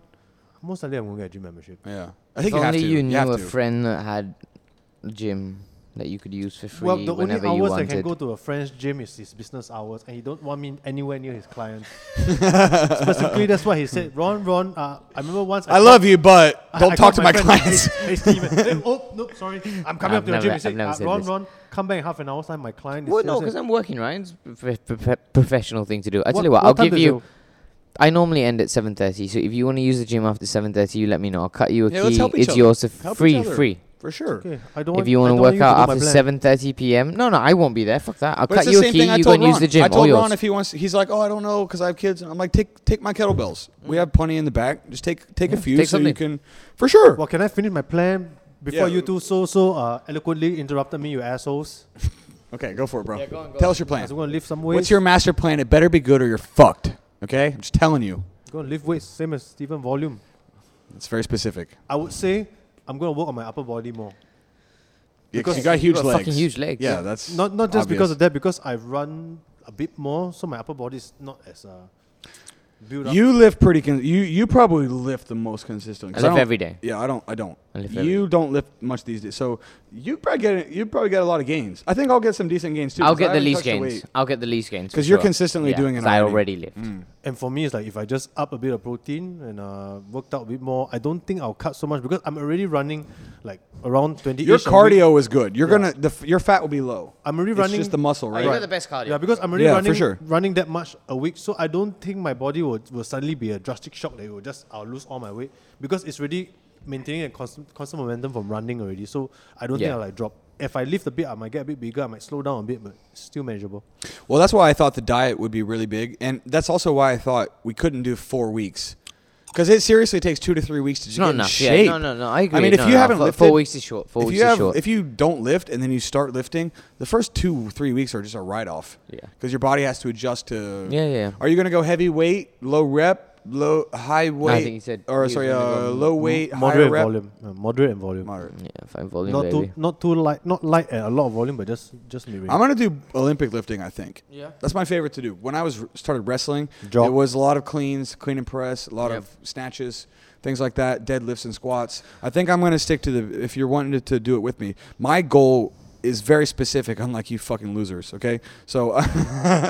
[SPEAKER 2] Most likely, I'm gonna get a gym membership.
[SPEAKER 1] Yeah, I think
[SPEAKER 3] if
[SPEAKER 1] you have
[SPEAKER 3] only
[SPEAKER 1] to.
[SPEAKER 3] you knew
[SPEAKER 1] have
[SPEAKER 3] a
[SPEAKER 1] to.
[SPEAKER 3] friend that had a gym that you could use for free
[SPEAKER 2] well, the only
[SPEAKER 3] whenever you
[SPEAKER 2] hours I
[SPEAKER 3] wanted.
[SPEAKER 2] can go to a French gym is his business hours, and he don't want me anywhere near his clients. Specifically, that's why he said, "Ron, Ron." Uh, I remember once.
[SPEAKER 1] I love you, but
[SPEAKER 2] I-
[SPEAKER 1] don't
[SPEAKER 2] I
[SPEAKER 1] talk
[SPEAKER 2] called
[SPEAKER 1] to my
[SPEAKER 2] friend,
[SPEAKER 1] clients.
[SPEAKER 2] Hey, hey, Steven. Hey, oh, nope, sorry. I'm coming
[SPEAKER 3] I've
[SPEAKER 2] up to the
[SPEAKER 3] never-
[SPEAKER 2] gym. He
[SPEAKER 3] I've
[SPEAKER 2] said,
[SPEAKER 3] never
[SPEAKER 2] uh,
[SPEAKER 3] said
[SPEAKER 2] Ron,
[SPEAKER 3] this.
[SPEAKER 2] Ron, come back in half an hour time. My client is
[SPEAKER 3] Well,
[SPEAKER 2] still
[SPEAKER 3] no,
[SPEAKER 2] there."
[SPEAKER 3] because I'm working, right? It's a prof- prof- professional thing to do. I tell you what,
[SPEAKER 2] time
[SPEAKER 3] I'll give
[SPEAKER 2] does
[SPEAKER 3] you.
[SPEAKER 2] it-
[SPEAKER 3] I normally end at 7:30, so if you want to use the gym after 7:30, you let me know. I'll cut you a
[SPEAKER 1] Yeah,
[SPEAKER 3] key.
[SPEAKER 1] let's help each
[SPEAKER 3] it's
[SPEAKER 1] other.
[SPEAKER 3] yours for
[SPEAKER 1] Help each
[SPEAKER 3] free,
[SPEAKER 1] other.
[SPEAKER 3] free.
[SPEAKER 1] For sure.
[SPEAKER 2] Okay, I don't
[SPEAKER 3] If you
[SPEAKER 2] want I
[SPEAKER 3] want to
[SPEAKER 2] don't
[SPEAKER 3] work
[SPEAKER 2] you do
[SPEAKER 3] out
[SPEAKER 2] my
[SPEAKER 3] after
[SPEAKER 2] plan.
[SPEAKER 3] 7:30 p.m., no, no, I won't be there. Fuck that. I'll
[SPEAKER 1] But
[SPEAKER 3] cut
[SPEAKER 1] it's the
[SPEAKER 3] you a
[SPEAKER 1] same
[SPEAKER 3] key.
[SPEAKER 1] thing I
[SPEAKER 3] You go
[SPEAKER 1] told
[SPEAKER 3] and
[SPEAKER 1] Ron.
[SPEAKER 3] use the gym.
[SPEAKER 1] I
[SPEAKER 3] All
[SPEAKER 1] told
[SPEAKER 3] yours.
[SPEAKER 1] Ron if he wants. He's like, oh, I don't know, because I have kids. And I'm like, take take my kettlebells. We have plenty in the back. Just take take a few
[SPEAKER 3] take
[SPEAKER 1] so you
[SPEAKER 3] something.
[SPEAKER 1] can. For sure.
[SPEAKER 2] Well, can I finish my plan before
[SPEAKER 1] Yeah.
[SPEAKER 2] you two so so uh, eloquently interrupted me, you assholes?
[SPEAKER 1] okay, go for it, bro.
[SPEAKER 3] Yeah, go on, go
[SPEAKER 1] Tell
[SPEAKER 3] on.
[SPEAKER 1] us your plan.
[SPEAKER 2] I'm gonna lift some weights.
[SPEAKER 1] What's your master plan? It better be good or you're fucked. Okay, I'm just telling you.
[SPEAKER 2] gonna lift weights, same as Steven volume.
[SPEAKER 1] It's very specific.
[SPEAKER 2] I would say I'm gonna work on my upper body more.
[SPEAKER 1] Because
[SPEAKER 2] Because
[SPEAKER 1] you got huge
[SPEAKER 3] got
[SPEAKER 1] legs.
[SPEAKER 3] fucking huge legs,
[SPEAKER 1] Yeah,
[SPEAKER 3] yeah.
[SPEAKER 1] that's
[SPEAKER 2] Not not just
[SPEAKER 1] obvious.
[SPEAKER 2] because of that, because I run a bit more, so my upper body is not as uh, built up.
[SPEAKER 1] You lift pretty. Con- you you probably lift the most consistently. 'cause
[SPEAKER 3] I lift
[SPEAKER 1] don't-
[SPEAKER 3] every day.
[SPEAKER 1] Yeah, I don't. I don't.
[SPEAKER 3] I lift every
[SPEAKER 1] you don't lift much these days, so you probably get you probably get a lot of gains. I think I'll get some decent gains too.
[SPEAKER 3] I'll get the least gains. I'll get the least gains for
[SPEAKER 1] 'Cause you're
[SPEAKER 3] sure.
[SPEAKER 1] consistently
[SPEAKER 3] Yeah,
[SPEAKER 1] doing it
[SPEAKER 3] 'cause I
[SPEAKER 1] already.
[SPEAKER 3] already lift.
[SPEAKER 2] And for me, it's like if I just up a bit of protein and uh, worked out a bit more, I don't think I'll cut so much because I'm already running like around 20
[SPEAKER 1] Your cardio is good. You're gonna the, f- your fat will be low.
[SPEAKER 2] I'm already
[SPEAKER 1] It's
[SPEAKER 2] running.
[SPEAKER 1] just the muscle,
[SPEAKER 3] Oh,
[SPEAKER 1] right?
[SPEAKER 3] you got the best cardio.
[SPEAKER 2] Yeah, because I'm already
[SPEAKER 1] Yeah, for
[SPEAKER 2] running,
[SPEAKER 1] sure.
[SPEAKER 2] running that much a week, so I don't think my body will, will suddenly be a drastic shock that it will just I'll lose all my weight because it's already maintaining a constant, constant momentum from running already. So I don't think
[SPEAKER 3] Yeah.
[SPEAKER 2] I'll like drop. If I lift a bit, I might get a bit bigger. I might slow down a bit, but it's still manageable.
[SPEAKER 1] Well, that's why I thought the diet would be really big, and that's also why I thought we couldn't do four weeks, because it seriously takes two to three weeks to just
[SPEAKER 3] It's not
[SPEAKER 1] get in
[SPEAKER 3] enough.
[SPEAKER 1] shape.
[SPEAKER 3] Yeah, no, no, no. I agree.
[SPEAKER 1] I mean, if
[SPEAKER 3] No,
[SPEAKER 1] you
[SPEAKER 3] no,
[SPEAKER 1] haven't
[SPEAKER 3] four,
[SPEAKER 1] lifted,
[SPEAKER 3] four weeks is short. Four
[SPEAKER 1] if
[SPEAKER 3] weeks
[SPEAKER 1] you
[SPEAKER 3] is short.
[SPEAKER 1] if you don't lift and then you start lifting, the first two three weeks are just a write off.
[SPEAKER 3] Yeah.
[SPEAKER 1] because your body has to adjust to.
[SPEAKER 3] Yeah, yeah.
[SPEAKER 1] Are you gonna go heavy weight, low rep, low high weight?
[SPEAKER 3] think he said he
[SPEAKER 1] or
[SPEAKER 3] was
[SPEAKER 1] sorry,
[SPEAKER 3] gonna
[SPEAKER 1] uh,
[SPEAKER 3] go
[SPEAKER 1] low
[SPEAKER 2] M-
[SPEAKER 1] weight, higher
[SPEAKER 2] moderate
[SPEAKER 1] rep,
[SPEAKER 2] volume, Uh, moderate and volume.
[SPEAKER 1] moderate.
[SPEAKER 3] yeah, fine volume,
[SPEAKER 2] not
[SPEAKER 3] baby.
[SPEAKER 2] too not too light, not light and a lot of volume, but just just mid range.
[SPEAKER 1] I'm gonna do Olympic lifting. I think.
[SPEAKER 3] Yeah.
[SPEAKER 1] That's my favorite to do. When I was started wrestling,
[SPEAKER 2] Jog.
[SPEAKER 1] it was a lot of cleans, clean and press, a lot
[SPEAKER 3] Yep.
[SPEAKER 1] of snatches, things like that, deadlifts and squats. I think I'm gonna stick to the. If you're wanting to, to do it with me, my goal is very specific. Unlike you fucking losers, okay? So,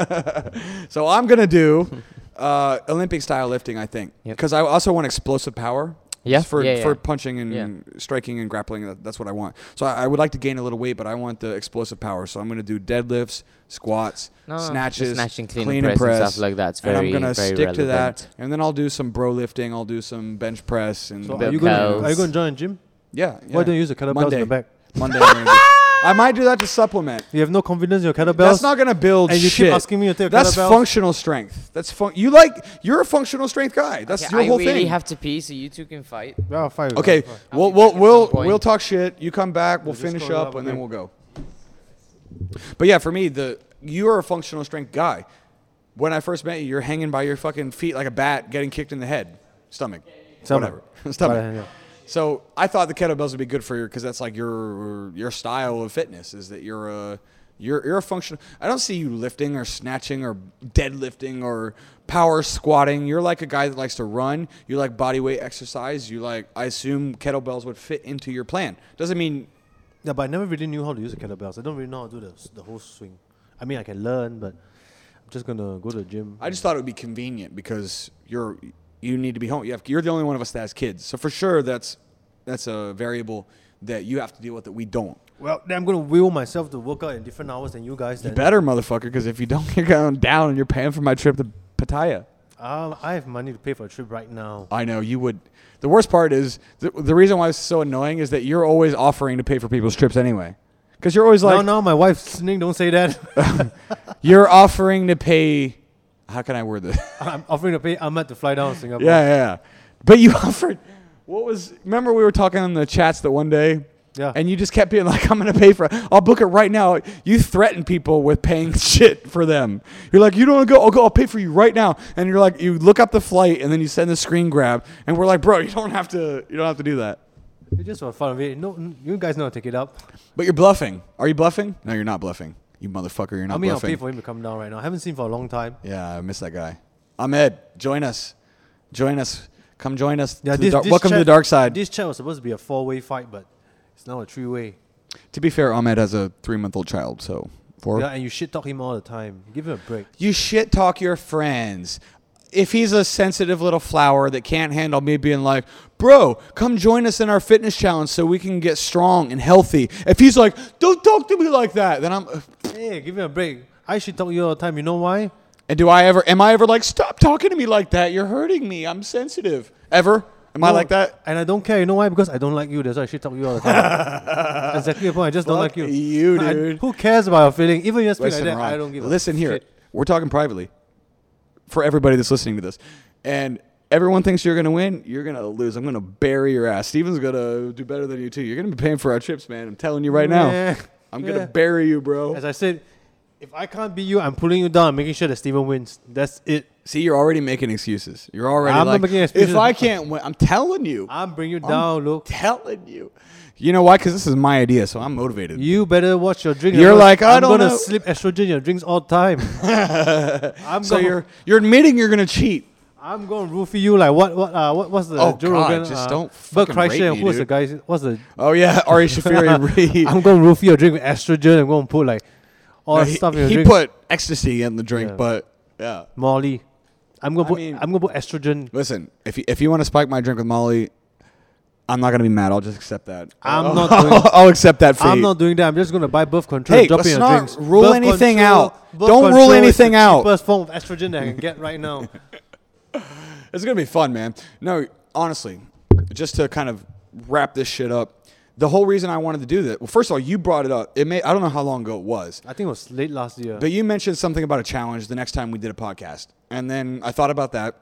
[SPEAKER 1] so I'm gonna do uh, Olympic style lifting. I think
[SPEAKER 3] Yep.
[SPEAKER 1] because I also want explosive power.
[SPEAKER 3] Yeah,
[SPEAKER 1] for
[SPEAKER 3] yeah,
[SPEAKER 1] for
[SPEAKER 3] yeah.
[SPEAKER 1] punching and
[SPEAKER 3] Yeah.
[SPEAKER 1] striking and grappling. that- That's what I want. So I, I would like to gain a little weight, but I want the explosive power. So I'm going to do deadlifts, squats,
[SPEAKER 3] No, just
[SPEAKER 1] snatches,
[SPEAKER 3] snatching, clean and press and stuff like that. It's
[SPEAKER 1] and I'm
[SPEAKER 3] very-
[SPEAKER 1] gonna
[SPEAKER 3] very
[SPEAKER 1] stick to that.
[SPEAKER 3] relevant.
[SPEAKER 1] And then I'll do some bro lifting. I'll do some bench press and
[SPEAKER 2] so
[SPEAKER 3] Bell
[SPEAKER 2] are you gonna
[SPEAKER 3] curls.
[SPEAKER 2] are you gonna join a gym?
[SPEAKER 1] yeah, yeah.
[SPEAKER 2] Why don't you use the kettlebells
[SPEAKER 1] Monday.
[SPEAKER 2] in the back?
[SPEAKER 1] Monday. I'm gonna do- I might do that to supplement.
[SPEAKER 2] You have no confidence in your kettlebells.
[SPEAKER 1] That's not going to build
[SPEAKER 2] and you keep
[SPEAKER 1] shit.
[SPEAKER 2] asking me to take
[SPEAKER 1] That's
[SPEAKER 2] kettlebells.
[SPEAKER 1] functional strength. That's fun- You like you're a functional strength guy. That's
[SPEAKER 3] Okay,
[SPEAKER 1] your
[SPEAKER 3] I
[SPEAKER 1] whole
[SPEAKER 3] really
[SPEAKER 1] thing.
[SPEAKER 3] have to pee, so you two can fight.
[SPEAKER 2] Yeah, fine.
[SPEAKER 1] Okay,
[SPEAKER 2] fine.
[SPEAKER 1] we'll
[SPEAKER 3] be
[SPEAKER 1] we'll
[SPEAKER 3] back at
[SPEAKER 1] we'll,
[SPEAKER 3] some point.
[SPEAKER 1] we'll talk shit. You come back, we'll
[SPEAKER 2] just
[SPEAKER 1] finish
[SPEAKER 2] call it
[SPEAKER 1] up,
[SPEAKER 2] up,
[SPEAKER 1] and then
[SPEAKER 2] okay.
[SPEAKER 1] we'll go. But yeah, for me, the you're a functional strength guy. When I first met you, you're hanging by your fucking feet like a bat, getting kicked in the head, stomach,
[SPEAKER 2] Stomach.
[SPEAKER 1] whatever, stomach.
[SPEAKER 2] Right, yeah.
[SPEAKER 1] So I thought the kettlebells would be good for you because that's like your your style of fitness is that you're a you're, you're a functional. I don't see you lifting or snatching or deadlifting or power squatting. You're like a guy that likes to run. You like body weight exercise. You like I assume kettlebells would fit into your plan. Doesn't mean
[SPEAKER 2] Yeah, but I never really knew how to use the kettlebells. I don't really know how to do the, s- the whole swing. I mean, I can learn, but I'm just gonna go to the gym.
[SPEAKER 1] I just thought it would be convenient because you're you need to be home. You have you're the only one of us that has kids. So for sure that's that's a variable that you have to deal with that we don't.
[SPEAKER 2] well, then I'm gonna will myself to work out in different hours than you guys. Then
[SPEAKER 1] Better motherfucker, because if you don't, you're going down and you're paying for my trip to Pattaya.
[SPEAKER 2] Um, I have money to pay for a trip right now.
[SPEAKER 1] I know you would. The worst part is the, the reason why it's so annoying is that you're always offering to pay for people's trips anyway. Because you're always like,
[SPEAKER 2] no, no, my wife's listening. Don't say that.
[SPEAKER 1] you're offering to pay. How can I word this?
[SPEAKER 2] I'm offering to pay Ahmed to fly down to Singapore.
[SPEAKER 1] yeah, yeah, yeah. But you offered. What was? Remember we were talking in the chats that one day
[SPEAKER 2] Yeah.
[SPEAKER 1] And you just kept being like, I'm going to pay for it. I'll book it right now. You threaten people with paying shit for them. You're like, you don't wanna go. I'll go. I'll pay for you right now. And you're like, you look up the flight and then you send the screen grab. And we're like, bro, you don't have to, you don't have to do that.
[SPEAKER 2] It's just for fun of it. No, n- you guys know how to take it up.
[SPEAKER 1] But you're bluffing. Are you bluffing? No, you're not bluffing. You motherfucker, you're not
[SPEAKER 2] I mean,
[SPEAKER 1] bluffing.
[SPEAKER 2] I'll pay for him to come down right now. I haven't seen him for a long time.
[SPEAKER 1] Yeah, I miss that guy. Ahmed, join us. Join us. Come join us.
[SPEAKER 2] Yeah,
[SPEAKER 1] to the
[SPEAKER 2] this,
[SPEAKER 1] dark-
[SPEAKER 2] this
[SPEAKER 1] Welcome to
[SPEAKER 2] chat-
[SPEAKER 1] the dark side.
[SPEAKER 2] This chat was supposed to be a four-way fight, but it's now a three-way.
[SPEAKER 1] to be fair, Ahmed has a three month old child, so four.
[SPEAKER 2] Yeah, and you shit talk him all the time. Give him a break.
[SPEAKER 1] You shit talk your friends. If he's a sensitive little flower that can't handle me being like, bro, come join us in our fitness challenge so we can get strong and healthy. If he's like, don't talk to me like that, then I'm.
[SPEAKER 2] Hey, give him a break. I shit talk you all the time. You know why?
[SPEAKER 1] And do I ever, am I ever like, stop talking to me like that? You're hurting me. I'm sensitive. Ever? Am I
[SPEAKER 2] No,
[SPEAKER 1] like that?
[SPEAKER 2] And I don't care. You know why? Because I don't like you. That's why I shit talk you all the time. exactly the point. I just don't
[SPEAKER 1] Fuck
[SPEAKER 2] like you.
[SPEAKER 1] you,
[SPEAKER 2] I-
[SPEAKER 1] dude.
[SPEAKER 2] who cares about your feeling? Even if you speak like
[SPEAKER 1] Listen,
[SPEAKER 2] that,
[SPEAKER 1] Ron,
[SPEAKER 2] I don't give a
[SPEAKER 1] listen here.
[SPEAKER 2] shit.
[SPEAKER 1] We're talking privately for everybody that's listening to this. And everyone thinks you're going to win. You're going to lose. I'm going to bury your ass. Steven's going to do better than you, too. You're going to be paying for our chips, man. I'm telling you right now.
[SPEAKER 2] Yeah.
[SPEAKER 1] I'm
[SPEAKER 2] Yeah.
[SPEAKER 1] going to bury you, bro.
[SPEAKER 2] As I said, if I can't beat you, I'm pulling you down, making sure that Steven wins. That's it.
[SPEAKER 1] See, you're already making excuses. You're already
[SPEAKER 2] I'm not
[SPEAKER 1] like,
[SPEAKER 2] making excuses.
[SPEAKER 1] if I can't win, I'm telling you. I'm
[SPEAKER 2] I'm bringing you down, look.
[SPEAKER 1] telling you. You know why? Because this is my idea, so I'm motivated.
[SPEAKER 2] You better watch your drink.
[SPEAKER 1] You're
[SPEAKER 2] otherwise
[SPEAKER 1] like, I
[SPEAKER 2] I'm
[SPEAKER 1] don't
[SPEAKER 2] gonna
[SPEAKER 1] know.
[SPEAKER 2] slip estrogen in your drinks all the time. I'm
[SPEAKER 1] so
[SPEAKER 2] gonna,
[SPEAKER 1] you're you're admitting you're going to cheat.
[SPEAKER 2] I'm gonna roofie you like what what uh what what's the
[SPEAKER 1] Oh,
[SPEAKER 2] Joe
[SPEAKER 1] God,
[SPEAKER 2] Rogan?
[SPEAKER 1] just
[SPEAKER 2] uh,
[SPEAKER 1] don't
[SPEAKER 2] Bert
[SPEAKER 1] fucking rape
[SPEAKER 2] Kreischer.
[SPEAKER 1] me,
[SPEAKER 2] who's the
[SPEAKER 1] dude.
[SPEAKER 2] guy? What's the?
[SPEAKER 1] Oh, yeah. Ari Shafiri.
[SPEAKER 2] I'm gonna roofie your drink with estrogen. I'm gonna put like all
[SPEAKER 1] No,
[SPEAKER 2] that
[SPEAKER 1] he,
[SPEAKER 2] stuff in your
[SPEAKER 1] he
[SPEAKER 2] drink.
[SPEAKER 1] put ecstasy in the drink,
[SPEAKER 2] Yeah.
[SPEAKER 1] but yeah.
[SPEAKER 2] Molly. I'm gonna
[SPEAKER 1] I
[SPEAKER 2] put
[SPEAKER 1] mean-
[SPEAKER 2] I'm gonna put estrogen.
[SPEAKER 1] Listen, if you, if you want to spike my drink with Molly, I'm not gonna be mad. I'll just accept that.
[SPEAKER 2] I'm
[SPEAKER 1] I'll-
[SPEAKER 2] not doing-
[SPEAKER 1] I'll accept that fate.
[SPEAKER 2] I'm not doing that. I'm just gonna buy birth control.
[SPEAKER 1] Hey,
[SPEAKER 2] drop
[SPEAKER 1] let's
[SPEAKER 2] in your
[SPEAKER 1] not
[SPEAKER 2] drinks.
[SPEAKER 1] rule
[SPEAKER 2] Birth
[SPEAKER 1] anything
[SPEAKER 2] control-
[SPEAKER 1] out.
[SPEAKER 2] birth
[SPEAKER 1] Don't rule
[SPEAKER 2] control is
[SPEAKER 1] anything
[SPEAKER 2] the
[SPEAKER 1] out.
[SPEAKER 2] Cheapest form of estrogen that I can get right now.
[SPEAKER 1] it's gonna be fun, man. No, honestly, just to kind of wrap this shit up, the whole reason I wanted to do that. Well, first of all, you brought it up. It may I don't know how long ago it was,
[SPEAKER 2] I think it was late last year.
[SPEAKER 1] But you mentioned something about a challenge the next time we did a podcast. And then I thought about that.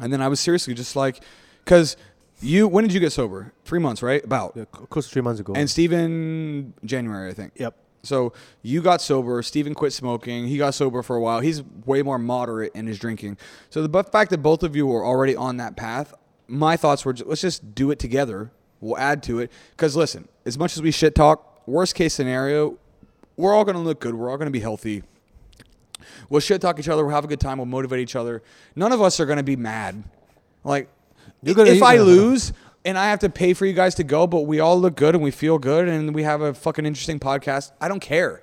[SPEAKER 1] And then I was seriously just like, because you, when did you get sober? Three months, right? About.
[SPEAKER 2] Yeah, c- close to three months ago.
[SPEAKER 1] And Steven, January, I think.
[SPEAKER 2] yep.
[SPEAKER 1] So you got sober. Steven quit smoking. He got sober for a while. He's way more moderate in his drinking. So the bu- fact that both of you were already on that path, my thoughts were just, let's just do it together. We'll add to it. Because listen, as much as we shit talk, worst case scenario, we're all going to look good. We're all going to be healthy. We'll shit talk each other. We'll have a good time. We'll motivate each other. None of us are going to be mad. Like,
[SPEAKER 2] You're gonna-
[SPEAKER 1] if
[SPEAKER 2] you're
[SPEAKER 1] I
[SPEAKER 2] gonna-
[SPEAKER 1] lose and I have to pay for you guys to go, but we all look good and we feel good and we have a fucking interesting podcast, I don't care.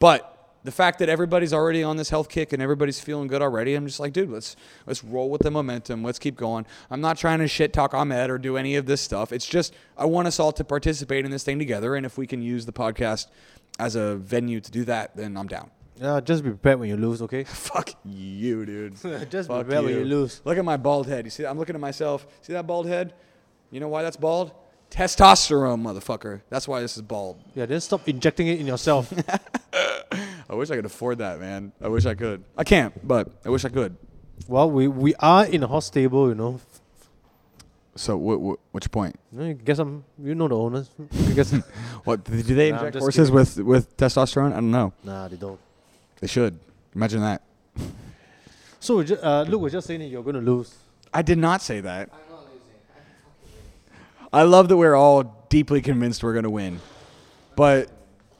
[SPEAKER 1] But the fact that everybody's already on this health kick and everybody's feeling good already, I'm just like, dude, let's let's roll with the momentum. Let's keep going. I'm not trying to shit talk Ahmed or do any of this stuff. It's just I want us all to participate in this thing together. And if we can use the podcast as a venue to do that, then I'm down.
[SPEAKER 2] Yeah, just be prepared when you lose, okay?
[SPEAKER 1] Fuck you, dude.
[SPEAKER 2] Just be
[SPEAKER 1] Fuck
[SPEAKER 2] rebel, you lose.
[SPEAKER 1] Look at my bald head. You see, I'm looking at myself. See that bald head? You know why that's bald? Testosterone, motherfucker. That's why this is bald.
[SPEAKER 2] Yeah, then stop injecting it in yourself.
[SPEAKER 1] I wish I could afford that, man. I wish I could. I can't, but I wish I could.
[SPEAKER 2] well, we, we are in a hot stable, you know.
[SPEAKER 1] So, what? what what's your point?
[SPEAKER 2] You know, you get some, you know the owners. You get some-
[SPEAKER 1] What do they
[SPEAKER 2] Nah, I'm
[SPEAKER 1] inject
[SPEAKER 2] just
[SPEAKER 1] horses
[SPEAKER 2] kidding.
[SPEAKER 1] with with testosterone? I don't know.
[SPEAKER 2] nah, they don't.
[SPEAKER 1] They should. Imagine that.
[SPEAKER 2] So, we ju- uh, Luke was just saying that you're going to lose.
[SPEAKER 1] I did not say that. I love that we're all deeply convinced we're going to win, but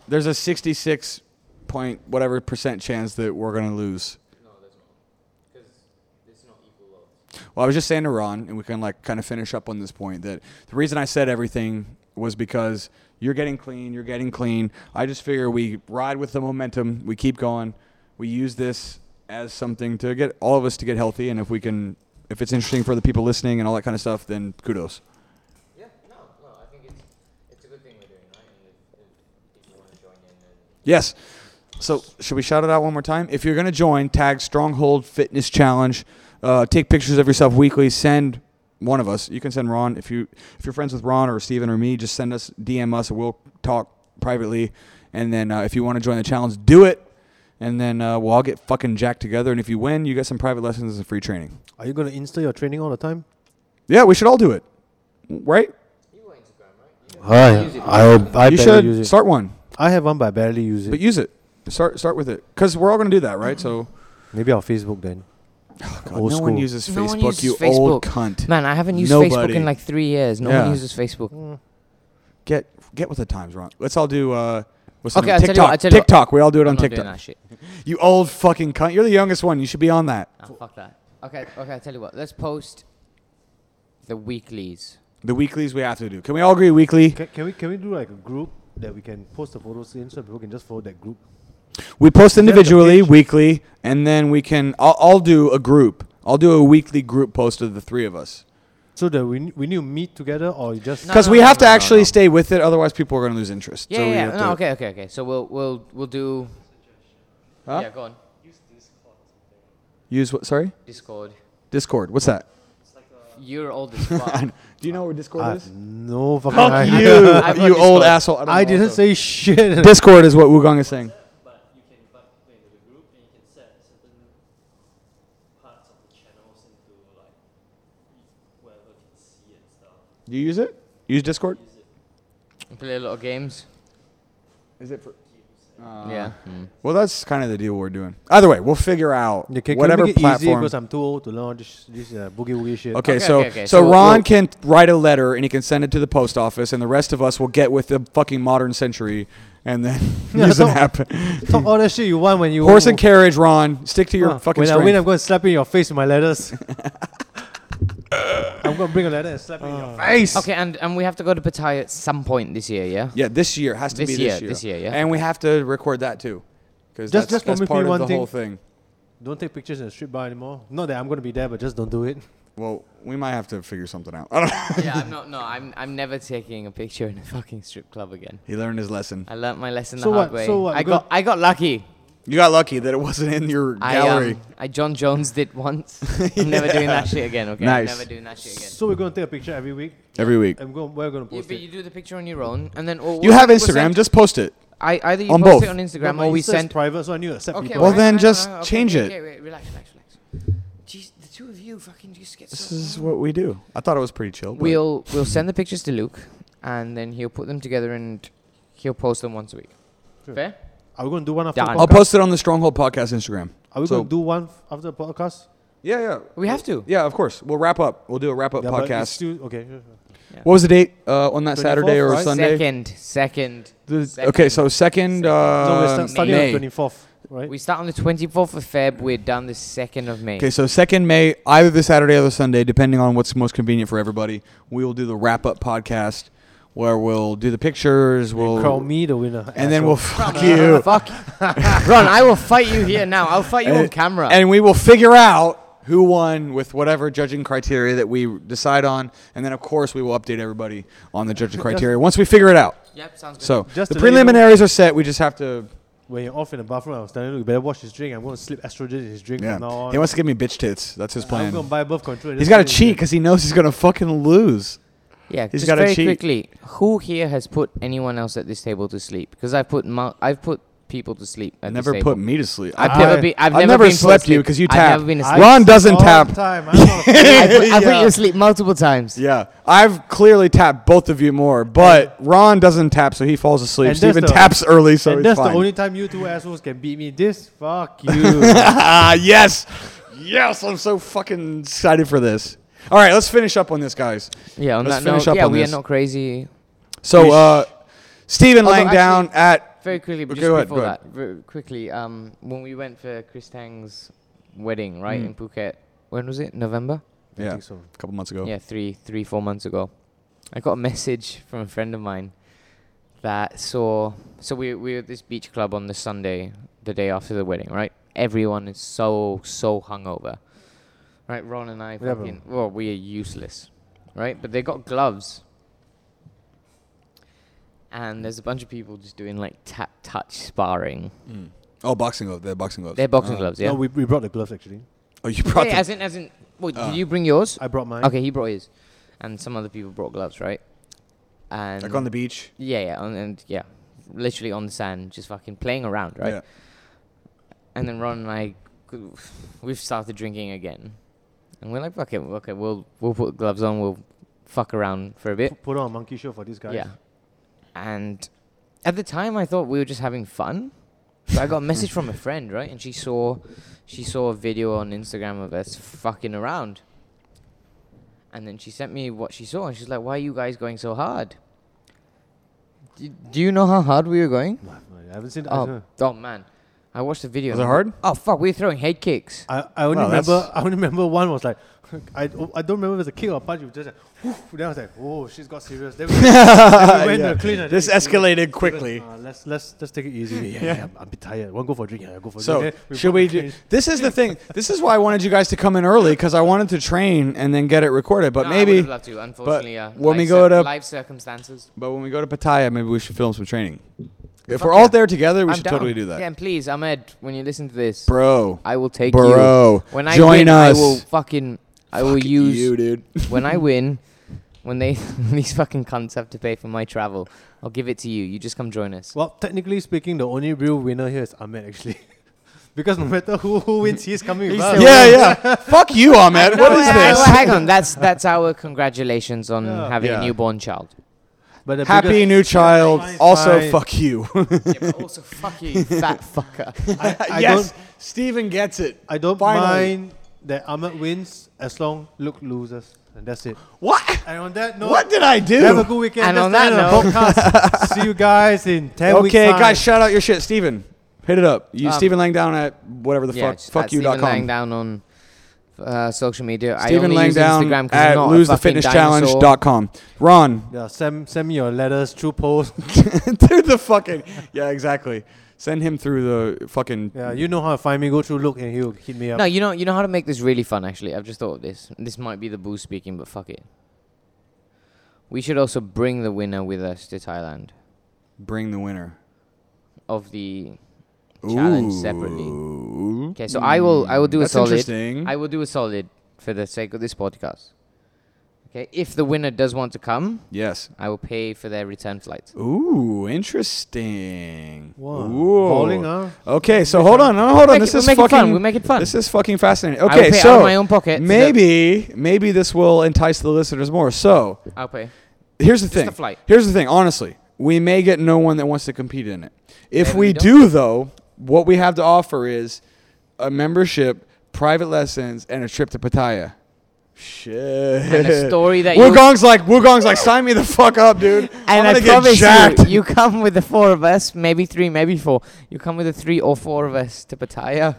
[SPEAKER 1] there's a 66 point whatever percent chance that we're going to lose. Well, I was just saying to Ron, and we can like kind of finish up on this point that the reason I said everything was because you're getting clean, you're getting clean. I just figure we ride with the momentum, we keep going, we use this as something to get all of us to get healthy, and if we can, if it's interesting for the people listening and all that kind of stuff, then kudos.
[SPEAKER 3] Yeah, no, no, I think it's it's a good thing we're doing, right? And if, if, if you want to join in, then
[SPEAKER 1] Yes. So should we shout it out one more time? If you're gonna join, tag Stronghold Fitness Challenge. Uh, take pictures of yourself weekly. Send one of us. You can send Ron if you if you're friends with Ron or Steven or me. Just send us DM us. We'll talk privately. And then uh, if you want to join the challenge, do it. And then uh, we'll all get fucking jacked together. And if you win, you get some private lessons and free training.
[SPEAKER 2] Are you going to insta your training all the time?
[SPEAKER 1] Yeah, we should all do it, right?
[SPEAKER 3] you got Instagram, right? You
[SPEAKER 2] I, I, I
[SPEAKER 1] you
[SPEAKER 2] barely
[SPEAKER 1] should
[SPEAKER 2] use it.
[SPEAKER 1] start one,
[SPEAKER 2] I have one, but I barely use it.
[SPEAKER 1] but use it. Start start with it because we're all going to do that, right? So
[SPEAKER 2] Maybe on Facebook then.
[SPEAKER 1] God,
[SPEAKER 2] Old
[SPEAKER 1] no
[SPEAKER 2] school.
[SPEAKER 1] one uses
[SPEAKER 3] No
[SPEAKER 1] Facebook.
[SPEAKER 3] one uses
[SPEAKER 1] you old
[SPEAKER 3] Facebook.
[SPEAKER 1] cunt.
[SPEAKER 3] Man, I haven't used Facebook
[SPEAKER 1] Nobody.
[SPEAKER 3] in like three years. No
[SPEAKER 1] Yeah.
[SPEAKER 3] one uses Facebook.
[SPEAKER 1] Get get with the times, Ron. Let's all do. Uh, what's the
[SPEAKER 3] Okay,
[SPEAKER 1] name?
[SPEAKER 3] I'll tell you
[SPEAKER 1] TikTok.
[SPEAKER 3] what, I'll tell you what.
[SPEAKER 1] TikTok. We all do it
[SPEAKER 3] I'm
[SPEAKER 1] on
[SPEAKER 3] not doing
[SPEAKER 1] TikTok.
[SPEAKER 3] that shit.
[SPEAKER 1] You old fucking cunt. You're the youngest one. You should be on that.
[SPEAKER 3] Nah, fuck that. Okay, okay. I tell you what. Let's post the weeklies.
[SPEAKER 1] The weeklies we have to do. Can we all agree weekly?
[SPEAKER 2] Can, can we can we do like a group that we can post the photos in so people can just follow that group?
[SPEAKER 1] We post
[SPEAKER 2] the
[SPEAKER 1] individually,
[SPEAKER 2] page?
[SPEAKER 1] weekly, and then we can. I'll, I'll do a group. I'll do a weekly group post of the three of us.
[SPEAKER 2] So that we n- we need to meet together or you just
[SPEAKER 3] No,
[SPEAKER 1] Because we have to
[SPEAKER 3] no, no,
[SPEAKER 1] actually
[SPEAKER 3] no.
[SPEAKER 1] stay with it, otherwise people are going to lose interest.
[SPEAKER 3] Yeah,
[SPEAKER 1] so we
[SPEAKER 3] yeah.
[SPEAKER 1] have
[SPEAKER 3] yeah.
[SPEAKER 1] to-
[SPEAKER 3] No, okay, okay, okay. So we'll we'll we'll do.
[SPEAKER 1] Huh?
[SPEAKER 3] Yeah, go on.
[SPEAKER 1] Use what? Sorry,
[SPEAKER 3] Discord.
[SPEAKER 1] Discord. What's that?
[SPEAKER 3] You're old as fuck.
[SPEAKER 1] I know. do you know where Discord
[SPEAKER 2] I
[SPEAKER 1] is?
[SPEAKER 2] have Ah, no fucking
[SPEAKER 1] Fuck
[SPEAKER 2] idea.
[SPEAKER 1] you,
[SPEAKER 3] I've got
[SPEAKER 1] you old
[SPEAKER 3] Discord.
[SPEAKER 1] asshole. I, don't
[SPEAKER 2] I
[SPEAKER 1] know
[SPEAKER 2] didn't
[SPEAKER 1] also.
[SPEAKER 2] say shit.
[SPEAKER 1] Discord is what Wugong is saying.
[SPEAKER 4] but you can plug into the group and you can set certain parts of the channels into like whoever can see and stuff.
[SPEAKER 1] Do you use it? Use Discord?
[SPEAKER 3] Play a lot of games.
[SPEAKER 1] Is it for?
[SPEAKER 3] yeah.
[SPEAKER 1] Well, that's kind of the deal we're doing. Either way, we'll figure out
[SPEAKER 2] Yeah, can,
[SPEAKER 1] whatever
[SPEAKER 2] can we make it easy
[SPEAKER 1] platform.
[SPEAKER 2] because I'm too old to learn this, this uh, boogie woogie shit.
[SPEAKER 1] Okay,
[SPEAKER 3] Okay,
[SPEAKER 1] so
[SPEAKER 3] okay, okay.
[SPEAKER 1] so
[SPEAKER 3] So
[SPEAKER 1] Ron
[SPEAKER 3] we'll-
[SPEAKER 1] can write a letter and he can send it to the post office, and the rest of us will get with the fucking modern century, and then
[SPEAKER 2] Yeah,
[SPEAKER 1] use an
[SPEAKER 2] so-
[SPEAKER 1] app.
[SPEAKER 2] Talk all that shit you want when you
[SPEAKER 1] Horse and carriage, Ron. Stick to your
[SPEAKER 2] Huh,
[SPEAKER 1] fucking.
[SPEAKER 2] When I
[SPEAKER 1] strength.
[SPEAKER 2] win, I'm going to slap you in your face with my letters. I'm going to bring a letter and slap you in your face.
[SPEAKER 3] Okay, and and we have to go to Pattaya at some point this year. Yeah.
[SPEAKER 1] yeah, this year has to
[SPEAKER 3] This
[SPEAKER 1] be this
[SPEAKER 3] year,
[SPEAKER 1] year.
[SPEAKER 3] this year, yeah.
[SPEAKER 1] And we have to record that too, because
[SPEAKER 2] Just-
[SPEAKER 1] that's, that's
[SPEAKER 2] just promise me
[SPEAKER 1] part of
[SPEAKER 2] one
[SPEAKER 1] the
[SPEAKER 2] thing.
[SPEAKER 1] whole thing.
[SPEAKER 2] Don't take pictures in the strip bar anymore. Not that I'm going to be there, but just don't do it.
[SPEAKER 1] Well, we might have to figure something out. I don't know.
[SPEAKER 3] yeah, I'm not. No, I'm. I'm never taking a picture in a fucking strip club again.
[SPEAKER 1] He learned his lesson.
[SPEAKER 3] I learnt my lesson
[SPEAKER 2] So
[SPEAKER 3] the
[SPEAKER 2] what-
[SPEAKER 3] hard way.
[SPEAKER 2] so what,
[SPEAKER 3] I
[SPEAKER 2] go-
[SPEAKER 3] got. I got lucky.
[SPEAKER 1] You got lucky that it wasn't in your
[SPEAKER 3] I
[SPEAKER 1] gallery.
[SPEAKER 3] um. I John Jones did once. I'm never doing that shit again. Okay.
[SPEAKER 1] Nice.
[SPEAKER 3] I'm never doing that shit again.
[SPEAKER 2] So we're going to take a picture every week.
[SPEAKER 1] Every week.
[SPEAKER 2] I'm going, we're going to
[SPEAKER 3] Yeah,
[SPEAKER 2] post
[SPEAKER 3] but
[SPEAKER 2] it.
[SPEAKER 3] you do the picture on your own, and then or
[SPEAKER 1] You have Instagram. Just post it.
[SPEAKER 3] I either you
[SPEAKER 1] on
[SPEAKER 3] post
[SPEAKER 1] both.
[SPEAKER 3] it on
[SPEAKER 2] But
[SPEAKER 3] Instagram
[SPEAKER 2] my
[SPEAKER 3] or we
[SPEAKER 2] Insta is
[SPEAKER 3] send.
[SPEAKER 2] private, so I need to accept
[SPEAKER 3] Okay,
[SPEAKER 2] people.
[SPEAKER 1] Well,
[SPEAKER 3] alright,
[SPEAKER 1] then
[SPEAKER 3] alright,
[SPEAKER 1] just
[SPEAKER 3] alright, okay,
[SPEAKER 1] change
[SPEAKER 3] okay,
[SPEAKER 1] it.
[SPEAKER 3] Okay, wait, relax, relax, relax. Jeez, the two of you fucking just get
[SPEAKER 1] This
[SPEAKER 3] so.
[SPEAKER 1] is what we do. I thought it was pretty chill. but-
[SPEAKER 3] We'll we'll send the pictures to Luke, and then he'll put them together and he'll post them once a week.
[SPEAKER 2] Sure.
[SPEAKER 3] Fair?
[SPEAKER 2] Are we going to do one after
[SPEAKER 3] Done.
[SPEAKER 2] the
[SPEAKER 1] I'll
[SPEAKER 2] podcast?
[SPEAKER 1] post it on the Stronghold Podcast Instagram.
[SPEAKER 2] Are we
[SPEAKER 1] So-
[SPEAKER 2] going to do one f- after the podcast?
[SPEAKER 1] Yeah, yeah.
[SPEAKER 3] We have to.
[SPEAKER 1] Yeah, of course. We'll wrap up. We'll do a wrap up
[SPEAKER 2] Yeah, but it's
[SPEAKER 1] podcast.
[SPEAKER 2] Still, okay. sure, sure.
[SPEAKER 1] what was the date uh, on that Saturday or
[SPEAKER 2] 24th, right?
[SPEAKER 1] Sunday?
[SPEAKER 3] Second, second.
[SPEAKER 1] The-
[SPEAKER 3] Second.
[SPEAKER 1] Okay, so second.
[SPEAKER 3] Second.
[SPEAKER 2] no, we're
[SPEAKER 1] Uh,
[SPEAKER 2] start, starting
[SPEAKER 1] May.
[SPEAKER 2] on the 24th, right?
[SPEAKER 3] We start on the 24th of Feb. We're done the 2nd of May.
[SPEAKER 1] Okay, so second May, either the Saturday or the Sunday, depending on what's most convenient for everybody. We will do the wrap up podcast where we'll do the pictures. We'll
[SPEAKER 2] Call me the winner.
[SPEAKER 1] and then
[SPEAKER 2] asshole.
[SPEAKER 1] we'll fuck you.
[SPEAKER 3] Fuck. Ron, I will fight you here now. I'll fight you on
[SPEAKER 1] and,
[SPEAKER 3] camera.
[SPEAKER 1] and we will figure out who won with whatever judging criteria that we decide on, and then of course we will update everybody on the judging criteria once we figure it out.
[SPEAKER 3] yep, sounds good.
[SPEAKER 1] So the
[SPEAKER 2] Just to let you know-
[SPEAKER 1] preliminaries are set. We just have to.
[SPEAKER 2] When you're off in the bathroom, I was telling you, you better watch his drink. I'm going to slip estrogen in his drink
[SPEAKER 1] Yeah,
[SPEAKER 2] from now on.
[SPEAKER 1] he wants to give me bitch tits. That's his
[SPEAKER 2] I'm
[SPEAKER 1] plan.
[SPEAKER 2] going to buy birth control. and
[SPEAKER 1] He's
[SPEAKER 2] just
[SPEAKER 1] got to
[SPEAKER 2] give
[SPEAKER 1] cheat
[SPEAKER 2] him
[SPEAKER 1] because he knows he's gonna fucking lose.
[SPEAKER 3] Yeah,
[SPEAKER 1] He's
[SPEAKER 3] just
[SPEAKER 1] gotta
[SPEAKER 3] very
[SPEAKER 1] cheat.
[SPEAKER 3] quickly. Who here has put anyone else at this table to sleep? Because I've put mul- I've put people to sleep at
[SPEAKER 1] And
[SPEAKER 3] this
[SPEAKER 1] never
[SPEAKER 3] table.
[SPEAKER 1] put me to sleep.
[SPEAKER 3] I've
[SPEAKER 1] I-
[SPEAKER 3] never been.
[SPEAKER 1] I've
[SPEAKER 3] I've, never,
[SPEAKER 1] never
[SPEAKER 3] been put to
[SPEAKER 1] slept you
[SPEAKER 3] sleep.
[SPEAKER 1] 'cause you
[SPEAKER 3] I've
[SPEAKER 1] tap.
[SPEAKER 3] never been
[SPEAKER 2] the-
[SPEAKER 3] asleep.
[SPEAKER 1] Ron
[SPEAKER 2] I
[SPEAKER 1] doesn't
[SPEAKER 2] all the
[SPEAKER 1] tap.
[SPEAKER 2] Time. I'm not a-
[SPEAKER 3] I put, I put
[SPEAKER 1] Yeah.
[SPEAKER 3] you to sleep multiple times.
[SPEAKER 1] Yeah, I've clearly tapped both of you more, but Ron doesn't tap, so he falls asleep.
[SPEAKER 2] And that's
[SPEAKER 1] Steven
[SPEAKER 2] the-
[SPEAKER 1] taps early, so
[SPEAKER 2] and
[SPEAKER 1] he's
[SPEAKER 2] that's
[SPEAKER 1] fine.
[SPEAKER 2] the only time you two assholes can beat me. This fuck you.
[SPEAKER 1] ah, yes, yes, I'm so fucking excited for this. All right, let's finish up on this, guys.
[SPEAKER 3] Yeah. On
[SPEAKER 1] Let's
[SPEAKER 3] that
[SPEAKER 1] finish
[SPEAKER 3] note,
[SPEAKER 1] up
[SPEAKER 3] yeah,
[SPEAKER 1] on
[SPEAKER 3] we
[SPEAKER 1] this.
[SPEAKER 3] are not crazy.
[SPEAKER 1] So, uh, Stephen
[SPEAKER 3] Although
[SPEAKER 1] laying down at
[SPEAKER 3] Very quickly, but
[SPEAKER 1] Okay,
[SPEAKER 3] just
[SPEAKER 1] go ahead,
[SPEAKER 3] before
[SPEAKER 1] go ahead.
[SPEAKER 3] that, very quickly, um, when we went for Chris Tang's wedding, right
[SPEAKER 1] Hmm.
[SPEAKER 3] in Phuket, when was it? November.
[SPEAKER 1] yeah,
[SPEAKER 2] think so.
[SPEAKER 1] a couple months ago.
[SPEAKER 3] Yeah, three, three, four months ago, I got a message from a friend of mine that saw. So we we were at this beach club on the Sunday, the day after the wedding, right? Everyone is so so hungover, right? Ron and I
[SPEAKER 2] Yeah, but-
[SPEAKER 3] fucking well, we are useless, right? But they got gloves, and there's a bunch of people just doing like tap touch sparring.
[SPEAKER 1] Oh, boxing gloves. They're boxing gloves.
[SPEAKER 3] They're boxing
[SPEAKER 1] Uh,
[SPEAKER 3] gloves, yeah.
[SPEAKER 2] No, we, we brought the gloves actually.
[SPEAKER 1] Oh, you brought
[SPEAKER 3] Yeah,
[SPEAKER 1] them.
[SPEAKER 3] as in as in. Wait,
[SPEAKER 1] Ah.
[SPEAKER 3] did you bring yours?
[SPEAKER 2] I brought mine.
[SPEAKER 3] Okay, he brought his, and some other people brought gloves, right? And
[SPEAKER 1] like on the beach.
[SPEAKER 3] yeah, yeah, on, and yeah, literally on the sand, just fucking playing around, right?
[SPEAKER 1] Yeah.
[SPEAKER 3] And then Ron and I, g- we've started drinking again, and we're like, okay, okay, we'll we'll put gloves on, we'll fuck around for a
[SPEAKER 2] P-
[SPEAKER 3] bit.
[SPEAKER 2] Put on a monkey show for these guys.
[SPEAKER 3] Yeah, And at the time, I thought we were just having fun. But I got a message from a friend, right? And she saw, she saw a video on Instagram of us fucking around. And then she sent me what she saw, and she's like, "Why are you guys going so hard? Do, do you know how hard we were going?
[SPEAKER 2] No, I have no idea. I haven't seen it. I don't
[SPEAKER 3] Oh,
[SPEAKER 2] know.
[SPEAKER 3] oh man, I watched the video.
[SPEAKER 1] Was it
[SPEAKER 3] and-
[SPEAKER 1] hard?
[SPEAKER 3] Oh fuck, we were throwing head kicks.
[SPEAKER 2] I, I only
[SPEAKER 1] Wow, that's-
[SPEAKER 2] remember I only remember one was like I, I don't remember if it was a kick or a punch. It was just like, whew, then I was like, oh, she's got serious. Then we, then we went to clean. and
[SPEAKER 5] This
[SPEAKER 2] then we-
[SPEAKER 5] escalated quickly.
[SPEAKER 2] Uh, let's let's let's take it easy. Yeah, yeah, I'm, I'm a bit tired. One go for a drink. Yeah, I'll go for a
[SPEAKER 1] So
[SPEAKER 2] drink. Then
[SPEAKER 1] should
[SPEAKER 2] both
[SPEAKER 1] we do?
[SPEAKER 2] changed.
[SPEAKER 1] This is the thing. This is why I wanted you guys to come in early because I wanted to train and then get it recorded. But
[SPEAKER 3] No, I
[SPEAKER 1] Uh, maybe,
[SPEAKER 3] would love to. Unfortunately, yeah.
[SPEAKER 1] when we
[SPEAKER 3] life
[SPEAKER 1] go
[SPEAKER 3] cir-
[SPEAKER 1] to-
[SPEAKER 3] life circumstances,
[SPEAKER 1] but when we go to Pattaya, maybe we should film some training. If
[SPEAKER 3] Fuck
[SPEAKER 1] we're all
[SPEAKER 3] yeah.
[SPEAKER 1] there together, we
[SPEAKER 3] I'm
[SPEAKER 1] should
[SPEAKER 3] down.
[SPEAKER 1] totally do that,
[SPEAKER 3] Yeah, and please, Ahmed, when you listen to this,
[SPEAKER 1] bro.
[SPEAKER 3] I will take you.
[SPEAKER 1] Bro,
[SPEAKER 3] When I
[SPEAKER 1] join
[SPEAKER 3] win,
[SPEAKER 1] us.
[SPEAKER 3] I will fucking. I will
[SPEAKER 1] Fuck
[SPEAKER 3] use
[SPEAKER 1] you, dude.
[SPEAKER 3] when I win. When they these fucking cunts have to pay for my travel, I'll give it to you. You just come join us.
[SPEAKER 2] Well, technically speaking, the only real winner here is Ahmed actually, because no matter who who wins, he's coming with us.
[SPEAKER 1] yeah, yeah. Fuck you, Ahmed. What is
[SPEAKER 3] No, no,
[SPEAKER 1] this?
[SPEAKER 3] no, hang on, that's that's our congratulations on
[SPEAKER 2] Yeah.
[SPEAKER 3] having
[SPEAKER 1] Yeah.
[SPEAKER 3] a newborn child.
[SPEAKER 2] But the
[SPEAKER 1] Happy
[SPEAKER 2] biggest-
[SPEAKER 1] new child.
[SPEAKER 2] Fine,
[SPEAKER 1] Also,
[SPEAKER 2] fine.
[SPEAKER 1] fuck you.
[SPEAKER 3] yeah, but also fuck uh, you, you fat fucker.
[SPEAKER 2] I, I
[SPEAKER 5] yes,
[SPEAKER 2] don't
[SPEAKER 5] Steven gets it.
[SPEAKER 2] I don't
[SPEAKER 5] Finally.
[SPEAKER 2] mind that Ahmed wins as long Luke loses, and that's it.
[SPEAKER 5] What?
[SPEAKER 2] And on that note,
[SPEAKER 5] What did I
[SPEAKER 2] have a
[SPEAKER 5] do?
[SPEAKER 2] good weekend.
[SPEAKER 3] And
[SPEAKER 2] That's
[SPEAKER 3] on
[SPEAKER 2] the
[SPEAKER 3] that
[SPEAKER 2] end of the podcast. See you guys in ten weeks.
[SPEAKER 1] okay,
[SPEAKER 2] time.
[SPEAKER 1] guys, shout out your shit, Steven. Hit it up. You
[SPEAKER 3] Um,
[SPEAKER 1] Steven Langdown at whatever the
[SPEAKER 3] yeah,
[SPEAKER 1] fuck fuck you dot
[SPEAKER 3] Stephen
[SPEAKER 1] com.
[SPEAKER 3] Langdown on uh, social media.
[SPEAKER 1] Stephen
[SPEAKER 3] I only use Instagram
[SPEAKER 1] Langdown
[SPEAKER 3] 'cause I'm
[SPEAKER 1] at
[SPEAKER 3] not a fucking dinosaur.
[SPEAKER 1] losethefitnesschallenge.com. Ron,
[SPEAKER 2] Yeah, send send me your letters, true post.
[SPEAKER 1] through the fucking yeah, exactly. Send him through the fucking
[SPEAKER 2] yeah, you know how to find me. Go through Luke and he'll hit me up.
[SPEAKER 3] No, you know, you know how to make this really fun. Actually, I've just thought of this. This might be the boo speaking, but fuck it. We should also bring the winner with us to Thailand
[SPEAKER 1] bring the winner.
[SPEAKER 3] of the challenge separately.
[SPEAKER 1] Ooh.
[SPEAKER 3] Okay, so I will, I will do
[SPEAKER 1] That's
[SPEAKER 3] a solid.
[SPEAKER 1] interesting.
[SPEAKER 3] I will do a solid for the sake of this podcast. Okay, if the winner does want to come,
[SPEAKER 1] Yes.
[SPEAKER 3] I will pay for their return flight.
[SPEAKER 1] Ooh, interesting.
[SPEAKER 2] Wow.
[SPEAKER 1] Ooh.
[SPEAKER 2] Bowling, huh?
[SPEAKER 1] Okay, so hold on, no, hold on.
[SPEAKER 3] Make it-
[SPEAKER 1] This is
[SPEAKER 3] make it
[SPEAKER 1] fucking.
[SPEAKER 3] fun, we make it fun.
[SPEAKER 1] This is fucking fascinating.
[SPEAKER 3] will
[SPEAKER 1] Okay,
[SPEAKER 3] pay out of
[SPEAKER 1] so
[SPEAKER 3] my own pocket so that-
[SPEAKER 1] Maybe, maybe this will entice the listeners more. So
[SPEAKER 3] I'll pay.
[SPEAKER 1] here's the
[SPEAKER 3] the
[SPEAKER 1] thing.
[SPEAKER 3] flight.
[SPEAKER 1] Here's the thing. Honestly, we may get no one that wants to compete in it. If
[SPEAKER 3] Maybe
[SPEAKER 1] we
[SPEAKER 3] we
[SPEAKER 1] do, though, what we have to offer is a membership, private lessons, and a trip to Pattaya. Shit.
[SPEAKER 3] And a story that you
[SPEAKER 1] Wugong's like Wugong's like sign me the fuck up, dude. I'm
[SPEAKER 3] And
[SPEAKER 1] gonna
[SPEAKER 3] I
[SPEAKER 1] get
[SPEAKER 3] promise
[SPEAKER 1] jacked.
[SPEAKER 3] you, you come with the four of us, maybe three, maybe four. You come with the three or four of us to Pattaya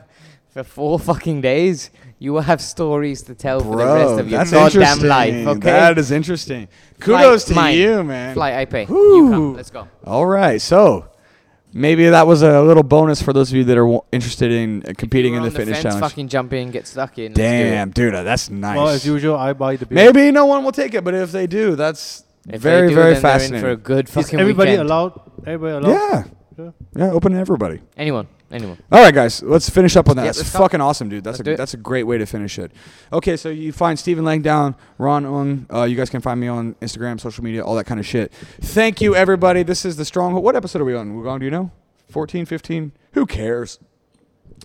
[SPEAKER 3] for four fucking days. You will have stories to tell for the rest of your
[SPEAKER 1] that's
[SPEAKER 3] goddamn
[SPEAKER 1] interesting.
[SPEAKER 3] life. Okay.
[SPEAKER 1] That is interesting.
[SPEAKER 3] Flight,
[SPEAKER 1] Kudos to
[SPEAKER 3] mine.
[SPEAKER 1] you, man.
[SPEAKER 3] Flight, I pay. You
[SPEAKER 1] Whew.
[SPEAKER 3] come. Let's go.
[SPEAKER 1] All right, so maybe that was a little bonus for those of you that are w- interested in uh, competing
[SPEAKER 3] We're
[SPEAKER 1] in the
[SPEAKER 3] on
[SPEAKER 1] fitness
[SPEAKER 3] fence,
[SPEAKER 1] challenge.
[SPEAKER 3] Fucking jump in, get stuck in. let's do it.
[SPEAKER 1] Damn, dude, uh, that's nice.
[SPEAKER 2] Well, as usual, I buy the beer.
[SPEAKER 1] maybe no one will take it, but if they do, that's
[SPEAKER 3] If they
[SPEAKER 1] very,
[SPEAKER 3] do,
[SPEAKER 1] very
[SPEAKER 3] then they're in for a
[SPEAKER 1] fascinating.
[SPEAKER 3] good
[SPEAKER 2] Is
[SPEAKER 3] fucking
[SPEAKER 2] everybody
[SPEAKER 3] weekend.
[SPEAKER 2] allowed? Everybody allowed?
[SPEAKER 1] Yeah,
[SPEAKER 2] Sure.
[SPEAKER 1] yeah, open to everybody.
[SPEAKER 3] Anyone, anyone.
[SPEAKER 1] All right, guys, let's finish up on that.
[SPEAKER 3] Yeah,
[SPEAKER 1] that's
[SPEAKER 3] let's go.
[SPEAKER 1] fucking awesome, dude. That's
[SPEAKER 3] Let's
[SPEAKER 1] a
[SPEAKER 3] do it.
[SPEAKER 1] that's a great way to finish it. Okay, so you find Stephen Langdown, Ron Ung. Uh, you guys can find me on Instagram, social media, all that kind of shit. Thank you, everybody. This is the Stronghold. What episode are we on? Wugong, do you know? 14, 15? Who cares?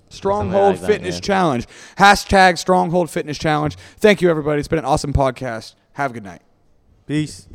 [SPEAKER 1] Stronghold
[SPEAKER 3] Something like that,
[SPEAKER 1] Fitness
[SPEAKER 3] yeah.
[SPEAKER 1] Challenge. Hashtag Stronghold Fitness Challenge. Thank you, everybody. It's been an awesome podcast. Have a good night.
[SPEAKER 2] Peace.